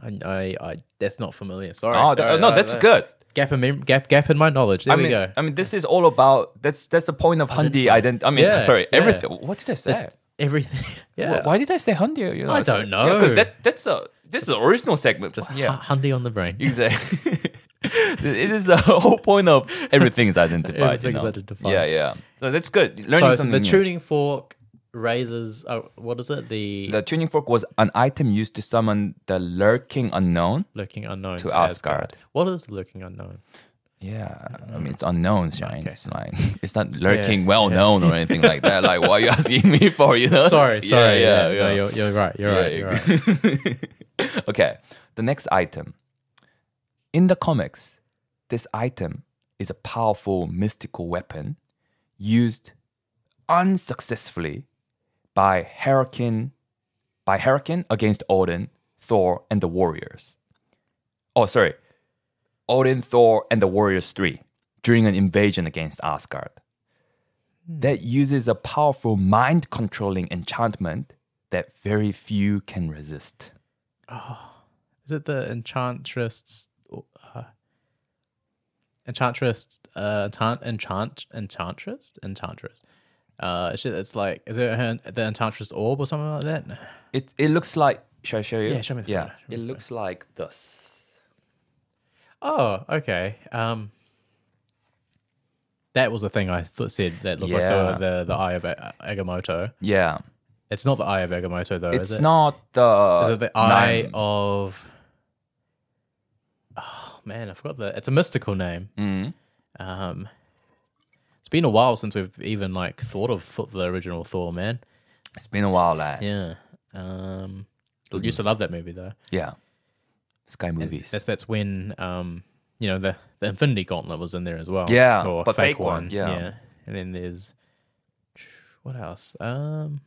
S2: I, I, I that's not familiar. Sorry.
S1: Oh, th-
S2: Sorry,
S1: no,
S2: that-
S1: that's
S2: that-
S1: good.
S2: Gap in mem- gap gap in my knowledge. There
S1: I mean,
S2: we go.
S1: I mean, this is all about that's that's the point of Hundi ident. I mean,
S2: Yeah,
S1: sorry,
S2: yeah.
S1: everything. What did I say?
S2: Everything. Yeah.
S1: Wh- Why did I say Hundi? You know,
S2: I
S1: it's like-
S2: don't
S1: yeah, 'cause
S2: know.
S1: that's that's a this is the original segment.
S2: Just
S1: yeah,
S2: hu- Hyundai on the brain.
S1: exactly. it is the whole point of everything is identified.
S2: Everything
S1: you
S2: is
S1: know?
S2: identified.
S1: Yeah, yeah. So that's good. Learning
S2: So, so
S1: something
S2: the
S1: new.
S2: tuning fork raises. Uh, what is it? The,
S1: The tuning fork was an item used to summon the lurking unknown.
S2: lurking unknown
S1: to
S2: to,
S1: Asgard.
S2: Asgard. What is lurking unknown?
S1: Yeah, I mean it's unknown, right? It's like it's not lurking well known or anything like that. Like, what are you asking me for? You know?
S2: Sorry.
S1: Yeah,
S2: Sorry.
S1: yeah,
S2: Yeah.
S1: yeah.
S2: No, you're, you're right. You're right. You're right.
S1: okay, the next item. In the comics, this item is a powerful mystical weapon used unsuccessfully by Hurricane by Hurricane against Odin, Thor, and the Warriors. Oh, sorry. Odin, Thor, and the Warriors 3 during an invasion against Asgard that uses a powerful mind controlling enchantment that very few can resist.
S2: Is it the enchantress? Uh, enchantress, uh, enchant, enchant, enchantress, enchantress. Uh, shit, it's like, is it her, the enchantress orb or something like that?
S1: It it looks like should I show you?
S2: Yeah, show me the
S1: yeah,
S2: photo, show me
S1: it looks like this.
S2: Oh, okay. Um, that was the thing I th- said that looked
S1: Yeah.
S2: like the, the the eye of A- Agamotto.
S1: Yeah,
S2: It's not the eye of Agamotto though,
S1: it's
S2: Oh, is it?
S1: not uh, the.
S2: Is it the eye of? Oh man, I forgot the. It's a mystical name.
S1: Mm.
S2: Um, it's been a while since we've even like thought of Thor- the original Thor, man.
S1: It's been a while, lad. Yeah,
S2: Yeah. Um, used to love that movie though.
S1: Sky movies.
S2: That's that's when um, you know the the Infinity Gauntlet was in there as well.
S1: Yeah, but fake one, yeah.
S2: and then there's what else? Um,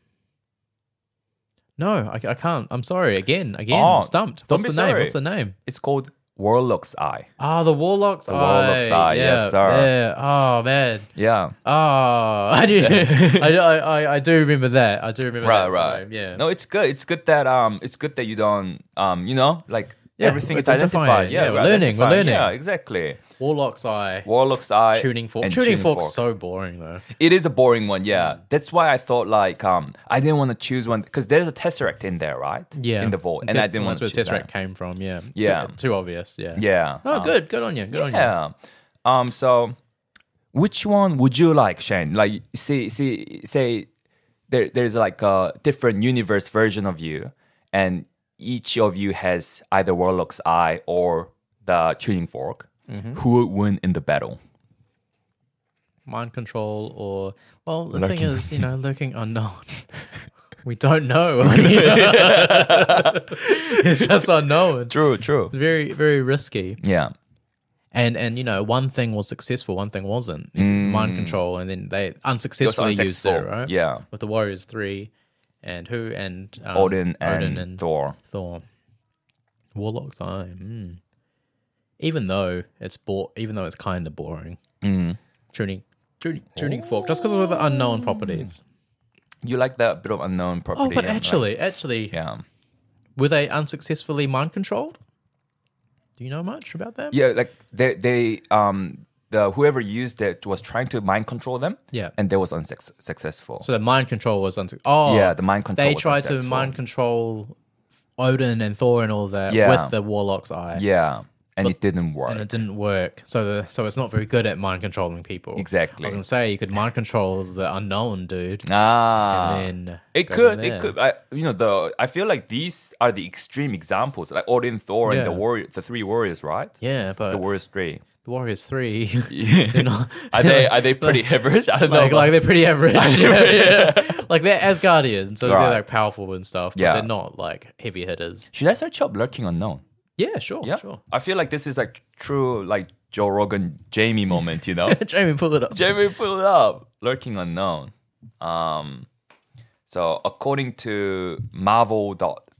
S2: no, I, I can't. I'm sorry. Again, again,
S1: Oh,
S2: stumped.
S1: don't
S2: What's
S1: be
S2: the name?
S1: sorry.
S2: What's the name?
S1: It's called Warlock's Eye.
S2: Oh, the Warlock's
S1: The Warlock's Eye, yes,
S2: yeah,
S1: sir.
S2: Yeah. Oh man.
S1: Yeah.
S2: Oh, I do. I, I, I- I do remember that. I do remember.
S1: Right,
S2: that,
S1: right.
S2: So, yeah.
S1: No, it's good. It's good that um, it's good that you don't um, you know, like
S2: Yeah,
S1: everything
S2: we're
S1: is identified.
S2: identifying.
S1: Yeah,
S2: Yeah, we're learning, we're
S1: identifying.
S2: learning.
S1: Yeah, exactly.
S2: Warlock's Eye.
S1: Warlock's Eye.
S2: Tuning fork.
S1: and
S2: Tuning, fork's
S1: fork.
S2: so boring though.
S1: It is a boring one, yeah. That's why I thought like um I didn't want to choose one because there's a tesseract in there, right?
S2: Yeah.
S1: in the vault, and
S2: Tes-
S1: I didn't want
S2: that's
S1: to
S2: where
S1: choose
S2: Tesseract
S1: that.
S2: came from. Yeah. Too-
S1: Yeah.
S2: Too, obvious. Yeah.
S1: Yeah.
S2: No,
S1: um,
S2: good. Good on you. Good on you.
S1: Yeah. Um. So, which one would you like, Shane? Like, see, see, say, there, there's like a different universe version of you, and each of you has either Warlock's Eye or the Tuning Fork. Who would win in the battle?
S2: Mind control or well, the
S1: Lurking.
S2: thing is, you know, lurking unknown. we don't know. it's just unknown.
S1: True. True.
S2: It's very very risky.
S1: Yeah.
S2: and and you know one thing was successful one thing wasn't Is it
S1: Mm.
S2: mind control and then they unsuccessfully used it
S1: unsuccessful,
S2: right
S1: yeah.
S2: with the warriors three and who and um,
S1: Uh, Odin and, Thor.
S2: thor warlock's eye mm. even though it's bo- even though it's kind of boring
S1: Mm.
S2: tuning tuning tuning fork just because of the unknown properties
S1: You like that bit of unknown
S2: oh
S1: property?
S2: but
S1: yeah, like-
S2: actually actually
S1: yeah.
S2: were they unsuccessfully mind controlled do you know much about that
S1: Yeah, like they they um the whoever used it was trying to mind control them.
S2: Yeah.
S1: and they was unsuccessful.
S2: So the mind control was unsuccessful. Oh,
S1: Yeah, the mind control
S2: They
S1: was
S2: tried to
S1: unsuccessful.
S2: mind control Odin and Thor and all that
S1: Yeah.
S2: with the Warlock's eye.
S1: yeah, and it didn't work.
S2: And it didn't work. So the so it's not very good at mind controlling people.
S1: Exactly.
S2: I was gonna say you could mind control the unknown dude.
S1: ah,
S2: and then
S1: it
S2: go
S1: could,
S2: from
S1: it
S2: there.
S1: could. I, you know, the I feel like these are the extreme examples, like Odin, Thor, and the
S2: Yeah.
S1: warrior, the three warriors, right?
S2: Yeah, but
S1: The warriors three.
S2: the Warriors three
S1: are
S2: they're not
S1: they are they pretty average? I don't know.
S2: like,
S1: but-
S2: like they're pretty average. Yeah, yeah. Like they're Asgardians, so
S1: Right.
S2: they're like powerful and stuff, but
S1: Yeah.
S2: they're not like heavy hitters.
S1: Should I search up lurking unknown?
S2: Yeah, sure,
S1: Yeah,
S2: sure.
S1: I feel like this is like true, like Joe Rogan, Jamie moment, you know.
S2: Jamie, pull it up.
S1: Jamie, pull it up. Lurking unknown. Um, so according to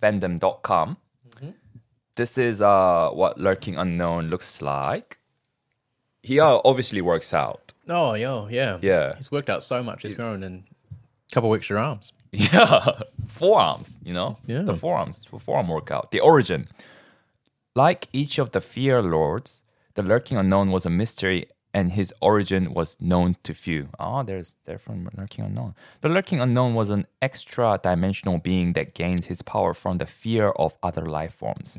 S1: Marvel.fandom.com, this is uh what lurking unknown looks like. He uh, obviously works out.
S2: Oh, yo, yeah.
S1: Yeah.
S2: He's worked out so much. He's grown in a couple of extra arms.
S1: Yeah, forearms. You know,
S2: Yeah.
S1: the forearms, the forearm workout. The origin. Like each of the fear lords, the lurking unknown was a mystery, and his origin was known to few. Ah, there's there from lurking unknown. The lurking unknown was an extra-dimensional being that gained his power from the fear of other life forms.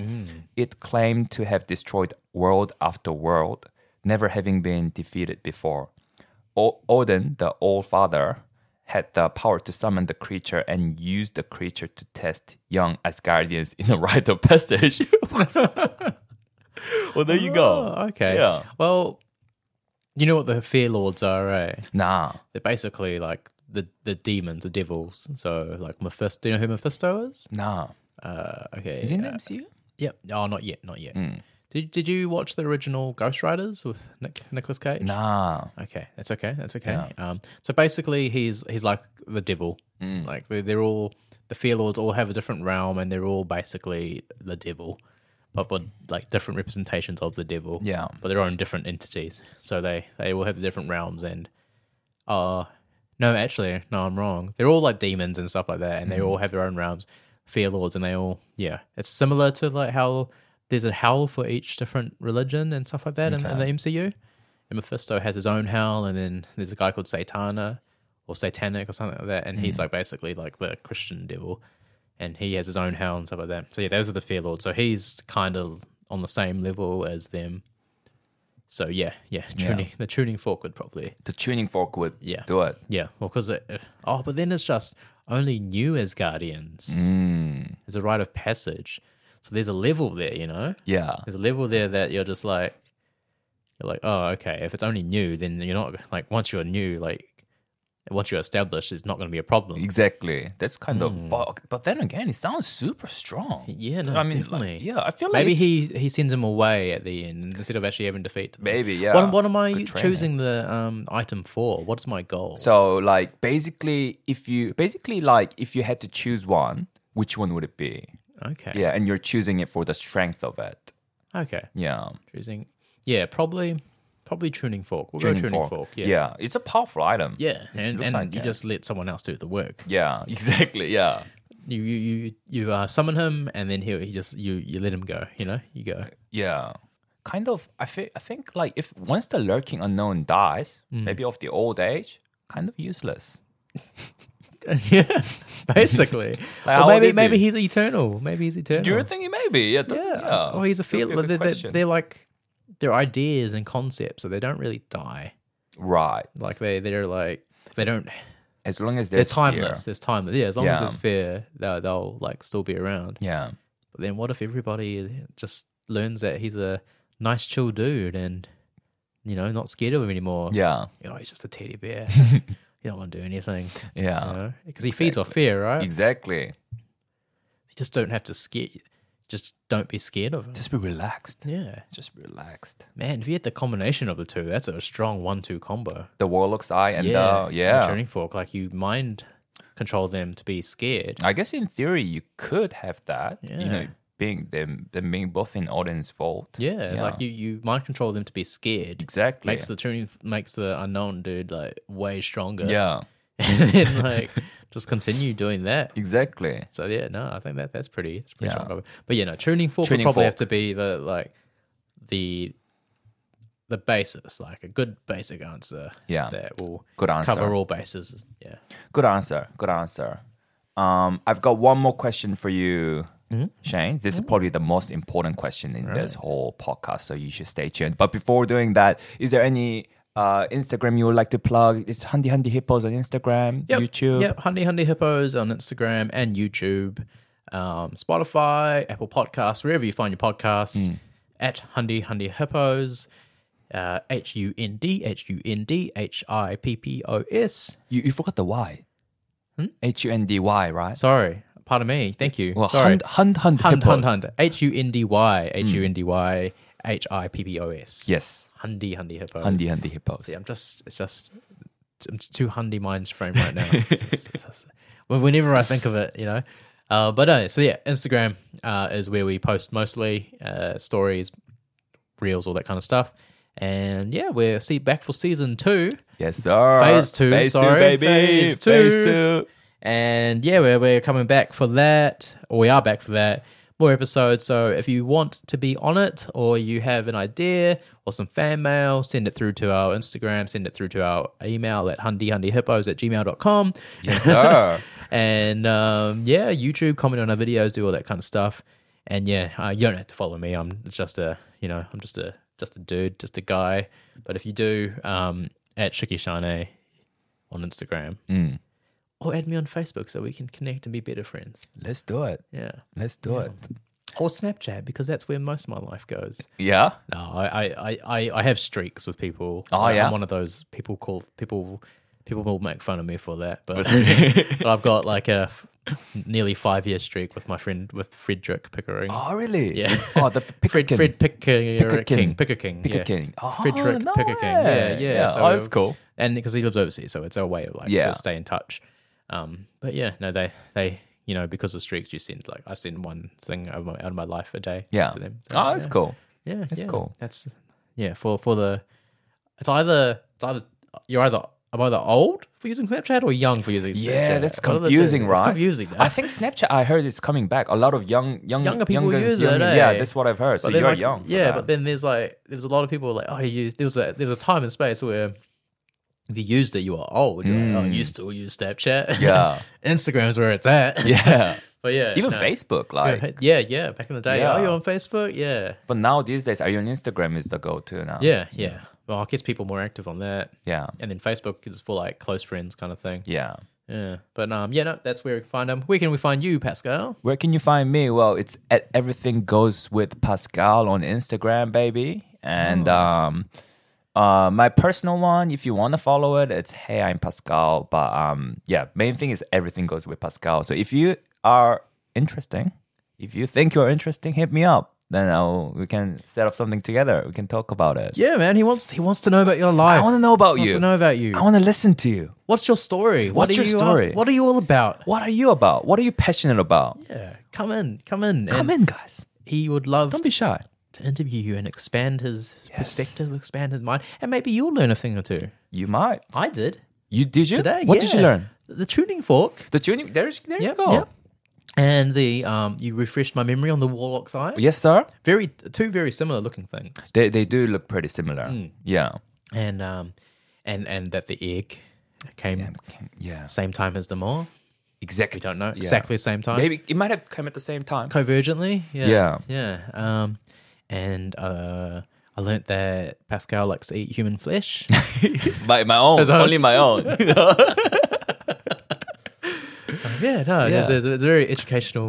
S1: It claimed to have destroyed world after world, never having been defeated before. O- Odin, the All Father, had the power to summon the creature and use the creature to test young Asgardians in a rite of passage. well, there you go.
S2: Oh, okay.
S1: Yeah.
S2: Well, you know what the Fear Lords are, eh?
S1: Nah.
S2: They're basically like the, the demons, the devils. So, like Mephisto. Do you know who Mephisto is?
S1: Nah.
S2: Uh, okay.
S1: Is it Hmm. in the MCU?
S2: Yep. Oh, not yet. Not yet. Did, did you watch the original Ghost Riders with Nick, Nicolas Cage?
S1: Nah.
S2: Okay, that's okay. That's okay. Um, so basically, he's he's like the devil.
S1: Hmm.
S2: Like they're, they're all the fear lords all have a different realm, and they're all basically the devil, but but like different representations of the devil.
S1: Yeah.
S2: but they're own different entities. So they they all have different realms, and uh no, actually, no, I'm wrong. They're all like demons and stuff like that, and they all have their own realms, fear lords, and they all yeah. It's similar to like how there's a hell for each different religion and stuff like that in, in the MCU. And Mephisto has his own hell, and then there's a guy called Satana or Satanic or something like that, and he's like basically like the Christian devil, and he has his own hell and stuff like that. So yeah, those are the fear lords. So he's kind of on the same level as them. So yeah, yeah, tuning the tuning fork would probably
S1: The tuning fork would
S2: Yeah.
S1: do it.
S2: yeah, well, because it, if- oh, but then it's just only new as guardians.
S1: Mm.
S2: It's a rite of passage, so there's a level there, you know.
S1: Yeah.
S2: There's a level there that you're just like, you're like, oh, okay. If it's only new, then you're not like once you're new, like And once you're established, it's not going to be a problem.
S1: Exactly. That's kind of but, but then again, it sounds super strong.
S2: Hmm. Yeah, no,
S1: I mean,
S2: definitely.
S1: like, yeah, I feel like
S2: Maybe
S1: it's-
S2: he he sends him away at the end instead of actually having to defeat. them.
S1: Maybe, yeah.
S2: What, what am I
S1: Good training.
S2: choosing the um, item for? What's my goal?
S1: So like basically if you basically like if you had to choose one, which one would it be?
S2: okay,
S1: Yeah, and you're choosing it for the strength of it.
S2: okay,
S1: Yeah.
S2: choosing. Yeah, probably probably tuning fork. We'll go tuning fork. Yeah,
S1: yeah. It's a powerful item.
S2: Yeah,
S1: It
S2: and,
S1: looks
S2: and
S1: like
S2: you
S1: it.
S2: just let someone else do the work.
S1: Yeah, exactly. Yeah.
S2: You you you, you uh, summon him, and then he he just you you let him go. You know, you go.
S1: Yeah. Kind of I feel I think like if once the lurking unknown dies,
S2: Mm.
S1: maybe of the old age, kind of useless.
S2: yeah, basically.
S1: Like,
S2: or
S1: how old
S2: maybe
S1: is
S2: maybe
S1: he?
S2: he's eternal. Maybe he's eternal.
S1: Do you think it may be? Yeah, that's,
S2: yeah.
S1: yeah.
S2: Or he's a
S1: Could be
S2: feeler.
S1: good
S2: They're, they're,
S1: question.
S2: they're like their ideas and concepts, so they don't really die.
S1: right.
S2: Like they they're like they don't.
S1: As long as
S2: They're
S1: there's fear.
S2: timeless. There's timeless. Yeah, as long as
S1: Yeah.
S2: there's fear, they'll, they'll like still be around.
S1: Yeah.
S2: But then what if everybody just learns that he's a nice, chill dude and, you know, not scared of him anymore?
S1: Yeah.
S2: You know, he's just a teddy bear. he don't want to do anything.
S1: Yeah.
S2: Because he feeds off fear, right?
S1: Exactly.
S2: You just don't have to scare. Just don't be scared of him.
S1: Just be relaxed.
S2: yeah.
S1: Just be relaxed.
S2: Man, if you had the combination of the two, that's a strong one two combo.
S1: The warlock's eye and
S2: yeah.
S1: the yeah.
S2: Turning fork. Like you mind control them to be scared.
S1: I guess in theory you could have that. You know,
S2: Yeah.
S1: being them them being both in Odin's vault.
S2: Yeah, like you, you mind control them to be scared.
S1: Exactly.
S2: Makes the tuning makes the unknown dude like way stronger.
S1: yeah.
S2: and then like just continue doing that.
S1: Exactly.
S2: So yeah, no, I think that that's pretty. That's pretty
S1: Yeah.
S2: strong. cover. But yeah, no, tuning fork
S1: Tuning
S2: would probably have
S1: fork.
S2: to be the like the the basis, like a good basic answer.
S1: Yeah.
S2: that will
S1: Good answer.
S2: cover all bases. Yeah,
S1: Good answer. Good answer. Um, I've got one more question for you,
S2: Mm-hmm.
S1: Shane. This is probably the most important question in this whole podcast, so you should stay tuned. But before doing that, is there any uh, Instagram you would like to plug? It's Handy Handy Hippos on Instagram,
S2: Yep,
S1: YouTube.
S2: Yep, Hundy Hundy Hippos on Instagram and YouTube, um, Spotify, Apple Podcasts, wherever you find your podcasts.
S1: Hmm.
S2: At Hundy Hundy Hippos, uh, H U N D H U N D H I P P O S.
S1: You, you forgot the Y.
S2: Hmm?
S1: H U N D Y, right?
S2: Sorry, pardon me. Thank you.
S1: well,
S2: Sorry.
S1: Hunt, hunt, hunt,
S2: Hund,
S1: hippos. Hmm.
S2: Hund, Hund. H U N D Y, H U N D Y, H I P P O S.
S1: Yes.
S2: Hundy, hundy hippos.
S1: Hundy, hundy hippos.
S2: See, I'm just, it's just, I'm just too hundy minds frame right now. It's- it's- well, Whenever I think of it, you know. Uh, but no, so yeah, Instagram uh, is where we post mostly uh, stories, reels, all that kind of stuff. And yeah, we're see back for season two.
S1: Yes, sir.
S2: Phase two,
S1: Phase
S2: sorry.
S1: two, baby.
S2: Phase two.
S1: Phase two.
S2: And yeah, we're, we're coming back for that. Or we are back for that. More episodes. So if you want to be on it or you have an idea or some fan mail, send it through to our Instagram, send it through to our email at hundyhundyhippos at gmail.com.
S1: Yes, sir.
S2: and um, yeah, YouTube, comment on our videos, do all that kind of stuff. And yeah, uh, you don't have to follow me. I'm just a, you know, I'm just a, just a dude, just a guy. But if you do, um, at Shiki Shane on Instagram,
S1: Mm.
S2: or add me on Facebook so we can connect and be better friends.
S1: Let's do it.
S2: Yeah,
S1: Let's do it.
S2: or Snapchat because that's where most of my life goes.
S1: Yeah.
S2: No, I, I, I- I, I have streaks with people.
S1: Oh,
S2: I,
S1: yeah?
S2: I'm one of those people call people people will make fun of me for that, but, but I've got like a f- nearly five year streak with my friend with Frederick Pickering.
S1: Oh, really?
S2: Yeah.
S1: Oh, the f-
S2: Fred
S1: Pickering.
S2: Fred Pickering
S1: Pickering.
S2: Pickering yeah.
S1: Pickering. Oh,
S2: Frederick
S1: nice.
S2: Pickering yeah yeah,
S1: Yeah, oh, that's cool.
S2: and because he lives overseas so it's our way of like
S1: Yeah.
S2: to stay in touch um but yeah no they they you know because of streaks you send like I send one thing out of my, out of my life a day
S1: Yeah.
S2: to them So,
S1: Oh, that's
S2: yeah.
S1: cool.
S2: Yeah, that's
S1: cool.
S2: That's yeah for for the it's either it's either you're either I'm either old for using Snapchat or young for using Snapchat.
S1: Yeah, that's
S2: One of the two.
S1: confusing, right?
S2: It's confusing.
S1: I
S2: though.
S1: think Snapchat. I heard it's coming back. A lot of young, young,
S2: Younger people
S1: youngers,
S2: use it,
S1: young-
S2: eh?
S1: Yeah, that's what I've heard. So
S2: then,
S1: you're
S2: like,
S1: young. for
S2: Yeah,
S1: that.
S2: but then there's like there's a lot of people like oh you there was a there was a time and space where if you used it you were old. You're like, oh, you still use Snapchat.
S1: Yeah.
S2: Instagram's where it's at.
S1: yeah,
S2: but yeah,
S1: even
S2: no.
S1: Facebook. Like,
S2: Yeah, yeah. Back in the day,
S1: Yeah.
S2: oh, you're on Facebook. Yeah,
S1: but now these days, are you on Instagram? Is the go-to now?
S2: yeah, yeah. Well, I guess people more active on that.
S1: yeah,
S2: And then Facebook is for like close friends kind of thing.
S1: yeah.
S2: Yeah. But um, yeah, no, that's where we can find them. Where can we find you, Pascal?
S1: Where can you find me? Well, it's at everything goes with Pascal on Instagram, baby, and um, Uh, my personal one, if you want to follow it, it's Hey, I'm Pascal. But um, yeah, main thing is everything goes with Pascal. So if you are interesting, if you think you're interesting, hit me up. Then I'll, we can set up something together. We can talk about it.
S2: Yeah, man. He wants he wants to know about your life.
S1: I want to know about
S2: Wants
S1: you.
S2: to know about you.
S1: I want to listen to you.
S2: What's your story? What
S1: What's
S2: are
S1: your
S2: you up-
S1: story?
S2: what are you all about?
S1: What are you about? What are you passionate about?
S2: Yeah, come in, come in,
S1: Come
S2: and
S1: in, guys.
S2: He would love
S1: Don't be shy.
S2: to interview you and expand his perspective, expand his mind, and maybe you'll learn a thing or two.
S1: You might.
S2: I did
S1: You did you?
S2: today.
S1: What did you
S2: yeah.
S1: learn?
S2: The tuning fork.
S1: The tuning. There's there
S2: Yep,
S1: you go.
S2: yep. And the um, you refreshed my memory on the warlock's eye.
S1: Yes, sir.
S2: Very two very similar looking things,
S1: They they do look pretty similar.
S2: Hmm.
S1: Yeah.
S2: and um, and and that the egg came
S1: Yeah.
S2: same time as the mole.
S1: Exactly.
S2: Don't know exactly the same time.
S1: Maybe it might have come at the same time.
S2: Convergently,
S1: Yeah.
S2: yeah, yeah. Um, and uh, I learnt that Pascal likes to eat human flesh.
S1: My, my own,
S2: own.
S1: only my own.
S2: yeah, no,
S1: Yeah.
S2: It's, it's, it's a very educational,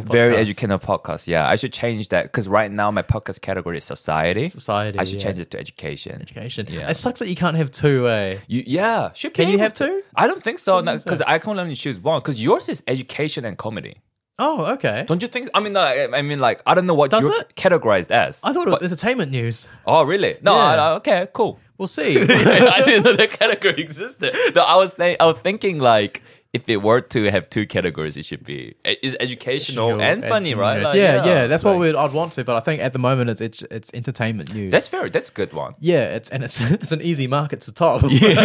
S1: Very
S2: podcast.
S1: educational podcast. Yeah, I should change that because right now my podcast category is society.
S2: Society,
S1: I should
S2: yeah.
S1: change it to education.
S2: education.
S1: Yeah.
S2: It sucks that you can't have two. Eh?
S1: You, yeah, should be
S2: Can you
S1: able
S2: have
S1: to.
S2: two?
S1: I don't think so because I can only choose one. Because yours is education and comedy.
S2: Oh, okay.
S1: Don't you think? I mean, no, I I mean, like I don't know what
S2: Does
S1: you're
S2: it?
S1: categorized as.
S2: I thought it was entertainment news.
S1: oh, really? No. I-
S2: Yeah.
S1: I- okay. Cool.
S2: We'll see.
S1: I didn't know that category existed. No, I was think, I was thinking like if it were to have two categories, it should be eh, is educational Oh, and funny, right? Like,
S2: yeah, yeah, That's
S1: like-
S2: what we'd, I'd want to, but I think at the moment it's it's, it's entertainment news.
S1: That's fair. That's a good one.
S2: yeah, it's and it's it's an easy market to top.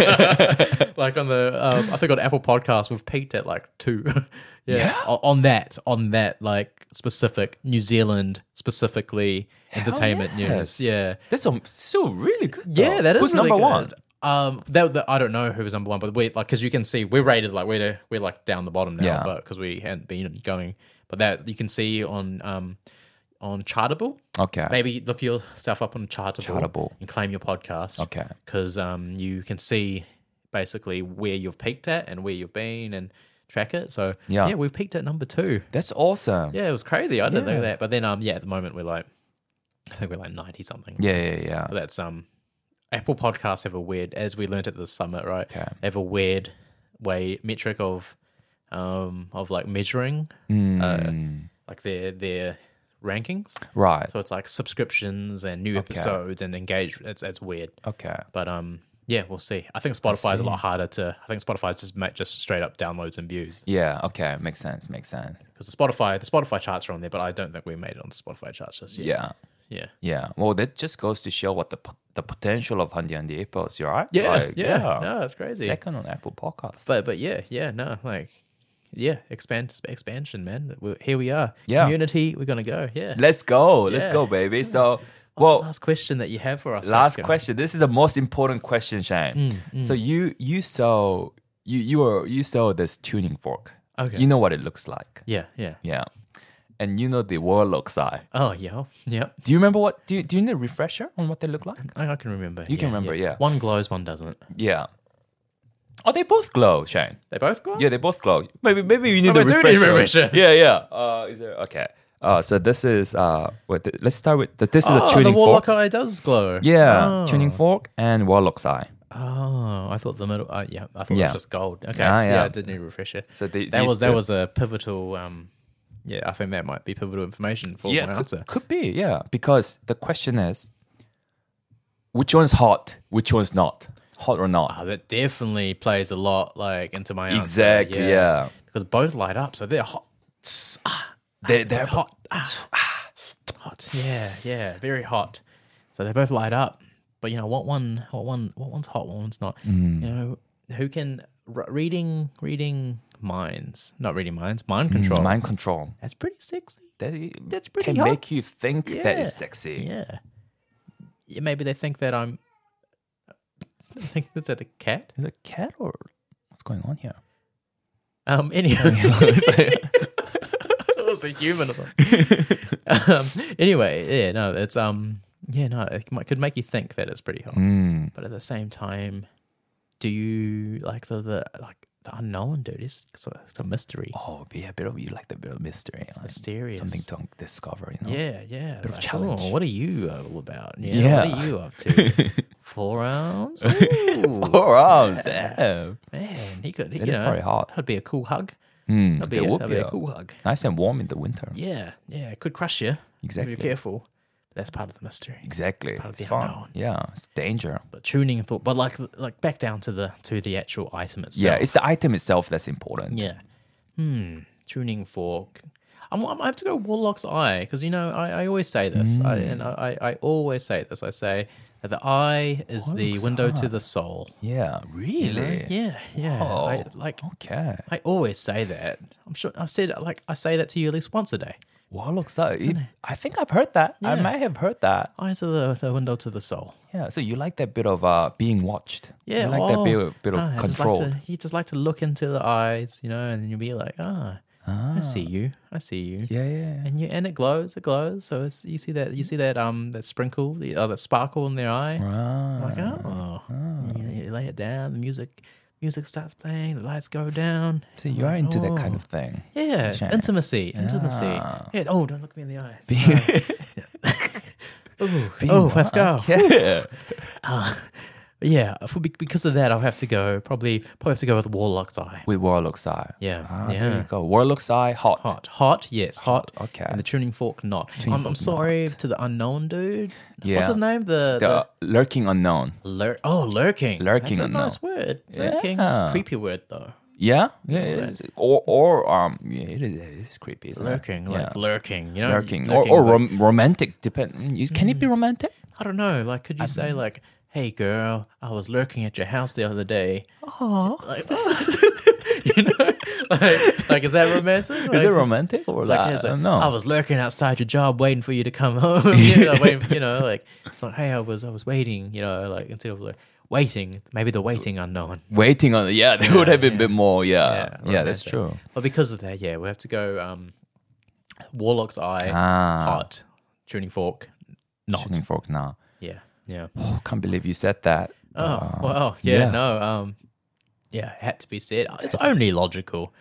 S2: like on the um, I think on Apple Podcasts we've peaked at like two. yeah, O- on that on that like specific New Zealand specifically entertainment
S1: yes.
S2: news. Yeah,
S1: That's um, still really good. though.
S2: Yeah, that is
S1: Who's
S2: really
S1: number
S2: good.
S1: one.
S2: Um, that, that- I don't know who was number one, but we like because you can see we're rated like we're we're like down the bottom now,
S1: Yeah.
S2: but because we hadn't been going, but that you can see on um on Chartable.
S1: Okay.
S2: Maybe look yourself up on Chartable,
S1: Chartable.
S2: and claim your podcast.
S1: Okay.
S2: because um you can see basically where you've peaked at and where you've been and track it. So
S1: Yeah.
S2: yeah, we peaked at number two.
S1: That's awesome.
S2: Yeah, it was crazy. I didn't know that, but then um yeah, at the moment we're like, I think we're like ninety something.
S1: Yeah, yeah, yeah.
S2: But that's um Apple Podcasts have a weird, as we learnt at the summit, right?
S1: Okay.
S2: They have a weird way metric of um of like measuring uh, like their their rankings.
S1: Right.
S2: So it's like subscriptions and new episodes and engagement. It's it's weird.
S1: Okay.
S2: But um yeah, we'll see. I think Spotify is a lot harder to I think Spotify's just ma- just straight up downloads and views.
S1: Yeah. Okay. Makes sense. Makes sense.
S2: Because the Spotify the Spotify charts are on there, but I don't think we made it on the Spotify charts just yet.
S1: Yeah.
S2: Yeah.
S1: Yeah. Well, that just goes to show what the po- the potential of Handy and the Apples. You're right.
S2: Yeah.
S1: Like,
S2: yeah. No, that's crazy.
S1: Second on Apple Podcast.
S2: But but yeah, yeah, no, like yeah, expand expansion, man. We're, here we are.
S1: Yeah.
S2: Community, we're gonna go. Yeah.
S1: Let's go. Let's
S2: Yeah.
S1: go, baby. So,
S2: What's the
S1: well,
S2: last question that you have for us.
S1: last
S2: Pascal?
S1: question. This is the most important question, Shane.
S2: Mm,
S1: So you you saw you you were you saw this tuning fork.
S2: Okay.
S1: You know what it looks like.
S2: Yeah, yeah.
S1: Yeah. And you know the warlock's eye.
S2: Oh yeah, yeah.
S1: Do you remember what do you do you need a refresher on what they look like?
S2: I, I can remember.
S1: You can remember, yeah.
S2: One glows, one doesn't.
S1: Yeah. Oh, they both glow, Shane.
S2: They both glow.
S1: Yeah, they both glow. Maybe maybe you need
S2: Oh,
S1: a
S2: I do need a
S1: refresher.
S2: refresher.
S1: Yeah, yeah. Uh, is there okay? Uh, so this is uh, wait, th- let's start with th- this is
S2: Oh,
S1: a tuning
S2: the warlock
S1: fork.
S2: eye does glow.
S1: Yeah,
S2: Oh.
S1: tuning fork and warlock's eye.
S2: Oh, I thought the middle. Uh, yeah, I thought it
S1: Yeah.
S2: was just gold. Okay.
S1: Ah, yeah.
S2: I did need a refresher.
S1: So the-
S2: that
S1: these
S2: was that
S1: two-
S2: was a pivotal. Um, yeah, I think that might be pivotal information for my answer.
S1: could, could be. Yeah, because the question is, which one's hot, which one's not, hot or not?
S2: Oh, that definitely plays a lot like into my answer.
S1: Exactly, yeah.
S2: Because both light up, so they're hot. Tss, ah,
S1: They, they're
S2: hot. ah, hot. Yeah, yeah. Very hot. So they both light up. But you know what one what one what one's hot, what one's not.
S1: mm,
S2: You know, who can r- reading reading minds. Not reading minds, mind control.
S1: mm, mind control.
S2: That's pretty sexy.
S1: That,
S2: That's pretty
S1: can
S2: hot.
S1: make you think that
S2: Yeah.
S1: it's sexy.
S2: Yeah. yeah. Maybe they think that I'm I think is that a cat?
S1: Is it a cat or what's going on here?
S2: Um anyhow. it was "Oh, a human or something. um, anyway, yeah, no, it's um, yeah, no, it might, could make you think that it's pretty hot,
S1: Mm.
S2: but at the same time, do you like the the like the unknown, dude? It's it's a, it's a mystery,
S1: Oh, be a bit of you like the bit of mystery, like
S2: mysterious.
S1: something to discover. You know.
S2: yeah, oh, yeah. Bit
S1: of challenge.
S2: what are you all about? Yeah,
S1: Yeah.
S2: What are you up to? Four rounds?
S1: Four hours, damn.
S2: Man, he could. He,
S1: That
S2: you
S1: is
S2: know,
S1: probably hard.
S2: That'd be a cool hug.
S1: Mm,
S2: That'd be,
S1: it
S2: a,
S1: would
S2: that'd
S1: be
S2: be a
S1: a-
S2: cool hug.
S1: Nice and warm in the winter.
S2: Yeah, yeah. It could crush you.
S1: Exactly.
S2: If you're careful. That's part of the mystery.
S1: Exactly.
S2: Part of
S1: It's
S2: the
S1: fun.
S2: unknown.
S1: Yeah, it's danger.
S2: But tuning and thought. But like, like back down to the to the actual item itself.
S1: Yeah, it's the item itself that's important.
S2: Yeah. Hmm. Tuning fork. I'm, I'm, I have to go Warlock's Eye because, you know, I, I always say this. I,
S1: Hmm.
S2: and I, I I always say this. I say that the eye is the window to the soul.
S1: Yeah. Really?
S2: Yeah. Yeah. I,
S1: Oh,
S2: like,
S1: Okay.
S2: I always say that. I'm sure I've said, like, I say that to you at least once a day.
S1: Warlock's Eye. It- I think I've heard that. I
S2: Yeah.
S1: may have heard that.
S2: Eyes are the, the window to the soul.
S1: Yeah. So you like that bit of uh, being watched.
S2: Yeah.
S1: You like
S2: oh,
S1: that bit of, bit of
S2: ah, I just like
S1: control.
S2: to- you just like to look into the eyes, you know, and you'll be like, ah, I see you. I see you.
S1: Yeah, yeah.
S2: and you and it glows, it glows. So it's you see that you see that um that sprinkle, the uh, that sparkle in their eye.
S1: Right.
S2: Like oh, You, you lay it down. The music music starts playing. The lights go down.
S1: So you are into that
S2: Oh.
S1: kind of thing.
S2: Yeah, it's
S1: Shit.
S2: intimacy, intimacy.
S1: Yeah.
S2: Yeah. Oh, don't look me in the eyes. oh, oh Pascal.
S1: Yeah.
S2: Yeah, for, be- because of that, I'll have to go. Probably probably have to go with Warlock's Eye.
S1: With Warlock's Eye.
S2: Yeah,
S1: Ah,
S2: yeah.
S1: There you go. Warlock's Eye, hot.
S2: Hot, hot, yes, hot.
S1: okay.
S2: And the tuning fork, not.
S1: Tuning
S2: I'm, I'm
S1: fork,
S2: sorry to the unknown dude.
S1: Yeah.
S2: What's his name? The,
S1: The lurking unknown.
S2: the lur- oh lurking.
S1: Lurking
S2: That's a
S1: unknown.
S2: nice word. Lurking. It's a
S1: Yeah.
S2: creepy word though.
S1: Yeah, yeah, it is. Or, or um, yeah, it is. It is creepy. Isn't
S2: Lurking,
S1: it?
S2: like
S1: yeah.
S2: lurking. You know,
S1: lurking, or,
S2: is
S1: or
S2: like-
S1: rom- romantic. Depend. mm, is- Can it be romantic?
S2: I don't know. Like, could you say like, "Hey girl, I was lurking at your house the other day."
S1: Oh,
S2: Like, you know, like, like, is that romantic?
S1: is
S2: Like,
S1: it romantic or
S2: it's
S1: like,
S2: Like, it's
S1: I
S2: like,
S1: don't know.
S2: I was lurking outside your job, waiting for you to come home. you, know, waiting, you know, like it's like, hey, I was, I was waiting. You know, like instead of like waiting, maybe the waiting unknown.
S1: Waiting on. Yeah, there would have been a bit more. Yeah, yeah, that's
S2: romantic.
S1: true.
S2: uh, But because of that, yeah, we have to go um, Warlock's Eye,
S1: Ah.
S2: Heart, Tuning Fork, Not.
S1: Shooting fork now.
S2: Yeah, yeah.
S1: Oh, can't believe you said that.
S2: Oh, well, yeah,
S1: yeah.
S2: no. Um, yeah, it had to be said. It's only logical.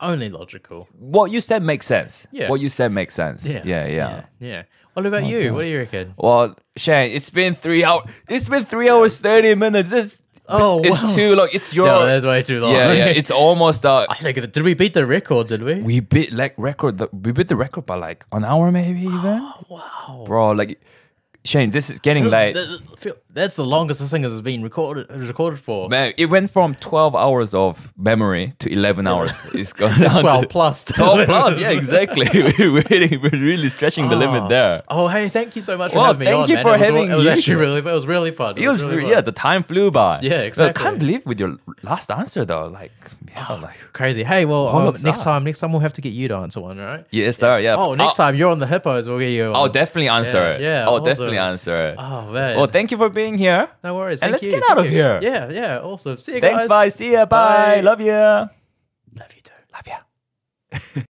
S2: Only logical.
S1: What you said makes sense.
S2: Yeah.
S1: What you said makes sense. yeah. Oh, yeah.
S2: Yeah. yeah. What about you? What do you reckon?
S1: Well, Shane, it's been three hours. It's been three hours thirty minutes. This
S2: Oh,
S1: it's
S2: wow.
S1: too long. It's your
S2: No, that's way too long.
S1: yeah, yeah. It's almost uh,
S2: I think did we beat the record? Did we?
S1: we beat like record. The, we beat the record by like an hour maybe even.
S2: wow.
S1: Bro, like Shane, this is getting late.
S2: Th- th- feel- That's the longest this thing has been recorded recorded for.
S1: Man, it went from twelve hours of memory to eleven hours. It's gone down to-
S2: Twelve plus.
S1: 12 plus. Yeah, exactly. we're, really, we're really stretching the limit there.
S2: Oh, hey, thank you so much for
S1: Well,
S2: having me
S1: thank
S2: on,
S1: you
S2: man.
S1: for
S2: it was,
S1: having
S2: It was
S1: you.
S2: actually really, it was really fun.
S1: It was,
S2: really
S1: yeah,
S2: fun.
S1: the time flew by.
S2: Yeah,
S1: I
S2: exactly. Ah.
S1: can't believe with your last answer though, like yeah, like
S2: crazy. Hey, well, um,
S1: Hornets
S2: next
S1: are.
S2: time, next time we'll have to get you to answer one, right?
S1: yes, sir. Yeah.
S2: Oh, next time you're on the hippos, we'll get you.
S1: I'll
S2: On.
S1: definitely answer
S2: Yeah,
S1: it.
S2: yeah,
S1: I'll
S2: awesome.
S1: definitely answer it.
S2: oh man.
S1: Well, thank you for being here.
S2: no worries.
S1: and
S2: Thank
S1: let's
S2: you.
S1: get
S2: Thank
S1: out of
S2: you.
S1: here.
S2: Yeah, yeah. Awesome. See you
S1: Thanks,
S2: guys.
S1: bye. See ya. Bye.
S2: Bye.
S1: Love you. Love
S2: Love you too.
S1: ya.